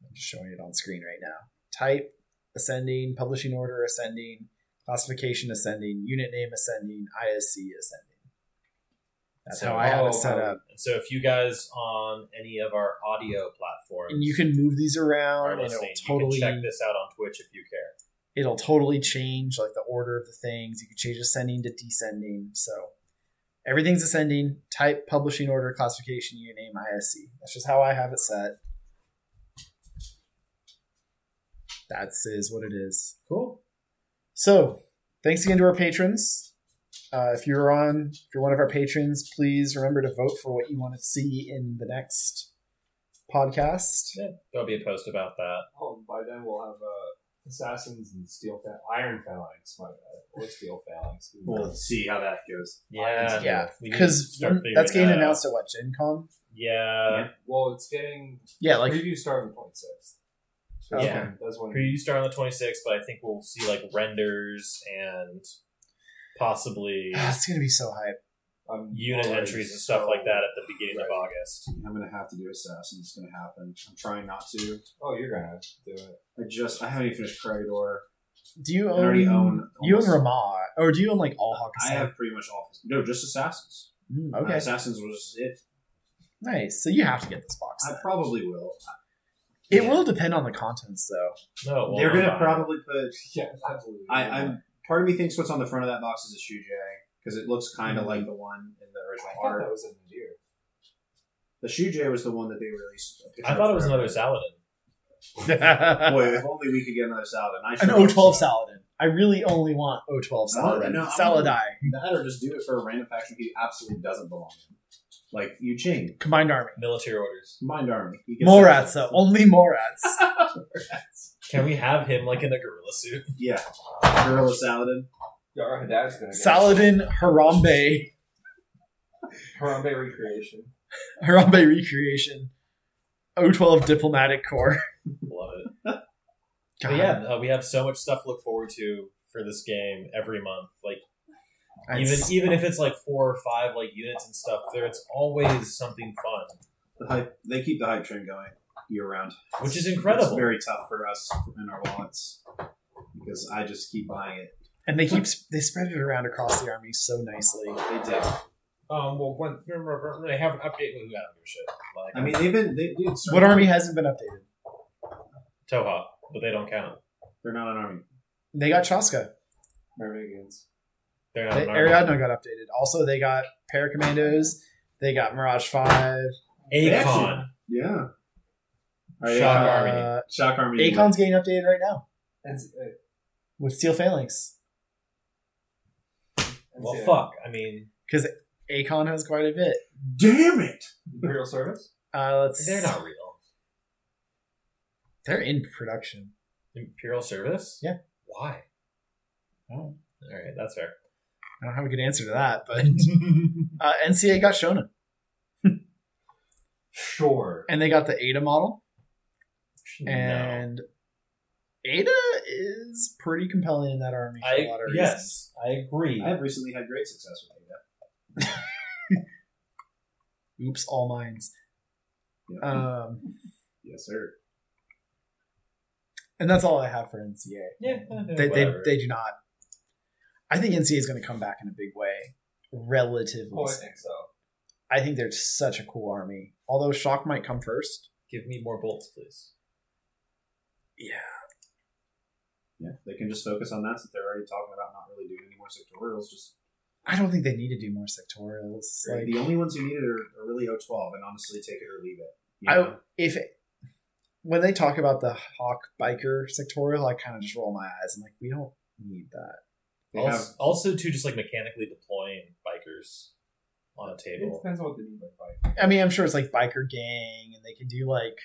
S3: I'm just showing it on screen right now. Type, ascending, publishing order, ascending, classification, ascending, unit name, ascending, ISC, ascending. That's
S2: So-
S3: how I have
S4: oh,
S3: it set up.
S2: And so if you guys on any of our audio platforms
S3: And you can move these
S2: are
S3: around, and it'll
S2: listening,
S3: totally
S2: you can check this out on Twitch if you care.
S3: it'll totally change like the order of the things. You can change ascending to descending. So everything's ascending. Type, publishing order, classification, unit name, ISC. That's just how I have it set. That's is what it is.
S2: Cool.
S3: So thanks again to our patrons. Uh, if you're on, if you're one of our patrons, please remember to vote for what you want to see in the next podcast.
S2: Yeah, there'll be a post about that.
S4: Oh, by then we'll have uh, assassins and steel pha- iron phalanx, my bad, or steel phalanx.
S5: We'll see how that goes.
S2: Yeah.
S3: Yeah,
S2: we need to
S3: because
S2: start figuring
S3: that's getting
S2: that out.
S3: announced at what Gen Con.
S2: Yeah.
S4: Well, it's getting
S3: Yeah, like
S4: preview start on the twenty sixth.
S2: Yeah.
S4: that's when.
S2: Preview start on the 26th, but I think we'll see like renders and possibly
S3: Ah, it's gonna be so hype.
S4: I'm
S2: unit
S4: already
S2: entries and stuff
S4: so-
S2: like that at the beginning of August.
S5: I'm gonna have to do assassin. It's gonna happen. I'm trying not to.
S4: Oh, you're gonna do it.
S5: I just I haven't even finished Corridor.
S3: Do you
S5: I
S3: own?
S5: already own
S3: Um, you own
S5: almost-
S3: Ramah, or do you own like all
S5: I
S3: Hakusai?
S5: have pretty much all. No, just assassins.
S3: Mm,
S5: Uh,
S3: okay.
S5: Assassins was it.
S3: Nice. So you have to get this box.
S5: I
S3: set.
S5: probably will.
S3: It
S2: Yeah.
S3: will depend on the contents, though.
S2: No,
S5: They're
S2: well,
S5: gonna
S2: fine.
S5: probably put.
S4: Yeah, absolutely.
S5: I, I'm part of me thinks what's on the front of that box is a shoe jag because it looks kind of like the one in the
S4: I
S5: original
S4: thought
S5: art.
S4: that was in the deer.
S5: The shoe jag was the one that they released. a picture
S2: I thought
S5: of
S2: it was
S5: forever.
S2: another Saladin.
S3: An
S5: Boy, if only we could get another salad. And I sure would.
S3: O12 Saladin. I really only want O12
S5: I want-
S3: Saladin.
S5: no, I want-
S3: Saladai.
S5: That or just do it for a random faction he absolutely doesn't belong in. Like Yu Ching,
S3: Combined Army.
S2: Military orders.
S5: Mind Army. He gets-
S3: Morats, though. Only Morats.
S2: Can we have him like in a gorilla suit?
S5: Yeah. Gorilla Saladin.
S4: Yara Haddad's gonna get
S3: Saladin Harambe.
S4: Harambe recreation.
S3: Harambe recreation. O12 Diplomatic Corps.
S2: Love it.
S3: God,
S2: But yeah, uh, we have so much stuff to look forward to for this game every month. Like even
S3: that's-
S2: even if it's like four or five like units and stuff, there it's always something fun,
S5: The hype, they keep the hype train going year round.
S2: which is incredible.
S5: It's very tough for us in our wallets because I just keep buying it.
S3: and they keep sp- they spread it around across the army so nicely.
S5: They did.
S2: um, well, when they have an update, we got to shit. Like
S5: I mean, they've been. They, dude, it's-
S3: What army hasn't been updated?
S2: Toha, but they don't count.
S5: They're not an army.
S3: They got Chaska.
S4: Mermagans.
S2: They're not.
S3: They,
S2: an army.
S3: Ariadna got updated. Also, they got Paracommandos. They got Mirage Five.
S5: They
S2: Akon.
S5: actually- Yeah. Are they-
S2: Shock
S5: uh,
S2: Army.
S3: Uh,
S5: Shock Army.
S3: Akon's getting updated right now
S4: And,
S3: with Steel Phalanx
S2: Well, fuck. I mean,
S3: because Akon has quite a bit.
S5: Damn it!
S4: Imperial service.
S3: Uh, let's.
S2: they're not real.
S3: They're in production.
S2: Imperial service.
S3: Yeah.
S2: Why?
S3: Oh.
S2: All right, that's fair.
S3: I don't have a good answer to that, but uh, NCA got Shonen,
S4: Sure.
S3: and they got the Ada model,
S2: no.
S3: and Ada is pretty compelling in that army. For a
S2: I
S3: lot of reasons.
S2: yes, I agree.
S5: I have recently had great success with E Ada.
S3: Oops, all mines.
S5: Yeah.
S3: Um,
S5: yes, sir.
S3: and that's all I have for NCA.
S2: yeah, eh,
S3: They, they,
S2: whatever.
S3: they do not. I think NCA is going to come back in a big way, relatively.
S4: Oh, I
S3: soon.
S4: think so.
S3: I think they're such a cool army. Although Shock might come first.
S2: give me more bolts, please.
S5: Yeah, they can just focus on that since they're already talking about not really doing any more sectorials. Just
S3: I don't think they need to do more sectorials. Like
S5: the only ones who need it are, are really O12, and honestly, take it or leave it. you
S3: I-
S5: know?
S3: if when they talk about the Hawk biker sectorial, I kind of just roll my eyes. I'm like, we don't need that.
S5: They
S2: also,
S5: have-
S2: also too, just like mechanically deploying bikers on a
S4: It
S2: table.
S4: depends on what they mean by fight.
S3: I mean, I'm sure it's like biker gang, and they can do like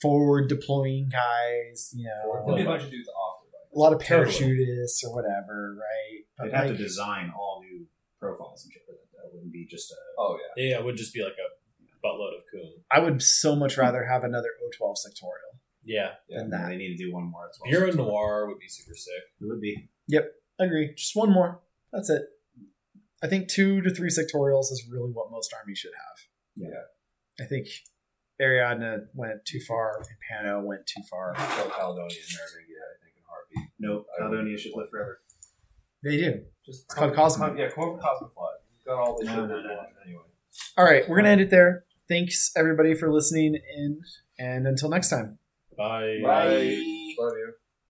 S3: forward deploying guys. You know,
S2: Forward
S4: There'll be a bunch of dudes off.
S3: a lot of
S2: Totally.
S3: parachutists or whatever, right? But
S5: They'd have to
S3: like,
S5: design all new profiles and shit for that. That wouldn't be just a.
S4: Oh yeah.
S2: Yeah, it would just be like a buttload of coon.
S3: I would so much rather have another O12 sectorial
S2: Yeah,
S3: than
S5: No,
S3: that.
S5: They need to do one more as well.
S2: Bureau Noir would be super sick.
S5: It would be.
S3: Agree. Just one more. That's it. I think two to three sectorials is really what most armies should have.
S5: Yeah.
S3: I think Ariadna went too far, and Pano went too far.
S4: So Caledonia and Mermagia, I think, in a heartbeat.
S5: No,
S4: I would-
S5: Caledonia should live forever.
S3: They do.
S4: Just
S3: It's called Cosmo.
S4: Yeah, come over to Cosmo Flood. You've got all the
S5: No,
S4: shit.
S5: no,
S4: we
S5: no,
S4: want Anyway.
S3: All right, we're gonna end it there. Thanks everybody for listening in, and until next time.
S2: Bye.
S4: Bye. Love you.